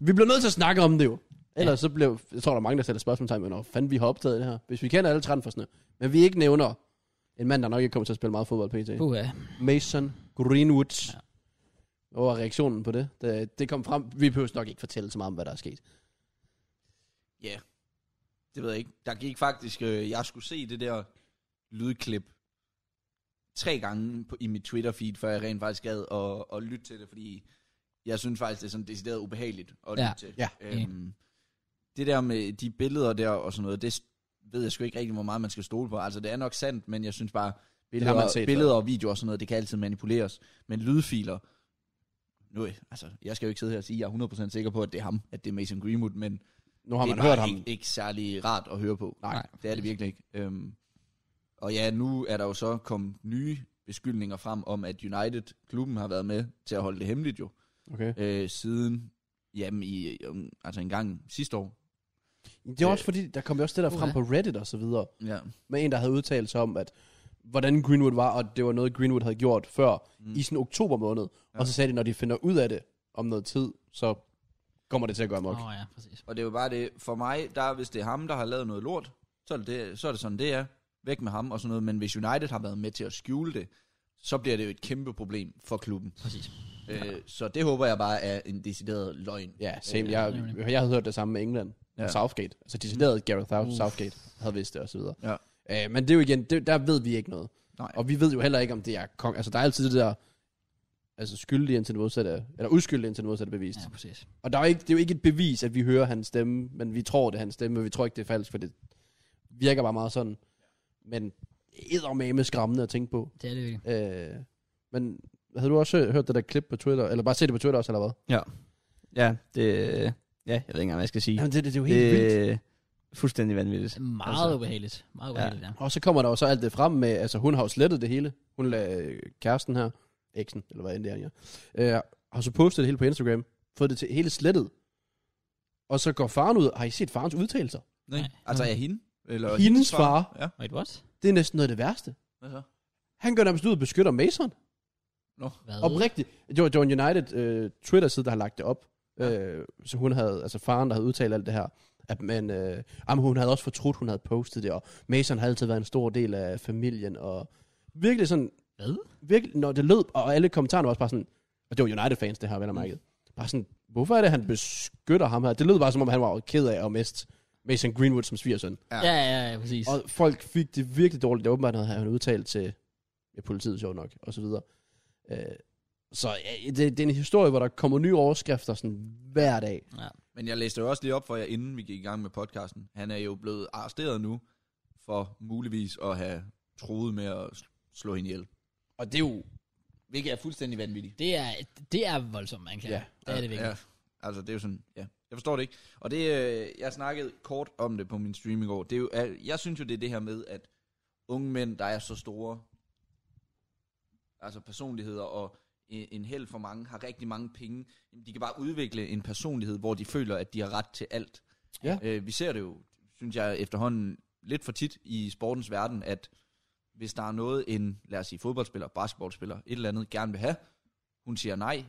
C: vi bliver nødt til at snakke om det jo. Ellers
A: Ja.
C: ja. så blev, jeg tror, der er mange, der sætter spørgsmålstegn, men hvor fanden vi har optaget det her. Hvis vi kender alle transfersene, men vi ikke nævner en mand, der nok ikke kommer til at spille meget fodbold E pt.
A: Uh, ja.
C: Mason Greenwood. Ja. Hvad var reaktionen på det? det? Det kom frem. Vi behøver nok ikke fortælle så meget om, hvad der er sket.
B: Det ved jeg ikke. Der gik faktisk, øh, jeg skulle se det der lydklip tre gange på, i mit Twitter-feed, før jeg rent faktisk gad at, at lytte til det, fordi jeg synes faktisk, det er sådan decideret ubehageligt at lytte
A: Ja,
B: til.
C: ja,
B: Øhm, det der med de billeder der og sådan noget, det s- ved jeg sgu ikke rigtig, hvor meget man skal stole på. Altså, det er nok sandt, men jeg synes bare, billeder,
C: man set
B: billeder og videoer og sådan noget, det kan altid manipuleres. Men lydfiler, nu, øh, altså, jeg skal jo ikke sidde her og sige, at jeg er 100% sikker på, at det er ham, at det er Mason Greenwood, men
C: Nu har
B: det er
C: man
B: bare
C: hørt ham.
B: Ikke, ikke særlig rart at høre på.
C: Nej.
B: Det er det virkelig ikke. Øhm, og ja, nu er der jo så kommet nye beskyldninger frem om, at United-klubben har været med til at holde det hemmeligt jo,
C: Okay.
B: øh, siden jamen i, um, altså en gang sidste år.
C: Det er også fordi, der kom jo også det der frem
A: Uha.
C: på Reddit og så videre.
B: Ja.
C: med en, der havde udtalt sig om, at hvordan Greenwood var, og det var noget, Greenwood havde gjort før, mm. i sådan oktober måned. Ja. Og så sagde de, når de finder ud af det om noget tid, så kommer det til at gøre mok.
A: Åh oh, ja, præcis.
B: Og det er jo bare det, for mig, der hvis det er ham, der har lavet noget lort, så er det, det, så er det sådan, det er. Væk med ham og sådan noget. Men hvis United har været med til at skjule det, så bliver det jo et kæmpe problem for klubben.
A: Præcis.
B: Øh, så det håber jeg bare er en decideret løgn.
C: Ja, same. Jeg, jeg havde hørt det samme med England. Ja.
B: Ja.
C: Southgate. Altså decideret Gareth South, Southgate havde vidst det og så videre.
B: Ja.
C: Øh, men det er jo igen, det, der ved vi ikke noget.
I: Nej.
C: Og vi ved jo heller ikke, om det er kong. Altså, der er altid det der, altså skyldig indtil det modsatte, eller uskyldig indtil det modsatte er bevist.
A: Ja, præcis.
C: Og der er jo ikke, det er jo ikke et bevis, at vi hører hans stemme, men vi tror, det er hans stemme, og vi tror ikke, det er falsk, for det virker bare meget sådan. Men eddermame skræmmende at tænke på.
A: Det er det virkelig.
C: Øh, men havde du også hørt det der klip på Twitter, eller bare set det på Twitter også, eller hvad?
D: Ja, det... Ja, jeg ved ikke engang, hvad jeg skal sige.
C: Jamen, det, det, det er jo helt det... vildt.
D: Det er fuldstændig vanvittigt.
A: Meget altså, ubehageligt. Meget ubehageligt, ja.
C: Og så kommer der jo så alt det frem med, altså hun har jo slettet det hele. Hun lagde øh, kæresten her, eksen, eller hvad end det er, ja. Øh, har så postet det hele på Instagram, fået det til hele slettet. Og så går faren ud, har I set farens udtalelser?
I: Nej.
A: Nej.
I: Altså er hende? Eller
C: Hendes far?
I: Ja.
A: Wait, what?
C: Det er næsten noget af det værste.
I: Hvad så?
C: Han gør nærmest ud og beskytter Mason.
A: Hvad?
C: Oprigtigt. Det var John United øh, Twitter-side, der har lagt det op. Ja. Øh, så hun havde, altså faren, der havde udtalt alt det her. At, men øh, jamen, hun havde også fortrudt, hun havde postet det, og Mason har altid været en stor del af familien, og virkelig sådan...
A: Hvad?
C: Virkelig, når det lød, og alle kommentarerne var også bare sådan... Og det var United-fans, det her, vel og mærket. Bare sådan, hvorfor er det, han beskytter ham her? Det lød bare, som om han var ked af at miste Mason Greenwood som svigersøn.
A: Ja, ja, ja, ja præcis.
C: Og folk fik det virkelig dårligt. Det var åbenbart noget, han havde udtalt til ja, politiet, sjovt nok, og så videre. Øh, så ja, det, det, er en historie, hvor der kommer nye overskrifter sådan hver dag.
I: Men jeg læste jo også lige op for jer, inden vi gik i gang med podcasten. Han er jo blevet arresteret nu, for muligvis at have troet med at sl- slå hende ihjel.
C: Og det er jo...
I: Hvilket er fuldstændig vanvittigt.
A: Det er, det er voldsomt anklager.
C: Ja.
A: Ja. Det er det virkelig. Ja.
I: Altså, det er jo sådan, ja. Jeg forstår det ikke. Og det, øh, jeg snakkede kort om det på min stream i går. Det er jo, øh, jeg synes jo, det er det her med, at unge mænd, der er så store, altså personligheder og en, en held for mange, har rigtig mange penge. Jamen, De kan bare udvikle en personlighed, hvor de føler, at de har ret til alt.
C: Ja.
I: Øh, vi ser det jo, synes jeg, efterhånden lidt for tit i sportens verden, at hvis der er noget, en, lad os sige, fodboldspiller, basketballspiller, et eller andet, gerne vil have, hun siger nej,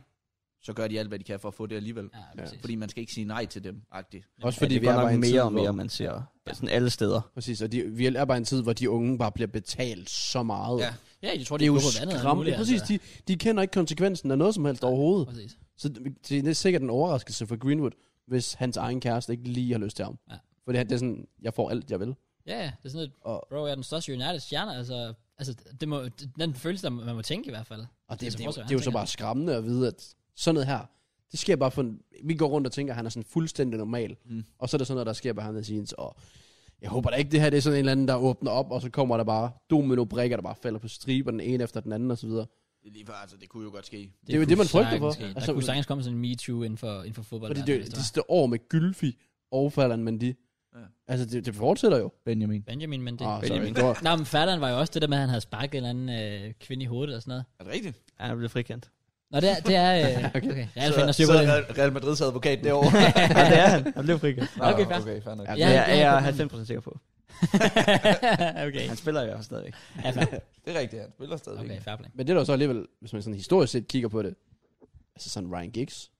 I: så gør de alt, hvad de kan for at få det alligevel.
A: Ja, præcis.
I: Fordi man skal ikke sige nej til dem, agtigt.
C: Også fordi
D: Fordi ja,
C: vi
D: det er
C: er
D: godt
C: bare i
D: nok
C: en
D: mere
C: tid,
D: og mere,
C: hvor,
D: man ser. Ja. Sådan alle steder.
C: Præcis, og de, vi er bare i en tid, hvor de unge bare bliver betalt så meget.
I: Ja.
A: Ja, jeg tror,
C: Det er jo skræmmende.
A: skræmmende.
C: Præcis, de, de kender ikke konsekvensen af noget som helst overhovedet.
A: altså. Præcis.
C: Så det det er sikkert en overraskelse for Greenwood, hvis hans egen kæreste ikke lige har lyst til ham.
A: Ja.
C: Fordi han, det er sådan, jeg får alt, jeg vil.
A: Ja, ja, det er sådan et,
C: Og-
A: bro, jeg er den største United-stjerne, altså, altså det må, det- den følelse, der man må tænke i hvert fald.
C: Og det, det,
A: så
C: det, er jo,
A: fortsætter
C: det er jo
A: han,
C: så
A: tænker
C: bare skræmmende at vide, at sådan noget her, det sker bare for en, Vi går rundt og tænker, at han er sådan fuldstændig normal. Mm. Og så er der sådan noget, der sker behind the scenes, og jeg håber da ikke, det her det er sådan en eller anden, der åbner op, og så kommer der bare domino-brikker, der bare falder på striber, den ene efter den anden, og så videre.
I: Det er lige før, altså, det kunne jo godt ske.
C: Det er jo det, man frygter for.
A: Altså, der
C: Altså,
A: kunne sagtens komme sådan en MeToo inden for, inden for fodbold.
C: Fordi det, det sidste år med Gylfi overfalder en Mendy. Ja.
I: Ja.
C: Altså, det, det fortsætter jo.
B: Benjamin.
A: Benjamin, men det...
C: Ah, sorry.
D: Benjamin.
C: Det var,
A: Nå, men fatteren var jo også det der med, at han havde sparket en eller anden øh, kvinde i hovedet og sådan noget.
I: Er det rigtigt?
D: Ja, han blev frikendt.
A: Nå, det er... Det er øh, okay. okay. Jeg er fan, der styrer
B: så
A: på
B: er
A: det.
B: Real- Real Madrids advokat derovre.
D: ja, det er han. Han blev frikendt.
A: Nå, Okay, fair.
I: okay, fair nok.
C: ja,
A: Ja,
D: Ja,
A: det
D: jeg
A: er
D: er
A: han.
D: 90% sikker på.
A: okay.
D: Han spiller jo stadigvæk.
A: Ja, fair.
I: Det er rigtigt, han spiller stadigvæk.
A: Okay, fair play.
C: men det er jo så alligevel, hvis man sådan historisk set kigger på det, altså sådan Ryan Giggs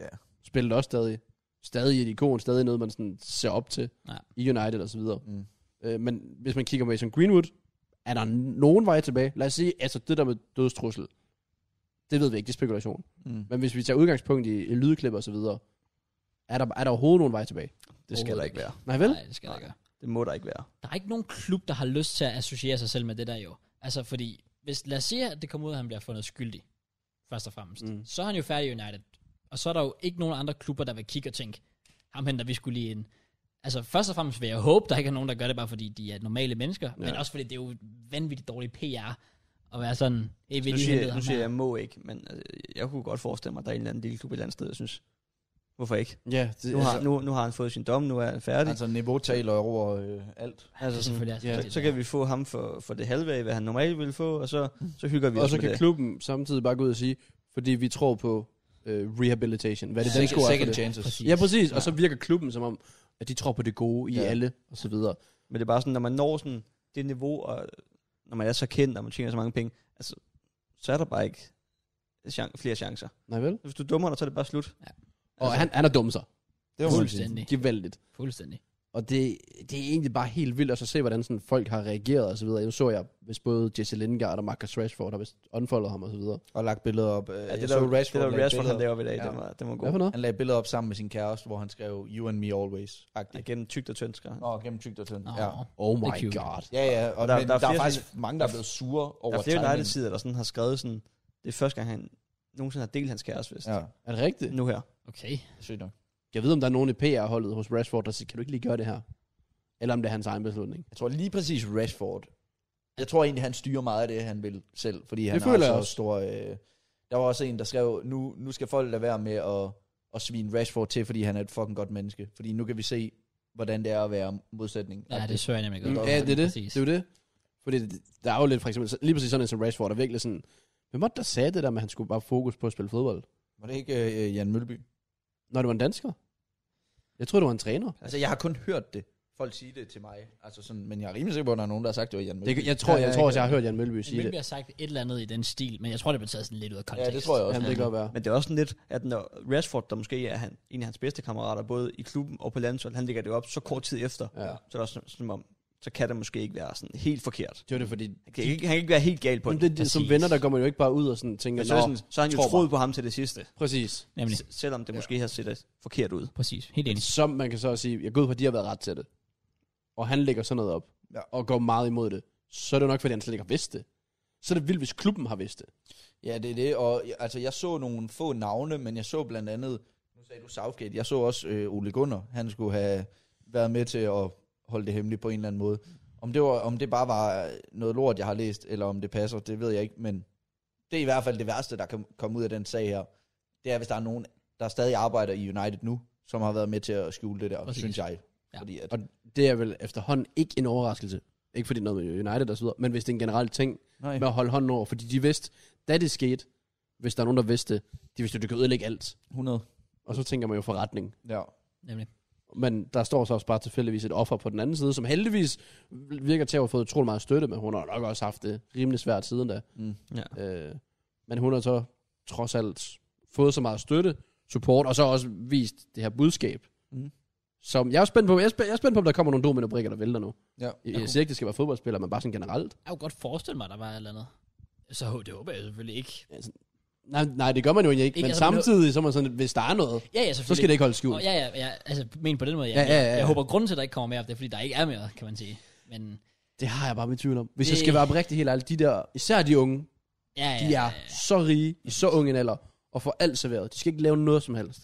I: Ja.
C: spillede også stadig, stadig et ikon, stadig noget, man sådan ser op til
A: Ja.
C: i United og så videre.
I: Mm.
C: Øh, men hvis man kigger Mason Greenwood, er der nogen vej tilbage? Lad os sige, altså det der med dødstrussel, det ved vi ikke, det er spekulation.
I: Mm.
C: Men hvis vi tager udgangspunkt i, i lydklip og så videre, er der, er der overhovedet nogen vej tilbage?
D: Det skal der ikke være.
C: Nej vel?
A: Nej, det skal der ikke.
D: Det må der ikke være.
A: Der er ikke nogen klub, der har lyst til at associere sig selv med det der jo. Altså, fordi... Hvis, lad os sige, at det kommer ud, at han bliver fundet skyldig, først og fremmest.
C: Mm.
A: Mm. Så er han jo færdig i United. Og så er der jo ikke nogen andre klubber, der vil kigge og tænke, ham henter vi skulle lige ind. Altså først og fremmest vil jeg håbe, der ikke er nogen, der gør det bare fordi, de er normale mennesker. Ja. Men også fordi, det er jo vanvittigt dårlig PR at være sådan, hey, vi
D: Nu
A: lige
D: siger,
A: hentede
D: jeg, nu
A: ham
D: siger jeg,
A: her.
D: jeg må ikke, men altså, jeg kunne godt forestille mig, at der er en eller anden lille klub et eller andet sted, jeg synes. Hvorfor ikke?
C: Ja, det, altså-
D: Nu har, nu, nu har han fået sin dom, nu er han færdig.
B: altså, niveau taler over øh, alt.
A: Det er
D: Altså sådan,
A: selvfølgelig også
C: ja,
A: rigtigt,
D: så, så kan vi få ham for, for det halve af, hvad han normalt ville få, og så, så hygger vi
C: og
D: os
C: så
D: med
C: kan
D: det.
C: klubben samtidig bare gå ud og sige, fordi vi tror på øh, rehabilitation. Hvad er det,
A: Ja,
C: den skulle
B: Second chances.
A: Præcis.
C: Ja, præcis. Og så virker klubben som om, at de tror på det gode i ja.
B: Ja.
C: alle, og så videre.
D: Men det er bare sådan, når man når sådan det niveau, og når man er så kendt, og man tjener så mange penge, altså, så er der bare ikke chan- flere chancer.
C: Nej vel?
D: Hvis du dummer dig, så er det bare slut.
C: Og han, han er dum sig.
B: Det var
A: Fuldstændig.
C: Gevaldigt.
A: Fuldstændig.
C: Og det, det er egentlig bare helt vildt at så se, hvordan sådan folk har reageret og så videre. Nu så jeg, hvis både Jesse Lingard og Marcus Rashford har vist unfollowet ham og så videre.
B: Og lagt billeder op. Øh, Ja,
D: det, der, Rashford, det der Rashford, han laver i dag,
B: Ja.
D: ja. den var, den var
C: Hvad for
D: god.
C: noget?
B: Han lagde billeder op sammen med sin kæreste, hvor han skrev, you and me always.
D: Ja,
B: Agtigt.
D: gennem tygt og tyndt, skrev han.
B: Nå, gennem tygt og tyndt.
A: Nå.
B: Ja.
C: Oh
A: Det er
C: my
A: cute.
C: god.
B: Ja, ja, og
D: Der-
B: der, men
D: der
B: der,
D: er
B: der er
D: flere-
B: faktisk mange, der er blevet sure over
D: Der er flere
B: timingen.
D: United-sider, der sådan har skrevet sådan, det er første gang, han nogensinde har delt hans kæreste, vist.
B: Ja,
C: Er det rigtigt?
D: Nu her.
A: Okay.
B: sygt nok.
C: Jeg ved, om der er nogen i PR-holdet hos Rashford, der siger, kan du ikke lige gøre det her? Eller om det er hans egen beslutning.
B: Jeg tror lige præcis Rashford. Jeg tror egentlig, han styrer meget af det, han vil selv, fordi han
C: føler jeg
B: har
C: også.
B: så stor... Øh, der var også en, der skrev, nu, nu skal folk lade være med at, at svine Rashford til, fordi han er et fucking godt menneske. Fordi nu kan vi se, hvordan det er at være modsætning.
A: Ja, det søger jeg nemlig
C: Mm,
A: godt.
C: ja, det er det.
A: Præcis.
C: Det er jo det. Fordi det- der er jo lidt, for eksempel, lige præcis sådan en som Rashford, der virkelig sådan, hvem var det, der sagde det der med, at han skulle bare fokus på at spille fodbold?
B: Var det ikke øh, Jan Mølby?
C: Når det var en dansker? Jeg tror det var en træner.
B: Altså, jeg har kun hørt det. Folk siger det til mig. Altså sådan, men jeg er rimelig sikker på, at der er nogen, der har sagt, det var Jan Mølby.
C: Det, jeg tror,
B: Ja,
C: jeg,
B: ja,
C: tror
B: ja.
C: også, jeg har hørt Jan Mølby sige
A: Mølby
C: det.
A: har sagt et eller andet i den stil, men jeg tror, det blev taget sådan lidt ud af kontekst.
B: Ja, det tror jeg også.
C: Jamen, det kan godt være.
D: Men det er også sådan lidt, at når Rashford, der måske er han, en af hans bedste kammerater, både i klubben og på landsholdet, han ligger det op så kort tid efter,
C: Ja.
D: så er det også sådan, som om, så kan det måske ikke være sådan helt forkert.
C: Det var det, fordi
D: Han kan, ikke, han kan ikke være helt gal på
C: Jamen,
D: det.
C: det, det, som
A: Præcis.
C: venner, der går man jo ikke bare ud og sådan tænker,
D: Men så, er
C: Nå,
D: sådan, så har han jo
C: tror
D: troet på ham til det sidste,
C: præcis.
A: Nemlig.
D: s- selvom det måske har set forkert ud.
A: Præcis. Helt enig.
C: Som man kan så også sige, jeg går ud på, at de har været ret til det. Og han lægger sådan noget op,
B: Ja.
C: og går meget imod det. Så er det jo nok, fordi han slet ikke har vidst det. Så er det vildt, hvis klubben har vidst det.
B: Ja, det er det, og jeg- altså, jeg så nogle få navne, men jeg så blandt andet, nu sagde du Southgate, jeg så også øh, Ole Gunnar, han skulle have været med til at holde det hemmeligt på en eller anden måde. Om det, var, om det bare var øh, noget lort, jeg har læst, eller om det passer, det ved jeg ikke, men det er i hvert fald det værste, der kan komme ud af den sag her. Det er, hvis der er nogen, der stadig arbejder i United nu, som har været med til at skjule det der,
A: Præcis.
B: Præcis. synes jeg.
A: Ja.
B: Ja. Fordi at,
C: Og det er vel efterhånden ikke en overraskelse. Ikke fordi det er noget med United og så videre, men hvis det er en generel ting
B: nej,
C: med at holde hånden over. Fordi de vidste, da det skete, hvis der er nogen, der vidste det, de vidste, at det kan ødelægge alt.
B: 100.
C: Og så tænker man jo forretning.
B: Ja.
A: Nemlig.
C: Men der står så også bare tilfældigvis et offer på den anden side, som heldigvis virker til at have fået utrolig meget støtte, men hun har nok også haft det rimelig svært siden da.
B: Mm.
D: Ja.
C: Øh, men hun har så trods alt fået så meget støtte, support, og så også vist det her budskab.
B: Mhm.
C: Som jeg er spændt på, jeg er spændt, jeg er spændt på om der kommer nogle dominobrikker, der vælter nu.
B: Ja.
C: Jeg, jeg siger ikke, det skal være fodboldspillere, men bare sådan generelt.
A: Jeg kunne godt forestille mig, at der var et eller andet. Så det håber jeg selvfølgelig ikke.
C: Nej, nej det gør man jo egentlig ikke,
A: Ikke
C: ikke men
A: altså, men-
C: samtidig så er man sådan, at hvis der er noget,
A: Ja, ja,
C: så
A: selvfølgelig.
C: skal det ikke holde skjult.
A: Nå, ja, ja, ja, altså men på den måde, ja.
C: Ja, ja, ja,
A: Jeg
C: ja.
A: håber, grunden til, at der ikke kommer mere, det er, fordi der ikke er mere, kan man sige. Men
C: Det har jeg bare mit tvivl om. Hvis det...
A: Det-
C: jeg skal være oprigtig helt ærlig, de der, især de unge,
A: ja, ja,
C: De
A: ja,
C: er
A: ja.
C: så rige i så ung en alder, og får alt serveret. De skal ikke lave noget som helst.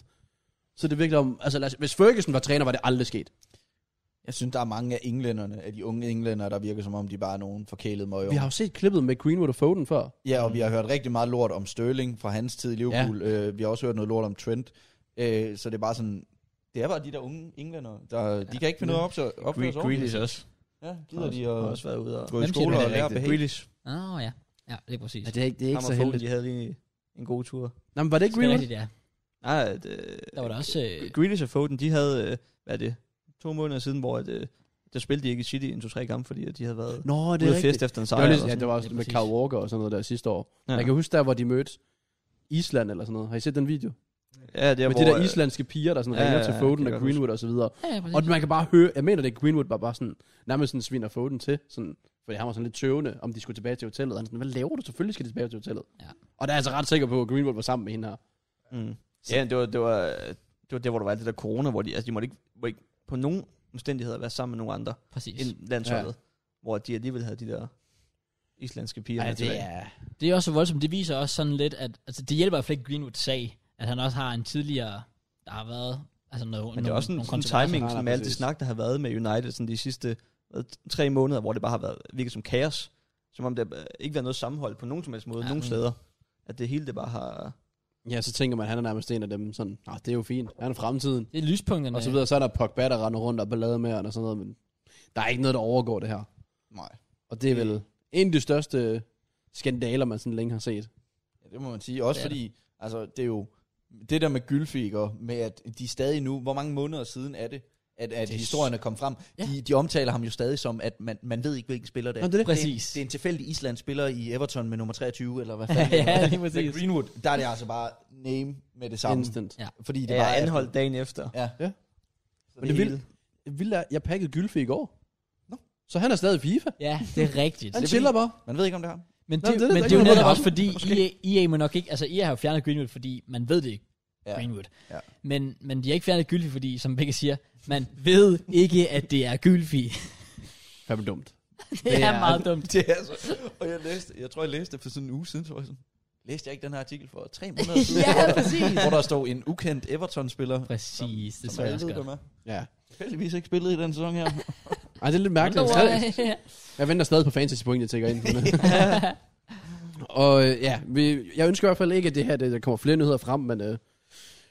C: Så det er virkelig om, altså lad os, hvis Ferguson var træner, var det aldrig sket.
B: Jeg synes, der er mange af englænderne, af de unge englænder, der virker som om, de bare er nogen forkælede møger.
C: Vi har jo set klippet med Greenwood og Foden før.
B: Ja, og vi har hørt rigtig meget lort om Sterling fra hans tid i Liverpool. Ja. Øh, vi har også hørt noget lort om Trent. Øh, så det er bare sådan, det er bare de der unge englænder, der, de kan ikke finde noget op, så opføre sig ordentligt.
D: også.
B: Ja, gider
D: Gider
B: de
D: har
B: at
D: også været ude og...
B: gå i
A: Hvem siger
B: skole
A: du?
B: og lære at behave?
D: Grealish.
A: Åh, oh, ja. Ja, det er præcis.
C: det er ikke, det er
D: Ham og Foden, de havde lige en god tur.
C: Nej, men var det ikke
A: Det er
C: Greenwood?
A: rigtigt, ja.
D: Nej, det,
A: Der var der også... Øh,
D: Grealish og Foden, de havde, øh, hvad er det, to måneder siden, hvor at, øh, der spillede de ikke i City en to-tre kampe, fordi at de havde været
C: Nå, det
D: ude
C: er
D: at
C: rigtigt.
D: fest efter en
C: Det
D: sejr.
C: var,
D: eller
C: lidt, ja,
D: sådan
C: det var også
A: Ja,
C: med
A: præcis.
C: Carl Walker og sådan noget der sidste år. Ja.
D: noget.
C: Jeg kan huske der, hvor de mødte Island eller sådan noget. Har I set den video?
D: ja, det er,
C: Ja, med
D: hvor,
C: de der
D: øh,
C: islandske piger, der sådan
D: ja,
C: ja, ringer
D: ja,
C: til
D: ja,
C: Foden
D: kan jeg
C: og
D: godt
C: Greenwood og så videre.
A: ja, ja, præcis.
C: Og man kan bare høre, jeg mener det, at Greenwood var bare sådan, nærmest sådan sviner Foden til, sådan, fordi han var sådan lidt tøvende, om de skulle tilbage til hotellet. Og Han sådan, hvad laver du? Selvfølgelig skal de tilbage til hotellet.
A: Ja.
C: Og der er jeg altså ret sikker på, at Greenwood var sammen med hende her.
D: Mm. Ja, det var, det, var, det var der, hvor der var alt det der corona, hvor de, altså, de måtte ikke, må ikke på nogen omstændigheder være sammen med nogen andre
A: præcis.
D: end landsholdet, ja. hvor de alligevel havde de der islandske piger.
C: Ja,
D: med
C: det
D: tilbage.
C: er...
A: Det er også voldsomt. Det viser også sådan lidt, at altså, det hjælper i hvert fald ikke Greenwoods sag, at han også har en tidligere, der har været altså noget,
D: Men det er også en, sådan
A: kontroverser.
D: timing,
C: Nej, nej,
D: som alt det
C: præcis.
D: snak, der har været med United sådan de sidste hvad, tre måneder, hvor det bare har været virket som kaos. Som om der øh, ikke var noget sammenhold på nogen som helst måde,
A: Ja.
D: ja, nogen
A: Mm.
D: steder. At det hele det bare har...
C: Ja, så tænker man, han er nærmest en af dem sådan, ah, det er jo fint, han er fremtiden.
A: Det er lyspunkterne.
C: Og så videre, så er der Pogba, der render rundt og ballade med og sådan noget, men der er ikke noget, der overgår det her.
B: Nej.
C: Og det er vel en af de største skandaler, man sådan længe har set.
B: Ja, det må man sige. Også
A: Det er
B: fordi, altså, det er jo det der med Gylfiker, med at de stadig nu, hvor mange måneder siden er det, at, at
A: Det er
B: historierne kom frem.
A: Ja.
B: Ja. De, de omtaler ham jo stadig som, at man, man ved ikke, hvilken spiller det er.
C: Nå, det er det.
A: Præcis.
B: Det, det er en tilfældig Islands spiller i Everton med nummer 23, eller hvad fanden. det er.
A: ja, lige
B: Med
A: præcis.
B: Greenwood, der er det altså bare name med det samme.
C: Instant.
A: Ja.
B: Fordi det
D: Ja,
B: bare er
D: anholdt dagen efter.
B: Ja.
C: Ja.
D: Så
C: Men det, vilde, vildt er, jeg pakkede Gylfi i går. Så han er stadig i FIFA.
A: Ja, det er rigtigt.
C: Han chiller bare.
B: Man ved ikke, om det er ham.
A: Men
C: Nå,
A: det,
C: det er
A: men
C: der
A: det er jo
C: ikke noget
A: netop
C: om.
A: også fordi, E EA, EA må nok ikke, altså EA har jo fjernet Greenwood, fordi man ved det ikke,
B: Ja.
A: Greenwood.
B: Ja.
A: Men, men de har ikke fjernet Gylfi, fordi, som begge siger, man ved ikke, at det er Gylfi.
C: Fandme dumt.
A: det er meget dumt.
B: Det er så. Og jeg læste, jeg tror, jeg læste det for sådan en uge siden, tror jeg sådan. Læste jeg ikke den her artikel for tre måneder siden?
A: ja, præcis.
B: Hvor der stod en ukendt Everton-spiller,
A: Præcis, det
B: som
A: tror jeg
B: alle
A: også
B: ved,
A: godt.
B: hvem er.
C: Ja.
B: Heldigvis ikke spillet i den sæson her.
C: Ej, det er lidt mærkeligt. Jeg, stadig- jeg venter stadig på fantasy point, jeg tænker ind på det. Og øh, ja, vi, jeg ønsker i hvert fald ikke, at det her, det, der kommer flere nyheder frem, men øh,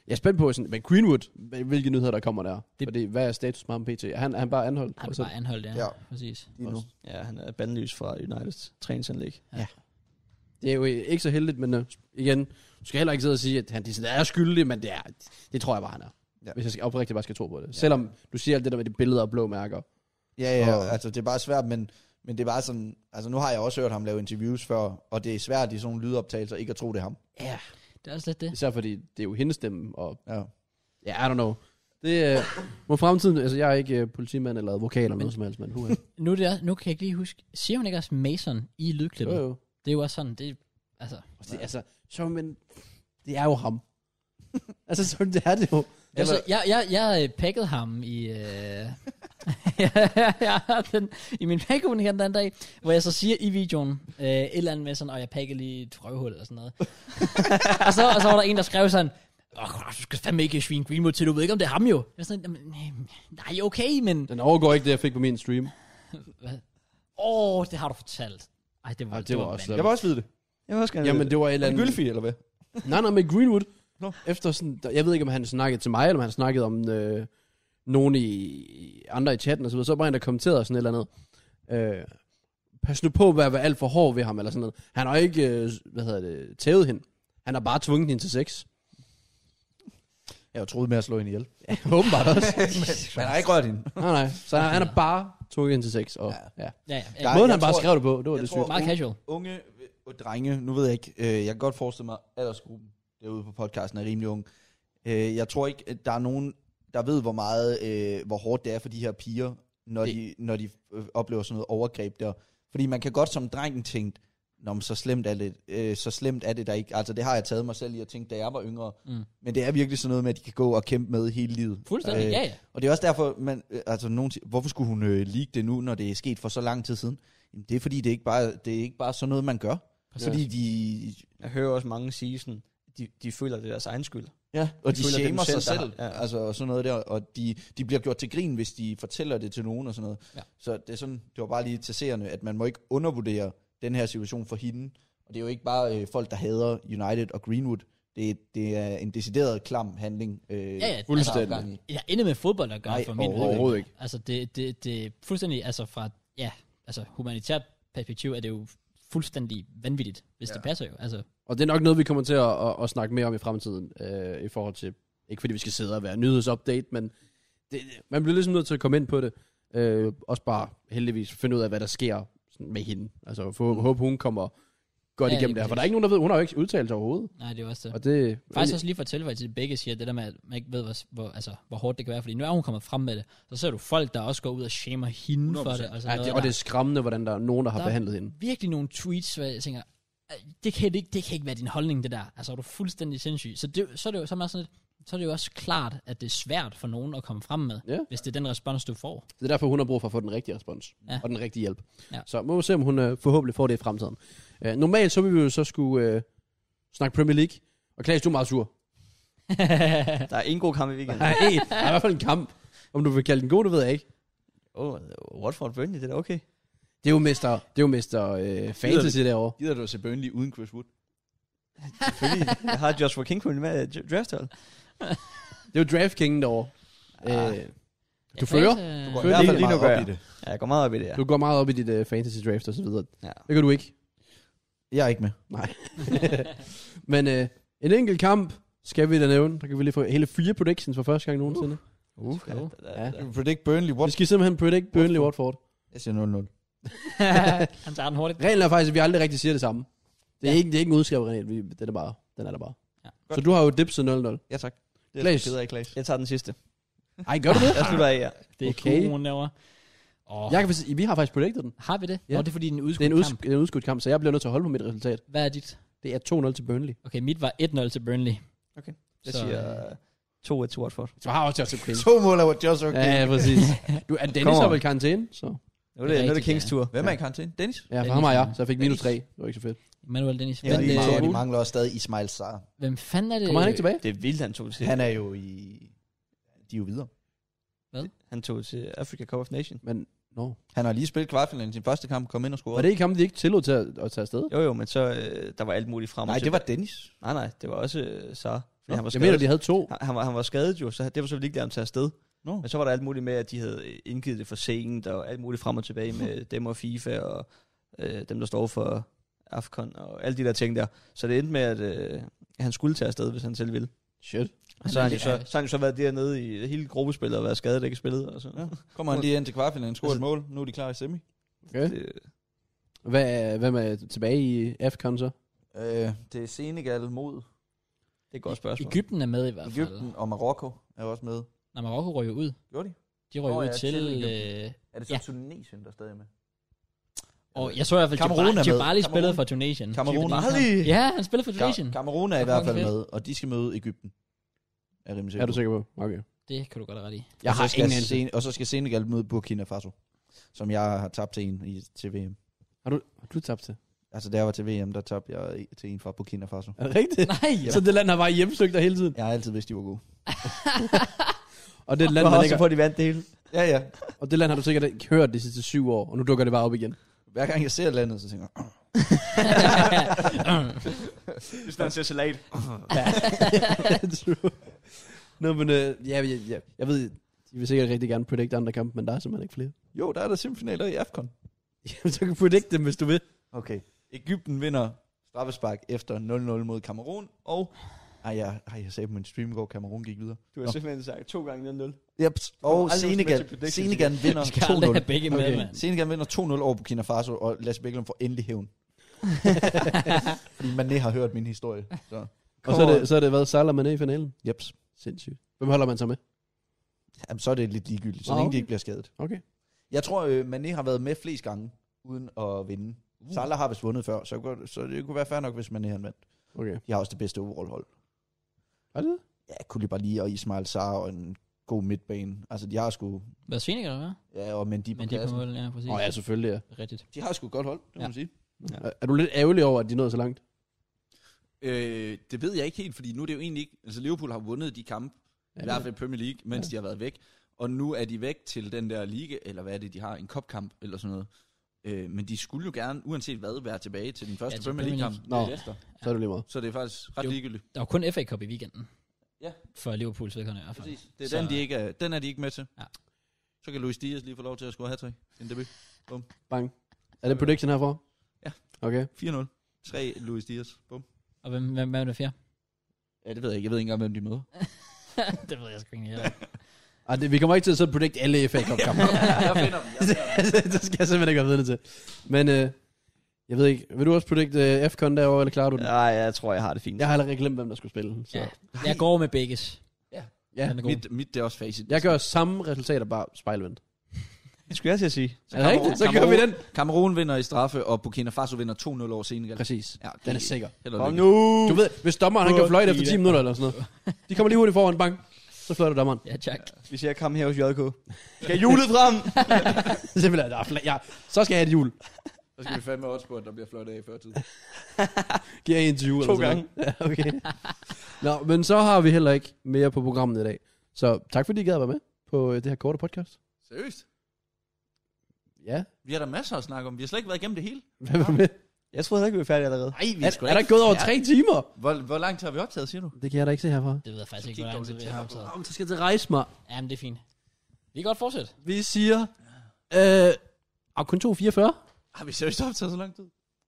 C: jeg er spændt på, sådan, men Greenwood, hvil- hvilke nyheder, der kommer der.
A: Det-
C: Det, Fordi, hvad er status med ham pt? Er Han, er han bare anholdt?
A: Han
C: Og
A: er
C: så-
A: bare anholdt, ja.
B: Ja.
A: ja. Præcis.
B: Lige nu.
D: Ja, han er bandløs fra Uniteds træningsanlæg.
C: Det er jo ikke så heldigt, men øh, igen, du skal heller ikke sidde og sige, at han sådan, er skyldig, men det, er, det tror jeg bare, han er.
B: Ja.
C: Ja. Hvis jeg skal oprigtigt bare skal tro på det. Ja. Selvom du siger alt det der med de billeder og blå mærker.
B: Ja, ja,
C: Og-
B: altså det er bare svært, men, men det er bare sådan, altså nu har jeg også hørt ham lave interviews før, og det er svært i sådan nogle lydoptagelser ikke at tro, det er ham.
C: Ja.
A: Det er også lidt det.
C: Især fordi det er jo hendes stemme, og
B: Ja.
C: ja, I don't know. Det øh, må fremtiden, altså jeg er ikke øh, politimand eller advokat eller noget som helst, men huha.
A: Nu, er det er, nu kan jeg ikke lige huske, siger hun ikke også Mason i
C: jo
A: lydklippet? Jo, jo.
C: jo.
A: Det er jo også sådan, det altså,
C: Og Det, altså, så men, det er jo ham. altså, så det er det jo.
A: altså jeg, jeg, jeg øh, pakkede ham i, øh, jeg har den, i min pakkehund her den anden dag, hvor jeg så siger i videoen øh, et eller andet med sådan, og jeg pakkede lige et røvhul eller sådan noget. og, så, og så var der en, der skrev sådan, Åh, du skal fandme ikke svine Greenwood til, du ved ikke, om det er ham jo. Jeg var sådan, "Jamen, øh, nej, okay, men...
C: Den overgår ikke det, jeg fik på min stream.
A: Hvad? Åh, oh, det har du fortalt. Ej, det var,
C: Ej, det var også
A: vanvittigt.
B: Jeg vil også vide det. Jeg vil også gerne
C: Jamen,
B: vide
C: det var et eller
B: det.
C: andet...
B: Gylfi, eller hvad?
C: Nej, nej, med Greenwood.
B: Nå.
C: No. Efter sådan, der- jeg ved ikke, om han snakkede til mig, eller om han snakkede om øh, nogen i, andre i chatten og så videre. Så var der en, der kommenterede sådan et eller andet. Øh, pas nu på, hvad at være alt for hård ved ham, eller sådan noget. Han har ikke, øh, hvad hedder det, tævet hende. Han har bare tvunget hende til sex.
B: Jeg har troet med at slå hende ihjel.
C: Åbenbart også.
B: Man har ikke rørt hende.
C: nej, nej. Så han, han har bare tvunget hende til sex. Og, ja. ja.
A: Ja, ja.
B: Der-
A: ja.
B: Ej,
C: Måden
B: jeg
C: han bare
B: tror-
C: skrev det på, det var
B: jeg
C: det
B: tror-
C: sygt.
A: Meget casual.
B: Unge og drenge, nu ved jeg ikke, øh, jeg kan godt forestille mig, at aldersgruppen derude på podcasten er rimelig ung. Øh, jeg tror ikke, at der er nogen, der ved, hvor meget, øh, hvor hårdt det er for de her piger, når
C: Det-
B: de, når de øh, oplever sådan noget overgreb der. Fordi man kan godt som drengen tænke, Nå, men så slemt er det, øh, så slemt er det der ikke. Altså, det har jeg taget mig selv i at tænke, da jeg var yngre.
A: Mm.
B: Men det er virkelig sådan noget med, at de kan gå og kæmpe med hele livet.
A: Fuldstændig,
B: Øh,
A: ja, ja.
B: Og det er også derfor, man, øh, altså, nogen siger, hvorfor skulle hun øh, leak det nu, når det er sket for så lang tid siden? Jamen, det er fordi, det er ikke bare, det er ikke bare sådan noget, man gør.
A: Præcis.
B: Fordi de,
D: Jeg hører også mange sige sådan, de, de føler, det er deres egen skyld.
B: ja, og de,
D: de føler, det er
B: shamer
D: dem
B: sig
D: selv,
B: selv,
D: der har-
B: ja.
D: ja.
B: altså, og sådan noget der, og de, de bliver gjort til grin, hvis de fortæller det til nogen og sådan noget.
A: Ja.
B: Så det, er sådan, det var bare lige til seerne, at man må ikke undervurdere den her situation for hende. Og det er jo ikke bare øh, folk, der hader United og Greenwood. Det, det er en decideret klam handling. Øh,
A: ja,
B: der er
C: fuldstændig.
B: gang i.
A: Jeg er intet med fodbold at gøre
B: Nej,
A: for min
B: overhovedet
C: ikke.
A: Altså, det, det, det er fuldstændig, altså fra, ja, altså humanitært perspektiv er det jo fuldstændig vanvittigt, hvis ja. det passer jo. Altså,
C: Og det er nok noget, vi kommer til at, at, at snakke mere om i fremtiden, øh, i forhold til, ikke fordi vi skal sidde og være nyhedsupdate, men det, man bliver ligesom nødt til at komme ind på det, øh, også bare heldigvis finde ud af, hvad der sker sådan med hende. Altså for, mm. håbe, hun kommer godt
A: Ja,
C: ja, igennem
A: lige
C: det her, for
A: præcis.
C: der er ikke nogen, der ved, hun har jo ikke udtalt sig overhovedet.
A: nej, det er jo også det.
C: Og det,
A: Faktisk også lige fortælle, hvad til begge siger, det der med, at man ikke ved, hvor, hvor, altså, hvor hårdt det kan være, fordi nu er hun kommet frem med det, så ser du folk, der også går ud og shamer hende 100%. for det. Og, sådan
C: ja, det,
A: altså, noget,
C: og det er
A: der
C: skræmmende, hvordan der er nogen, der har
A: Der-
C: der. behandlet hende.
A: er virkelig nogle tweets, hvor jeg tænker, "Ej, det kan, ikke, det kan ikke være din holdning, det der. Altså, er du fuldstændig sindssyg. Så, det, så, er det jo, så, er man sådan lidt, så er det jo også klart, at det er svært for nogen at komme frem med,
C: Ja.
A: hvis det er den respons, du får.
C: Det er derfor, hun har brug for at få den rigtige respons.
A: Ja.
C: Ja. Og den rigtige hjælp.
A: Ja.
C: Ja. Så må vi se, om hun øh, forhåbentlig får det i fremtiden. Øh, normalt så vil vi jo så skulle øh, snakke Premier League. Og Klaas, du er meget sur.
D: Der er ingen god kamp i weekenden.
C: Nej, hey, der er i hvert fald en kamp. Om du vil kalde den god, det ved jeg ikke.
D: Åh, oh, Watford Burnley, det er da okay.
C: Det er jo mester, det er jo mester øh, fantasy derovre.
B: Gider du at se Burnley uden Chris Wood?
D: Selvfølgelig. jeg har Joshua Kingpin med i drafthold.
C: Det er jo DraftKingen derovre.
D: Ah.
C: Øh, du fører.
A: Øh,
B: går
C: Følg
B: i hvert fald
C: lige
B: meget
D: nu, gør
B: op
D: jeg.
B: i det.
D: Ja, jeg går meget op i det, ja.
C: Du går meget op i dit øh, fantasy draft og så videre.
D: Ja.
C: Det gør du ikke.
B: Jeg er ikke med.
C: Nej. Men øh, en enkelt kamp skal vi da nævne. Der kan vi lige få hele fire predictions for første gang nogensinde.
D: Uh, ja,
A: go.
D: da, da,
C: Ja.
D: da.
B: You predict Burnley,
C: Vi
B: what?
C: skal simpelthen predict Burnley Watford.
B: Jeg siger 0-0.
A: øh, han tager den hurtigt.
C: Reglen er faktisk, at vi aldrig rigtig siger det samme. Det
A: Ja.
C: er, ja. ikke, det er ikke en udskab, René. Vi, den er bare. Den er der bare.
A: Ja.
C: Ja. Så du har jo dipset 0-0.
B: Ja tak.
D: Det
C: Klaas.
D: Jeg tager den sidste.
C: Ej, gør du det?
D: Jeg slutter af, ja.
A: Det er okay.
C: Okay.
A: Kron derovre. Og
C: Jeg kan, faktisk- vi har faktisk projektet den.
A: har vi det? Ja.
C: Ja.
A: Nå, det er fordi, den
C: Det er
A: udskudt
C: en,
A: kamp.
C: uds- en udskudt kamp, så jeg bliver nødt til at holde på mit resultat.
A: Hvad er dit?
C: Det er 2-0 til Burnley.
A: Okay, mit var 1-0 til Burnley.
D: Okay. Jeg
A: Så,
D: siger
A: øh,
D: 2-1 til Watford.
C: Så har også Joseph Kane.
B: To mål over Josh okay.
C: Ja, ja, præcis. Du, er Dennis
D: Kommer.
C: har vel karantæne, så...
D: Nu er det, nu er det
A: rigtigt,
D: Kings
A: ja.
D: tur.
B: Hvem er i karantæne? Dennis?
C: Ja, for
A: Dennis
C: ham har jeg,
A: er-
C: så jeg fik minus 3. Det var ikke så fedt.
A: Manuel Dennis.
B: Ja,
A: Hvem,
B: de,
A: øh,
B: mangler, de mangler også stadig Ismail Sarr.
A: hvem fanden er det?
C: Kommer han ikke tilbage?
D: Det er vildt, han tog til.
B: Han er jo i... De er jo videre.
D: Han tog til Africa Cup of Nation.
C: Men, nå.
B: Han har lige spillet kvartfinalen i sin første kamp, kom ind og scorede.
C: Var det ikke ham, de ikke tillod til at, at tage afsted?
D: Jo jo, men så øh, der var alt muligt frem. og
B: Nej, det
D: tilbage.
B: var Dennis.
D: Nej, nej, det var også øh, Sar. Fordi han var
C: Jeg
D: skadet.
C: mener, de havde to.
D: han, han, var, han var skadet jo, så det var selvfølgelig ikke lavet ham tage afsted.
B: Nå.
D: Men så var der alt muligt med, at de havde indgivet det for sent, og alt muligt frem og tilbage med dem og FIFA, og øh, dem, der står for AFCON, og alle de der ting der. Så det endte med, at øh, han skulle tage afsted, hvis han selv ville.
C: Shit.
D: Og så har han, jo
A: Han er-
D: så, så, har han jo så været dernede i hele gruppespillet og været skadet, ikke spillet. Og så.
B: Ja. Kommer han lige ind til kvartfinalen, scorer
D: Altså-
B: et mål. Nu er de klar i semi.
C: Okay.
D: Det,
C: Hvad, er- hvem er tilbage i AFCON så?
B: Øh, det er Senegal mod
D: det er et godt spørgsmål.
A: Ægypten er med i hvert fald.
B: Ægypten, og Marokko er også med.
A: Nej, Marokko røg jo ud.
B: Gjorde de?
A: De røg
B: Nå,
A: ud
B: ja,
A: til...
B: til
A: øh,
B: Ægypten. Er det så
A: Ja.
B: ja. Tunesien, der er stadig med?
A: og jeg så i hvert fald,
B: Cameroon er
A: Djibali,
B: med.
A: Djibali spillede
B: Cameroon.
A: for Tunesien.
B: Cameroon.
A: Djibali. Ja, han spillede for Tunesien.
B: Kamerun er i
A: Det er
B: hvert fald
A: fucking
B: med, og de skal møde Ægypten. Er jeg rimelig sikker
C: Er du sikker på? Okay. Altså,
A: Det kan du godt have ret i.
B: Jeg har ingen
C: anelse.
B: Sen- og så skal Senegal møde Burkina Faso, som jeg har tabt til en i, til VM.
C: Har du, har du tabt til?
B: Altså, da jeg var til VM, der tabte jeg en- til en fra Burkina Faso.
C: Er det rigtigt?
A: Nej,
C: Så det land har bare hjemsøgt dig hele tiden.
B: Jeg har altid vidst, de var gode.
C: Og det land,
D: Du har
C: man
D: også
C: ikke,
D: på, at de vandt det hele.
B: Ja, ja.
C: og det land har du sikkert ikke hørt de sidste syv år, og nu dukker det bare op igen.
B: Hver gang jeg ser landet, så tænker jeg, "Åh,
D: Hvis man ser salat.
C: True. Nå, men øh, ja, ja, ja, jeg ved, de vil sikkert rigtig gerne predict andre kampe, men der er simpelthen ikke flere.
B: jo, der er der semifinaler i AFCON.
C: Jamen, så kan du predict dem, hvis du vil.
B: Okay. Ægypten vinder straffespark efter 0-0 mod Kamerun, og... Ej, jeg, ej, jeg sagde på min stream i går, Kamerun gik videre.
D: Du har simpelthen sagt to gange 0-0.
B: Yep. Og
D: aldrig nogensinde med til
B: Senegal, Senegal
D: predictions
B: vinder
A: vi skal aldrig have
B: 2-0.
A: begge med,
C: Okay.
A: mand.
B: Senegal vinder 2-0 over Burkina Faso, og Lasse Bækkelum får endelig hævn. Fordi Mané har hørt min historie. Så.
C: Og så er det, så er det hvad, Salah Mané i finalen?
B: Jeps.
C: Sindssygt. Hvem holder man så med?
B: Jamen, så er det lidt ligegyldigt, så
C: Nå,
B: længe
C: okay.
B: de ikke bliver skadet.
C: Okay.
B: Jeg tror, øh, Mané har været med flest gange, uden at vinde. Uh. Salah har vist vundet før, så, kunne, så det kunne være fair nok, hvis Mané han vandt.
C: Okay.
B: De har også det bedste overall-hold.
C: Er det?
B: Ja, Koulibaly og Ismail Sarr og en god midtbane. Altså, de har sgu...
A: Hvad er Senegal, hvad?
B: Ja, og Mendy på
A: Men de er på
B: pladsen.
A: mål, ja, præcis.
C: Åh oh, ja, selvfølgelig, ja.
A: Rigtigt.
B: De har sgu et godt hold, det må
A: Ja.
B: man sige.
C: Er, er du lidt ærgerlig over, at de nåede så langt?
J: Øh, det ved jeg ikke helt, fordi nu er det jo egentlig ikke... Altså, Liverpool har vundet de kampe, ja, i hvert fald i Premier League, mens ja. de har været væk. Og nu er de væk til den der liga, eller hvad er det, de har? En kopkamp eller sådan noget. Øh, men de skulle jo gerne, uanset hvad, være tilbage til den første
A: til
J: ja, Premier
A: Premier
J: League-kamp.
C: League. Nå.
J: lidt efter.
C: Så er det lige meget.
J: Så det er faktisk ret
A: Jo.
J: ligegyldigt.
A: Der var kun FA Cup i weekenden.
J: Ja.
A: For Liverpools vedkommende i hvert fald.
J: Præcis. Det er
A: Så-
J: så... den, de ikke er, den er de ikke med til.
A: Ja.
J: Så kan Luis Diaz lige få lov til at score hat en debut.
C: Bang. Er det prediction herfra?
J: Ja.
C: Okay.
J: 4-0. 3 Luis Diaz. Bum.
A: Og hvem, hvem, hvem er det fjerde?
J: Ja, det ved jeg ikke. Jeg ved ikke engang, hvem de møder.
A: det ved jeg sgu ikke heller.
C: Ah, det, vi kommer ikke til at sidde og predict alle FA Cup kampe.
J: Jeg finder dem. Jeg finder dem.
C: det skal jeg simpelthen ikke være vidne til. Men øh, jeg ved ikke, vil du også predict øh, FCON derovre, eller klarer du den? Ja.
D: Nej, jeg tror, jeg har det fint.
C: Jeg har allerede glemt, hvem der skulle spille. Så.
A: Ja. Jeg går med begges.
C: ja.
A: Den er god.
J: Mit, mit det er også facit.
C: Jeg gør samme resultater, bare spejlvendt.
D: Det skulle jeg til at sige.
C: Er det rigtigt? Så kører
J: Kamerun-
C: vi den.
J: Kamerun vinder i straffe, og Burkina Faso vinder 2-0 over Senegal.
C: Præcis.
J: Ja,
C: Den er sikker.
J: Held og
D: Kom
J: lykke.
D: nu!
C: Du ved, hvis dommeren han kan fløjte efter 10
A: Lige
C: minutter eller sådan noget. De kommer lige hurtigt foran, bang. Så fløjter dommeren.
A: Ja, tak.
D: Vi ser kamp her hos JK. Skal hjulet frem!
C: Simpelthen, der er fla- ja, så skal jeg have et hjul.
J: Så skal vi fandme også på, at der bliver fløjt af i førtid.
C: Giver jeg en til jul.
D: To
C: eller sådan noget. Ja, okay. Nå, men så har vi heller ikke mere på programmet i dag. Så tak fordi I gad at være med på øh, det her korte podcast.
J: Seriøst?
C: Ja,
J: Vi har der masser at snakke om. Vi har slet ikke været igennem det hele.
C: hvad var med?
D: Jeg troede heller ikke, vi var færdige allerede.
J: Nej, vi
C: Er, er der ikke gået over tre timer?
J: Hvor, hvor langt har vi optaget, siger du?
C: Det kan jeg da ikke se herfra.
A: Det ved jeg faktisk ikke, hvordan det er optaget.
C: Om, så skal jeg til at rejse mig.
A: Jamen, det er fint. Vi kan godt fortsætte.
C: Vi siger... Øh, og kun 2.44.
J: Har vi seriøst optaget så lang tid?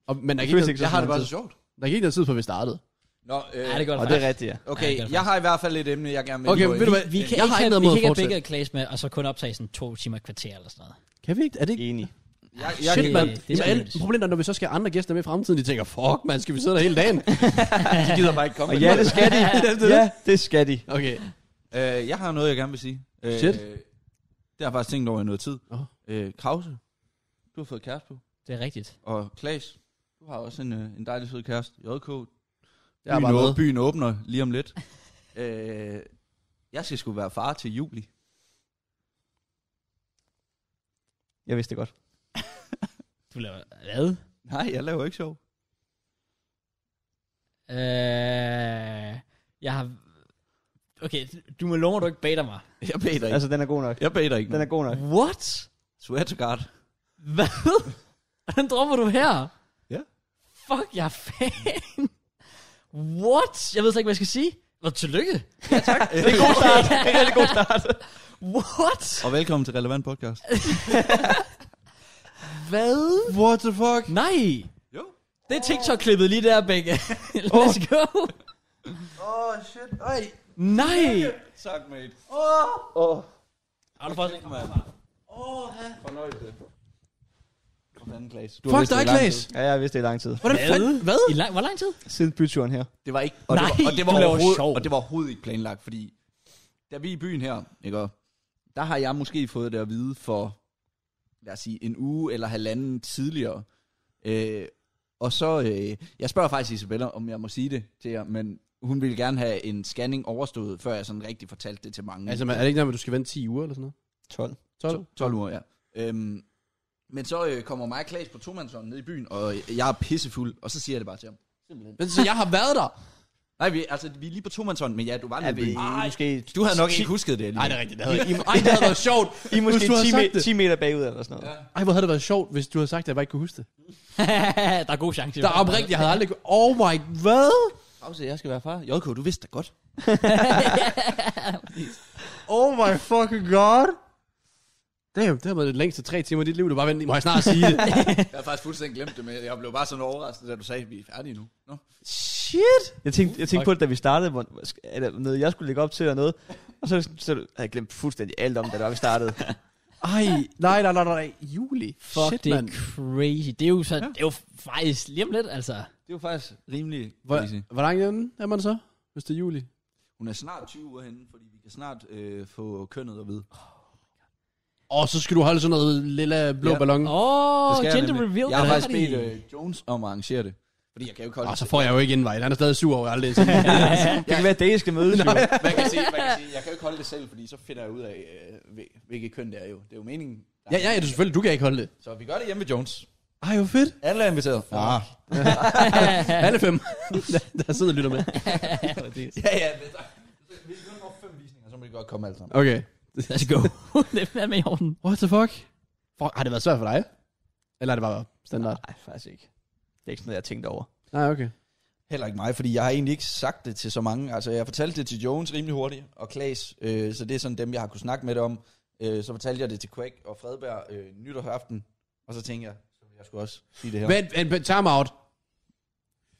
C: Og, men der
D: Det
C: gik,
D: føles
C: noget-
D: ikke så
C: jeg har det bare,
J: så sjovt.
C: der gik noget tid på, at vi startede.
J: Nå, øh,
A: Ja, det er godt.
D: Og det er rigtigt, ja.
A: Ja, det gør
J: okay,
A: det
J: jeg har i hvert fald et emne, jeg gerne vil
C: Okay,
J: gå
C: ved du
J: ind i.
C: hvad?
A: Vi kan
C: Jeg
A: ikke
C: har ikke
A: have,
C: noget
A: vi
C: mod
A: kan
C: at
A: ikke have
C: fortsætte.
A: begge klasse med, og så kun optage sådan to timer et kvarter eller sådan noget.
C: Kan vi ikke? Er det ikke?
D: Enig.
J: Jeg, jeg,
C: Shit,
A: det-
C: mand.
A: det
C: Jamen,
A: skal
C: alle-
A: løses.
C: Problemet er, når vi så skal have andre gæster med i fremtiden, de tænker, fuck, man, skal vi sidde der hele dagen?
J: jeg gider bare ikke komme
D: Og
J: med
D: ja,
J: noget.
D: det skal de.
C: Det er det.
D: ja, det skal de.
C: Okay.
J: Øh, jeg har noget, jeg gerne vil sige.
C: Shit.
B: Øh, det har jeg faktisk tænkt over i noget tid.
C: Nå.
B: Øh, Krause, du har fået kæreste på.
A: Det er rigtigt.
B: Og Klaas, du har også en, øh, en dejlig sød kæreste. JK,
C: Jeg er
B: byen,
C: bare med.
B: åb- byen åbner lige om lidt. øh, jeg skal sgu være far til juli.
D: Jeg vidste det godt.
A: Du laver hvad?
B: Nej, jeg laver ikke sjov.
A: Øh, jeg har... Okay, du må love mig, du ikke bader mig.
B: Jeg beder ikke. Altså,
D: Altså, den er god nok.
B: jeg beder
C: Mm.
B: ikke.
D: Den
B: Den
D: er god nok.
A: What?
B: Swear to God.
A: Hvad? Den dropper du her?
B: Ja.
A: Fuck, jeg er fan. What? Jeg ved slet ikke, hvad jeg skal sige. Nå, tillykke.
D: Det er en god start. Det er en rigtig god start.
A: What?
B: Og velkommen til Relevant Podcast.
A: Hvad?
B: What the fuck?
A: Nej.
B: Jo.
A: Det er TikTok-klippet lige der, Bække. Let's go.
B: Åh, oh, shit. Ej.
A: Nej.
B: Tak, mate.
A: Har du faktisk ikke
B: Du
C: Fuck dig, Klaas.
D: Ja, jeg har vidst det i lang tid.
C: Hvordan fanden? Hvad?
A: I lang, hvor lang tid?
D: Siden byturen her.
B: Det var ikke... Og
A: Nej,
B: det var, og det var
A: du laver
B: overhovedet-
A: sjov.
B: Og det var overhovedet ikke planlagt, fordi... Da vi er i byen her, ikke? og Der har jeg måske fået det at vide for, lad os sige, en uge eller halvanden tidligere. Øh, og så... Øh, jeg spørger faktisk Isabella, om jeg må sige det til jer, men hun ville gerne have en scanning overstået, før jeg sådan rigtig fortalte det til mange.
C: Altså, man, er det ikke nærmest, at du skal vente 10 uger eller sådan noget?
D: 12.
C: 12?
B: 12 uger, ja. Øhm, men så øh, kommer mig og Klaas på tomandshånden ned i byen, og jeg er pissefuld, og så siger jeg det bare til ham.
C: Men så jeg har været der.
B: Nej, vi, altså, vi er lige på tomandshånden, men ja, du var nede
D: Er
B: i
D: vi
B: byen.
D: måske...
B: Du havde nok ikke husket det. Nej, det er rigtigt.
C: Ej, det havde været sjovt.
D: I er måske
C: Hvis du havde
D: 10,
C: sagt
D: me-
C: det.
D: 10 meter bagud eller sådan noget.
C: Ej, hvor havde det været sjovt, hvis du havde sagt, at jeg bare ikke kunne huske det.
A: der er god chance. i
C: Der
A: hvert
C: er
A: fald.
C: oprigtigt, jeg havde aldrig... kunne- Oh my... Hvad?
B: Pause, jeg skal være far. JK, du vidste det godt.
C: Oh my fucking god. Damn, det har været det længste tre timer i dit liv, du bare venter. Må jeg snart sige det?
B: Jeg havde faktisk fuldstændig glemt det, men jeg blev bare sådan overrasket, da du sagde, at vi er færdige nu. Nå.
C: Shit.
D: Jeg tænkte, jeg tænkte på det, da vi startede, hvor, er der noget, jeg skulle lægge op til og noget. Og så, så havde jeg glemt fuldstændig alt om, da det var, vi startede.
C: Ej, nej, nej, nej, nej. Juli.
A: Fuck,
C: Shit,
A: det er
C: mand.
A: crazy. Det er jo så... Ja. Det er jo faktisk lige om lidt, altså.
B: Det var faktisk rimelig crazy.
C: Hvor, hvor langt er den, er man så? Hvis det er juli.
B: Hun er snart 20 uger henne, fordi vi kan snart øh, få kønnet at vide.
C: Og så skal du holde sådan noget lille blå
B: Ja.
C: ballon.
A: Åh, oh,
B: skal jeg
A: gender
B: nemlig.
A: reveal.
B: Jeg har
A: hvad
B: faktisk
A: er det?
B: bedt øh, Jones om at arrangere det. Fordi jeg kan jo ikke holde
C: Og så får jeg jo ikke invite. Han er stadig sur over alt det. Så-
D: Det kan være, at det skal mødes. jo.
B: man kan sige, man kan sige, jeg kan jo ikke holde det selv, fordi så finder jeg ud af, øh, hvil- hvilket køn det er jo. Det er jo meningen.
C: Ja, ja, ja, du, selvfølgelig. Du kan ikke holde det.
B: Så vi gør det hjemme ved Jones.
C: Ej, hvor fedt.
B: Alle er inviteret. Ah.
C: Alle fem. der, der sidder og lytter med.
B: Ja, ja. det er- Vi kun får fem visninger, så må vi godt komme alle sammen.
C: Okay.
A: Let's go. det er med i orden.
C: What the fuck? Fuck, har det været svært for dig? Eller er det bare standard?
D: Nej, faktisk ikke. Det er ikke sådan noget, jeg tænkte over.
C: Nej, okay.
K: Heller ikke mig, fordi jeg har egentlig ikke sagt det til så mange. Altså, jeg fortalte det til Jones rimelig hurtigt, og Klaas, øh, så det er sådan dem, jeg har kunnet snakke med det om. Øh, så fortalte jeg det til Quake og Fredberg øh, nytårsaften, og så tænkte jeg, så vil jeg skulle også sige det her.
C: Vent, vent, vent, time out.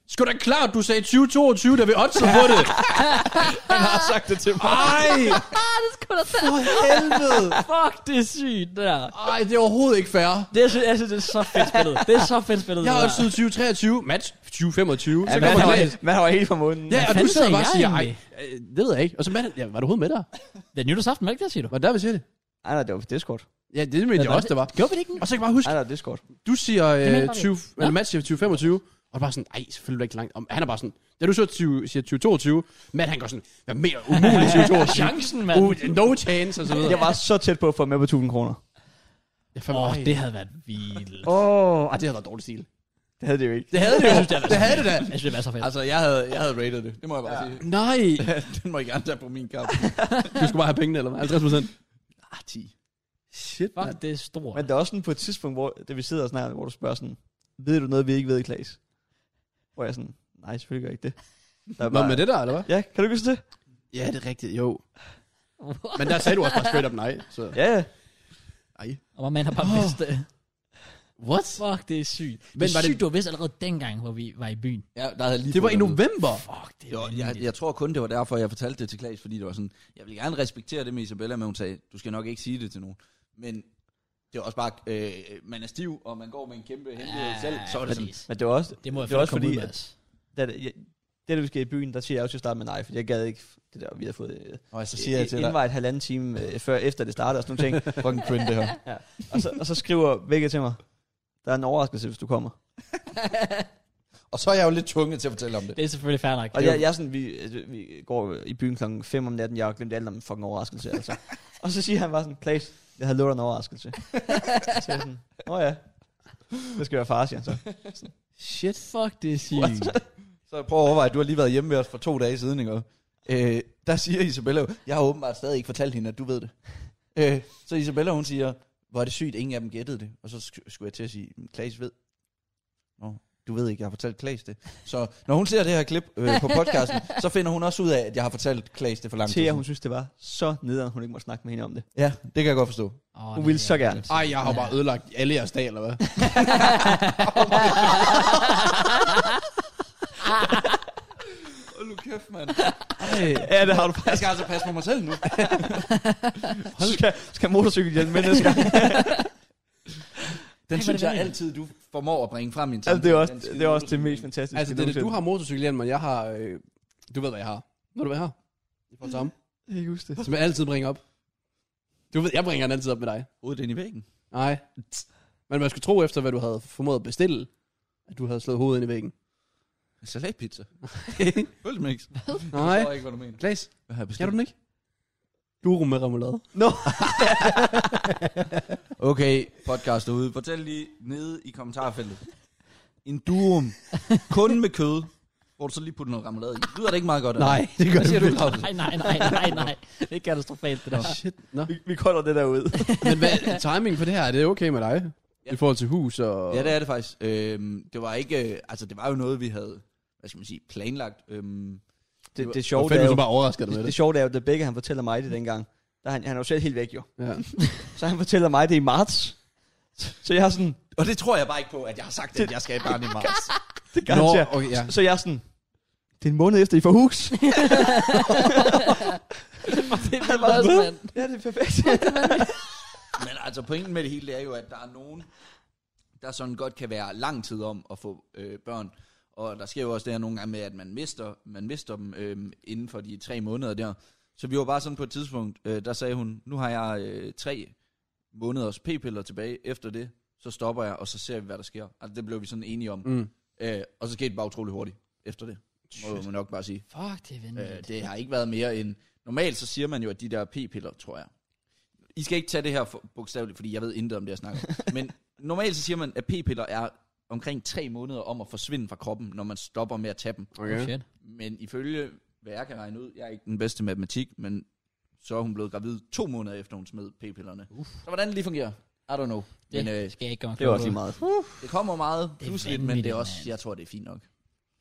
C: Sgu da klart, du sagde 2022, da vi oddsede på det.
K: han har sagt det til mig.
C: Ej,
A: det skulle da der.
C: for helvede.
A: Fuck, det er sygt, der.
C: Ej, det er overhovedet ikke fair.
A: Det, jeg synes, jeg synes, det er så fedt spillet. Det er så fedt spillet.
C: Jeg har
A: det der.
C: oddsede 2023, match 2025.
D: Ja,
C: så
D: man,
C: kommer
D: var,
C: Klaas.
D: man var helt på munden.
C: Ja, og
A: fanden
C: du sidder
A: sagde
C: bare og
A: jeg
C: siger, ej,
A: egentlig?
C: øh, det ved jeg ikke. Og så, man, ja, var du overhovedet med der?
A: Det er nytårsaften, var det ikke det, siger du?
C: Var det der, vi siger det?
D: Ej, nej, det var på Discord.
C: Ja, det mente jeg
A: var
C: også, det var.
A: Gjorde vi det ikke?
C: Og så kan jeg bare huske,
D: Ej, nej, Discord.
C: du siger
A: mener
C: øh,
A: jeg
C: 20, eller match siger 2025, og bare sådan, ej, selvfølgelig er det ikke langt. Og han er bare sådan, da du så 20, siger 2022, Matt han går sådan, hvad mere umuligt 2022.
A: Chancen, mand.
C: Uh, no chance, og så videre.
D: Jeg var så tæt på at få med på 1000 kroner.
C: Jeg fandt,
A: Åh, oh,
C: ej.
A: det havde været vildt.
D: Åh, oh,
C: Ej, det havde været dårlig stil.
D: det havde det jo ikke.
A: Det havde det jo. Jeg synes, det, havde
C: Det havde det da.
A: Jeg synes, det var så fedt.
B: Altså, jeg havde, jeg havde rated det. Det må jeg bare ja. sige.
C: Nej.
B: Den må jeg gerne tage på min kamp.
C: Du skulle bare have pengene, eller hvad? 50 procent.
B: Ah, 10.
C: Shit,
A: Fuck, det er stort.
D: Men det er også sådan på et tidspunkt, hvor det, vi sidder og snakker, hvor du spørger sådan, ved du noget, vi ikke ved, Klaas? Hvor jeg er sådan, nej, selvfølgelig gør jeg ikke det. Der er
C: Nå, med det der, eller hvad?
D: Ja, kan du ikke huske det?
C: Ja, det er rigtigt, jo. Men der sagde du også bare straight up nej. Så.
D: Ja, ja.
A: Og hvor man har bare vidst det.
C: What?
A: Fuck, det er sygt. Men det
C: var
A: er
C: det-
A: sygt, du har vidst allerede dengang, hvor vi var i byen.
B: Ja, der havde lige
C: Det var
B: fået
C: i
B: det ud.
C: november.
A: Fuck, det er
B: Jo,
A: vanvittigt.
B: jeg, jeg tror kun, det var derfor, jeg fortalte det til Klaas, fordi det var sådan, jeg vil gerne respektere det med Isabella, men hun sagde, du skal nok ikke sige det til nogen. Men det var også bare, øh, man er stiv, og man går med en kæmpe hemmelighed
A: Ja,
B: selv, så var det sådan,
A: præcis.
D: Men det var også,
A: Det må jeg
D: det var
A: faktisk komme
D: også fordi,
A: ud med,
D: at
A: altså.
D: da, det- jeg, det der vi skal i byen, der siger jeg også til at starte med nej, for jeg gad ikke det der, vi har fået øh,
L: Og så siger jeg til dig,
D: invite halvanden time øh, før, efter det startede og sådan nogle ting.
L: fucking cringe det her.
D: Og så, og så skriver Vigga til mig, der er en overraskelse, hvis du kommer.
B: Og så er jeg jo lidt tvunget til at fortælle om det.
A: Det er selvfølgelig fair nok.
D: Og jeg, jeg er sådan, vi, øh, vi går i byen klokken 5 om natten, jeg har glemt alt om en fucking overraskelse, altså. og så siger han bare sådan, Klaas, jeg havde lovet dig en overraskelse. så jeg sådan, åh ja, det skal være far, siger han så.
A: Shit, fuck, det er sygt.
L: Så prøv at overveje, du har lige været hjemme med os for to dage siden, ikke? Øh, der siger Isabella, jo, jeg har åbenbart stadig ikke fortalt hende, at du ved det. Øh, så Isabella, hun siger, hvor er det sygt, ingen af dem gættede det. Og så sk- skulle jeg til at sige, "Men Claes ved. Nå, du ved ikke, jeg har fortalt Claes det. Så når hun ser det her klip øh, på podcasten, så finder hun også ud af, at jeg har fortalt Claes det for lang tid.
D: Thea,
L: siden.
D: hun synes, det var så nederen, hun ikke må snakke med hende om det.
L: Ja, det kan jeg godt forstå.
A: Oh,
D: Hun ville så gerne.
C: Ej, jeg har jo bare ødelagt alle jeres dag, eller hvad?
L: Hold nu kæft, mand.
D: Ja, det har du
L: Jeg
D: faktisk.
L: skal altså passe på mig selv nu.
D: Du skal, skal motorcykelhjelm med næste gang.
B: Den
A: Ej,
B: synes
A: hvor er
B: jeg
A: det
B: altid, du formår at bringe frem i en tanke.
D: Altså, det er også det, er også det mest fantastiske.
C: Altså, det, er det, du
D: nogensinde.
C: har motorcykelhjelm, men jeg har... Øh, du ved, hvad jeg har. Ved du, hvad jeg har? Jeg får det samme.
D: Jeg kan ikke huske det.
C: Som jeg altid bringer op. Du ved, jeg bringer den altid op med dig.
L: Hovedet ind i væggen.
C: Nej. Men man skulle tro efter, hvad du havde formået at bestille, at du havde slået hovedet ind i væggen.
B: Salatpizza.
L: Bølgemix.
C: Nej.
B: ikke, hvad du mener.
C: Klaas,
B: Hvad har jeg
C: skal
B: bestilt?
C: du den ikke? Durum med remoulade.
B: Okay, podcast derude. Fortæl lige nede i kommentarfeltet. En durum. Kun med kød. Hvor du så lige putter noget remoulade i. Lyder det ikke meget godt? eller?
C: Nej, det gør
B: Hvad siger du, Claus?
A: Nej, nej, nej, nej, nej. Det er katastrofalt, det der.
C: Shit. Nå.
D: Vi, vi kolder det der ud.
C: Men hvad, timing for det her, er det okay med dig? I forhold til hus og...
B: Ja, det er det faktisk. Øhm, det var ikke... Øh, altså, det var jo noget, vi havde hvad skal man sige, planlagt. Øhm,
D: Det, det
C: Og
D: sjove, det
C: fedt,
D: er
C: hvis
D: jo,
C: du bare overrasker dig med
D: det, det
C: det.
D: sjove, det er jo, da Begge han fortæller mig det dengang. Der er han, han er jo selv helt væk jo.
C: Ja.
D: Så han fortæller mig det i marts. Så jeg er sådan,
B: og det tror jeg bare ikke på, at jeg har sagt, at jeg skal have barn i marts.
D: det
C: Nå,
D: garanterer.
C: okay, ja.
D: Så- Så jeg er sådan, det er en måned efter, I får hus.
A: Det er
D: Han var
A: vildt,
D: med.
A: mand.
D: ja, det er perfekt.
B: Men altså, pointen med det hele, det er jo, at der er nogen, der sådan godt kan være lang tid om at få øh, børn. Og der sker jo også det her nogle gange med, at man mister, man mister dem øh, inden for de tre måneder der. Så vi var bare sådan på et tidspunkt, øh, der sagde hun, nu har jeg øh, tre måneders p-piller tilbage. Efter det, så stopper jeg, og så ser vi, hvad der sker. Altså, det blev vi sådan enige om.
C: Mm.
B: Øh, og så skete det bare utrolig hurtigt efter det. Må man nok bare sige.
A: Fuck, det er
B: Øh,
A: vanvittigt.
B: det har ikke været mere end... Normalt så siger man jo, at de der p-piller, tror jeg. I skal ikke tage det her for, bogstaveligt, fordi jeg ved intet om det, jeg snakker om. Men normalt så siger man, at p-piller er omkring tre måneder om at forsvinde fra kroppen, når man stopper med at tage dem.
A: Oh,
C: Okay.
A: shit.
B: Men ifølge, hvad jeg kan regne ud, jeg er ikke den bedste i matematik, men så er hun blevet gravid to måneder efter, hun smed p-pillerne. Så hvordan det lige fungerer, I don't know.
A: Det
B: Men øh,
A: skal jeg ikke gøre mig
D: Det var også lige meget.
B: det kommer meget
A: Det er
B: pludseligt, men
A: vanvittigt,
B: det er også,
A: mand.
B: jeg tror, det er fint nok.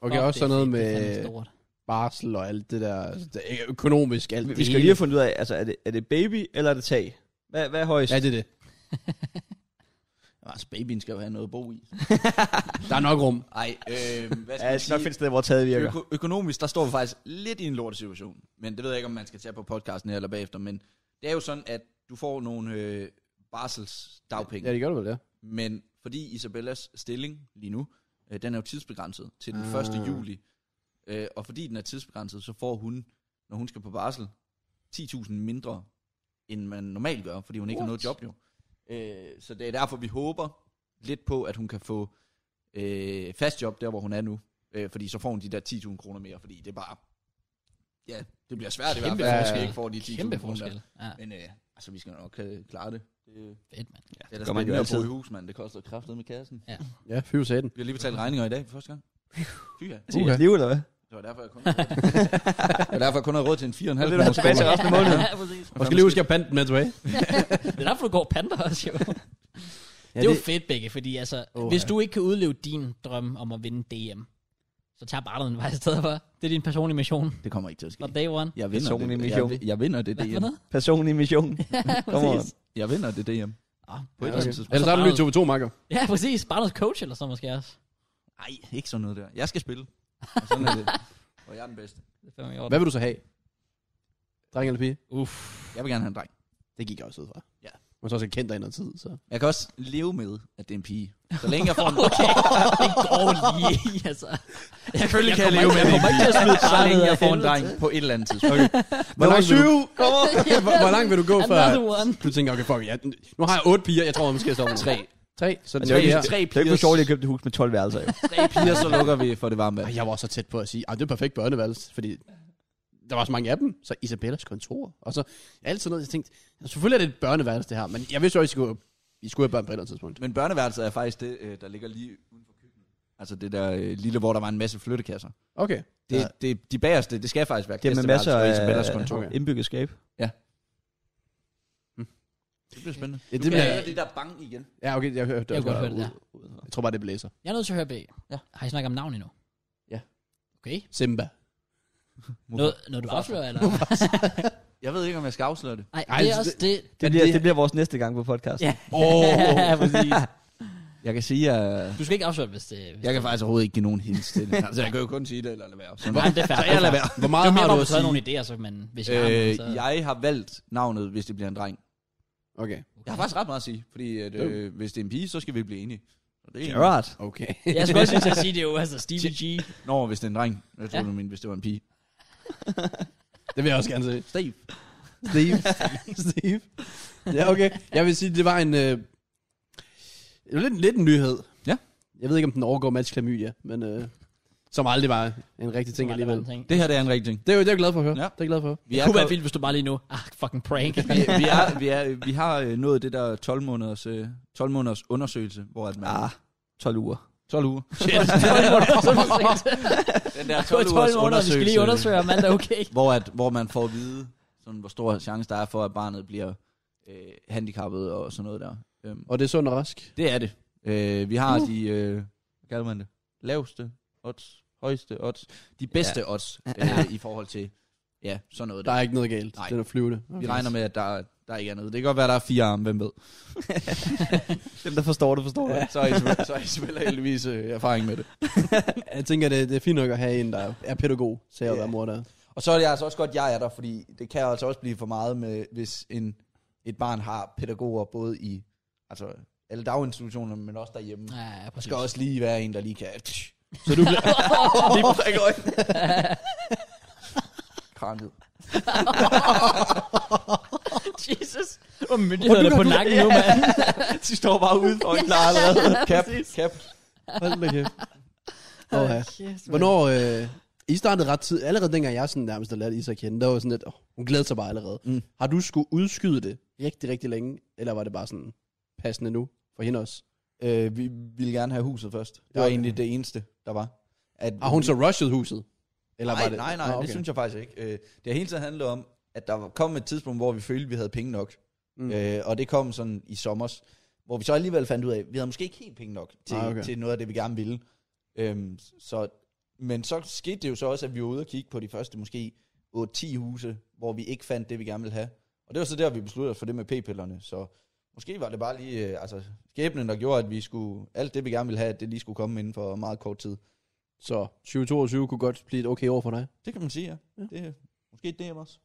C: Okay, også sådan noget med
A: Stort.
C: barsel og alt det der, altså, det er økonomisk, alt
D: Vi,
C: det
D: vi skal
C: hele.
D: lige have fundet ud af, altså, er det, er det baby, eller er det tag? Hvad, hvad er højst?
C: Ja, det er det.
B: Altså, babyen skal jo have noget at bo i.
C: Der er nok rum.
B: Ej, øh, hvad skal
D: Ja,
B: man
D: jeg skal nok
B: sige?
D: finde et sted, hvor taget virker.
B: Øko- økonomisk, der står vi faktisk lidt i en lortesituation. Men det ved jeg ikke, om man skal tage på podcasten her eller bagefter. Men det er jo sådan, at du får nogle øh,
C: Ja,
B: barselsdagpenge. Ja.
C: det gør du vel, ja.
B: Men fordi Isabellas stilling lige nu, øh, den er jo tidsbegrænset til den
C: Ah.
B: 1. juli. Øh, og fordi den er tidsbegrænset, så får hun, når hun skal på barsel, 10.000 mindre, end man normalt gør, fordi hun ikke har noget job jo. Øh, så det er derfor, vi håber lidt på, at hun kan få øh, fast job der, hvor hun er nu. Øh, fordi så får hun de der 10.000 kroner mere, fordi det er bare... Ja, det bliver svært i hvert
A: Kæmpe
B: fald, hvis vi
A: forskel.
B: ikke får de 10.000
A: Kæmpe
B: kroner.
A: forskel. Ja,
B: Men øh, altså, vi skal nok øh, klare det. Det,
A: fedt, mand.
B: ja, det
D: gør man jo
B: at bo
D: altid.
B: i hus, mand. Det koster kraftet med kassen.
C: Ja, fy satan.
B: Vi har lige betalt regninger i dag for første gang. Fy ja.
D: Til
C: Uha.
D: jeres liv, eller hvad?
B: Det var derfor, jeg kun havde råd til- Det var derfor, jeg kun havde råd til en 4,5
D: Det er det, der er tilbage til resten af måneden.
A: Ja, præcis.
C: Og skal lige huske at pante den med tilbage.
A: Det er derfor, du går panda også, jo. Ja, det er jo fedt, begge, fordi altså,
C: Åh,
A: oh, hvis
C: ja.
A: du ikke kan udleve din drøm om at vinde DM, så tager bare den vej i stedet for. Det er din personlige mission
B: Det kommer ikke til at ske.
A: fra day one.
B: Jeg vinder
D: Personlig
B: det.
D: mission.
B: Jeg, jeg vinder det
A: Hvad for
B: DM.
A: noget?
D: Personlig mission. Kom on.
A: Præcis.
B: Jeg vinder det DM.
A: Ah,
B: På et eller andet tidspunkt.
C: Eller så er der en ny TV2, Marker.
A: Ja, præcis. Bare noget coach eller så måske også.
B: Nej, ikke sådan noget der. Jeg skal spille. Og sådan er det. Og jeg er den bedste.
A: Det er fandme i orden.
C: Hvad vil du så have? Dreng eller pige?
A: Uff.
B: Jeg vil gerne have en dreng.
C: Det gik jeg også ud fra.
B: Ja.
C: Man så også kendt dig i noget tid, så...
B: Jeg kan også leve med, at det er en pige.
I: Så længe jeg får en...
A: Okay, det går lige, altså. Jeg, Selvfølgelig
I: kan jeg leve med
A: jeg
I: det.
A: kommer ikke til at smide
I: Så længe
A: barnet
I: jeg
A: af
I: får en
A: helvede
I: dreng
A: til.
I: på et eller andet tidspunkt.
C: Okay. Hvor langt, vil du, hvor, hvor langt vil du gå før?
A: Another one.
C: Du tænker, okay, fuck, jeg, nu har jeg otte piger, jeg tror, jeg måske jeg står med tre. Tre? Så er
D: Men
C: det
D: det er
C: tre
D: jo
C: her.
D: ikke, det er jo ikke for sjovt, at jeg købte et hus med 12 værelser. Jo.
I: Tre piger, så lukker vi for det varme vand.
C: Ej, Jeg var så tæt på at sige, at det er perfekt børneværelse, fordi der var så mange af dem. Så Isabellas kontor, og så alt sådan noget. Jeg tænkte, selvfølgelig er det et børneværelse, det her, men jeg vidste jo ikke, at I skulle, I skulle have børn på et eller andet tidspunkt.
I: Men børneværelset er faktisk det, øh, der ligger lige uden for køkkenet. Altså det der øh, lille, hvor der var en masse flyttekasser.
C: Okay.
I: Det,
C: Ja.
I: det, de bagerste, det skal faktisk være
D: Det er med masser
B: ligesom
I: gæsteværelset på Isabellas
D: af
I: kontor.
D: øh, indbygget skab.
I: Det bliver spændende.
C: Ja,
I: Det
C: det,
I: bliver
C: jeg,
I: det der bang igen.
C: ja, okay, jeg hørte det.
A: Jeg kunne
C: også
A: godt høre det
C: bare
A: der.
C: ud- ud- Jeg tror bare, det blæser.
A: Jeg er nødt til at høre begge.
I: Ja.
A: Har I snakket om navn endnu?
C: Ja.
A: Okay.
C: Simba.
A: Noget, noget du afslører, eller?
I: Jeg ved ikke, om jeg skal afsløre det.
A: Nej,
C: Ej,
A: det er
C: altså,
A: også det.
D: Det bliver, det bliver vores næste gang på podcast.
A: Ja.
C: Åh.
A: præcis.
I: Jeg kan sige, at... øh,
A: Du skal ikke afsløre, hvis det... Hvis
I: Jeg kan faktisk overhovedet ikke give nogen hints til det. Altså, jeg kan jo kun sige det eller lade være. Sådan.
A: Nej, det er fair.
I: Så jeg lader være.
C: Hvor
A: Det
C: meget
A: er mere,
C: har
A: når
C: du
A: du
C: at
A: har
C: sige?
A: nogle idéer, så, men hvis jeg har nogen, så...
I: Øh, jeg har valgt navnet, hvis det bliver en dreng.
C: Okay.
I: Jeg har faktisk ret meget at sige, fordi at, øh, hvis det er en pige, så skal vi blive enige. Og det er egentlig-
D: Gerard.
C: Okay.
A: Jeg skulle også lige til at sige, det er jo altså Stevie G.
I: Nå, hvis det er en dreng. Jeg tror,
A: Ja.
I: ja. du mente, hvis det var en pige.
C: det vil jeg også gerne se.
I: Steve.
C: Steve. Steve. Ja, okay. Jeg vil sige, det var en... Øh, det var lidt, lidt en nyhed.
I: Ja.
C: Jeg ved ikke, om den overgår Match Chlamydia, men... Øh, som aldrig var en rigtig ting alligevel. Det
A: Ting.
I: Det her, det er en rigtig ting.
C: er jo det er jeg glad for at høre.
I: Ja.
C: Ja. Det er jeg glad for at høre.
I: Vi
A: Det
I: er,
A: kunne være
I: kommet-
A: vildt, hvis du bare lige nu... Ah, fucking prank.
I: vi, vi, er, vi, er, vi har øh, nået det der 12 måneders, øh, 12 måneders undersøgelse, hvor at man...
D: Ah, 12 uger.
I: 12 uger. Den der
A: 12 måneder, vi skal lige undersøge, om alt er okay.
I: Hvor, at, hvor man får at vide, sådan, hvor stor chance der er for, at barnet bliver øh, handicappet og sådan noget der. Øhm,
C: Og det er sundt og rask.
I: det er det. Øh, vi har de, øh, hvad kalder man det? Laveste odds, højeste odds, de bedste ja. odds øh, i forhold til, ja, sådan noget
C: Der
I: der.
C: er ikke noget galt.
I: Nej.
C: Den er flyvende.
I: Vi regner med, at der, der ikke er noget. Det kan godt være, der er fire arme, hvem ved.
D: Dem, der forstår det, forstår det.
I: Så er Isabella, så er Isabella heldigvis øh, erfaring med det.
C: Jeg tænker, det, det er fint nok at have en, der er pædagog, sagde yeah. der mor der.
B: Og så er det altså også godt, jeg er der, fordi det kan altså også blive for meget med, hvis en, et barn har pædagoger både i altså, alle daginstitutionerne, men også derhjemme.
A: Ja, ja,
B: Der
A: præcis.
B: skal også lige være en, der lige kan...
C: Så du bliver...
B: Kranket.
A: Jesus. Og myndighederne på nakken nu, mand.
D: De står bare ude og er klar allerede.
B: Cap, cap.
C: Hold da kæft. Oh, ja. Hvornår... Øh, I startede ret tid, allerede dengang jeg sådan nærmest har lært Isa at kende, der var sådan lidt, oh, hun glæder sig bare allerede. Mm. Har du skulle udskyde det rigtig, rigtig længe, eller var det bare sådan passende nu for hende også?
B: Øh, vi ville gerne have huset først. Det var
C: Okay.
B: egentlig det eneste, der var. At,
C: Har hun så rushet huset? Eller
B: nej,
C: var det?
B: nej, nej,
C: Nå,
B: okay. det synes jeg faktisk ikke. Øh, det har hele tiden handlet om, at der kom et tidspunkt, hvor vi følte, vi havde penge nok.
C: Mm.
B: Mm. Øh, og det kom sådan i sommers, hvor vi så alligevel fandt ud af, at vi havde måske ikke helt penge nok til,
C: Ah,
B: ah,
C: okay.
B: okay. til noget af det, vi gerne ville. Øhm, så, men så skete det jo så også, at vi var ude og kigge på de første måske 8-10 huse, hvor vi ikke fandt det, vi gerne ville have. Og det var så der, vi besluttede os for det med p-pillerne. Så måske var det bare lige øh, altså, skæbnen, der gjorde, at vi skulle, alt det, vi gerne ville have, at det lige skulle komme inden for meget kort tid.
C: Så 2022 kunne godt blive et okay år for dig.
B: Det kan man sige, ja. ja. Det, måske det er også.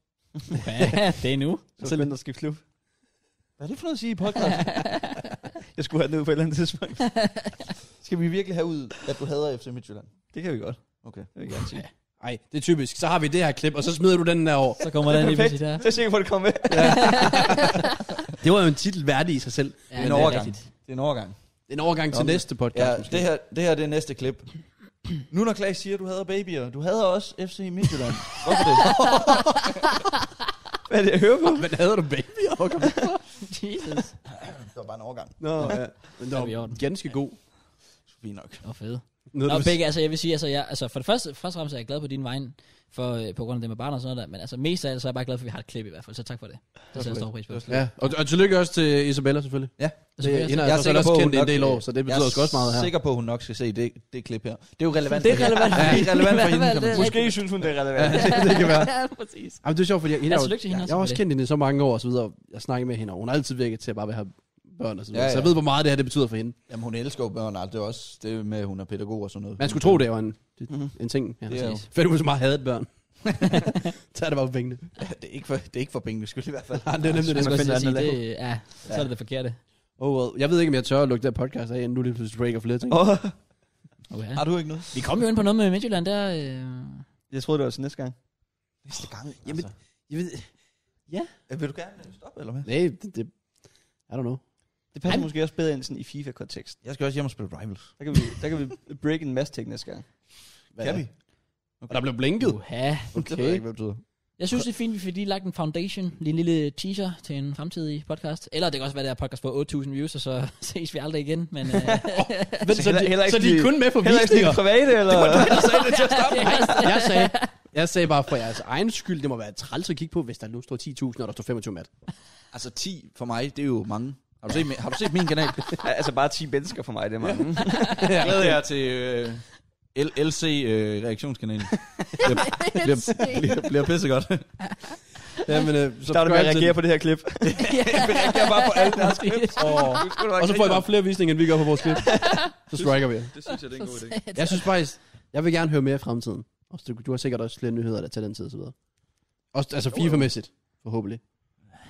A: Ja, det er nu.
D: Så venter skal klub. Hvad er det for noget at sige i podcast? jeg skulle have den ud på et eller andet tidspunkt.
B: Skal vi virkelig have ud, at du hader FC Midtjylland?
D: Det kan vi godt.
B: Okay.
D: Det vil jeg gerne sige.
C: Nej, det er typisk. Så har vi det her klip, og så smider du den der over.
A: Så kommer den lige
D: Perfekt.
A: pludselig der.
D: Så er jeg sikker på, at det kommer med.
C: Det var jo en titel værdig i sig selv.
A: Ja,
B: En
A: det er
B: overgang.
A: rigtigt.
B: Det er en overgang.
C: En overgang til
B: Nå, men-
C: næste podcast,
B: Ja,
C: måske.
B: det her, det her det er næste klip. Nu når Klaas siger, at du hader babyer, du hader også FC Midtjylland. Hvorfor det?
D: Hvad er det, jeg hører på?
C: Hvad havde du baby?
A: Jesus.
B: Det var bare en overgang.
C: Nå, ja. Men det
A: er vi i
C: var
A: orden.
C: ganske god.
B: Fint nok.
A: Åh, fedt.
C: Noget,
A: Nå,
C: du-
A: begge, altså jeg vil sige, altså, jeg, altså for det første, først og fremmest er jeg glad på din vejen, for, øh, på grund af det med barn og sådan noget der, men altså mest af alt, så er jeg bare glad for, at vi har et klip i hvert fald, så tak for det. Det sætter jeg stor pris på.
C: Ja, og, og tillykke også til Isabella selvfølgelig.
A: Det
C: Det,
A: er
C: hende
A: selvfølgelig
C: har jeg
B: Jeg er
C: trods alt
B: sikker
C: også
B: på,
C: kendt i
B: hun
C: en del
B: nok-
C: år, så det betyder også også meget her.
B: Jeg er sikker på, at hun nok skal se det, det klip her. Det er jo relevant.
A: Det er relevant.
B: Ja, det er relevant
A: Det er
B: for hende, kan man
A: relevant,
B: sige.
A: Måske
D: Måske synes hun, det er relevant.
C: det kan være.
A: Ja, præcis.
C: Jamen, det er sjovt, fordi jeg, hende
A: Ja,
C: er jo-
A: tillykke til hende
C: jeg,
A: også
C: jeg har også
A: med
C: kendt hende i så mange år og så videre. og Jeg snakker med hende, og hun har altid virket til at bare vil have børn og så videre.
B: Ja,
C: Så jeg
B: ja.
C: ved, hvor meget det her det betyder for hende.
B: Jamen, hun elsker jo børn, og det er også det med, at hun er pædagog og sådan noget.
C: Man skulle tro, det var en, det, en ting. Ja,
B: Det er jo-
C: præcis. Fedt, hun så meget havde børn. Tag det bare på pengene.
B: det, er ikke for, det er ikke for penge, skyld i hvert fald.
C: Nej, det er nemlig
A: Jeg
C: det.
A: skulle også
D: finder
A: lige sige,
D: andet
A: det, ja, så er det det forkerte.
C: Oh well. Jeg ved ikke, om jeg tør at lukke den podcast af, inden du lige pludselig breaker flere ting.
D: Oh,
A: Okay.
M: Har du ikke noget?
A: Vi kom jo ind på noget med Midtjylland der. Øh...
D: jeg troede, det var til næste gang.
M: Næste gang.
C: Jamen,
M: altså.
C: jeg ved,
B: altså.
M: Øh, Vil du gerne stoppe, eller hvad?
C: nej, det, det, I don't know.
D: Det passer
A: Ej.
D: måske også bedre ind sådan i FIFA-kontekst.
M: Jeg skal også hjem og spille Rivals.
D: Der kan vi, der kan vi break en masse ting næste gang.
C: Hvad
M: Kan
C: er-
M: vi?
C: Og der blev blinket.
A: Uha.
M: Det ved jeg ikke, hvad det betyder.
A: Jeg synes, det er fint, vi fik lige lagt en foundation, lige en lille teaser til en fremtidig podcast. Eller det kan også være, at det her podcast får 8.000 views, og så ses vi aldrig igen. Men, øh,
C: Men, så,
D: heller-
C: de,
D: heller
C: så
D: ikke
C: de er
D: de-
C: kun med på
D: Heller ikke sådan
C: visninger.
D: i private, eller?
C: Jeg sagde, jeg sagde bare for jeres egen skyld, det må være træls at kigge på, hvis der nu står 10.000, og der står 25 mat.
M: Altså 10 for mig, det er jo mange. Har du set, mi- har du set min kanal?
D: Ja, altså bare 10 mennesker for mig, det er mange.
B: Jeg glæder jer til øh, L- øh, LC-reaktionskanalen. det bliver, bliver, bliver pissegodt.
C: Jamen, øh, så
D: Starter med at reagere på det her klip.
A: jeg bare på alt deres skridt.
C: Og, og så får I bare flere visninger, end vi gør på vores klip. Så striker vi.
B: Det synes jeg, det er en god idé.
C: Jeg synes faktisk, jeg vil gerne høre mere i fremtiden. Og du, du har sikkert også flere nyheder der til den tid og så videre. Også, altså FIFA-mæssigt, forhåbentlig.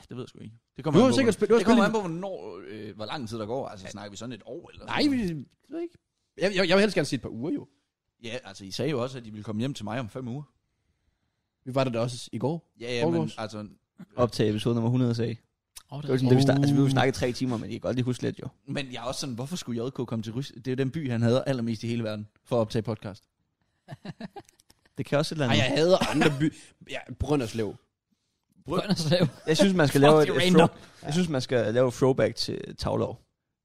B: Det ved jeg sgu ikke. Det
C: Du
B: kommer,
C: har
B: an på,
C: sikkert
B: sikkert,
C: spil- du har
B: det kommer an
C: spillet-
B: på, hvornår, øh, hvor lang tid der går. Altså, snakker vi sådan et år? Eller
C: Nej, vi, det ved jeg ikke. Jeg, jeg, jeg vil helst gerne sige et par uger jo.
B: Ja, altså, I sagde jo også, at I ville komme hjem til mig om fem uger.
C: Vi var der da også i går.
B: Ja, ja, men
C: Forgårs.
B: altså...
D: Optage episode nummer 100, sagde I.
A: Oh,
D: Det var sådan, det, vi, snak, altså, vi ville snakke i tre timer, men I kan godt lige huske lidt, jo.
B: Men jeg er også sådan, hvorfor skulle JK komme til Rusland? Det er jo den by, han havde allermest i hele verden for at optage podcast.
D: Det kan også et eller
C: Ej,
D: andet.
C: jeg hader andre by... Ja, Brønderslev.
A: Brønderslev.
D: Jeg synes, man skal
A: Fuck,
D: lave et,
A: det er
D: et
A: random.
D: throw, jeg synes, man skal lave et throwback til Tavlov.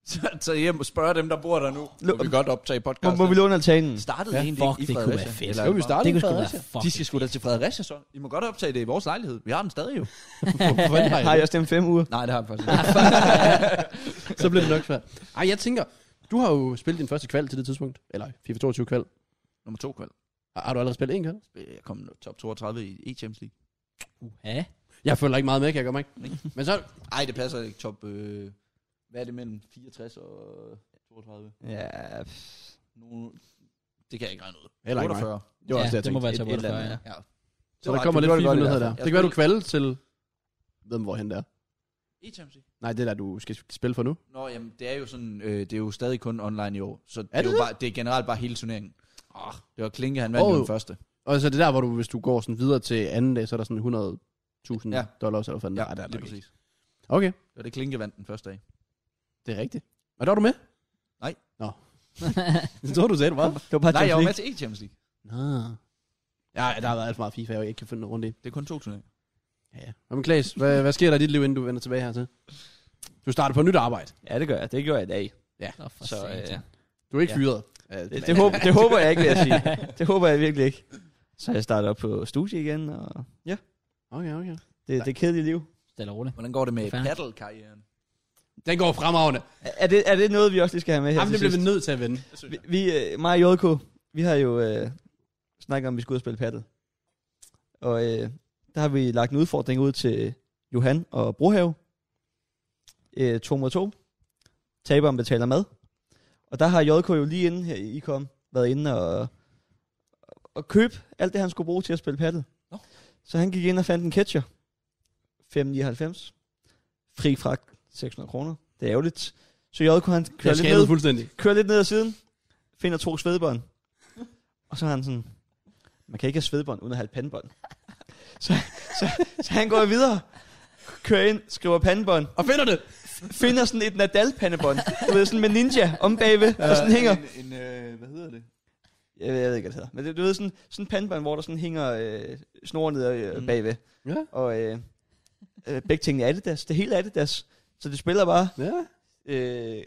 B: Så tag hjem og spørg dem, der bor der nu.
D: Må vi
B: godt optage
D: Må,
B: podcast.
D: må vi låne altanen?
B: Startede
A: Ja,
B: ja, egentlig
A: fuck,
B: ikke i
A: det kunne
B: Fredericia.
A: være fedt.
B: Eller-
C: Ja, vi startede
A: Det
C: i
A: kunne sgu da
C: Fredericia.
A: være fuck.
B: De skal sgu da til Fredericia, så. I må godt optage det i vores lejlighed. Vi har den stadig jo.
D: Har jeg stemt fem uger?
B: Nej, det har vi faktisk ikke.
C: Så bliver det nok svært. Ej, jeg tænker, du har jo spillet din første kval til det tidspunkt. Eller FIFA 22 kval.
B: Nummer to kval.
C: Har, har du allerede spillet en kval?
B: Jeg kom top 32 i E-Champions League.
A: Ja.
C: Jeg følger ikke meget med, kan jeg gøre mig ikke? Men så,
B: Ej, det passer ikke. Top, øh, hvad er det mellem 64 og 32?
D: Ja, pff.
B: Nu, det kan jeg ikke regne ud.
C: Heller ikke mig.
B: 48.
C: det var
A: Ja,
C: også det, jeg
A: det må være
C: tænkte.
A: top
C: Et- et eller
A: 48,
C: andet.
A: ja.
C: Så der kommer lidt FIFA
D: godt i
C: nyheder
D: hvert
C: der.
B: fald.
C: Det kan være, du kvalde til... Hvem hvorhen der?
B: E-Champions E League?
C: Nej, det er der, du skal spille for nu.
B: Nå, jamen, det er jo sådan, øh, det er jo stadig kun online i år. Så det, er
C: det
B: jo
C: det?
B: bare, det er generelt bare hele turneringen. Oh, det var Klinke, han vandt
C: Åh.
B: oh. den første.
C: Og så er det der, hvor du, hvis du går sådan videre til anden dag, så er der sådan 100.000 ja.
B: Ja.
C: dollars eller sådan
B: Ja,
C: Nej, det er
B: lige
C: nok ikke.
B: præcis.
C: Okay,
B: Det var det, Klinke vandt den første dag.
C: det er rigtigt. Og der var du med?
B: Nej.
C: Nå. det tror du sagde, du var.
D: det var bare
B: Nej, jeg var med
D: Champions
B: til E-Champions League.
C: Nå. Ja, der har været alt for meget FIFA, jeg ikke kan finde noget rundt i.
B: Det er kun to turneringer.
C: Ja, ja. Nå, Men Klaas, hvad, hvad sker der i dit liv, inden du vender tilbage hertil? Du starter på nyt arbejde.
D: League. Ja, det gør jeg. Det gjorde jeg i dag.
A: Nå, for
D: Så, øh,
A: satan.
C: Du er ikke
D: Ja.
C: ja. fyret. Ja,
D: Det, det, håber, det håber jeg ikke, vil jeg sige. Det håber jeg virkelig ikke. Så jeg starter op på studie igen, og ja,
C: Okay, okay.
D: det, det er kedeligt liv.
A: Stille og roligt.
B: Hvordan går det med
A: Det er fair.
B: paddle-karrieren?
C: Den går fremragende.
D: Er- Er det, er det noget, vi også lige skal have med her
C: Jamen, det
D: til
C: bliver vi
D: sidst?
C: nødt til at vende.
D: vi, vi, øh, mig og JK, vi har jo øh, snakket om, at vi skal ud og spille paddle. Og øh, der har vi lagt en udfordring ud til Johan og Brohave. Øh, to mod to. Taberen betaler mad. Og der har JK jo lige inden her i kom været inde og, og købe alt det, han skulle bruge til at spille paddle.
B: Nå.
D: Så han gik ind og fandt en catcher. 5,99. Fri fragt 600 kroner. Det er ærgerligt. Så JK han kører
C: Jeg
D: lidt ned
C: skadede fuldstændig.
D: kører lidt ned ad siden, finder to svedbånd. Og så er han sådan, man kan ikke have svedbånd uden at have et pandebånd. Så, så, så han går videre, kører ind, skriver pandebånd,
C: Og finder det!
D: finder sådan et Nadal-pandebånd, du ved, sådan med ninja om bagved, og sådan hænger.
B: En, en øh, hvad hedder det?
D: Jeg ved, jeg ved ikke, hvad det hedder. Men det, du ved, sådan, sådan en pandebånd, hvor der sådan hænger øh, snor ned øh,
B: Mm.
D: bagved.
C: Ja.
D: Og øh, øh, begge tingene er Adidas, det hele er Adidas. Så det spiller bare
C: Ja.
D: øh,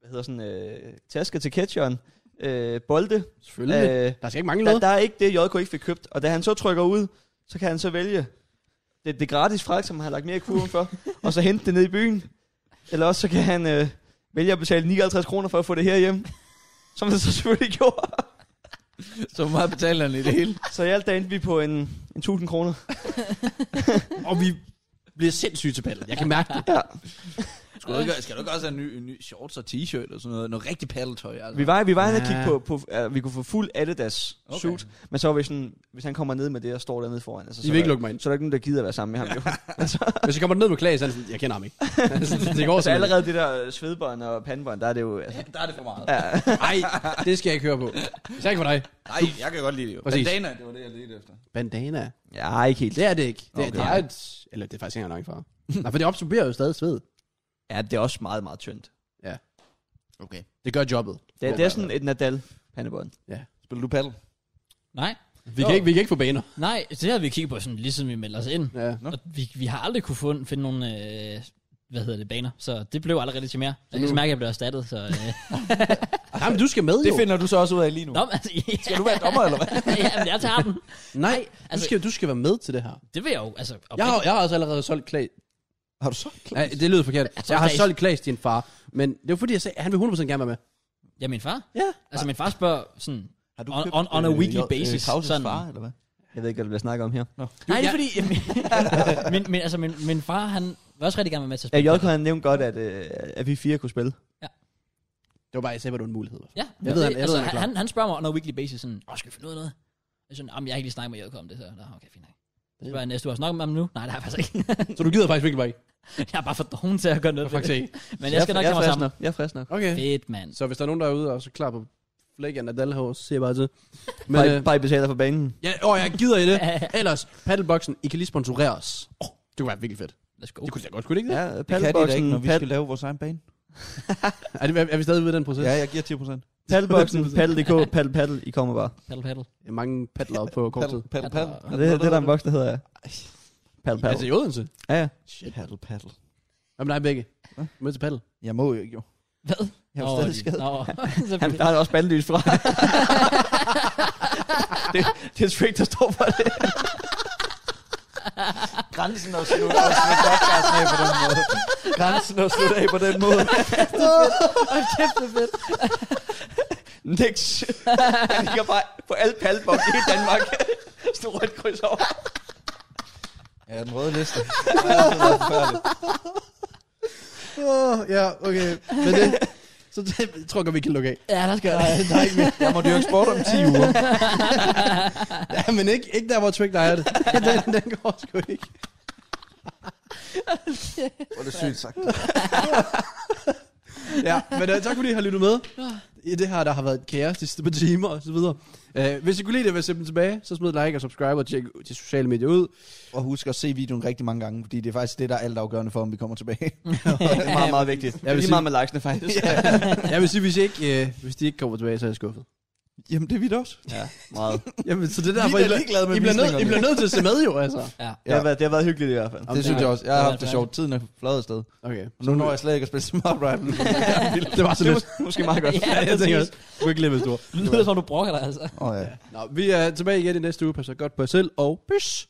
D: hvad hedder sådan, øh, tasker til catcheren, øh, bolde,
C: Selvfølgelig. Øh,
D: øh,
C: der skal ikke mangle
D: Der,
C: noget.
D: der er ikke det, JK ikke fik købt. Og da han så trykker ud, så kan han så vælge det, det gratis fragt, som han har lagt mere i kurven for, og så hente det ned i byen. Eller også så kan han øh, vælge at betale 59 kroner for at få det her hjem. Som han så selvfølgelig gjorde.
B: Så hvor meget betaler han i det hele?
D: Så i alt der endte vi på en, en 1000 kroner.
C: Og vi bliver sindssyge til paddle. Jeg kan mærke det.
D: Ja.
I: Skal du, ikke, skal du ikke også have en ny, en ny shorts og t-shirt eller sådan noget? Noget rigtig paddeltøj, altså.
D: Vi var, vi var inde og
C: Ja.
D: kigge på, på at vi kunne få fuld Adidas okay. suit, men så var vi sådan, hvis han kommer ned med det og står dernede foran, altså,
C: De
D: så,
C: vil ikke
D: der,
C: lukke mig ind.
D: så er der ikke nogen, der gider at være sammen med ham. Jo. Altså,
C: Hvis jeg kommer ned med Klaas, så er han sådan, jeg kender ham ikke. Altså, det går
D: altså
C: simpelthen.
D: allerede det der svedbånd og pandbånd, der er det jo... Altså,
I: Der er det for meget.
C: Nej, det skal jeg ikke høre på. Især ikke for dig.
I: Nej, jeg kan godt lide det jo.
C: Præcis.
I: Bandana, det var det, jeg ledte efter.
C: Bandana.
D: ja, ikke helt.
C: Det er det ikke. Det, okay. det er et... Eller det er faktisk ikke engang for. Nej, for det absorberer jo stadig sved.
D: Ja, det er også meget, meget tyndt.
C: Okay. Det gør jobbet.
D: Det, det er sådan et Nadal-pandebånd.
B: Spiller du paddle?
A: Nej,
C: Vi kan, ikke, vi kan ikke få baner.
A: nej, det har vi kigget på, sådan, lige siden vi meldte os ind.
C: Ja.
A: Og vi, vi har aldrig kunne finde, finde nogle, øh, hvad hedder det, baner. Så det blev aldrig rigtig til mere. Jeg kan så mærke, at jeg blev erstattet, så... Øh.
C: Jamen, du skal med
B: Det
C: jo.
B: finder du så også ud af lige nu.
A: Nå, men altså... Skal
B: Du er dommer, eller hvad?
A: Jamen, jeg tager den.
C: Nej, du,
A: altså-
C: skal, du skal være med til det her.
A: Det vil jeg jo, altså...
C: Jeg har, jeg har også allerede solgt Klaas.
B: Har du så?
C: Nej, det lyder forkert.
D: Altså,
A: tror,
C: Jeg har
A: Klaas-
C: solgt Klaas din far. Men det var fordi, jeg sagde, at han vil 100% gerne være med.
A: Ja, min far.
C: Ja.
A: Altså, min far spørger sådan...
B: Har
A: On- on- on a
B: øh,
A: weekly
B: J- øh,
A: basis,
B: Claus'
A: sådan-
B: far, eller hvad?
D: Jeg ved ikke, hvad der bliver snakket om her.
A: Nej, det er fordi... min, min, altså, min, min far, han vil også rigtig gerne være med til at
D: Ja,
A: spille.
D: JK han nævnte godt, at, øh, at vi fire kunne spille.
C: Det var bare, jeg sagde, at det var en mulighed.
A: Ja, altså,
C: Jeg ved, han- jeg ved, han er klar.
A: han, han spørger mig on a weekly basis, sådan, åh, skal vi finde ud af noget? Jeg er sådan, jamen, jeg har ikke lige snakket med JK om det, så, nå, okay, fint nok. Så spørger jeg næste, du har snakket med ham nu? Nej, det har jeg faktisk ikke.
C: Så du gider faktisk virkelig bare ikke.
A: jeg er bare for doven til at gøre noget ved
C: Faktisk ikke.
A: det. Men jeg skal nok tage mig sammen.
D: Jeg er frisk nok.
C: Okay.
A: Fedt, mand.
C: Så hvis der er nogen derude, og så klar på flækken af Dalhavn, så siger jeg bare til. Men,
D: Bare,
C: øh,
D: I- bare I betaler for banen.
C: ja, åh, jeg gider i det. Ellers, paddleboxen, I kan lige sponsorere os. Oh, det kunne være virkelig fedt.
A: Let's go.
C: Det kunne jeg godt, skulle det ikke det?
D: Ja,
B: Det kan de da
D: paddleboxen,
B: ikke, når vi
D: pad,
B: skal lave vores egen bane.
C: Er, det, er vi stadig ude i den proces?
B: Ja, jeg giver 10 procent.
D: paddleboxen, paddle.dk, paddle, paddle, I kommer bare.
A: Paddle, paddle. Altså,
C: Ja. Mange paddler på kort tid.
B: Paddle, paddle, paddle.
D: Og det, det er der en boks, der hedder paddle,
C: Altså
D: paddle.
C: i Odense?
D: Ja, ja.
B: Shit. Paddle, paddle.
C: Jamen nej, begge. Mød til paddle.
B: Jeg må jo ikke, jo.
A: Hvad?
B: Jeg er
A: Nå,
B: jo stadig
A: de-
B: skadet.
A: Nå,
D: Han der er også bandelys fra. det, det er Trick, der står for det.
B: Grænsen er slut af på den måde. Grænsen er slut af på den måde.
D: Nix. Han ligger bare på alle paddlebox i hele Danmark. Stort rødt kryds over.
B: Ja, den røde liste.
C: Åh, oh, ja, okay. Men det, så det, tror jeg godt, vi kan lukke af.
A: Ja, lad os gøre det.
B: Nej, ikke mere. Jeg må dyrke sport om 10 uger.
C: Ja, men ikke, ikke der, hvor Trick der er det. Den, den går sgu ikke.
B: Hvor er det sygt sagt.
C: Ja, men uh, tak fordi I har lyttet med. I det her, der har været et kaos de sidste par timer og så videre. Uh, hvis I kunne lide det, vil jeg dem tilbage, så smid like og subscribe og tjek de sociale medier ud.
B: Og husk at se videoen rigtig mange gange, fordi det er faktisk det, der er altafgørende for, om vi kommer tilbage.
D: Det er meget, meget vigtigt. Jeg
C: sige-
D: vil lige meget med likesene, faktisk.
C: Jeg vil sige, hvis, I ikke, uh, hvis de ikke kommer tilbage, så er jeg skuffet.
B: Jamen, det er vi da også.
D: Ja, meget.
C: Jamen, så det
B: Vi
C: der,
B: er
C: hvor
B: da
C: I, bliver-
B: ligeglade med
C: I, bliver nødt, I
B: visningerne.
C: bliver nødt til at se med jo, altså.
A: Ja.
D: Det har, været, det har været hyggeligt i hvert fald.
B: Det synes
A: det
B: jeg
A: er-
B: også. Jeg har
A: det er
B: haft det
A: det
B: sjovt. Tiden er flad afsted.
C: Okay.
B: Og nu når jeg slet ikke at spille Smart Rival.
C: Det var så lidt.
D: Måske meget godt.
A: Ja,
C: jeg tænker også. Du kan ikke leve, hvis du
A: Det lyder som, du brokker dig, altså.
B: Åh ja.
C: Nå, vi er tilbage igen i næste uge. Pas så godt på jer selv, og peace!